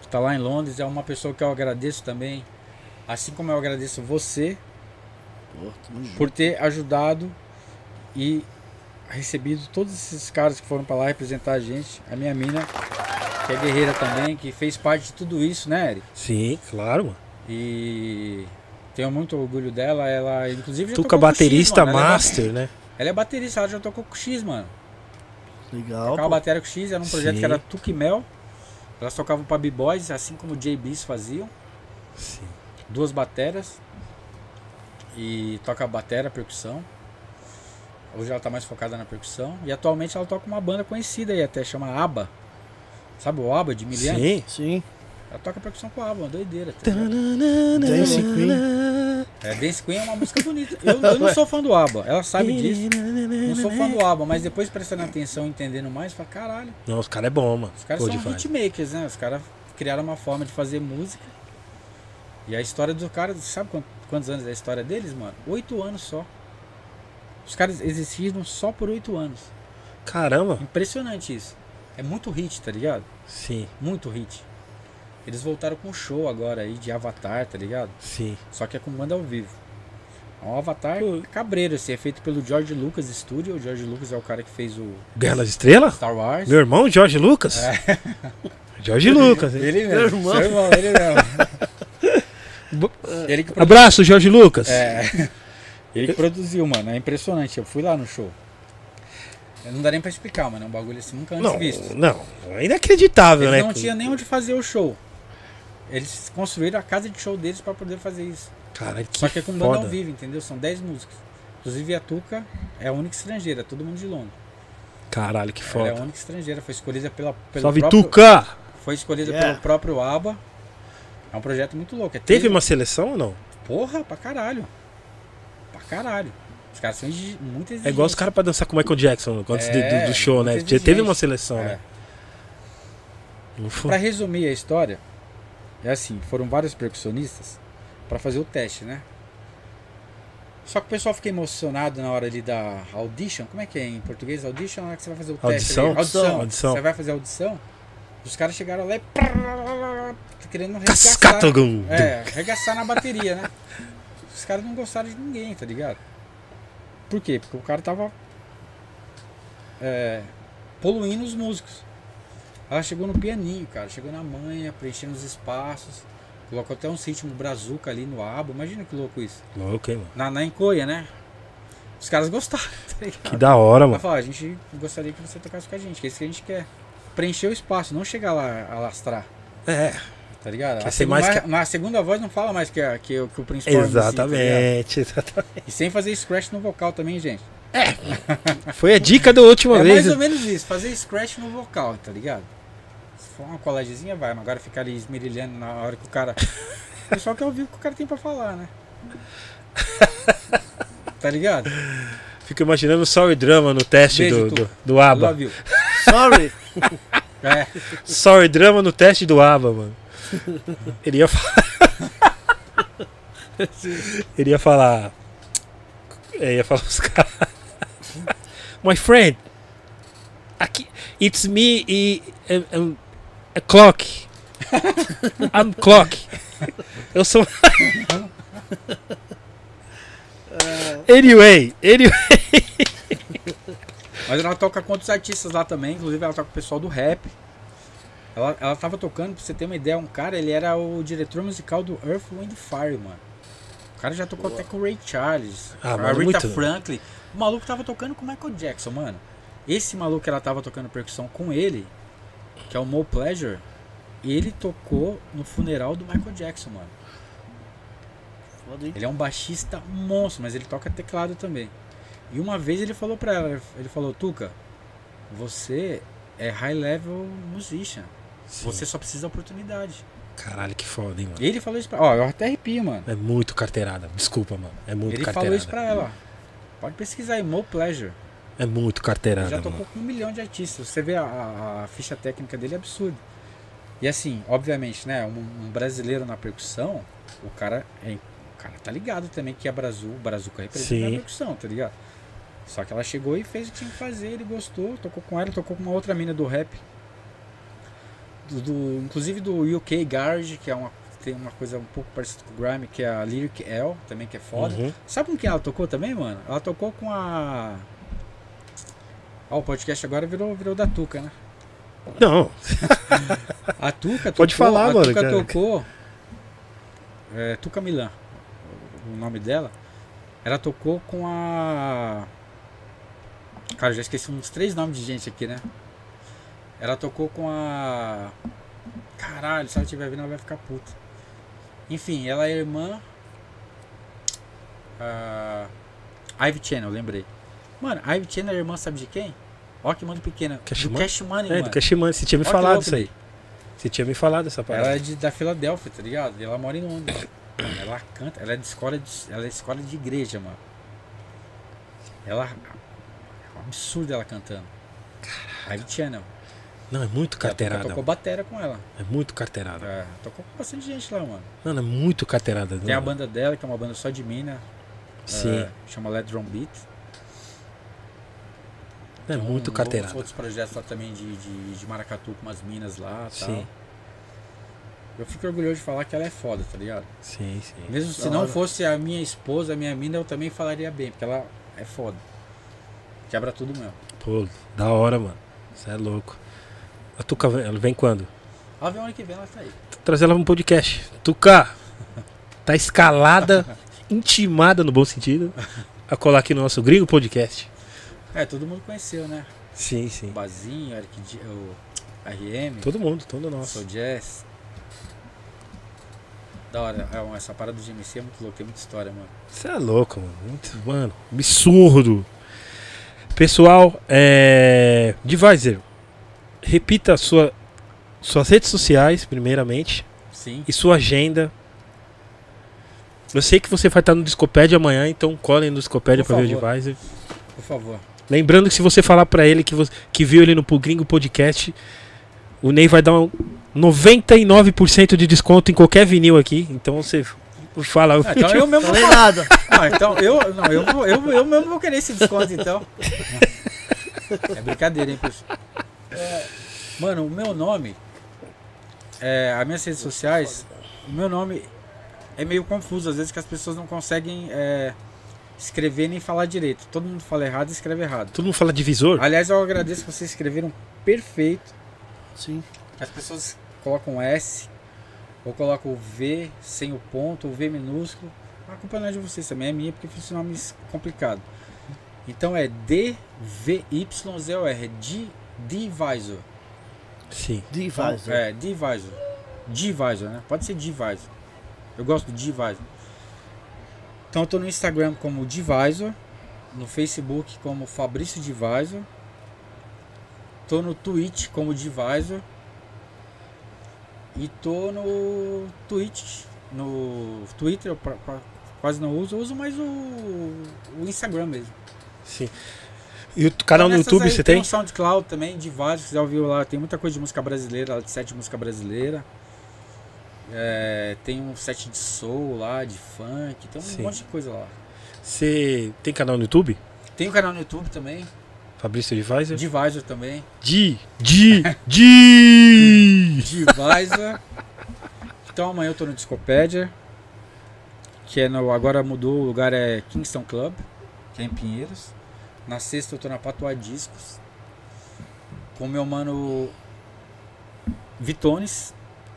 [SPEAKER 3] que tá lá em Londres. É uma pessoa que eu agradeço também, assim como eu agradeço você
[SPEAKER 1] Pô, tamo junto.
[SPEAKER 3] por ter ajudado e recebido todos esses caras que foram pra lá representar a gente. A minha mina, que é guerreira também, que fez parte de tudo isso, né, Eric?
[SPEAKER 2] Sim, claro, mano.
[SPEAKER 3] E tenho muito orgulho dela. Ela, inclusive, já
[SPEAKER 2] Tuca
[SPEAKER 3] tocou com o X,
[SPEAKER 2] baterista
[SPEAKER 3] mano. Ela é ba-
[SPEAKER 2] master, né?
[SPEAKER 3] Ela é baterista, ela já tocou com o X, mano.
[SPEAKER 1] Legal.
[SPEAKER 3] Tocava
[SPEAKER 1] pô.
[SPEAKER 3] bateria com X, era um projeto
[SPEAKER 2] Sim.
[SPEAKER 3] que era Tuque Mel. Elas tocavam pra B-Boys, assim como JBs faziam.
[SPEAKER 2] Sim.
[SPEAKER 3] Duas bateras. E toca batera, percussão. Hoje ela tá mais focada na percussão. E atualmente ela toca uma banda conhecida aí até, chama ABBA. Sabe o ABBA de Miliano?
[SPEAKER 2] Sim.
[SPEAKER 1] Sim.
[SPEAKER 3] Ela toca percussão com a ABBA, uma doideira. tá ligado?
[SPEAKER 1] Dance
[SPEAKER 2] Dance
[SPEAKER 1] Queen.
[SPEAKER 3] É, Dance Queen é uma música bonita. Eu, eu não sou fã do ABBA, ela sabe disso. Não sou fã do ABBA, mas depois prestando atenção, entendendo mais, fala, caralho.
[SPEAKER 2] Não, os caras é bom, mano.
[SPEAKER 3] Os caras
[SPEAKER 2] Pô, de
[SPEAKER 3] são
[SPEAKER 2] vibe.
[SPEAKER 3] hitmakers, né? Os caras criaram uma forma de fazer música. E a história do cara, sabe quant- quantos anos é a história deles, mano? Oito anos só. Os caras existiram só por oito anos.
[SPEAKER 2] Caramba.
[SPEAKER 3] Impressionante isso. É muito hit, tá ligado?
[SPEAKER 2] Sim,
[SPEAKER 3] Muito hit. Eles voltaram com um show agora aí de Avatar, tá ligado?
[SPEAKER 2] sim.
[SPEAKER 3] Só que é com banda ao vivo. É um Avatar
[SPEAKER 2] Pô.
[SPEAKER 3] cabreiro, assim, é feito pelo George Lucas Studio. O George Lucas é o cara que fez o
[SPEAKER 2] Guerra nas Estrelas?
[SPEAKER 3] Star Wars.
[SPEAKER 2] Meu irmão, Jorge Lucas? Jorge Lucas. hein?
[SPEAKER 3] É. Ele mesmo.
[SPEAKER 1] irmão.
[SPEAKER 3] Seu irmão, ele mesmo. ele que produ...
[SPEAKER 2] Abraço, Jorge
[SPEAKER 1] Ah,
[SPEAKER 2] Lucas.
[SPEAKER 3] é. Ele que produziu, mano. É impressionante. Eu fui lá no show. Não dá nem pra explicar, mano. É um bagulho assim nunca antes
[SPEAKER 2] Não,
[SPEAKER 3] visto.
[SPEAKER 2] não, é inacreditável,
[SPEAKER 3] Eles
[SPEAKER 2] né?
[SPEAKER 3] não tinham nem onde fazer o show. Eles construíram a casa de show deles pra poder fazer isso.
[SPEAKER 2] Cara, que
[SPEAKER 3] Só que é com banda ao
[SPEAKER 2] foda.
[SPEAKER 3] vivo, entendeu? São 10 músicas. Inclusive a Tuca é a única estrangeira, todo mundo de Londres.
[SPEAKER 2] Caralho, que
[SPEAKER 3] Ela é a
[SPEAKER 2] foda.
[SPEAKER 3] única estrangeira, foi escolhida pela pelo
[SPEAKER 2] Salve,
[SPEAKER 3] próprio,
[SPEAKER 2] Tuca!
[SPEAKER 3] Foi escolhida
[SPEAKER 1] Yeah.
[SPEAKER 3] pelo próprio ABBA. É um projeto muito louco. É
[SPEAKER 2] Teve
[SPEAKER 3] tri-
[SPEAKER 2] uma seleção ou não?
[SPEAKER 3] Porra, pra caralho. Pra caralho. Os caras são exi- muito exigentes.
[SPEAKER 2] É igual os caras pra dançar com o Michael Jackson antes de-
[SPEAKER 3] É,
[SPEAKER 2] do, do show, né?
[SPEAKER 3] muita
[SPEAKER 2] Já teve uma
[SPEAKER 3] exigência.
[SPEAKER 2] seleção,
[SPEAKER 3] É.
[SPEAKER 2] né? Ufa.
[SPEAKER 3] Pra resumir a história, é assim, foram vários percussionistas pra fazer o teste, né? Só que o pessoal fica emocionado na hora ali da audition. Como é que é em português? Audition é a hora que você vai fazer o teste.
[SPEAKER 2] Audição?
[SPEAKER 3] ali. Audição.
[SPEAKER 2] Audição.
[SPEAKER 3] Você vai fazer a audição. Os caras chegaram lá e... Querendo arregaçar.
[SPEAKER 2] Cascata! gum.
[SPEAKER 3] É, arregaçar na bateria, né? Os caras não gostaram de ninguém, tá ligado? Por quê? Porque o cara tava é, poluindo os músicos. Ela chegou no pianinho, cara, chegou na manha, preenchendo os espaços, colocou até um ritmo brazuca ali no abo, imagina que louco isso.
[SPEAKER 2] Louco, hein, mano?
[SPEAKER 3] Na, na encolha, né? Os caras gostaram, tá ligado?
[SPEAKER 2] Que da hora,
[SPEAKER 3] Ela
[SPEAKER 2] mano.
[SPEAKER 3] falou, "Ah, a gente gostaria que você tocasse com a gente, que é isso que a gente quer. Preencher o espaço, não chegar lá a lastrar.
[SPEAKER 2] É,
[SPEAKER 3] Tá ligado?
[SPEAKER 2] Quer
[SPEAKER 3] A
[SPEAKER 2] ser
[SPEAKER 3] segunda,
[SPEAKER 2] mais que-
[SPEAKER 3] na segunda voz não fala mais que, a, que, o- que o principal. MC, tá ligado?
[SPEAKER 2] exatamente. exatamente.
[SPEAKER 3] e sem fazer scratch no vocal também, gente.
[SPEAKER 2] Foi a dica da última
[SPEAKER 3] é
[SPEAKER 2] vez.
[SPEAKER 3] mais ou menos isso, fazer scratch no vocal, tá ligado? Se for uma colagezinha, vai, mas agora ficar ali esmerilhando na hora que o cara. O pessoal quer ouvir o que o cara tem pra falar, né? Tá ligado?
[SPEAKER 2] Fico imaginando o Sorry Drama no teste
[SPEAKER 3] Beijo,
[SPEAKER 2] do,
[SPEAKER 3] Tuca.
[SPEAKER 2] do, do ABBA.
[SPEAKER 3] Love you.
[SPEAKER 1] Sorry.
[SPEAKER 3] É,
[SPEAKER 2] Sorry Drama no teste do ABBA, mano. Ele ia falar. Ele ia falar. É, ia falar os caras. My friend. Aqui. It's me e. and- and- a clock. I'm clock. Eu sou. anyway, anyway.
[SPEAKER 3] Mas ela toca com outros artistas lá também, inclusive ela toca com o pessoal do rap. Ela, ela tava tocando, pra você ter uma ideia, um cara, ele era o diretor musical do Earth, Wind and Fire, mano. O cara já tocou até com o Ray Charles,
[SPEAKER 2] Ah,
[SPEAKER 3] a
[SPEAKER 2] mano,
[SPEAKER 3] Rita
[SPEAKER 2] muito.
[SPEAKER 3] Franklin. O maluco tava tocando com o Michael Jackson, mano. Esse maluco que ela tava tocando percussão com ele, que é o Mo Pleasure, ele tocou no funeral do Michael Jackson, mano.
[SPEAKER 1] Foda, hein?
[SPEAKER 3] Ele é um baixista monstro, mas ele toca teclado também. E uma vez ele falou pra ela, ele falou, Tuca, você é high level musician. Você só precisa da oportunidade.
[SPEAKER 2] Caralho, que foda, hein, mano.
[SPEAKER 3] E ele falou isso pra. Ó, eu até arrepio, mano.
[SPEAKER 2] É muito carteirada. Desculpa, mano. É muito
[SPEAKER 3] ele
[SPEAKER 2] carteirada.
[SPEAKER 3] falou isso pra ela. Pode pesquisar aí, Mo Pleasure.
[SPEAKER 2] É muito
[SPEAKER 3] Ele
[SPEAKER 2] carteirada,
[SPEAKER 3] já
[SPEAKER 2] mano.
[SPEAKER 3] tocou com um milhão de artistas. Você vê a, a- a ficha técnica dele é absurda. E assim, obviamente, né? Um, um brasileiro na percussão, o cara, é, o cara tá ligado também que a Brazu, o Brazuca representa a
[SPEAKER 2] Sim.
[SPEAKER 3] percussão, tá ligado? Só que ela chegou e fez o que tinha que fazer, ele gostou, tocou com ela, tocou com uma outra mina do rap. Do, do- inclusive do UK Garage, que é uma, tem uma coisa um pouco parecida com o Grime, que é a Lyric L, também que é foda.
[SPEAKER 2] Uhum.
[SPEAKER 3] Sabe com quem ela tocou também, mano? Ela tocou com a. Ó, o podcast agora virou, virou da Tuca, né?
[SPEAKER 2] Não,
[SPEAKER 3] A Tuca tocou.
[SPEAKER 2] Pode falar,
[SPEAKER 3] a
[SPEAKER 2] mano,
[SPEAKER 3] Tuca
[SPEAKER 2] cara.
[SPEAKER 3] tocou. É, Tuca Milan, o nome dela. Ela tocou com a. Cara, eu já esqueci uns três nomes de gente aqui, né? Ela tocou com a. Caralho, se ela estiver vendo, ela vai ficar puta. Enfim, ela é irmã. Ah, Ivy Channel, lembrei. Mano, a Ivy Channel é irmã, sabe de quem? Ó, que mano pequena.
[SPEAKER 2] Cash
[SPEAKER 3] do
[SPEAKER 2] Money?
[SPEAKER 3] Cash Money,
[SPEAKER 2] é,
[SPEAKER 3] mano.
[SPEAKER 2] do Cashman. Você tinha me
[SPEAKER 3] Ó que
[SPEAKER 2] falado
[SPEAKER 3] louco, né?
[SPEAKER 2] isso aí. Você tinha me falado essa parada.
[SPEAKER 3] Ela é de, da Filadélfia, tá ligado? E ela mora em Londres. Mano, Ela canta, ela é de escola de, ela é de escola de igreja, mano. Ela é um absurdo ela cantando. Ivy Channel.
[SPEAKER 2] Não, é muito carteirada.
[SPEAKER 3] Tocou batera com ela.
[SPEAKER 2] mano. É muito carteirada.
[SPEAKER 3] É, tocou com bastante gente lá, mano.
[SPEAKER 2] Mano, é muito carteirada.
[SPEAKER 3] Tem a
[SPEAKER 2] mano.
[SPEAKER 3] banda dela, que é uma banda só de mina.
[SPEAKER 2] Uhum. Sim,
[SPEAKER 3] é, chama Let Drum Beat.
[SPEAKER 2] é muito
[SPEAKER 3] um,
[SPEAKER 2] carteirada.
[SPEAKER 3] Outros projetos lá também de, de, de maracatu com umas minas lá e tal.
[SPEAKER 2] Sim,
[SPEAKER 3] Eu fico orgulhoso de falar que ela é foda, tá ligado?
[SPEAKER 2] sim, sim.
[SPEAKER 3] Mesmo se
[SPEAKER 1] Da
[SPEAKER 3] não
[SPEAKER 1] hora.
[SPEAKER 3] fosse a minha esposa, a minha mina, eu também falaria bem, porque ela é foda. Quebra tudo mesmo.
[SPEAKER 2] Pô, da hora, mano. Você é louco. A Tuca, vem- ela vem quando?
[SPEAKER 3] A Ó, vem ano que vem ela tá aí.
[SPEAKER 2] Trazer ela pra um podcast. Tuca, tá escalada, intimada no bom sentido, a colar aqui no nosso gringo podcast.
[SPEAKER 3] É, todo mundo conheceu, né?
[SPEAKER 2] Sim,
[SPEAKER 3] O
[SPEAKER 2] sim.
[SPEAKER 3] Bazinho, o Arquid- o RM,
[SPEAKER 2] Todo mundo, todo nosso.
[SPEAKER 3] Soul Jazz. Da hora, é, uma- essa parada do GMC é muito louca, é muita história, mano.
[SPEAKER 2] Você é louco, mano. Muito, mano, absurdo. Pessoal, é. Divisor, repita sua, suas redes sociais, primeiramente,
[SPEAKER 3] Sim.
[SPEAKER 2] e sua agenda. Eu sei que você vai estar no Discopédia amanhã, então colhem no Discopédia
[SPEAKER 3] Por
[SPEAKER 2] pra ver o
[SPEAKER 3] favor.
[SPEAKER 2] Divisor.
[SPEAKER 3] Por favor.
[SPEAKER 2] Lembrando que se você falar pra ele que, você, que viu ele no Pu- Gringo Podcast, o Ney vai dar um 99% de desconto em qualquer vinil aqui. Então você fala.
[SPEAKER 3] Ah, então eu mesmo vou
[SPEAKER 1] Falei
[SPEAKER 3] falar.
[SPEAKER 1] nada.
[SPEAKER 3] Ah, então eu, não, eu, vou- eu, eu mesmo vou querer esse desconto, então. É brincadeira, hein, pessoal. É, mano, o meu nome, é, as minhas redes sociais, o meu nome é meio confuso, às vezes que as pessoas não conseguem é, escrever nem falar direito. Todo mundo fala errado e escreve errado.
[SPEAKER 2] Todo mundo fala divisor?
[SPEAKER 3] Aliás, eu agradeço que vocês escreveram perfeito.
[SPEAKER 1] Sim.
[SPEAKER 3] As pessoas colocam S, ou colocam o V sem o ponto, ou V minúsculo. A culpa não é de vocês também, é minha, porque eu fiz esse nome es- complicado. Então é D-V-Y-Z-O-R, D- é Divisor.
[SPEAKER 2] Sim.
[SPEAKER 1] Divas.
[SPEAKER 3] É, Divisor. Divisor, né? Pode ser Divisor. Eu gosto de Divisor. Então eu tô no Instagram como Divisor, no Facebook como Fabrício Divisor, tô no Twitch como Divisor e tô no Twitch, no Twitter eu pra- pra- quase não uso, eu uso mais o, o Instagram mesmo.
[SPEAKER 2] Sim. E o canal no
[SPEAKER 3] Nessas
[SPEAKER 2] YouTube
[SPEAKER 3] aí
[SPEAKER 2] você tem?
[SPEAKER 3] o SoundCloud também, de vários, se você já ouviu lá, tem muita coisa de música brasileira, lá de sete de música brasileira. É, tem um set de soul lá, de funk, tem um
[SPEAKER 2] Sim.
[SPEAKER 3] monte de coisa lá.
[SPEAKER 2] Você tem canal no YouTube?
[SPEAKER 3] Tem o canal no YouTube também,
[SPEAKER 2] Fabrício Divisor?
[SPEAKER 3] Divisor também,
[SPEAKER 2] Di, di, di!
[SPEAKER 3] Divisor. então amanhã eu tô no Discopédia, que é no, agora mudou, o lugar é Kingston Club, que é em Pinheiros. Na sexta eu tô na Patuá Discos, com meu mano Vitones,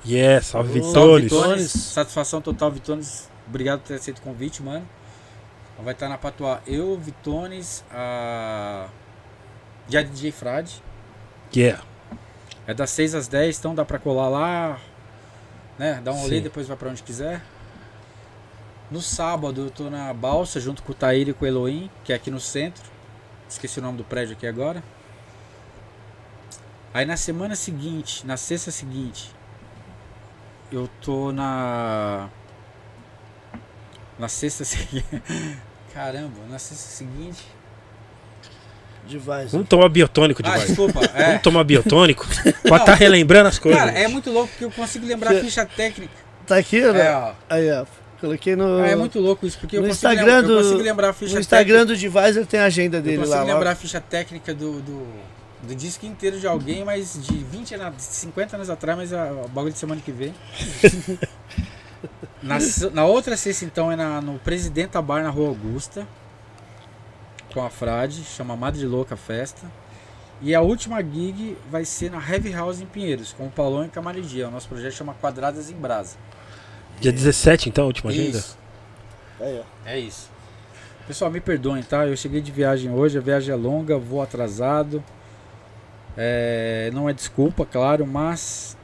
[SPEAKER 2] Yeah, salve
[SPEAKER 1] Alô,
[SPEAKER 2] Vitores.
[SPEAKER 1] Vitor-
[SPEAKER 3] Vitones. Satisfação total, Vitones. Obrigado por ter aceito o convite, mano. Vai estar na Patuá eu, Vitones, a. E a DJ Frade.
[SPEAKER 2] Yeah.
[SPEAKER 3] É das 6 às 10, então dá pra colar lá, né? Dá um rolê,
[SPEAKER 2] Sim.
[SPEAKER 3] depois vai pra onde quiser. No sábado eu tô na balsa junto com o Taíri e com o Elohim, que é aqui no centro. Esqueci o nome do prédio aqui agora. Aí na semana seguinte, na sexta seguinte, eu tô na. Na sexta seguinte. Caramba, na sexta seguinte.
[SPEAKER 1] né? Divas.
[SPEAKER 2] Vamos Um tomar biotônico
[SPEAKER 3] Ah,
[SPEAKER 2] Divisor.
[SPEAKER 3] desculpa. É.
[SPEAKER 2] Vamos tomar biotônico? pra tá relembrando as coisas.
[SPEAKER 3] Cara, é muito louco porque eu consigo lembrar a ficha técnica.
[SPEAKER 1] Tá aqui,
[SPEAKER 3] É,
[SPEAKER 1] né?
[SPEAKER 3] ó.
[SPEAKER 1] Aí, ó. Coloquei no.
[SPEAKER 3] Ah, é muito louco isso, porque eu
[SPEAKER 1] no
[SPEAKER 3] consigo,
[SPEAKER 1] Instagram
[SPEAKER 3] lembrar, eu
[SPEAKER 1] do-
[SPEAKER 3] consigo lembrar a ficha
[SPEAKER 1] No Instagram
[SPEAKER 3] técnica.
[SPEAKER 1] do Divisor tem a agenda
[SPEAKER 3] Eu
[SPEAKER 1] dele
[SPEAKER 3] consigo
[SPEAKER 1] lá.
[SPEAKER 3] lembrar
[SPEAKER 1] lá.
[SPEAKER 3] a ficha técnica do, do, do disco inteiro de alguém, mas de 20 anos, 50 anos atrás, mas a, o bagulho de semana que vem. na, se- na outra sexta, então, é na, no Presidenta Bar na Rua Augusta, com a Frade, chama Madre Louca Festa. E a última gig vai ser na Heavy House em Pinheiros, com o Paulão e Camaridia. O nosso projeto chama Quadradas em Brasa.
[SPEAKER 2] Dia 17, então, a última agenda?
[SPEAKER 3] Isso.
[SPEAKER 1] Aí, ó.
[SPEAKER 3] É isso. Pessoal, me perdoem, tá? Eu cheguei de viagem hoje, a viagem é longa, vou atrasado. É, não é desculpa, claro, mas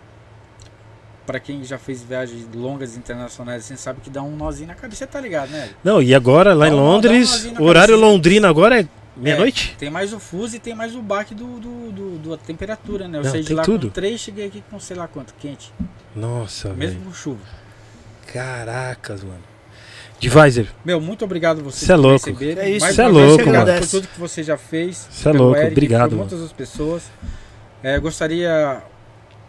[SPEAKER 3] pra quem já fez viagens longas internacionais, assim, sabe que dá um nozinho na cabeça, Você tá ligado, né?
[SPEAKER 2] Não, e agora, lá em
[SPEAKER 3] Dá uma-
[SPEAKER 2] Londres,
[SPEAKER 3] dá uma
[SPEAKER 2] o horário
[SPEAKER 3] cabecinha.
[SPEAKER 2] londrino agora é meia-noite?
[SPEAKER 3] Tem mais o fuso e tem mais o baque do, do, do- do- da temperatura, né? Eu
[SPEAKER 2] Não,
[SPEAKER 3] saí de
[SPEAKER 2] tem
[SPEAKER 3] lá
[SPEAKER 2] tudo. Tá
[SPEAKER 3] com 3, cheguei aqui com sei lá quanto, quente,
[SPEAKER 2] Nossa,
[SPEAKER 3] É. mesmo
[SPEAKER 2] velho.
[SPEAKER 3] com chuva.
[SPEAKER 2] Caracas, mano. Divisor,
[SPEAKER 3] Meu, muito obrigado a vocês
[SPEAKER 2] Cê é
[SPEAKER 3] por me
[SPEAKER 2] louco.
[SPEAKER 3] receberem.
[SPEAKER 1] É isso,
[SPEAKER 3] Mais
[SPEAKER 2] cê é
[SPEAKER 3] uma vez,
[SPEAKER 2] louco,
[SPEAKER 3] obrigado
[SPEAKER 1] mano.
[SPEAKER 3] por tudo que você já fez.
[SPEAKER 2] Cê é
[SPEAKER 3] pelo
[SPEAKER 2] louco,
[SPEAKER 3] Eric,
[SPEAKER 2] obrigado,
[SPEAKER 3] Por
[SPEAKER 2] mano.
[SPEAKER 3] muitas outras pessoas. É, gostaria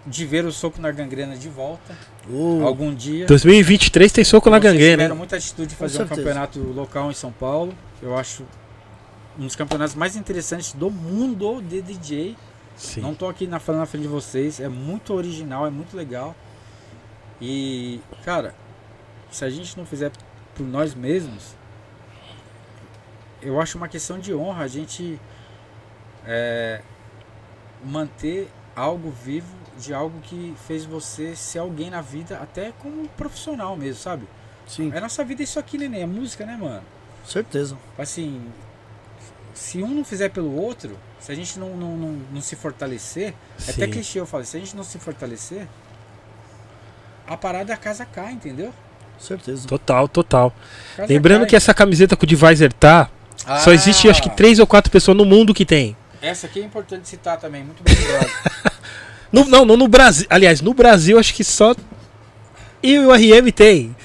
[SPEAKER 3] de ver o soco na gangrena de volta
[SPEAKER 1] Uh,
[SPEAKER 3] algum dia.
[SPEAKER 2] 2023 tem soco na
[SPEAKER 3] É.
[SPEAKER 2] né?
[SPEAKER 3] Vocês
[SPEAKER 2] gangrena.
[SPEAKER 3] tiveram
[SPEAKER 2] hein?
[SPEAKER 3] muita atitude de
[SPEAKER 1] Com
[SPEAKER 3] fazer um
[SPEAKER 1] certeza.
[SPEAKER 3] campeonato local em São Paulo. Eu acho um dos campeonatos mais interessantes do mundo de DJ.
[SPEAKER 2] Sim.
[SPEAKER 3] Não tô aqui na, falando na frente de vocês. É muito original, é muito legal. E, cara, se a gente não fizer por nós mesmos, eu acho uma questão de honra a gente é, manter algo vivo de algo que fez você ser alguém na vida, até como um profissional mesmo, sabe?
[SPEAKER 1] Sim,
[SPEAKER 3] É nossa vida isso aqui, Neném, é música, né, mano?
[SPEAKER 1] certeza.
[SPEAKER 3] Assim, se um não fizer pelo outro, se a gente não, não, não, não se fortalecer, é até
[SPEAKER 2] Sim.
[SPEAKER 3] clichê eu falo, se a gente não se fortalecer, a parada a casa cai, entendeu?
[SPEAKER 1] Certeza.
[SPEAKER 2] Total, total.
[SPEAKER 3] A casa
[SPEAKER 2] Lembrando
[SPEAKER 3] cai.
[SPEAKER 2] que essa camiseta que o Divisor tá, só existe acho que
[SPEAKER 3] Ah,
[SPEAKER 2] três ou quatro pessoas no mundo que tem.
[SPEAKER 3] Essa aqui é importante citar também, muito bem lembrado.
[SPEAKER 2] No- não, não no Brasil. Aliás, no Brasil acho que só eu e o RM tem.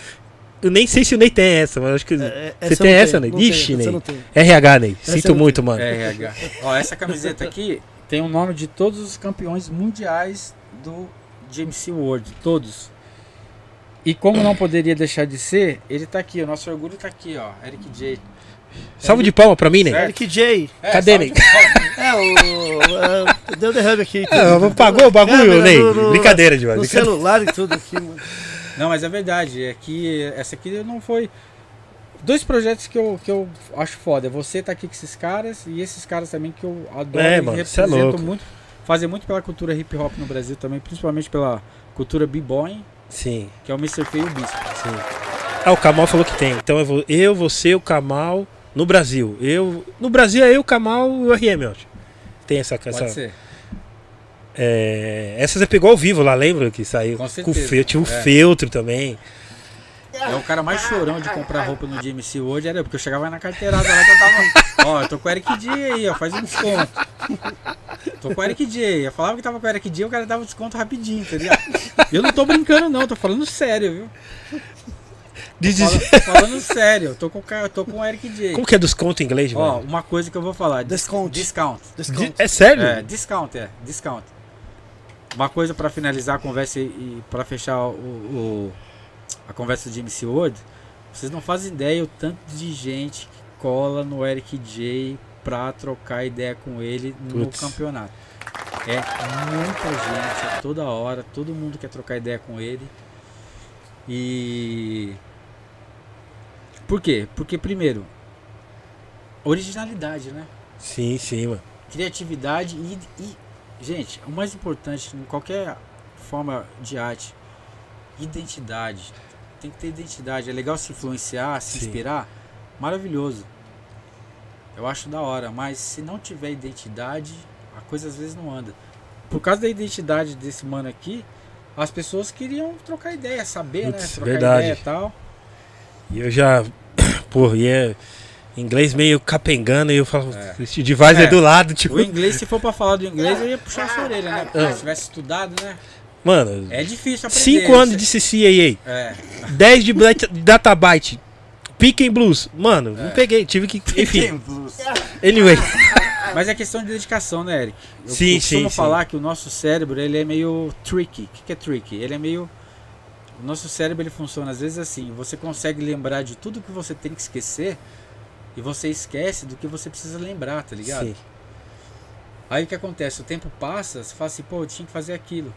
[SPEAKER 2] Eu nem sei se o Ney tem essa, mas acho que.
[SPEAKER 1] É,
[SPEAKER 2] Você
[SPEAKER 1] eu
[SPEAKER 2] tem
[SPEAKER 1] não
[SPEAKER 2] essa,
[SPEAKER 1] tenho,
[SPEAKER 2] Ney?
[SPEAKER 1] não tenho,
[SPEAKER 2] Ixi,
[SPEAKER 1] essa eu
[SPEAKER 2] Ney.
[SPEAKER 1] não tenho.
[SPEAKER 2] RH, Ney.
[SPEAKER 1] Essa eu
[SPEAKER 2] Sinto
[SPEAKER 1] não
[SPEAKER 2] muito, mano.
[SPEAKER 3] É, RH. Ó, essa camiseta aqui tem o nome de todos os campeões mundiais do GMC World, todos. E como não poderia deixar de ser, ele tá aqui, o nosso orgulho tá aqui, ó, Eric J.
[SPEAKER 2] Salve de palma pra mim, Ney.
[SPEAKER 3] Certo.
[SPEAKER 1] Eric J.
[SPEAKER 3] É,
[SPEAKER 2] Cadê,
[SPEAKER 3] salve-
[SPEAKER 2] Ney?
[SPEAKER 1] É, o. é, deu derrame aqui.
[SPEAKER 2] Ah, pagou o bagulho,
[SPEAKER 1] Câmera
[SPEAKER 2] Ney?
[SPEAKER 1] no- no-
[SPEAKER 2] Brincadeira, de
[SPEAKER 1] No
[SPEAKER 2] brincadeira.
[SPEAKER 1] celular e tudo aqui, mano.
[SPEAKER 3] Não, mas é verdade, é que essa aqui não foi... Dois projetos que eu, que eu acho foda, é você tá aqui com esses caras e esses caras também que eu adoro
[SPEAKER 2] É,
[SPEAKER 3] e
[SPEAKER 2] mano, cê é
[SPEAKER 3] representam
[SPEAKER 2] louco.
[SPEAKER 3] muito, fazem muito pela cultura hip hop no Brasil também, principalmente pela cultura b-boy,
[SPEAKER 2] Sim,
[SPEAKER 3] que é o Mr. Feio e o Bispo.
[SPEAKER 2] sim. Ah, o Kamal falou que tem. Então eu, vou, eu você, o Kamal. No Brasil. Eu, no Brasil é eu, o Kamal e o RM, eu acho. Tem essa
[SPEAKER 3] Pode
[SPEAKER 2] canção.
[SPEAKER 3] ser.
[SPEAKER 2] É, essa você pegou ao vivo lá, lembra que saiu?
[SPEAKER 3] Com
[SPEAKER 2] o
[SPEAKER 3] certeza,
[SPEAKER 2] fe- tinha um
[SPEAKER 3] é.
[SPEAKER 2] feltro também.
[SPEAKER 3] É o cara mais chorão de comprar roupa no GMC hoje, era eu, porque eu chegava na carteirada lá que eu tava. Ó, eu tô com o Eric D aí, ó, faz um desconto. Tô com o Eric D. Eu falava que tava com o Eric D, o cara dava um desconto rapidinho, tá ligado? Eu não tô brincando, não, tô falando sério, viu?
[SPEAKER 2] Diz-
[SPEAKER 3] Fala-
[SPEAKER 2] diz-
[SPEAKER 3] Tô falando sério, eu tô com, o cara- eu tô com o Eric D.
[SPEAKER 2] Como que é desconto em inglês,
[SPEAKER 3] Ó,
[SPEAKER 2] mano?
[SPEAKER 3] uma coisa que eu vou falar: dis-
[SPEAKER 1] Desconto.
[SPEAKER 3] Discount.
[SPEAKER 2] Di-
[SPEAKER 1] Desconto.
[SPEAKER 2] É sério?
[SPEAKER 3] É, discount, é, discount. Uma coisa pra finalizar a conversa e, e pra fechar o, o- a conversa de MC World, vocês não fazem ideia o tanto de gente que cola no Eric J pra trocar ideia com ele no
[SPEAKER 2] Putz.
[SPEAKER 3] campeonato. É muita gente, é toda hora, todo mundo quer trocar ideia com ele. E por quê? Porque primeiro, originalidade, né?
[SPEAKER 2] Sim, sim, mano.
[SPEAKER 3] criatividade e, e- gente, o mais importante em qualquer forma de arte, identidade. Tem que ter identidade. É legal se influenciar, se
[SPEAKER 2] Sim.
[SPEAKER 3] inspirar. Maravilhoso. Eu acho da hora, mas se não tiver identidade, a coisa às vezes não anda. Por causa da identidade desse mano aqui, as pessoas queriam trocar ideia, saber, né?
[SPEAKER 2] Putz,
[SPEAKER 3] Trocar
[SPEAKER 2] verdade.
[SPEAKER 3] ideia e tal.
[SPEAKER 2] E eu já. Porra, e é inglês meio capengando e eu falo.
[SPEAKER 3] É.
[SPEAKER 2] Esse device é.
[SPEAKER 3] É.
[SPEAKER 2] do lado, tipo.
[SPEAKER 3] O inglês, se for pra falar do inglês, eu ia puxar a sua orelha, né?
[SPEAKER 2] Ah.
[SPEAKER 3] Porque se tivesse estudado, né?
[SPEAKER 2] Mano,
[SPEAKER 3] É difícil aprender.
[SPEAKER 2] 5 anos de CCAA,
[SPEAKER 3] É.
[SPEAKER 2] 10 de Blat- Databyte, Pick and Blues. Mano, não
[SPEAKER 3] É.
[SPEAKER 2] peguei, tive que. Enfim,
[SPEAKER 3] Exemplos.
[SPEAKER 2] anyway.
[SPEAKER 3] Mas é questão de dedicação, né, Eric? Eu
[SPEAKER 2] Sim, sim,
[SPEAKER 3] costumo
[SPEAKER 2] sim.
[SPEAKER 3] falar que o nosso cérebro, ele é meio tricky. O que, que é tricky? Ele é meio... O nosso cérebro, ele funciona às vezes assim. Você consegue lembrar de tudo que você tem que esquecer e você esquece do que você precisa lembrar, tá ligado?
[SPEAKER 2] Sim.
[SPEAKER 3] Aí o que acontece? O tempo passa, você fala assim, pô, eu tinha que fazer aquilo.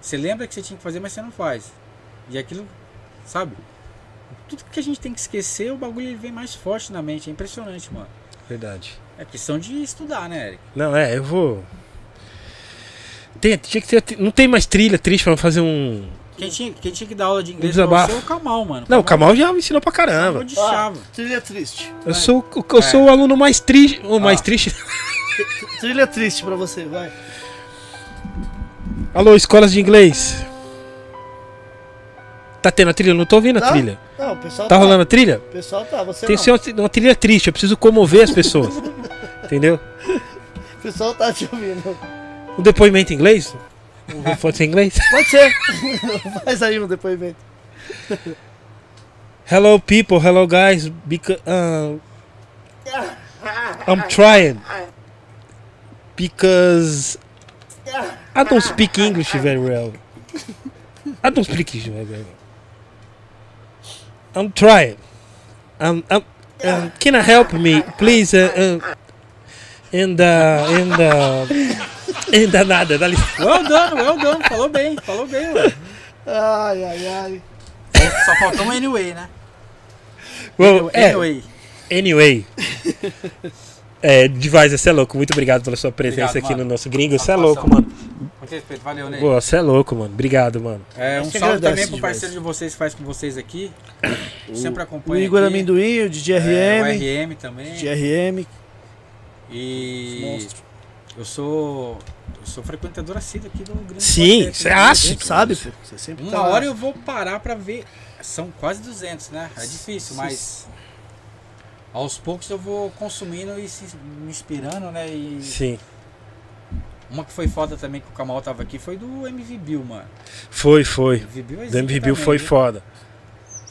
[SPEAKER 3] Você lembra que você tinha que fazer, mas você não faz. E aquilo, sabe? Tudo que a gente tem que esquecer, o bagulho ele vem mais forte na mente. É impressionante, mano.
[SPEAKER 2] Verdade.
[SPEAKER 3] É questão de estudar, né, Eric?
[SPEAKER 2] Não, é, eu vou. Tem, tinha que ter, não tem mais trilha triste pra fazer um.
[SPEAKER 3] Quem tinha, quem tinha que dar aula de inglês pra
[SPEAKER 2] desabafo.
[SPEAKER 3] você é o Kamal, é mano.
[SPEAKER 2] Não, o Kamal já me ensinou pra
[SPEAKER 3] Kamal
[SPEAKER 2] caramba.
[SPEAKER 3] de chava.
[SPEAKER 1] Trilha triste.
[SPEAKER 2] Eu sou, o- eu sou o aluno mais triste. O mais
[SPEAKER 3] Ah.
[SPEAKER 2] triste.
[SPEAKER 1] Trilha triste pra você, vai.
[SPEAKER 2] Alô, escolas de inglês. Tá tendo a trilha? Eu não tô ouvindo a
[SPEAKER 1] Tá?
[SPEAKER 2] trilha.
[SPEAKER 1] Não, o pessoal
[SPEAKER 2] Tá rolando a trilha?
[SPEAKER 1] O pessoal tá, você
[SPEAKER 2] Tem que
[SPEAKER 1] não.
[SPEAKER 2] ser uma, tri- uma trilha triste, eu preciso comover as pessoas. Entendeu?
[SPEAKER 1] O pessoal tá te ouvindo.
[SPEAKER 2] Um depoimento em inglês? Um- Pode ser em inglês?
[SPEAKER 1] Pode ser. Faz aí um depoimento.
[SPEAKER 2] Hello people, hello guys, because uh, I'm trying because I don't speak English very well. I don't speak English very well. I'm trying. Um, um, um, can I help me, please? Uh, uh, and uh, and uh, and uh, nada, dá licença.
[SPEAKER 3] Well done, well done. Falou bem, falou bem, mano.
[SPEAKER 1] Ai, ai, ai.
[SPEAKER 3] Só faltou um anyway, né?
[SPEAKER 2] Well, eh, é,
[SPEAKER 3] Anyway.
[SPEAKER 2] Anyway. É, demais, você é louco. Muito obrigado pela sua presença
[SPEAKER 3] Obrigado,
[SPEAKER 2] aqui
[SPEAKER 3] mano.
[SPEAKER 2] no nosso gringo. Você é
[SPEAKER 3] Satisfação.
[SPEAKER 2] louco, mano.
[SPEAKER 3] Muito respeito, valeu, Ney.
[SPEAKER 2] Pô, você é louco, mano. Obrigado, mano.
[SPEAKER 3] É, um
[SPEAKER 1] Você
[SPEAKER 3] salve
[SPEAKER 1] agradece
[SPEAKER 3] também pro
[SPEAKER 1] demais.
[SPEAKER 3] parceiro de vocês que faz com vocês aqui. Sempre
[SPEAKER 1] O
[SPEAKER 3] acompanha.
[SPEAKER 1] Igor
[SPEAKER 3] aqui.
[SPEAKER 1] Amendoim, o DJ
[SPEAKER 3] É, o
[SPEAKER 1] RM.
[SPEAKER 3] RM também.
[SPEAKER 1] DJ RM.
[SPEAKER 3] E
[SPEAKER 1] é monstro.
[SPEAKER 3] eu sou. Eu sou frequentador assíduo aqui do Grande
[SPEAKER 2] Sim,
[SPEAKER 3] Quarteto,
[SPEAKER 2] você
[SPEAKER 3] né?
[SPEAKER 2] acha?
[SPEAKER 1] Sabe, filho? Você sempre
[SPEAKER 3] Uma
[SPEAKER 1] tá lá.
[SPEAKER 2] Então, é.
[SPEAKER 3] hora eu vou parar pra ver. São quase 200, né? É difícil, mas. Aos poucos eu vou consumindo e se- me inspirando, né? E
[SPEAKER 2] Sim.
[SPEAKER 3] uma que foi foda também que o Kamal tava aqui foi do MV Bill, mano.
[SPEAKER 2] Foi, foi.
[SPEAKER 3] MV Bill é
[SPEAKER 2] Do
[SPEAKER 3] zica
[SPEAKER 2] MV Bill
[SPEAKER 3] também,
[SPEAKER 2] foi
[SPEAKER 3] viu?
[SPEAKER 2] foda.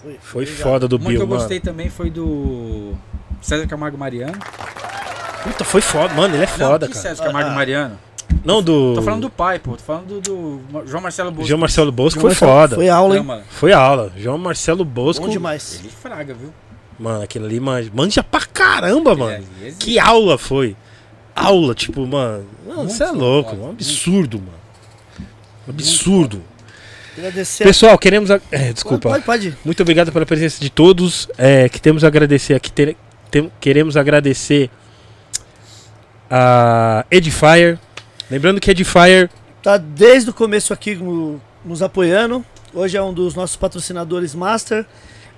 [SPEAKER 3] um-
[SPEAKER 2] Foi foda do
[SPEAKER 3] Uma que
[SPEAKER 2] Bill,
[SPEAKER 3] eu
[SPEAKER 2] mano.
[SPEAKER 3] gostei também foi do César Camargo Mariano.
[SPEAKER 2] Puta, foi foda. Mano, ele é foda,
[SPEAKER 3] não, que
[SPEAKER 2] cara.
[SPEAKER 3] César Camargo
[SPEAKER 1] Ah, ah.
[SPEAKER 3] Mariano?
[SPEAKER 2] Não, do.
[SPEAKER 3] Tô falando do pai, pô. Tô falando do, do João Marcelo Bosco.
[SPEAKER 2] João Marcelo Bosco
[SPEAKER 1] João
[SPEAKER 2] foi
[SPEAKER 1] Marcelo,
[SPEAKER 2] foda. Foi...
[SPEAKER 1] Foi aula,
[SPEAKER 3] Não,
[SPEAKER 1] hein?
[SPEAKER 3] mano.
[SPEAKER 2] aula. João Marcelo Bosco.
[SPEAKER 1] Bom demais.
[SPEAKER 3] Ele é fraga, viu?
[SPEAKER 2] Mano, aquilo ali manja. Manja pra caramba, mano.
[SPEAKER 3] Ele é zica.
[SPEAKER 2] Que aula foi? Aula, tipo, mano. Não,
[SPEAKER 3] Muito
[SPEAKER 2] você é louco,
[SPEAKER 3] foda,
[SPEAKER 2] um
[SPEAKER 3] muito.
[SPEAKER 2] absurdo, mano. Um absurdo.
[SPEAKER 1] Agradecer.
[SPEAKER 2] Pessoal, queremos. a- É, desculpa.
[SPEAKER 1] Pode, pode.
[SPEAKER 2] Muito obrigado pela presença de todos. É, que temos a agradecer aqui. ter- tem- queremos agradecer a Edifier. Lembrando que Edifier.
[SPEAKER 1] Tá desde o começo aqui no- nos apoiando. Hoje é um dos nossos patrocinadores master.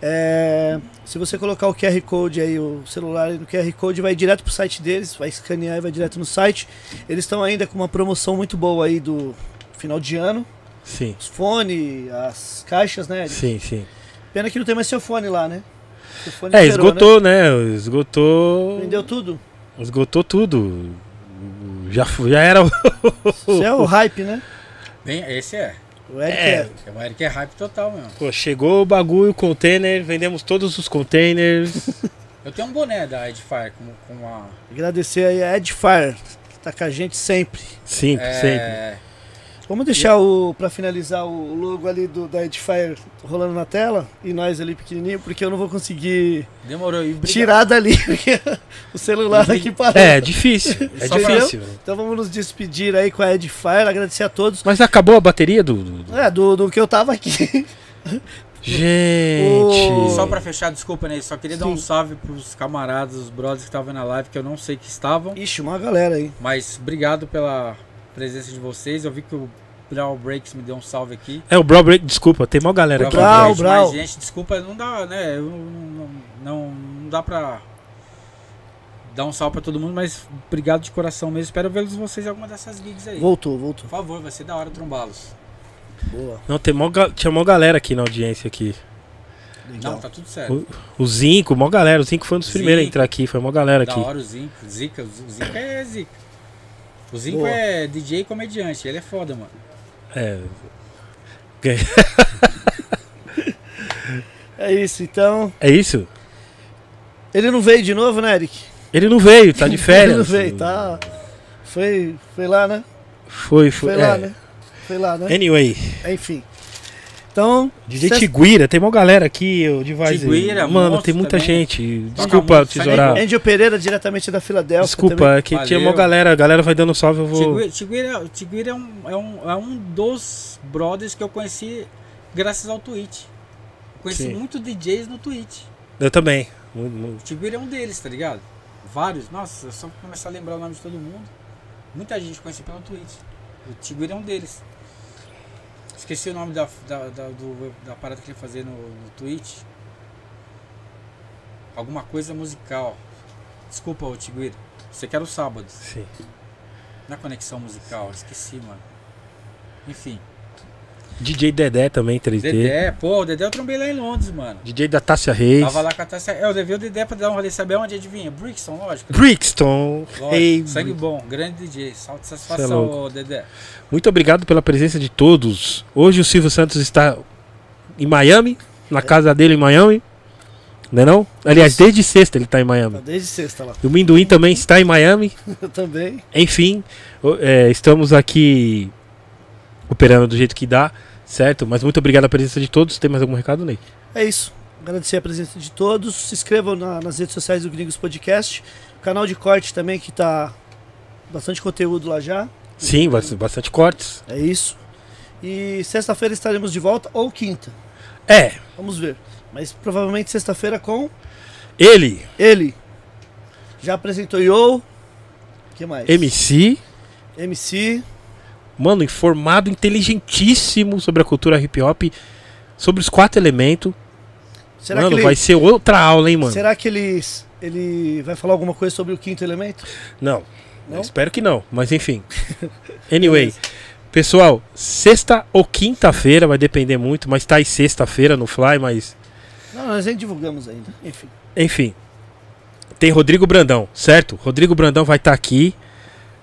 [SPEAKER 1] É, se você colocar o QR Code aí, o celular aí no QR Code, vai direto pro site deles, vai escanear e vai direto no site. Eles estão ainda com uma promoção muito boa aí do final de ano.
[SPEAKER 2] Sim,
[SPEAKER 1] Os fones, as caixas, né?
[SPEAKER 2] sim, sim.
[SPEAKER 1] Pena que não tem mais seu fone lá, né? Seu fone
[SPEAKER 2] É,
[SPEAKER 1] zerou,
[SPEAKER 2] esgotou, né? Esgotou.
[SPEAKER 1] Né? Vendeu tudo.
[SPEAKER 2] Esgotou tudo. Já, fu- já era. o-
[SPEAKER 1] Isso é o hype, né?
[SPEAKER 3] Bem, esse é.
[SPEAKER 1] O Eric
[SPEAKER 2] É.
[SPEAKER 1] é.
[SPEAKER 3] O Eric é hype total mesmo.
[SPEAKER 2] Pô, chegou o bagulho, o container. Vendemos todos os containers.
[SPEAKER 3] Eu tenho um boné da Edfire com, com a.
[SPEAKER 1] Agradecer aí a Edfire, que tá com a gente sempre.
[SPEAKER 2] Sempre, sempre.
[SPEAKER 3] É,
[SPEAKER 1] Vamos deixar o para finalizar o logo ali do da Edifier rolando na tela e nós ali pequenininho, porque eu não vou conseguir
[SPEAKER 3] demorou. E obrigado.
[SPEAKER 1] tirar dali porque o celular
[SPEAKER 3] Obrigado.
[SPEAKER 1] aqui parou.
[SPEAKER 2] É, difícil. É
[SPEAKER 3] Só
[SPEAKER 2] difícil.
[SPEAKER 1] Então vamos nos despedir aí com a Edifier, agradecer a todos.
[SPEAKER 2] Mas acabou a bateria do. do- do-
[SPEAKER 1] É, do, do que eu tava aqui.
[SPEAKER 2] Gente.
[SPEAKER 1] O-
[SPEAKER 3] Só pra fechar, desculpa, né? Só queria dar um salve pros camaradas, os brothers que estavam na live, que eu não sei que estavam.
[SPEAKER 1] Ixi, uma galera aí.
[SPEAKER 3] Mas obrigado pela presença de vocês. Eu vi que o Brawl Breaks me deu um salve aqui.
[SPEAKER 2] É, o Brawl Break, desculpa, tem mó galera aqui.
[SPEAKER 1] Brau Break.
[SPEAKER 3] Breaks,
[SPEAKER 1] Brau.
[SPEAKER 3] mas, gente, desculpa, não dá, né? Eu não, não, não dá pra dar um salve pra todo mundo, mas obrigado de coração mesmo. Espero vê-los vocês em alguma dessas gigs aí.
[SPEAKER 1] Voltou, voltou.
[SPEAKER 3] Por favor, vai ser da hora trombá-los.
[SPEAKER 1] Boa.
[SPEAKER 2] Não, tem mó, ga- tinha mó galera aqui na audiência aqui.
[SPEAKER 1] Legal.
[SPEAKER 3] Não, tá tudo certo.
[SPEAKER 2] O Zinco, mó galera. O Zinco foi um dos primeiros a
[SPEAKER 3] Zinco.
[SPEAKER 2] entrar aqui, foi mó galera
[SPEAKER 3] Da
[SPEAKER 2] aqui.
[SPEAKER 3] hora o Zinco. Zica, o Zica é Zica. O Zinco
[SPEAKER 1] Boa.
[SPEAKER 3] é DJ e comediante, ele é foda, mano.
[SPEAKER 2] É.
[SPEAKER 1] É isso, então.
[SPEAKER 2] É isso?
[SPEAKER 1] Ele não veio de novo, né, Eric?
[SPEAKER 2] Ele não veio, tá de férias.
[SPEAKER 1] Ele não veio, tá? Foi, foi lá, né?
[SPEAKER 2] Foi, foi.
[SPEAKER 1] Foi
[SPEAKER 2] é.
[SPEAKER 1] lá, né? Foi lá, né?
[SPEAKER 2] Anyway,
[SPEAKER 1] Enfim. Então,
[SPEAKER 2] DJ
[SPEAKER 1] Cês-
[SPEAKER 2] Tiguira, tem mó galera aqui, o Divaz.
[SPEAKER 3] Tiguira,
[SPEAKER 2] Mano,
[SPEAKER 3] Monstro
[SPEAKER 2] tem muita
[SPEAKER 3] também.
[SPEAKER 2] gente.
[SPEAKER 3] Toca
[SPEAKER 2] Desculpa,
[SPEAKER 3] muito, sai nem
[SPEAKER 2] tesourar.
[SPEAKER 3] gol.
[SPEAKER 1] Angel Pereira diretamente da Filadélfia. tá
[SPEAKER 2] Desculpa, é que tinha mó
[SPEAKER 3] Valeu.
[SPEAKER 2] galera. A galera vai dando um salve, eu vou.
[SPEAKER 3] Tiguira, Tiguira, Tiguira é, um, é, um, é um dos brothers que eu conheci graças ao Twitch. Eu conheci
[SPEAKER 2] Sim.
[SPEAKER 3] muito DJs no Twitch.
[SPEAKER 2] Eu também. Mu- mu-
[SPEAKER 3] O Tiguira é um deles, tá ligado? Vários. Nossa, eu só começar a lembrar o nome de todo mundo. Muita gente eu conheci pelo Twitch. O Tiguira é um deles. Esqueci o nome da, da, da, do- da parada que ele fazia no, no Twitch. Alguma coisa musical. Desculpa, ô Tiguira. Você quer os sábados.
[SPEAKER 2] Sim.
[SPEAKER 3] Na conexão musical. Esqueci, mano. Enfim.
[SPEAKER 2] DJ Dedé também, 3D.
[SPEAKER 3] Dedé. Pô, o Dedé eu trombei lá em Londres, mano.
[SPEAKER 2] DJ da Tássia Reis.
[SPEAKER 3] Tava lá com a Tassia. É, Eu levei o Dedé pra dar um rolê. Saber onde adivinha? Brixton, lógico.
[SPEAKER 2] Brixton.
[SPEAKER 3] Lógico,
[SPEAKER 2] Hey,
[SPEAKER 3] sangue bom, grande DJ. Salto de
[SPEAKER 2] Cê é
[SPEAKER 3] satisfação,
[SPEAKER 2] louco.
[SPEAKER 3] ô Dedé.
[SPEAKER 2] Muito obrigado pela presença de todos. Hoje o Silvio Santos está em Miami, na casa dele em Miami. Não é não? Aliás, desde sexta ele está
[SPEAKER 1] Tá
[SPEAKER 2] em Miami.
[SPEAKER 1] desde sexta lá.
[SPEAKER 2] E O Minduim também está em Miami.
[SPEAKER 1] Eu também.
[SPEAKER 2] Enfim, o- é, estamos aqui operando do jeito que dá, certo? Mas muito obrigado pela presença de todos. Tem mais algum recado, Ney?
[SPEAKER 1] É isso. Agradecer a presença de todos. Se inscrevam na- nas redes sociais do Gringos Podcast. Canal de corte também, que tá bastante conteúdo lá já.
[SPEAKER 2] Sim, bas- bastante cortes.
[SPEAKER 1] É isso. E sexta-feira estaremos de volta, ou quinta.
[SPEAKER 2] É,
[SPEAKER 1] Vamos ver. Mas provavelmente sexta-feira com
[SPEAKER 2] ele,
[SPEAKER 1] ele. Já apresentou Yo. que mais?
[SPEAKER 2] MC,
[SPEAKER 1] MC.
[SPEAKER 2] mano, informado, inteligentíssimo sobre a cultura hip hop, sobre os quatro elementos.
[SPEAKER 1] Será
[SPEAKER 2] mano,
[SPEAKER 1] que ele,
[SPEAKER 2] vai ser outra aula, hein, mano?
[SPEAKER 1] será que ele, ele vai falar alguma coisa sobre o quinto elemento?
[SPEAKER 2] Não.
[SPEAKER 1] Não?
[SPEAKER 2] Eu Espero que não, mas enfim. Anyway, pessoal, sexta ou quinta-feira vai depender muito, mas tá aí sexta-feira no Fly, mas
[SPEAKER 1] Não, nós nem divulgamos ainda. Enfim.
[SPEAKER 2] enfim. Tem Rodrigo Brandão, certo? Rodrigo Brandão vai estar aqui.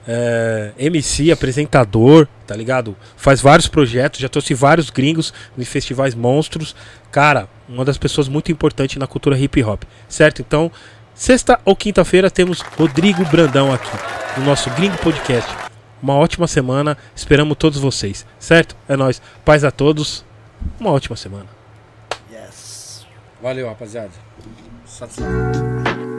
[SPEAKER 2] é, MC, apresentador, tá ligado? Faz vários projetos, já trouxe vários gringos em festivais monstros. Cara, uma das pessoas muito importantes na cultura hip hop, certo? Então, sexta ou quinta-feira temos Rodrigo Brandão aqui no nosso Gringo Podcast. Uma ótima semana, esperamos todos vocês, certo? É nóis, paz a todos, uma ótima semana.
[SPEAKER 1] Yes.
[SPEAKER 3] Valeu, rapaziada. Satisfação.